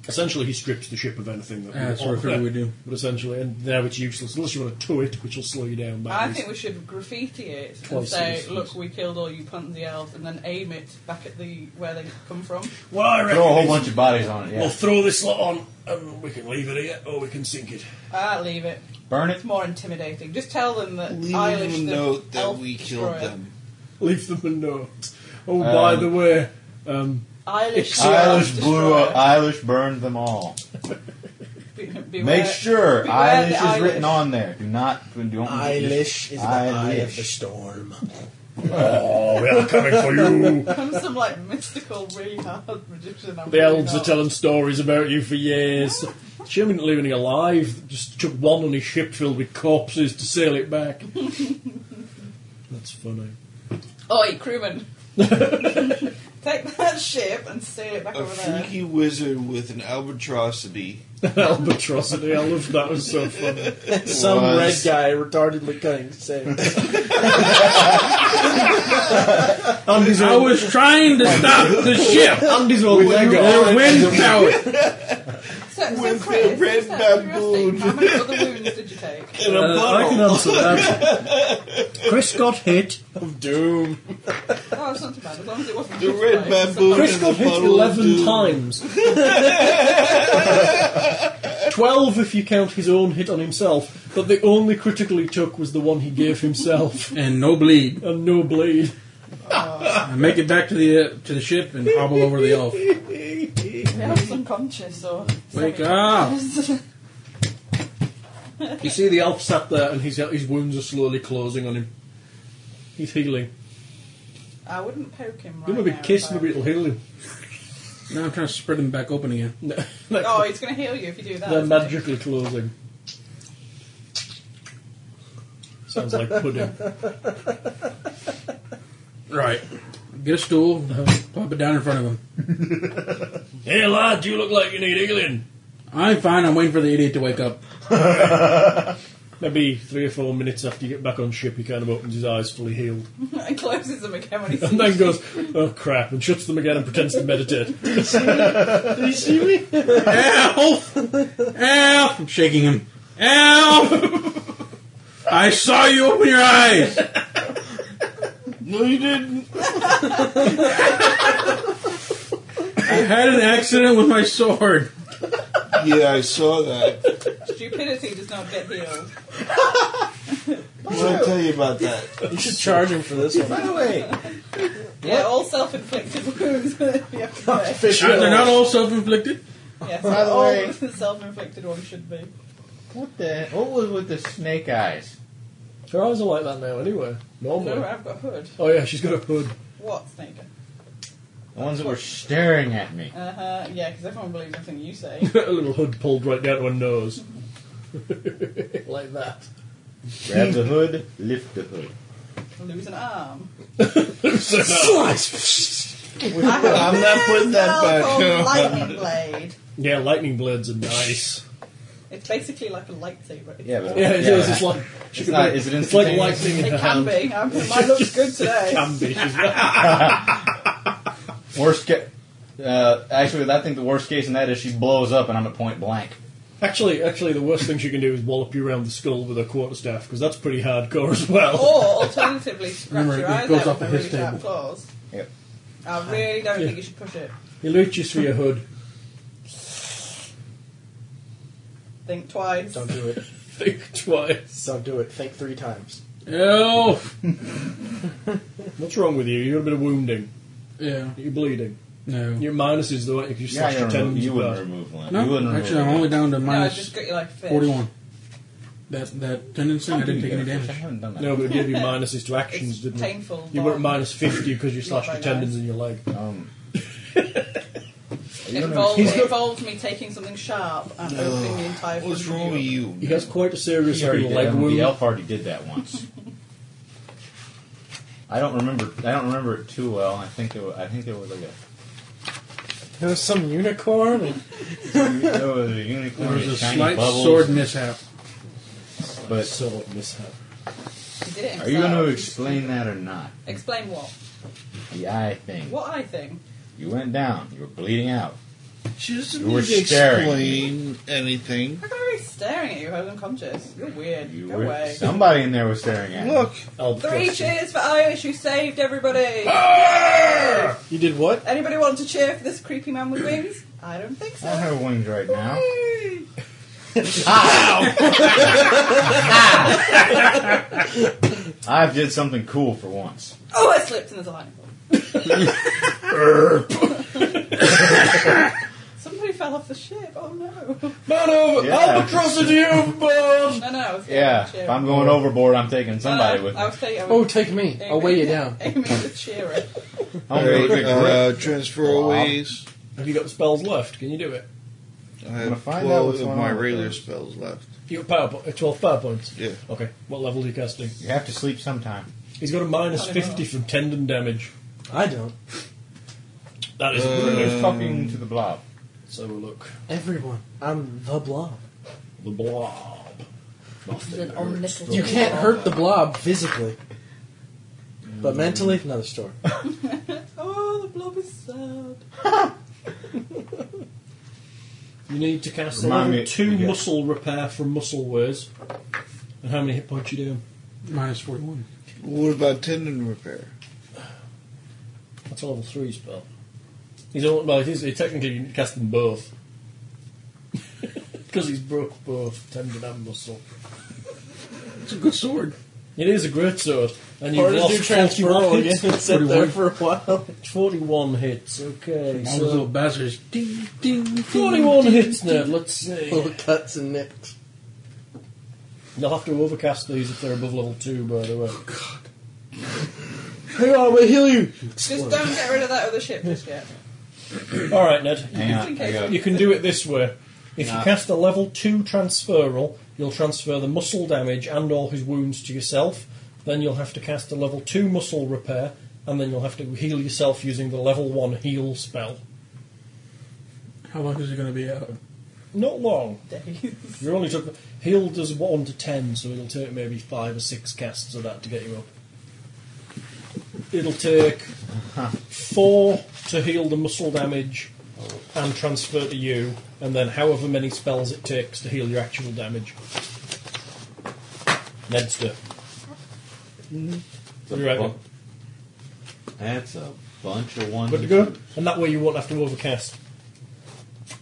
[SPEAKER 3] Essentially, he strips the ship of anything that
[SPEAKER 8] Ah,
[SPEAKER 6] Yeah, that's what I figured we'd do.
[SPEAKER 3] But essentially, and now it's useless unless you want to tow it, which will slow you down. Back
[SPEAKER 2] I think we should graffiti it and
[SPEAKER 3] Twice
[SPEAKER 2] say,
[SPEAKER 3] as-
[SPEAKER 2] "Look, we killed all you punty elves," and then aim it back at the where they come from.
[SPEAKER 3] Well, I reckon
[SPEAKER 8] Throw a whole
[SPEAKER 3] is-
[SPEAKER 8] bunch of bodies on it. Yeah.
[SPEAKER 3] We'll throw this lot on, and we can leave it here, or we can sink it.
[SPEAKER 2] Ah, leave it.
[SPEAKER 8] Burn it.
[SPEAKER 2] It's more intimidating. Just tell them that
[SPEAKER 7] Leave
[SPEAKER 2] Eilish,
[SPEAKER 7] a
[SPEAKER 2] the
[SPEAKER 7] note that
[SPEAKER 2] elf
[SPEAKER 7] we killed
[SPEAKER 2] destroyer-
[SPEAKER 7] them.
[SPEAKER 3] Leave them a note. Oh, by
[SPEAKER 8] Um,
[SPEAKER 3] the way, um,
[SPEAKER 2] Eilish, the elf
[SPEAKER 8] Eilish blew up.
[SPEAKER 2] destroyer.
[SPEAKER 8] Eilish burned them all.
[SPEAKER 2] Be- beware-
[SPEAKER 8] Make sure
[SPEAKER 2] beware the
[SPEAKER 8] Eilish is written on there. Do not. Don't
[SPEAKER 5] Eilish is the eye of
[SPEAKER 8] Eilish.
[SPEAKER 5] the storm.
[SPEAKER 3] oh, we are coming for you.
[SPEAKER 2] Comes some like mystical, really hard magician. I'm
[SPEAKER 3] The
[SPEAKER 2] really
[SPEAKER 3] elves are
[SPEAKER 2] not.
[SPEAKER 3] telling stories about you for years. Shame we didn't leave any alive. Just took one on his ship filled with corpses to sail it back. That's funny.
[SPEAKER 2] Oi, crewman! Take that ship and sail it back
[SPEAKER 7] A
[SPEAKER 2] over there.
[SPEAKER 7] freaky wizard with an albatrosity.
[SPEAKER 3] Albatrosity, I love that. was so funny.
[SPEAKER 5] Some
[SPEAKER 7] Was-
[SPEAKER 5] red guy retardedly cutting same.
[SPEAKER 3] Andy's
[SPEAKER 25] I was trying to stop the ship.
[SPEAKER 3] Andy's all
[SPEAKER 25] With your wind power.
[SPEAKER 2] So, so
[SPEAKER 7] With
[SPEAKER 2] Chris,
[SPEAKER 7] the red
[SPEAKER 2] just out of
[SPEAKER 7] baboon.
[SPEAKER 2] curiosity, How many other wounds did you take?
[SPEAKER 7] In a
[SPEAKER 26] Uh, I can
[SPEAKER 7] bottle.
[SPEAKER 26] answer that. Chris got hit.
[SPEAKER 5] of doom.
[SPEAKER 2] Oh, it's not too bad, as long as it wasn't
[SPEAKER 7] The
[SPEAKER 2] just
[SPEAKER 7] red
[SPEAKER 2] like
[SPEAKER 7] baboon.
[SPEAKER 3] Chris
[SPEAKER 7] in
[SPEAKER 3] got
[SPEAKER 7] the
[SPEAKER 3] hit
[SPEAKER 7] bottle of
[SPEAKER 3] 11
[SPEAKER 7] doom.
[SPEAKER 3] times. 12 if you count his own hit on himself, but the only critical he took was the one he gave himself.
[SPEAKER 25] And no bleed.
[SPEAKER 3] and no bleed.
[SPEAKER 25] I make it back to the uh, to the ship and hobble over the elf.
[SPEAKER 2] some- Yeah, it's unconscious or.
[SPEAKER 25] Wake up!
[SPEAKER 3] You see the elf sat there and his, his wounds are slowly closing on him. He's healing.
[SPEAKER 2] I wouldn't poke him right
[SPEAKER 3] Give him a
[SPEAKER 2] now,
[SPEAKER 3] big kiss,
[SPEAKER 2] but-
[SPEAKER 3] maybe it'll heal him.
[SPEAKER 25] Now I'm trying to spread them back open again.
[SPEAKER 2] Oh, it's going to heal you if you do that.
[SPEAKER 3] They're
[SPEAKER 2] isn't it?
[SPEAKER 3] magically closing. Sounds like pudding.
[SPEAKER 25] Right. Get a stool, plop it down in front of him.
[SPEAKER 3] hey lad, you look like you need healing.
[SPEAKER 25] I'm fine. I'm waiting for the idiot to wake up.
[SPEAKER 3] Maybe three or four minutes after you get back on ship, he kind of opens his eyes fully healed.
[SPEAKER 2] and closes them again when he sees
[SPEAKER 3] And then
[SPEAKER 2] you.
[SPEAKER 3] goes, oh crap, and shuts them again and pretends to meditate.
[SPEAKER 25] Elf! Elf! I'm shaking him. Elf! I saw you open your eyes!
[SPEAKER 7] No, you didn't.
[SPEAKER 25] I had an accident with my sword.
[SPEAKER 7] Yeah, I saw that.
[SPEAKER 2] Stupidity does not get healed.
[SPEAKER 7] What I tell you about that?
[SPEAKER 5] You should charge him for this one.
[SPEAKER 8] By the way,
[SPEAKER 2] Yeah, all self-inflicted wounds. you have to say.
[SPEAKER 5] Fish
[SPEAKER 25] Uh, They're not all self inflicted.
[SPEAKER 2] Yes,
[SPEAKER 8] By the
[SPEAKER 2] all
[SPEAKER 8] way-
[SPEAKER 2] the self-inflicted ones should be.
[SPEAKER 8] what the? What was with the snake eyes?
[SPEAKER 3] Her eyes are like that now, anyway.
[SPEAKER 2] No,
[SPEAKER 3] Normally.
[SPEAKER 2] I've got hood.
[SPEAKER 3] Oh yeah, she's got a hood.
[SPEAKER 2] What, Snake?
[SPEAKER 8] The ones that were staring at me.
[SPEAKER 2] Uh huh. Yeah, because everyone believes nothing you say.
[SPEAKER 3] a little hood pulled right down to her nose. like that.
[SPEAKER 27] Grab the hood, lift the hood.
[SPEAKER 2] Lose an arm.
[SPEAKER 7] I'm not putting that
[SPEAKER 2] Spell called
[SPEAKER 7] back.
[SPEAKER 2] lightning blade.
[SPEAKER 3] Yeah, lightning blades are nice.
[SPEAKER 2] It's basically like a lightsaber.
[SPEAKER 8] Yeah, but
[SPEAKER 3] Yeah, it is. It's like she
[SPEAKER 8] It's
[SPEAKER 3] could
[SPEAKER 8] not.
[SPEAKER 3] be-
[SPEAKER 8] Is it
[SPEAKER 3] it's like
[SPEAKER 8] instantaneous?
[SPEAKER 3] lightning in
[SPEAKER 2] It
[SPEAKER 3] her
[SPEAKER 2] can
[SPEAKER 3] hand.
[SPEAKER 2] be. I'm, mine looks good today.
[SPEAKER 3] Can be. She's got-
[SPEAKER 8] Worst case. Uh, actually, I think the worst case in that is she blows up and I'm at point blank.
[SPEAKER 3] Actually, actually, the worst thing she can do is wallop you around the skull with her quarterstaff because that's pretty hardcore as well.
[SPEAKER 25] Oh.
[SPEAKER 2] Or alternatively, scratch
[SPEAKER 25] Remember,
[SPEAKER 2] your
[SPEAKER 25] it
[SPEAKER 2] eyes
[SPEAKER 25] goes
[SPEAKER 2] out
[SPEAKER 25] off
[SPEAKER 2] with
[SPEAKER 25] at
[SPEAKER 2] a
[SPEAKER 25] his
[SPEAKER 2] really sharp
[SPEAKER 25] table.
[SPEAKER 2] claws.
[SPEAKER 8] Yep.
[SPEAKER 2] I really don't think you should push it.
[SPEAKER 3] He loots you through your hood.
[SPEAKER 2] Think twice.
[SPEAKER 5] Don't do it.
[SPEAKER 3] Think twice.
[SPEAKER 5] Don't do it. Think three times.
[SPEAKER 25] Elf!
[SPEAKER 3] What's wrong with you? You got a bit of wounding.
[SPEAKER 25] Yeah.
[SPEAKER 3] You're bleeding.
[SPEAKER 25] No.
[SPEAKER 3] Your minuses though. You just
[SPEAKER 27] Yeah,
[SPEAKER 3] slash
[SPEAKER 27] you,
[SPEAKER 3] your
[SPEAKER 27] don't remove,
[SPEAKER 3] tendons.
[SPEAKER 27] you
[SPEAKER 3] apart.
[SPEAKER 27] wouldn't remove one. you
[SPEAKER 25] No,
[SPEAKER 27] wouldn't
[SPEAKER 25] actually,
[SPEAKER 27] remove
[SPEAKER 25] I'm
[SPEAKER 27] one.
[SPEAKER 25] only down to
[SPEAKER 2] no, I
[SPEAKER 25] minus
[SPEAKER 2] just got you like a fish.
[SPEAKER 25] 41. That, that tendon thing, I didn't take any
[SPEAKER 8] I
[SPEAKER 25] damage.
[SPEAKER 8] haven't done that.
[SPEAKER 3] No, but it gave you minuses to actions,
[SPEAKER 2] It's
[SPEAKER 3] didn't it?
[SPEAKER 2] painful.
[SPEAKER 3] You were at minus fifty because you slashed
[SPEAKER 2] Not
[SPEAKER 3] your
[SPEAKER 2] very
[SPEAKER 3] tendons in your leg.
[SPEAKER 8] Um,
[SPEAKER 2] It involved,
[SPEAKER 3] He's
[SPEAKER 2] it
[SPEAKER 3] got-
[SPEAKER 2] involved me taking something sharp and opening the entire
[SPEAKER 7] What's
[SPEAKER 2] thing
[SPEAKER 7] wrong with you?
[SPEAKER 3] He has quite a serious
[SPEAKER 8] he already
[SPEAKER 3] looking
[SPEAKER 8] did
[SPEAKER 3] leg
[SPEAKER 8] that.
[SPEAKER 3] wound.
[SPEAKER 8] The elf already did that once. I don't remember. I don't remember it too well. I think there was. I think there was like a.
[SPEAKER 5] There was some unicorn. And
[SPEAKER 8] There was a unicorn.
[SPEAKER 25] There was a
[SPEAKER 8] with shiny
[SPEAKER 25] slight
[SPEAKER 8] bubbles,
[SPEAKER 25] sword mishap.
[SPEAKER 8] But
[SPEAKER 3] So mishap.
[SPEAKER 2] He did it himself.
[SPEAKER 8] are you going to explain that or not?
[SPEAKER 2] Explain what?
[SPEAKER 8] The eye thing.
[SPEAKER 2] What I think.
[SPEAKER 8] You went down. You were bleeding out.
[SPEAKER 7] She doesn't
[SPEAKER 8] You were
[SPEAKER 7] need to
[SPEAKER 8] staring.
[SPEAKER 7] explain anything.
[SPEAKER 2] How can I be staring at you? I was unconscious. You're weird.
[SPEAKER 8] Hmm? You
[SPEAKER 2] Go
[SPEAKER 8] were,
[SPEAKER 2] away.
[SPEAKER 8] Somebody in there was staring at.
[SPEAKER 7] Look,
[SPEAKER 2] Three cheers for Irish who saved everybody.
[SPEAKER 5] you did what?
[SPEAKER 2] Anybody want to cheer for this creepy man with wings? I don't think
[SPEAKER 8] You. I don't
[SPEAKER 2] so.
[SPEAKER 8] have wings right now.
[SPEAKER 2] Whee!
[SPEAKER 8] I did something cool for once.
[SPEAKER 2] Oh, I slipped and there's a line. Somebody fell off the ship. Oh no.
[SPEAKER 3] Man over
[SPEAKER 8] Yeah.
[SPEAKER 3] albatrosity overboard.
[SPEAKER 2] No, no. I was getting
[SPEAKER 8] Yeah,
[SPEAKER 2] a cheer.
[SPEAKER 8] if I'm going overboard, I'm taking somebody
[SPEAKER 2] No,
[SPEAKER 8] with me.
[SPEAKER 2] I was taking. I
[SPEAKER 5] Oh,
[SPEAKER 2] was
[SPEAKER 5] take me. I'll
[SPEAKER 2] aiming-
[SPEAKER 5] weigh you down.
[SPEAKER 2] Aiming the cheerer. Oh,
[SPEAKER 8] I'm really good Uh, grip.
[SPEAKER 7] uh, transfer aways.
[SPEAKER 3] Have you got spells left? Can you do it?
[SPEAKER 7] I have
[SPEAKER 8] find out
[SPEAKER 7] twelve
[SPEAKER 8] what's
[SPEAKER 7] of
[SPEAKER 8] going
[SPEAKER 7] my
[SPEAKER 8] on with
[SPEAKER 7] regular
[SPEAKER 8] those.
[SPEAKER 7] spells left.
[SPEAKER 3] You have power po- uh, 12 power points.
[SPEAKER 7] Yeah.
[SPEAKER 3] Okay. What level do you casting?
[SPEAKER 8] You have to sleep sometime.
[SPEAKER 3] He's got a minus 50 from tendon damage.
[SPEAKER 5] I don't.
[SPEAKER 3] That is
[SPEAKER 8] Who's
[SPEAKER 2] Mm.
[SPEAKER 8] talking to the blob?
[SPEAKER 3] Um, So we'll look.
[SPEAKER 5] Everyone. I'm the blob.
[SPEAKER 3] The blob. Nothing hurts.
[SPEAKER 5] You can't hurt the blob physically. But mentally, another story.
[SPEAKER 28] Oh, the blob is sad.
[SPEAKER 3] You need to cast
[SPEAKER 8] Remind
[SPEAKER 3] level
[SPEAKER 8] me-
[SPEAKER 3] 2
[SPEAKER 8] yeah.
[SPEAKER 3] muscle repair from muscle wears. And how many hit points you doing?
[SPEAKER 6] Minus 41.
[SPEAKER 7] What about tendon repair?
[SPEAKER 3] That's a level 3 spell. He's all, well, it is, he technically you can cast them both. Because he's broke both tendon and muscle.
[SPEAKER 5] It's a good sword.
[SPEAKER 3] It is a great sword. And you've
[SPEAKER 5] Or just do
[SPEAKER 3] lost 41
[SPEAKER 5] transferable again
[SPEAKER 3] hits.
[SPEAKER 5] and sit there for a while.
[SPEAKER 3] 41 hits, okay.
[SPEAKER 6] All those
[SPEAKER 3] So
[SPEAKER 6] little bastards. Ding, ding, ding.
[SPEAKER 3] 41 hits, Ned, let's see.
[SPEAKER 5] Little cuts and nicks.
[SPEAKER 3] You'll have to overcast these if they're above level 2, by the way.
[SPEAKER 5] Hang on, I'm gonna heal you.
[SPEAKER 2] Just don't get rid of that other ship just yet.
[SPEAKER 3] Alright, Ned,
[SPEAKER 8] Hang
[SPEAKER 2] in
[SPEAKER 8] on, I
[SPEAKER 2] case-
[SPEAKER 8] got
[SPEAKER 3] you can do it this way. If you
[SPEAKER 8] Nah.
[SPEAKER 3] cast a level 2 transferal, you'll transfer the muscle damage and all his wounds to yourself. Then you'll have to cast a level 2 muscle repair, and then you'll have to heal yourself using the level 1 heal spell.
[SPEAKER 6] How long is it going to be out?
[SPEAKER 3] Not long. You only took heal does one to ten, so it'll take maybe five or six casts of that to get you up. It'll take four to heal the muscle damage and transfer to you, and then however many spells it takes to heal your actual damage. Nedster. What do you reckon?
[SPEAKER 8] That's a bunch of ones.
[SPEAKER 3] Good to go. And that way you won't have to overcast.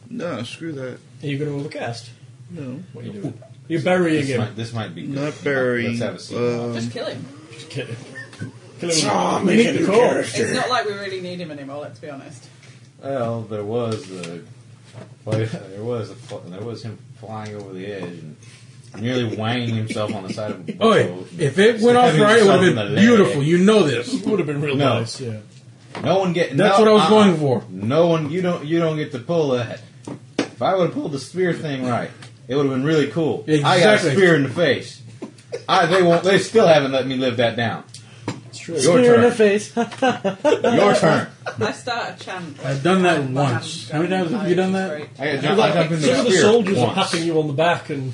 [SPEAKER 7] No, screw that.
[SPEAKER 3] Are you going to overcast?
[SPEAKER 7] No.
[SPEAKER 3] What are you doing? You're burying
[SPEAKER 8] This
[SPEAKER 3] him.
[SPEAKER 8] might, this might be good.
[SPEAKER 7] Not very. uh,
[SPEAKER 8] Let's have a seat.
[SPEAKER 6] Um,
[SPEAKER 2] Just kill him.
[SPEAKER 3] Kill him. Kill him. we need the core.
[SPEAKER 2] It's not like we really need him anymore, let's be honest.
[SPEAKER 8] well, there was the, well, there was a, fl- there was him flying over the edge and nearly wanging himself on the side of a boat.
[SPEAKER 6] Oi, if it went off
[SPEAKER 8] Stabbing
[SPEAKER 6] right, it
[SPEAKER 8] himself
[SPEAKER 6] would
[SPEAKER 8] in
[SPEAKER 6] have
[SPEAKER 8] the
[SPEAKER 6] been
[SPEAKER 8] leg.
[SPEAKER 6] beautiful. You know this.
[SPEAKER 3] Would have been real
[SPEAKER 8] No.
[SPEAKER 3] nice, yeah.
[SPEAKER 8] No one get.
[SPEAKER 6] That's
[SPEAKER 8] no,
[SPEAKER 6] what I was
[SPEAKER 8] uh-uh.
[SPEAKER 6] going for.
[SPEAKER 8] No one. You don't. You don't get to pull that. If I would have pulled the spear thing right, it would have been really cool. I got a
[SPEAKER 6] Exactly.
[SPEAKER 8] spear in the face. I, they won't. They still haven't let me live that down.
[SPEAKER 3] It's true.
[SPEAKER 8] Your
[SPEAKER 5] Spear in the
[SPEAKER 8] turn.
[SPEAKER 5] face.
[SPEAKER 8] Your turn.
[SPEAKER 2] I start a chant.
[SPEAKER 6] I've done that
[SPEAKER 2] Hand
[SPEAKER 6] once.
[SPEAKER 2] by hand,
[SPEAKER 6] How many times have
[SPEAKER 2] hand
[SPEAKER 6] you
[SPEAKER 2] by
[SPEAKER 6] done
[SPEAKER 2] hand,
[SPEAKER 6] that?
[SPEAKER 2] straight.
[SPEAKER 8] I got jumped, I jumped into
[SPEAKER 3] Some
[SPEAKER 8] the
[SPEAKER 3] of the
[SPEAKER 8] spear
[SPEAKER 3] soldiers are
[SPEAKER 8] once.
[SPEAKER 3] patting you on the back and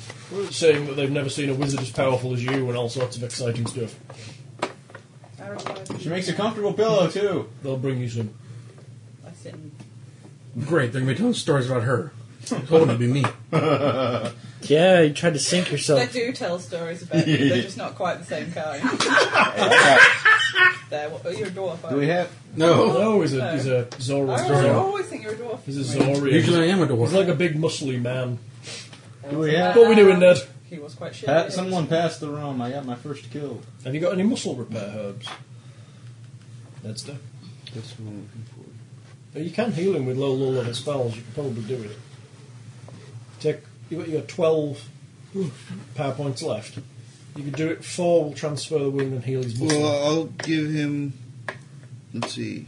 [SPEAKER 3] saying that they've never seen a wizard as powerful as you and all sorts of exciting stuff.
[SPEAKER 2] I replied,
[SPEAKER 8] She makes a comfortable pillow too.
[SPEAKER 3] They'll bring you some.
[SPEAKER 2] I sit and
[SPEAKER 6] Great, they're going to be telling stories about her. It's going to be me.
[SPEAKER 5] yeah, you tried to sink
[SPEAKER 2] They
[SPEAKER 5] yourself.
[SPEAKER 2] do tell stories about me, they're just not quite the same kind. They're, oh, you're a dwarf,
[SPEAKER 8] Do
[SPEAKER 2] aren't
[SPEAKER 8] we
[SPEAKER 2] you?
[SPEAKER 8] have?
[SPEAKER 6] No.
[SPEAKER 3] Oh, he's a, he's a Zora.
[SPEAKER 2] I always- I always think you're a dwarf.
[SPEAKER 3] He's a Zorian.
[SPEAKER 6] Usually I am a dwarf.
[SPEAKER 3] He's like a big muscly man.
[SPEAKER 8] Do we have?
[SPEAKER 3] What are we doing, Ned?
[SPEAKER 2] He was quite
[SPEAKER 6] Uh,
[SPEAKER 2] shit.
[SPEAKER 8] Pat, someone passed the room. I got my first kill.
[SPEAKER 3] Have you got any muscle repair herbs? Nedster?
[SPEAKER 29] That's what I'm looking for.
[SPEAKER 3] You can heal him with low, low level spells. You can probably do it. Take you got your twelve power points left. You could do it. Four will transfer the wound and heal his muscle.
[SPEAKER 7] Well, I'll give him. Let's see.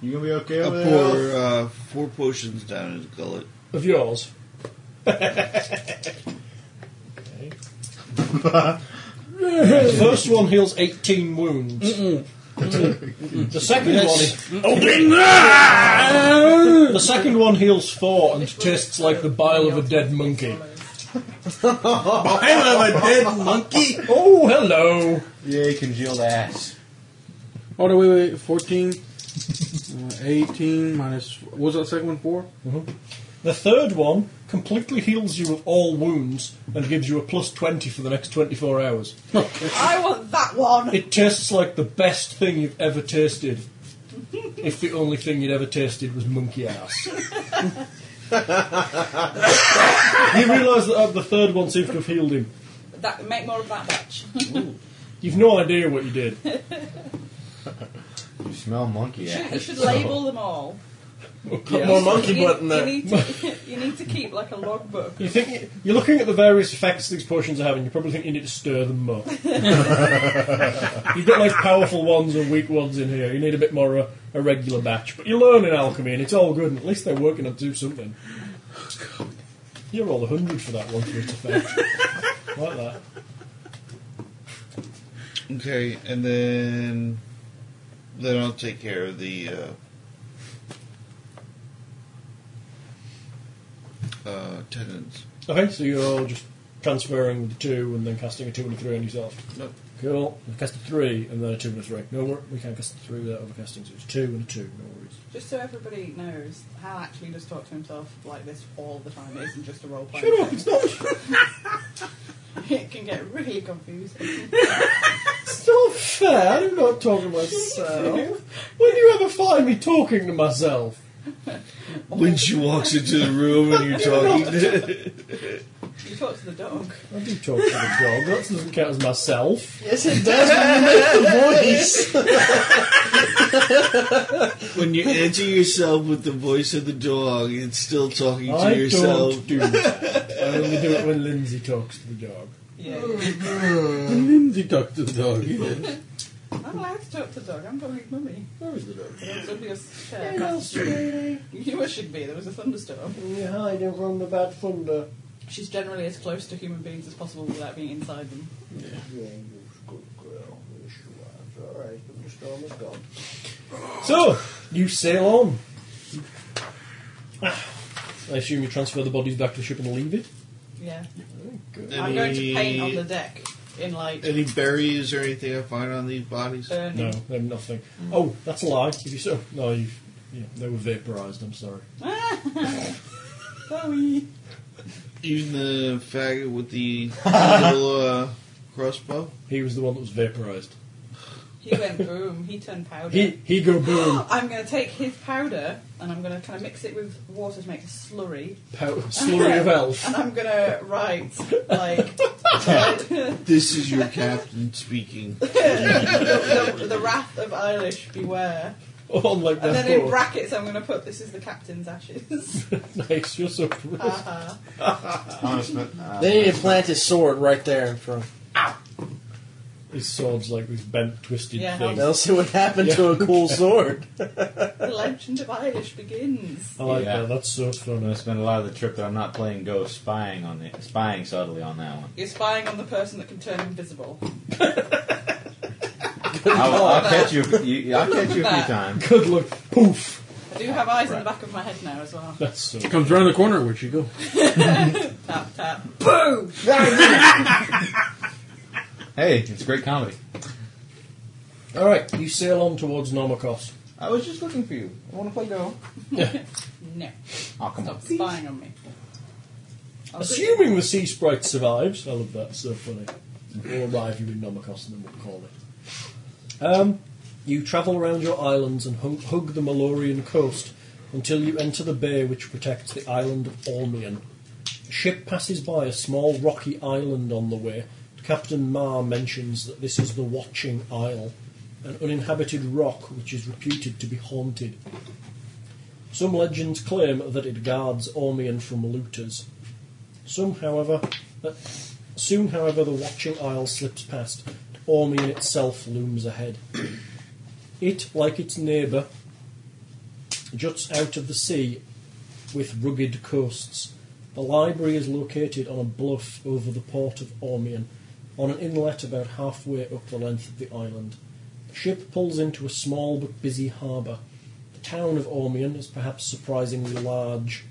[SPEAKER 8] You gonna be okay
[SPEAKER 7] I'll
[SPEAKER 8] with that?
[SPEAKER 7] pour uh, four potions down his gullet.
[SPEAKER 3] Of yours. the first one heals 18 wounds. the second one. Oh, the second one heals four and tastes like the bile of a dead monkey.
[SPEAKER 6] I love a dead monkey.
[SPEAKER 3] Oh, hello!
[SPEAKER 8] Yay, congealed ass.
[SPEAKER 6] Oh, no, wait, wait. 14, uh, 18, minus. What was that second one? 4?
[SPEAKER 3] The third one completely heals you of all wounds and gives you a plus 20 for the next 24 hours.
[SPEAKER 2] I want that one!
[SPEAKER 3] It tastes like the best thing you've ever tasted. if the only thing you'd ever tasted was monkey ass. you realise that uh, the third one seems to have healed him.
[SPEAKER 2] That, make more of that batch.
[SPEAKER 3] You've no idea what you did.
[SPEAKER 8] You smell monkey
[SPEAKER 2] You
[SPEAKER 8] ass.
[SPEAKER 2] should label them all.
[SPEAKER 3] Oh,
[SPEAKER 5] Put more monkey
[SPEAKER 2] you,
[SPEAKER 5] butt in
[SPEAKER 2] you
[SPEAKER 5] there.
[SPEAKER 2] need, to, you need to keep like a logbook.
[SPEAKER 3] You think you- you're looking at the various effects these potions are having. You probably think you need to stir them more. You've got like powerful ones and weak ones in here. You need a bit more of a, a regular batch. But you're learning alchemy, and it's all good. And at least they're working up to something. You roll a hundred for that one for its effect. like that.
[SPEAKER 7] Okay, and then then I'll take care of the uh, uh, tenants.
[SPEAKER 3] Okay, so you're just transferring the two and then casting a two and a three on yourself.
[SPEAKER 7] Nope.
[SPEAKER 3] Cool. You cast a three and then a two and a three. No, wor- we can't cast a three without overcasting, so it's two and a two. No worries.
[SPEAKER 2] Just so everybody knows, Hal actually does talk to himself like this all the time. It isn't just a role playing.
[SPEAKER 3] Shut up! It's not.
[SPEAKER 2] it can get really confusing.
[SPEAKER 3] It's not fair. I'm not talking to myself. when do you ever find me talking to myself?
[SPEAKER 7] When she walks into the room and you're talking,
[SPEAKER 2] You talk to the dog.
[SPEAKER 3] I do talk to the dog. That doesn't count as myself.
[SPEAKER 5] Yes, it does. When you make the voice.
[SPEAKER 7] when you answer yourself with the voice of the dog, it's still talking to
[SPEAKER 3] I
[SPEAKER 7] yourself.
[SPEAKER 3] don't do that. I only do it when Lindsay talks to the dog.
[SPEAKER 2] Yeah.
[SPEAKER 3] When Lindsay talks to the dog.
[SPEAKER 2] I'm allowed to talk to the dog. I'm talking to mummy.
[SPEAKER 3] Where is the dog?
[SPEAKER 2] There was somebody else's chair.
[SPEAKER 3] Hey, sweetie.
[SPEAKER 2] You knew it should be. There was a thunderstorm.
[SPEAKER 3] You hiding from the bad thunder.
[SPEAKER 2] She's generally as close to human beings as possible without being inside them.
[SPEAKER 3] So, you sail on. Ah, I assume you transfer the bodies back to the ship and leave it?
[SPEAKER 2] Yeah.
[SPEAKER 7] Any,
[SPEAKER 2] I'm going to paint on the deck in like.
[SPEAKER 7] any berries or anything I find on these bodies?
[SPEAKER 2] burning.
[SPEAKER 3] No, they're nothing. Oh, that's a lie. If you so, no, you, yeah, they were vaporised. I'm sorry.
[SPEAKER 2] Sorry.
[SPEAKER 7] Using the faggot with the little uh, crossbow.
[SPEAKER 3] He was the one that was vaporised.
[SPEAKER 2] He went boom. He turned powder.
[SPEAKER 3] He he go boom.
[SPEAKER 2] I'm going to take his powder and I'm going to kind of mix it with water to make a slurry.
[SPEAKER 3] Pow, slurry of elf.
[SPEAKER 2] And I'm going to write like
[SPEAKER 7] This is your captain speaking.
[SPEAKER 2] the, the, the wrath of Eilish, beware.
[SPEAKER 3] On like
[SPEAKER 2] And
[SPEAKER 3] that.
[SPEAKER 2] then in brackets, I'm going to put this is the captain's ashes.
[SPEAKER 3] nice, you're so pr-
[SPEAKER 2] Haha.
[SPEAKER 8] uh,
[SPEAKER 5] They need to plant his sword right there in front.
[SPEAKER 3] His sword's like this bent, twisted
[SPEAKER 2] Yeah,
[SPEAKER 3] thing.
[SPEAKER 5] They'll see what happened to a cool sword.
[SPEAKER 2] the legend of Eilish begins.
[SPEAKER 3] I like
[SPEAKER 8] Yeah.
[SPEAKER 3] that. That's so fun.
[SPEAKER 8] I spent a lot of the trip that I'm not playing Ghost spying on the spying subtly on that one.
[SPEAKER 2] You're spying on the person that can turn invisible.
[SPEAKER 8] I'll, I'll catch you, you. I'll catch you a few times.
[SPEAKER 3] Good luck. Poof.
[SPEAKER 2] I do have eyes in the back of my head now as well.
[SPEAKER 3] That's so.
[SPEAKER 30] Comes around the corner. Where'd she go?
[SPEAKER 2] Tap, tap.
[SPEAKER 8] Hey, it's great comedy.
[SPEAKER 3] All right, you sail on towards Normakos.
[SPEAKER 8] I was just looking for you. I want to play Go.
[SPEAKER 2] No.
[SPEAKER 8] Oh come on.
[SPEAKER 2] Stop spying on me. I'll do-
[SPEAKER 3] Assuming the sea sprite survives, I love that. So funny. We'll arrive you in Nomikos and then we'll call it. Um, you travel around your islands and hug, hug the Malorian coast until you enter the bay which protects the island of Ormian. The ship passes by a small rocky island on the way. Captain Mar mentions that this is the Watching Isle, an uninhabited rock which is reputed to be haunted. Some legends claim that it guards Ormian from looters. Some, however, uh, soon, however, the watching isle slips past. Ormian itself looms ahead. It, like its neighbour, juts out of the sea with rugged coasts. The library is located on a bluff over the port of Ormian, on an inlet about halfway up the length of the island. The ship pulls into a small but busy harbour. The town of Ormian is perhaps surprisingly large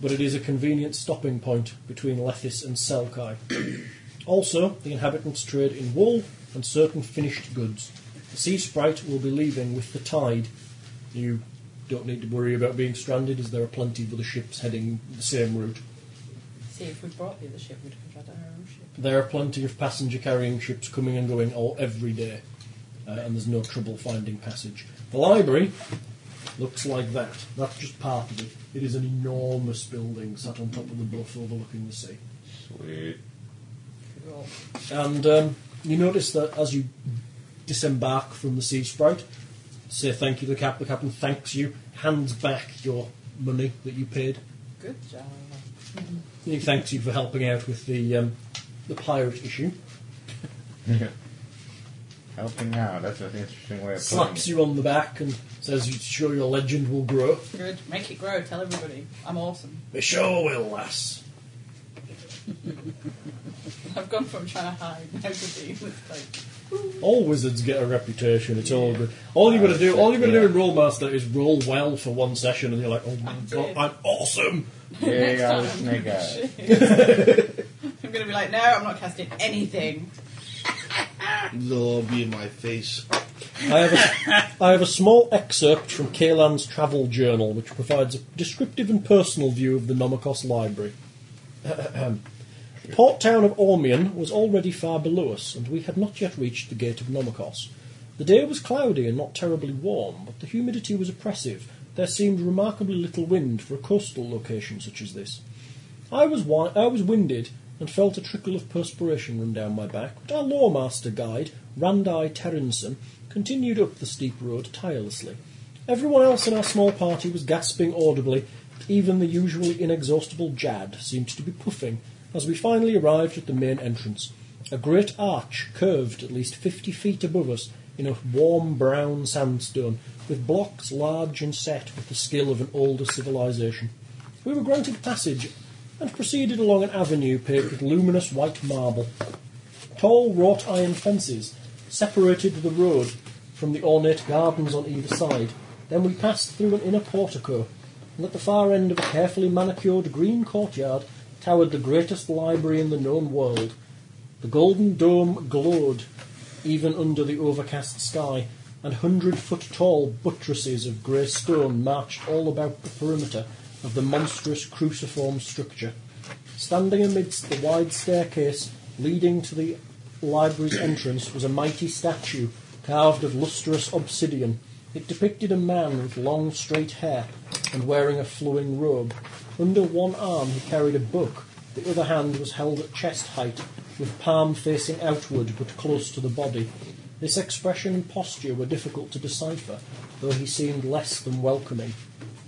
[SPEAKER 3] but it is a convenient stopping point between Lethis and Selkai. also, the inhabitants trade in wool and certain finished goods. The sea sprite will be leaving with the tide. You don't need to worry about being stranded, as there are plenty of other ships heading the same route.
[SPEAKER 2] See, if we brought the other ship, we'd have had our own ship.
[SPEAKER 3] There are plenty of passenger carrying ships coming and going all every day, uh, and there's no trouble finding passage. The library looks like that. That's just part of it. It is an enormous building sat on top of the bluff overlooking the sea.
[SPEAKER 31] Sweet.
[SPEAKER 2] Cool.
[SPEAKER 3] And um, you notice that as you disembark from the sea sprite, say thank you to the captain, the captain thanks you, hands back your money that you paid.
[SPEAKER 2] Good job.
[SPEAKER 3] He thanks you for helping out with the um, the pirate issue.
[SPEAKER 8] Helping out. That's an interesting way of putting
[SPEAKER 3] slaps
[SPEAKER 8] it.
[SPEAKER 3] you on the back and says, "You sure your legend will grow?"
[SPEAKER 2] Good. Make it grow. Tell everybody. I'm awesome.
[SPEAKER 3] It sure will, lass.
[SPEAKER 2] I've gone from trying to hide now to being this like.
[SPEAKER 3] All wizards get a reputation. It's all good. All you got to do, all you got to do in Rollmaster is roll well for one session, and you're like, "Oh my god,
[SPEAKER 2] did.
[SPEAKER 3] I'm awesome!"
[SPEAKER 8] Big eyes, snake eyes.
[SPEAKER 2] I'm going to be like, no, I'm not casting anything.
[SPEAKER 32] They'll all be in my face.
[SPEAKER 3] I have, a, I have a small excerpt from Kalan's travel journal, which provides a descriptive and personal view of the Nomikos Library. the port town of Ormion was already far below us, and we had not yet reached the gate of Nomikos. The day was cloudy and not terribly warm, but the humidity was oppressive. There seemed remarkably little wind for a coastal location such as this. I was wi- I was winded and felt a trickle of perspiration run down my back, but our lawmaster guide, Randai Terrinson, continued up the steep road tirelessly. Everyone else in our small party was gasping audibly, but even the usually inexhaustible Jad seemed to be puffing as we finally arrived at the main entrance. A great arch curved at least fifty feet above us in a warm brown sandstone, with blocks large and set with the skill of an older civilization. We were granted passage and proceeded along an avenue paved with luminous white marble. Tall wrought iron fences separated the road from the ornate gardens on either side. Then we passed through an inner portico, and at the far end of a carefully manicured green courtyard towered the greatest library in the known world. The golden dome glowed even under the overcast sky, and hundred foot tall buttresses of grey stone marched all about the perimeter of the monstrous cruciform structure. Standing amidst the wide staircase leading to the library's entrance was a mighty statue carved of lustrous obsidian. It depicted a man with long straight hair and wearing a flowing robe. Under one arm he carried a book, the other hand was held at chest height, with palm facing outward but close to the body. This expression and posture were difficult to decipher, though he seemed less than welcoming.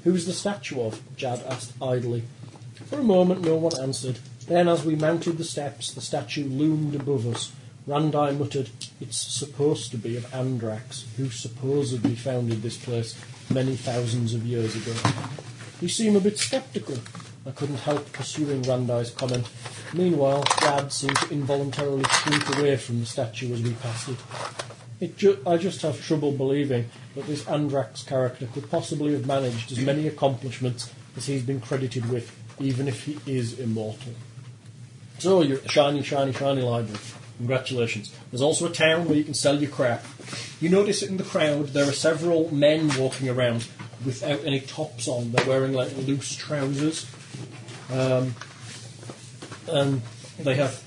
[SPEAKER 3] Who's the statue of? Jad asked idly. For a moment no one answered. Then, as we mounted the steps, the statue loomed above us. Randai muttered, It's supposed to be of Andrax, who supposedly founded this place many thousands of years ago. You seem a bit sceptical. I couldn't help pursuing Randai's comment. Meanwhile, Dad seemed to involuntarily sneak away from the statue as we passed it. It ju- I just have trouble believing that this Andrax character could possibly have managed as many accomplishments as he's been credited with, even if he is immortal. So you're at the shiny, shiny, shiny library. Congratulations. There's also a town where you can sell your crap. You notice in the crowd there are several men walking around without any tops on. They're wearing like loose trousers. Um, and they have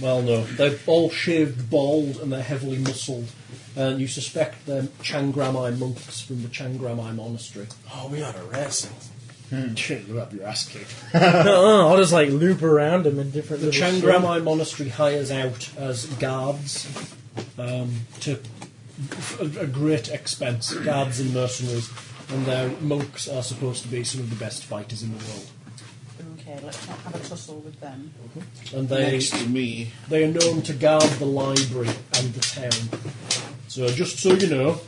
[SPEAKER 3] well, no. They're all shaved bald and they're heavily muscled. And you suspect they're Changramai monks from the Changramai monastery.
[SPEAKER 33] Oh, we ought to wrestle.
[SPEAKER 3] you up your ass kicked.
[SPEAKER 5] Uh-uh, I'll just like loop around him in different
[SPEAKER 3] The
[SPEAKER 5] little
[SPEAKER 3] Changramai monastery hires out as guards um, to f- a a great expense, guards and mercenaries, and their monks are supposed to be some of the best fighters in the world.
[SPEAKER 2] Okay, let's not have a tussle with them.
[SPEAKER 3] And they
[SPEAKER 32] Next to me.
[SPEAKER 3] They are known to guard the library and the town. So just so you know,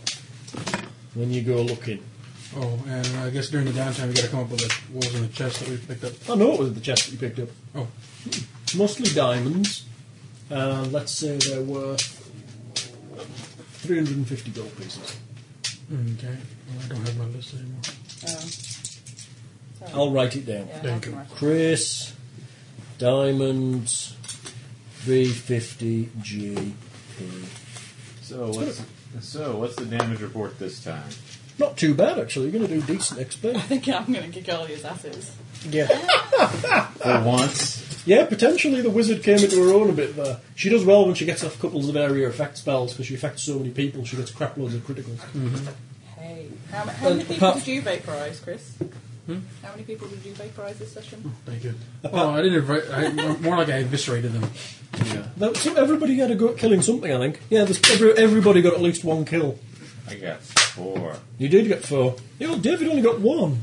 [SPEAKER 3] when you go looking.
[SPEAKER 6] Oh, and I guess during the downtime, we got to come up with the walls and the chest that we picked up.
[SPEAKER 3] I know it was the chest that you picked up.
[SPEAKER 6] Oh,
[SPEAKER 3] Mostly diamonds. Uh, let's say there were 350 gold pieces.
[SPEAKER 6] okay. Well, I don't have my list anymore.
[SPEAKER 2] Oh,
[SPEAKER 3] I'll write it down.
[SPEAKER 2] yeah,
[SPEAKER 6] There you
[SPEAKER 2] I'll
[SPEAKER 6] go.
[SPEAKER 2] come right.
[SPEAKER 3] Chris, diamonds, 350 GP.
[SPEAKER 8] So what's so what's the damage report this time?
[SPEAKER 3] Not too bad, actually. You're going to do decent
[SPEAKER 2] I
[SPEAKER 3] XP.
[SPEAKER 2] think I'm going to kick all his asses.
[SPEAKER 5] Yeah.
[SPEAKER 8] For once,
[SPEAKER 3] Yeah, potentially the wizard came into her own a bit there. She does well when she gets off couples of area effect spells because she affects so many people. She gets crap loads of criticals.
[SPEAKER 2] Hey, how, how many
[SPEAKER 3] Uh,
[SPEAKER 2] people
[SPEAKER 3] apart-
[SPEAKER 2] did you vaporise, Chris? How many people did you vaporise this session?
[SPEAKER 6] Thank you. Oh, I didn't invite. I, more like I eviscerated them.
[SPEAKER 3] Now, so everybody had a go at killing something, I think. Yeah, there's every, everybody got at least one kill.
[SPEAKER 8] I got four.
[SPEAKER 3] You did get four. Yeah, well, David only got one.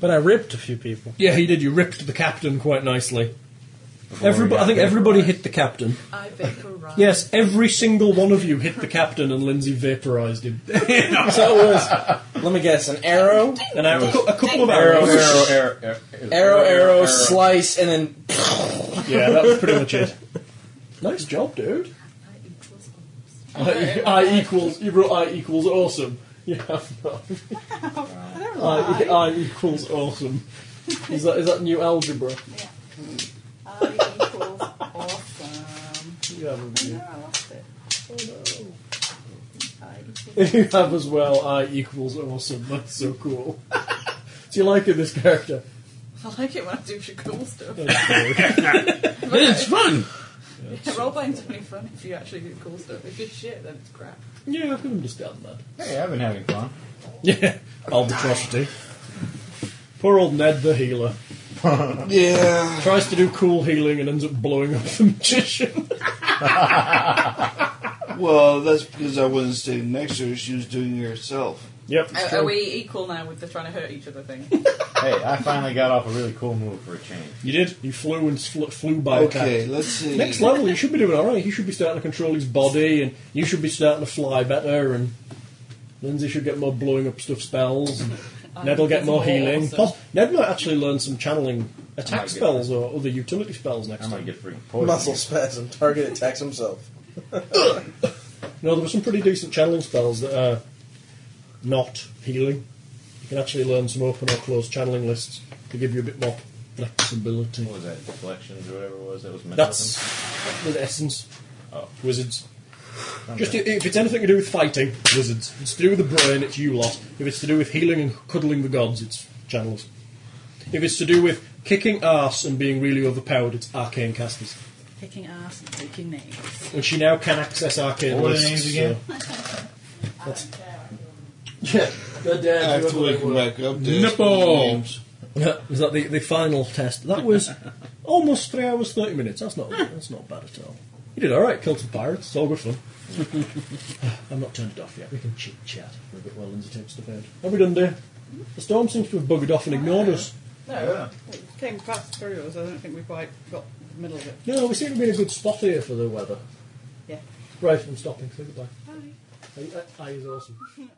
[SPEAKER 5] But I ripped a few people.
[SPEAKER 3] Yeah, he did. You ripped the captain quite nicely.
[SPEAKER 8] before we
[SPEAKER 3] Everybody, I
[SPEAKER 8] got
[SPEAKER 3] think
[SPEAKER 8] there.
[SPEAKER 3] everybody hit the captain.
[SPEAKER 2] I vaporized.
[SPEAKER 3] Yes, every single one of you hit the captain, and Lindsay vaporized him. so it was
[SPEAKER 5] Let me guess. An arrow,
[SPEAKER 3] an arrow, a cou- a couple of
[SPEAKER 8] Arrow,
[SPEAKER 3] arrows.
[SPEAKER 8] arrow, arrow, arrow,
[SPEAKER 5] arrow, arrow, slice, and then
[SPEAKER 3] Yeah, that was pretty much it. Nice job, dude. I, I equals you wrote I equals awesome. You have not.
[SPEAKER 2] I don't lie.
[SPEAKER 3] I, I equals awesome. Is that is that new algebra?
[SPEAKER 2] I equals awesome.
[SPEAKER 3] You have,
[SPEAKER 2] No, I lost it. Oh no. I equals
[SPEAKER 3] you have as well. I equals awesome. That's so cool. Do you like it, this character?
[SPEAKER 2] I like it when I do cool stuff.
[SPEAKER 34] It's fun.
[SPEAKER 2] Roleplaying's only fun if you actually do cool stuff. If it's shit, then it's crap.
[SPEAKER 3] Yeah, I can understand that.
[SPEAKER 8] Hey, I've been having fun.
[SPEAKER 3] Yeah, albatrosity. Poor old Ned the healer
[SPEAKER 7] Yeah.
[SPEAKER 3] tries to do cool healing and ends up blowing up the magician.
[SPEAKER 7] Well, that's because I wasn't standing next to her. She was doing it herself.
[SPEAKER 3] yep. it's
[SPEAKER 2] Are,
[SPEAKER 3] true.
[SPEAKER 2] are we equal now with the trying to hurt each other thing?
[SPEAKER 8] Hey, I finally got off a really cool move for a change.
[SPEAKER 3] You did. You flew and fl- flew by.
[SPEAKER 7] Okay,
[SPEAKER 3] attack.
[SPEAKER 7] let's see.
[SPEAKER 3] Next level, you should be doing all right. You should be starting to control his body, and you should be starting to fly better. And Lindsay should get more blowing up stuff spells. And Ned will get more healing. Pos- Ned might actually learn some channeling
[SPEAKER 8] I
[SPEAKER 3] attack
[SPEAKER 8] get
[SPEAKER 3] spells or other utility spells next
[SPEAKER 8] I'm
[SPEAKER 3] time.
[SPEAKER 8] gonna get freaking poisoned.
[SPEAKER 5] muscle spasm. Target attacks himself.
[SPEAKER 3] No, there were some pretty decent channeling spells that are not healing. You can actually learn some open or closed channeling lists to give you a bit more flexibility.
[SPEAKER 8] What was that? Deflections or whatever it was. That was
[SPEAKER 3] That's
[SPEAKER 8] mentalism.
[SPEAKER 3] the essence.
[SPEAKER 8] Oh.
[SPEAKER 3] Wizards.
[SPEAKER 8] Okay.
[SPEAKER 3] Just i- if it's anything to do with fighting, wizards. If it's to do with the brain, it's you lot. If it's to do with healing and cuddling the gods, it's channels. If it's to do with kicking ass and being really overpowered, it's arcane casters.
[SPEAKER 2] Picking ass and taking names.
[SPEAKER 3] And she now can access arcane
[SPEAKER 8] What were the
[SPEAKER 3] lists,
[SPEAKER 8] names again?
[SPEAKER 3] So. Yeah,
[SPEAKER 7] I have to wake him back up. to ask his name.
[SPEAKER 3] Nipples. was that the, the final test? That was almost three hours thirty minutes. That's not that's not bad at all. You did all right. Killed some pirates. It's all good fun. I'm not turned it off yet. We can chit chat for a bit while Lindsay takes stuff out. Have we done, dear? The storm seems to have buggered off and ignored us.
[SPEAKER 2] No, it came fast through us. I don't think we quite got the middle of it.
[SPEAKER 3] No, we seem to be in a good spot here for the weather.
[SPEAKER 2] Yeah.
[SPEAKER 3] Right, I'm stopping. Say goodbye.
[SPEAKER 2] Bye.
[SPEAKER 3] Aye, aye, aye is awesome.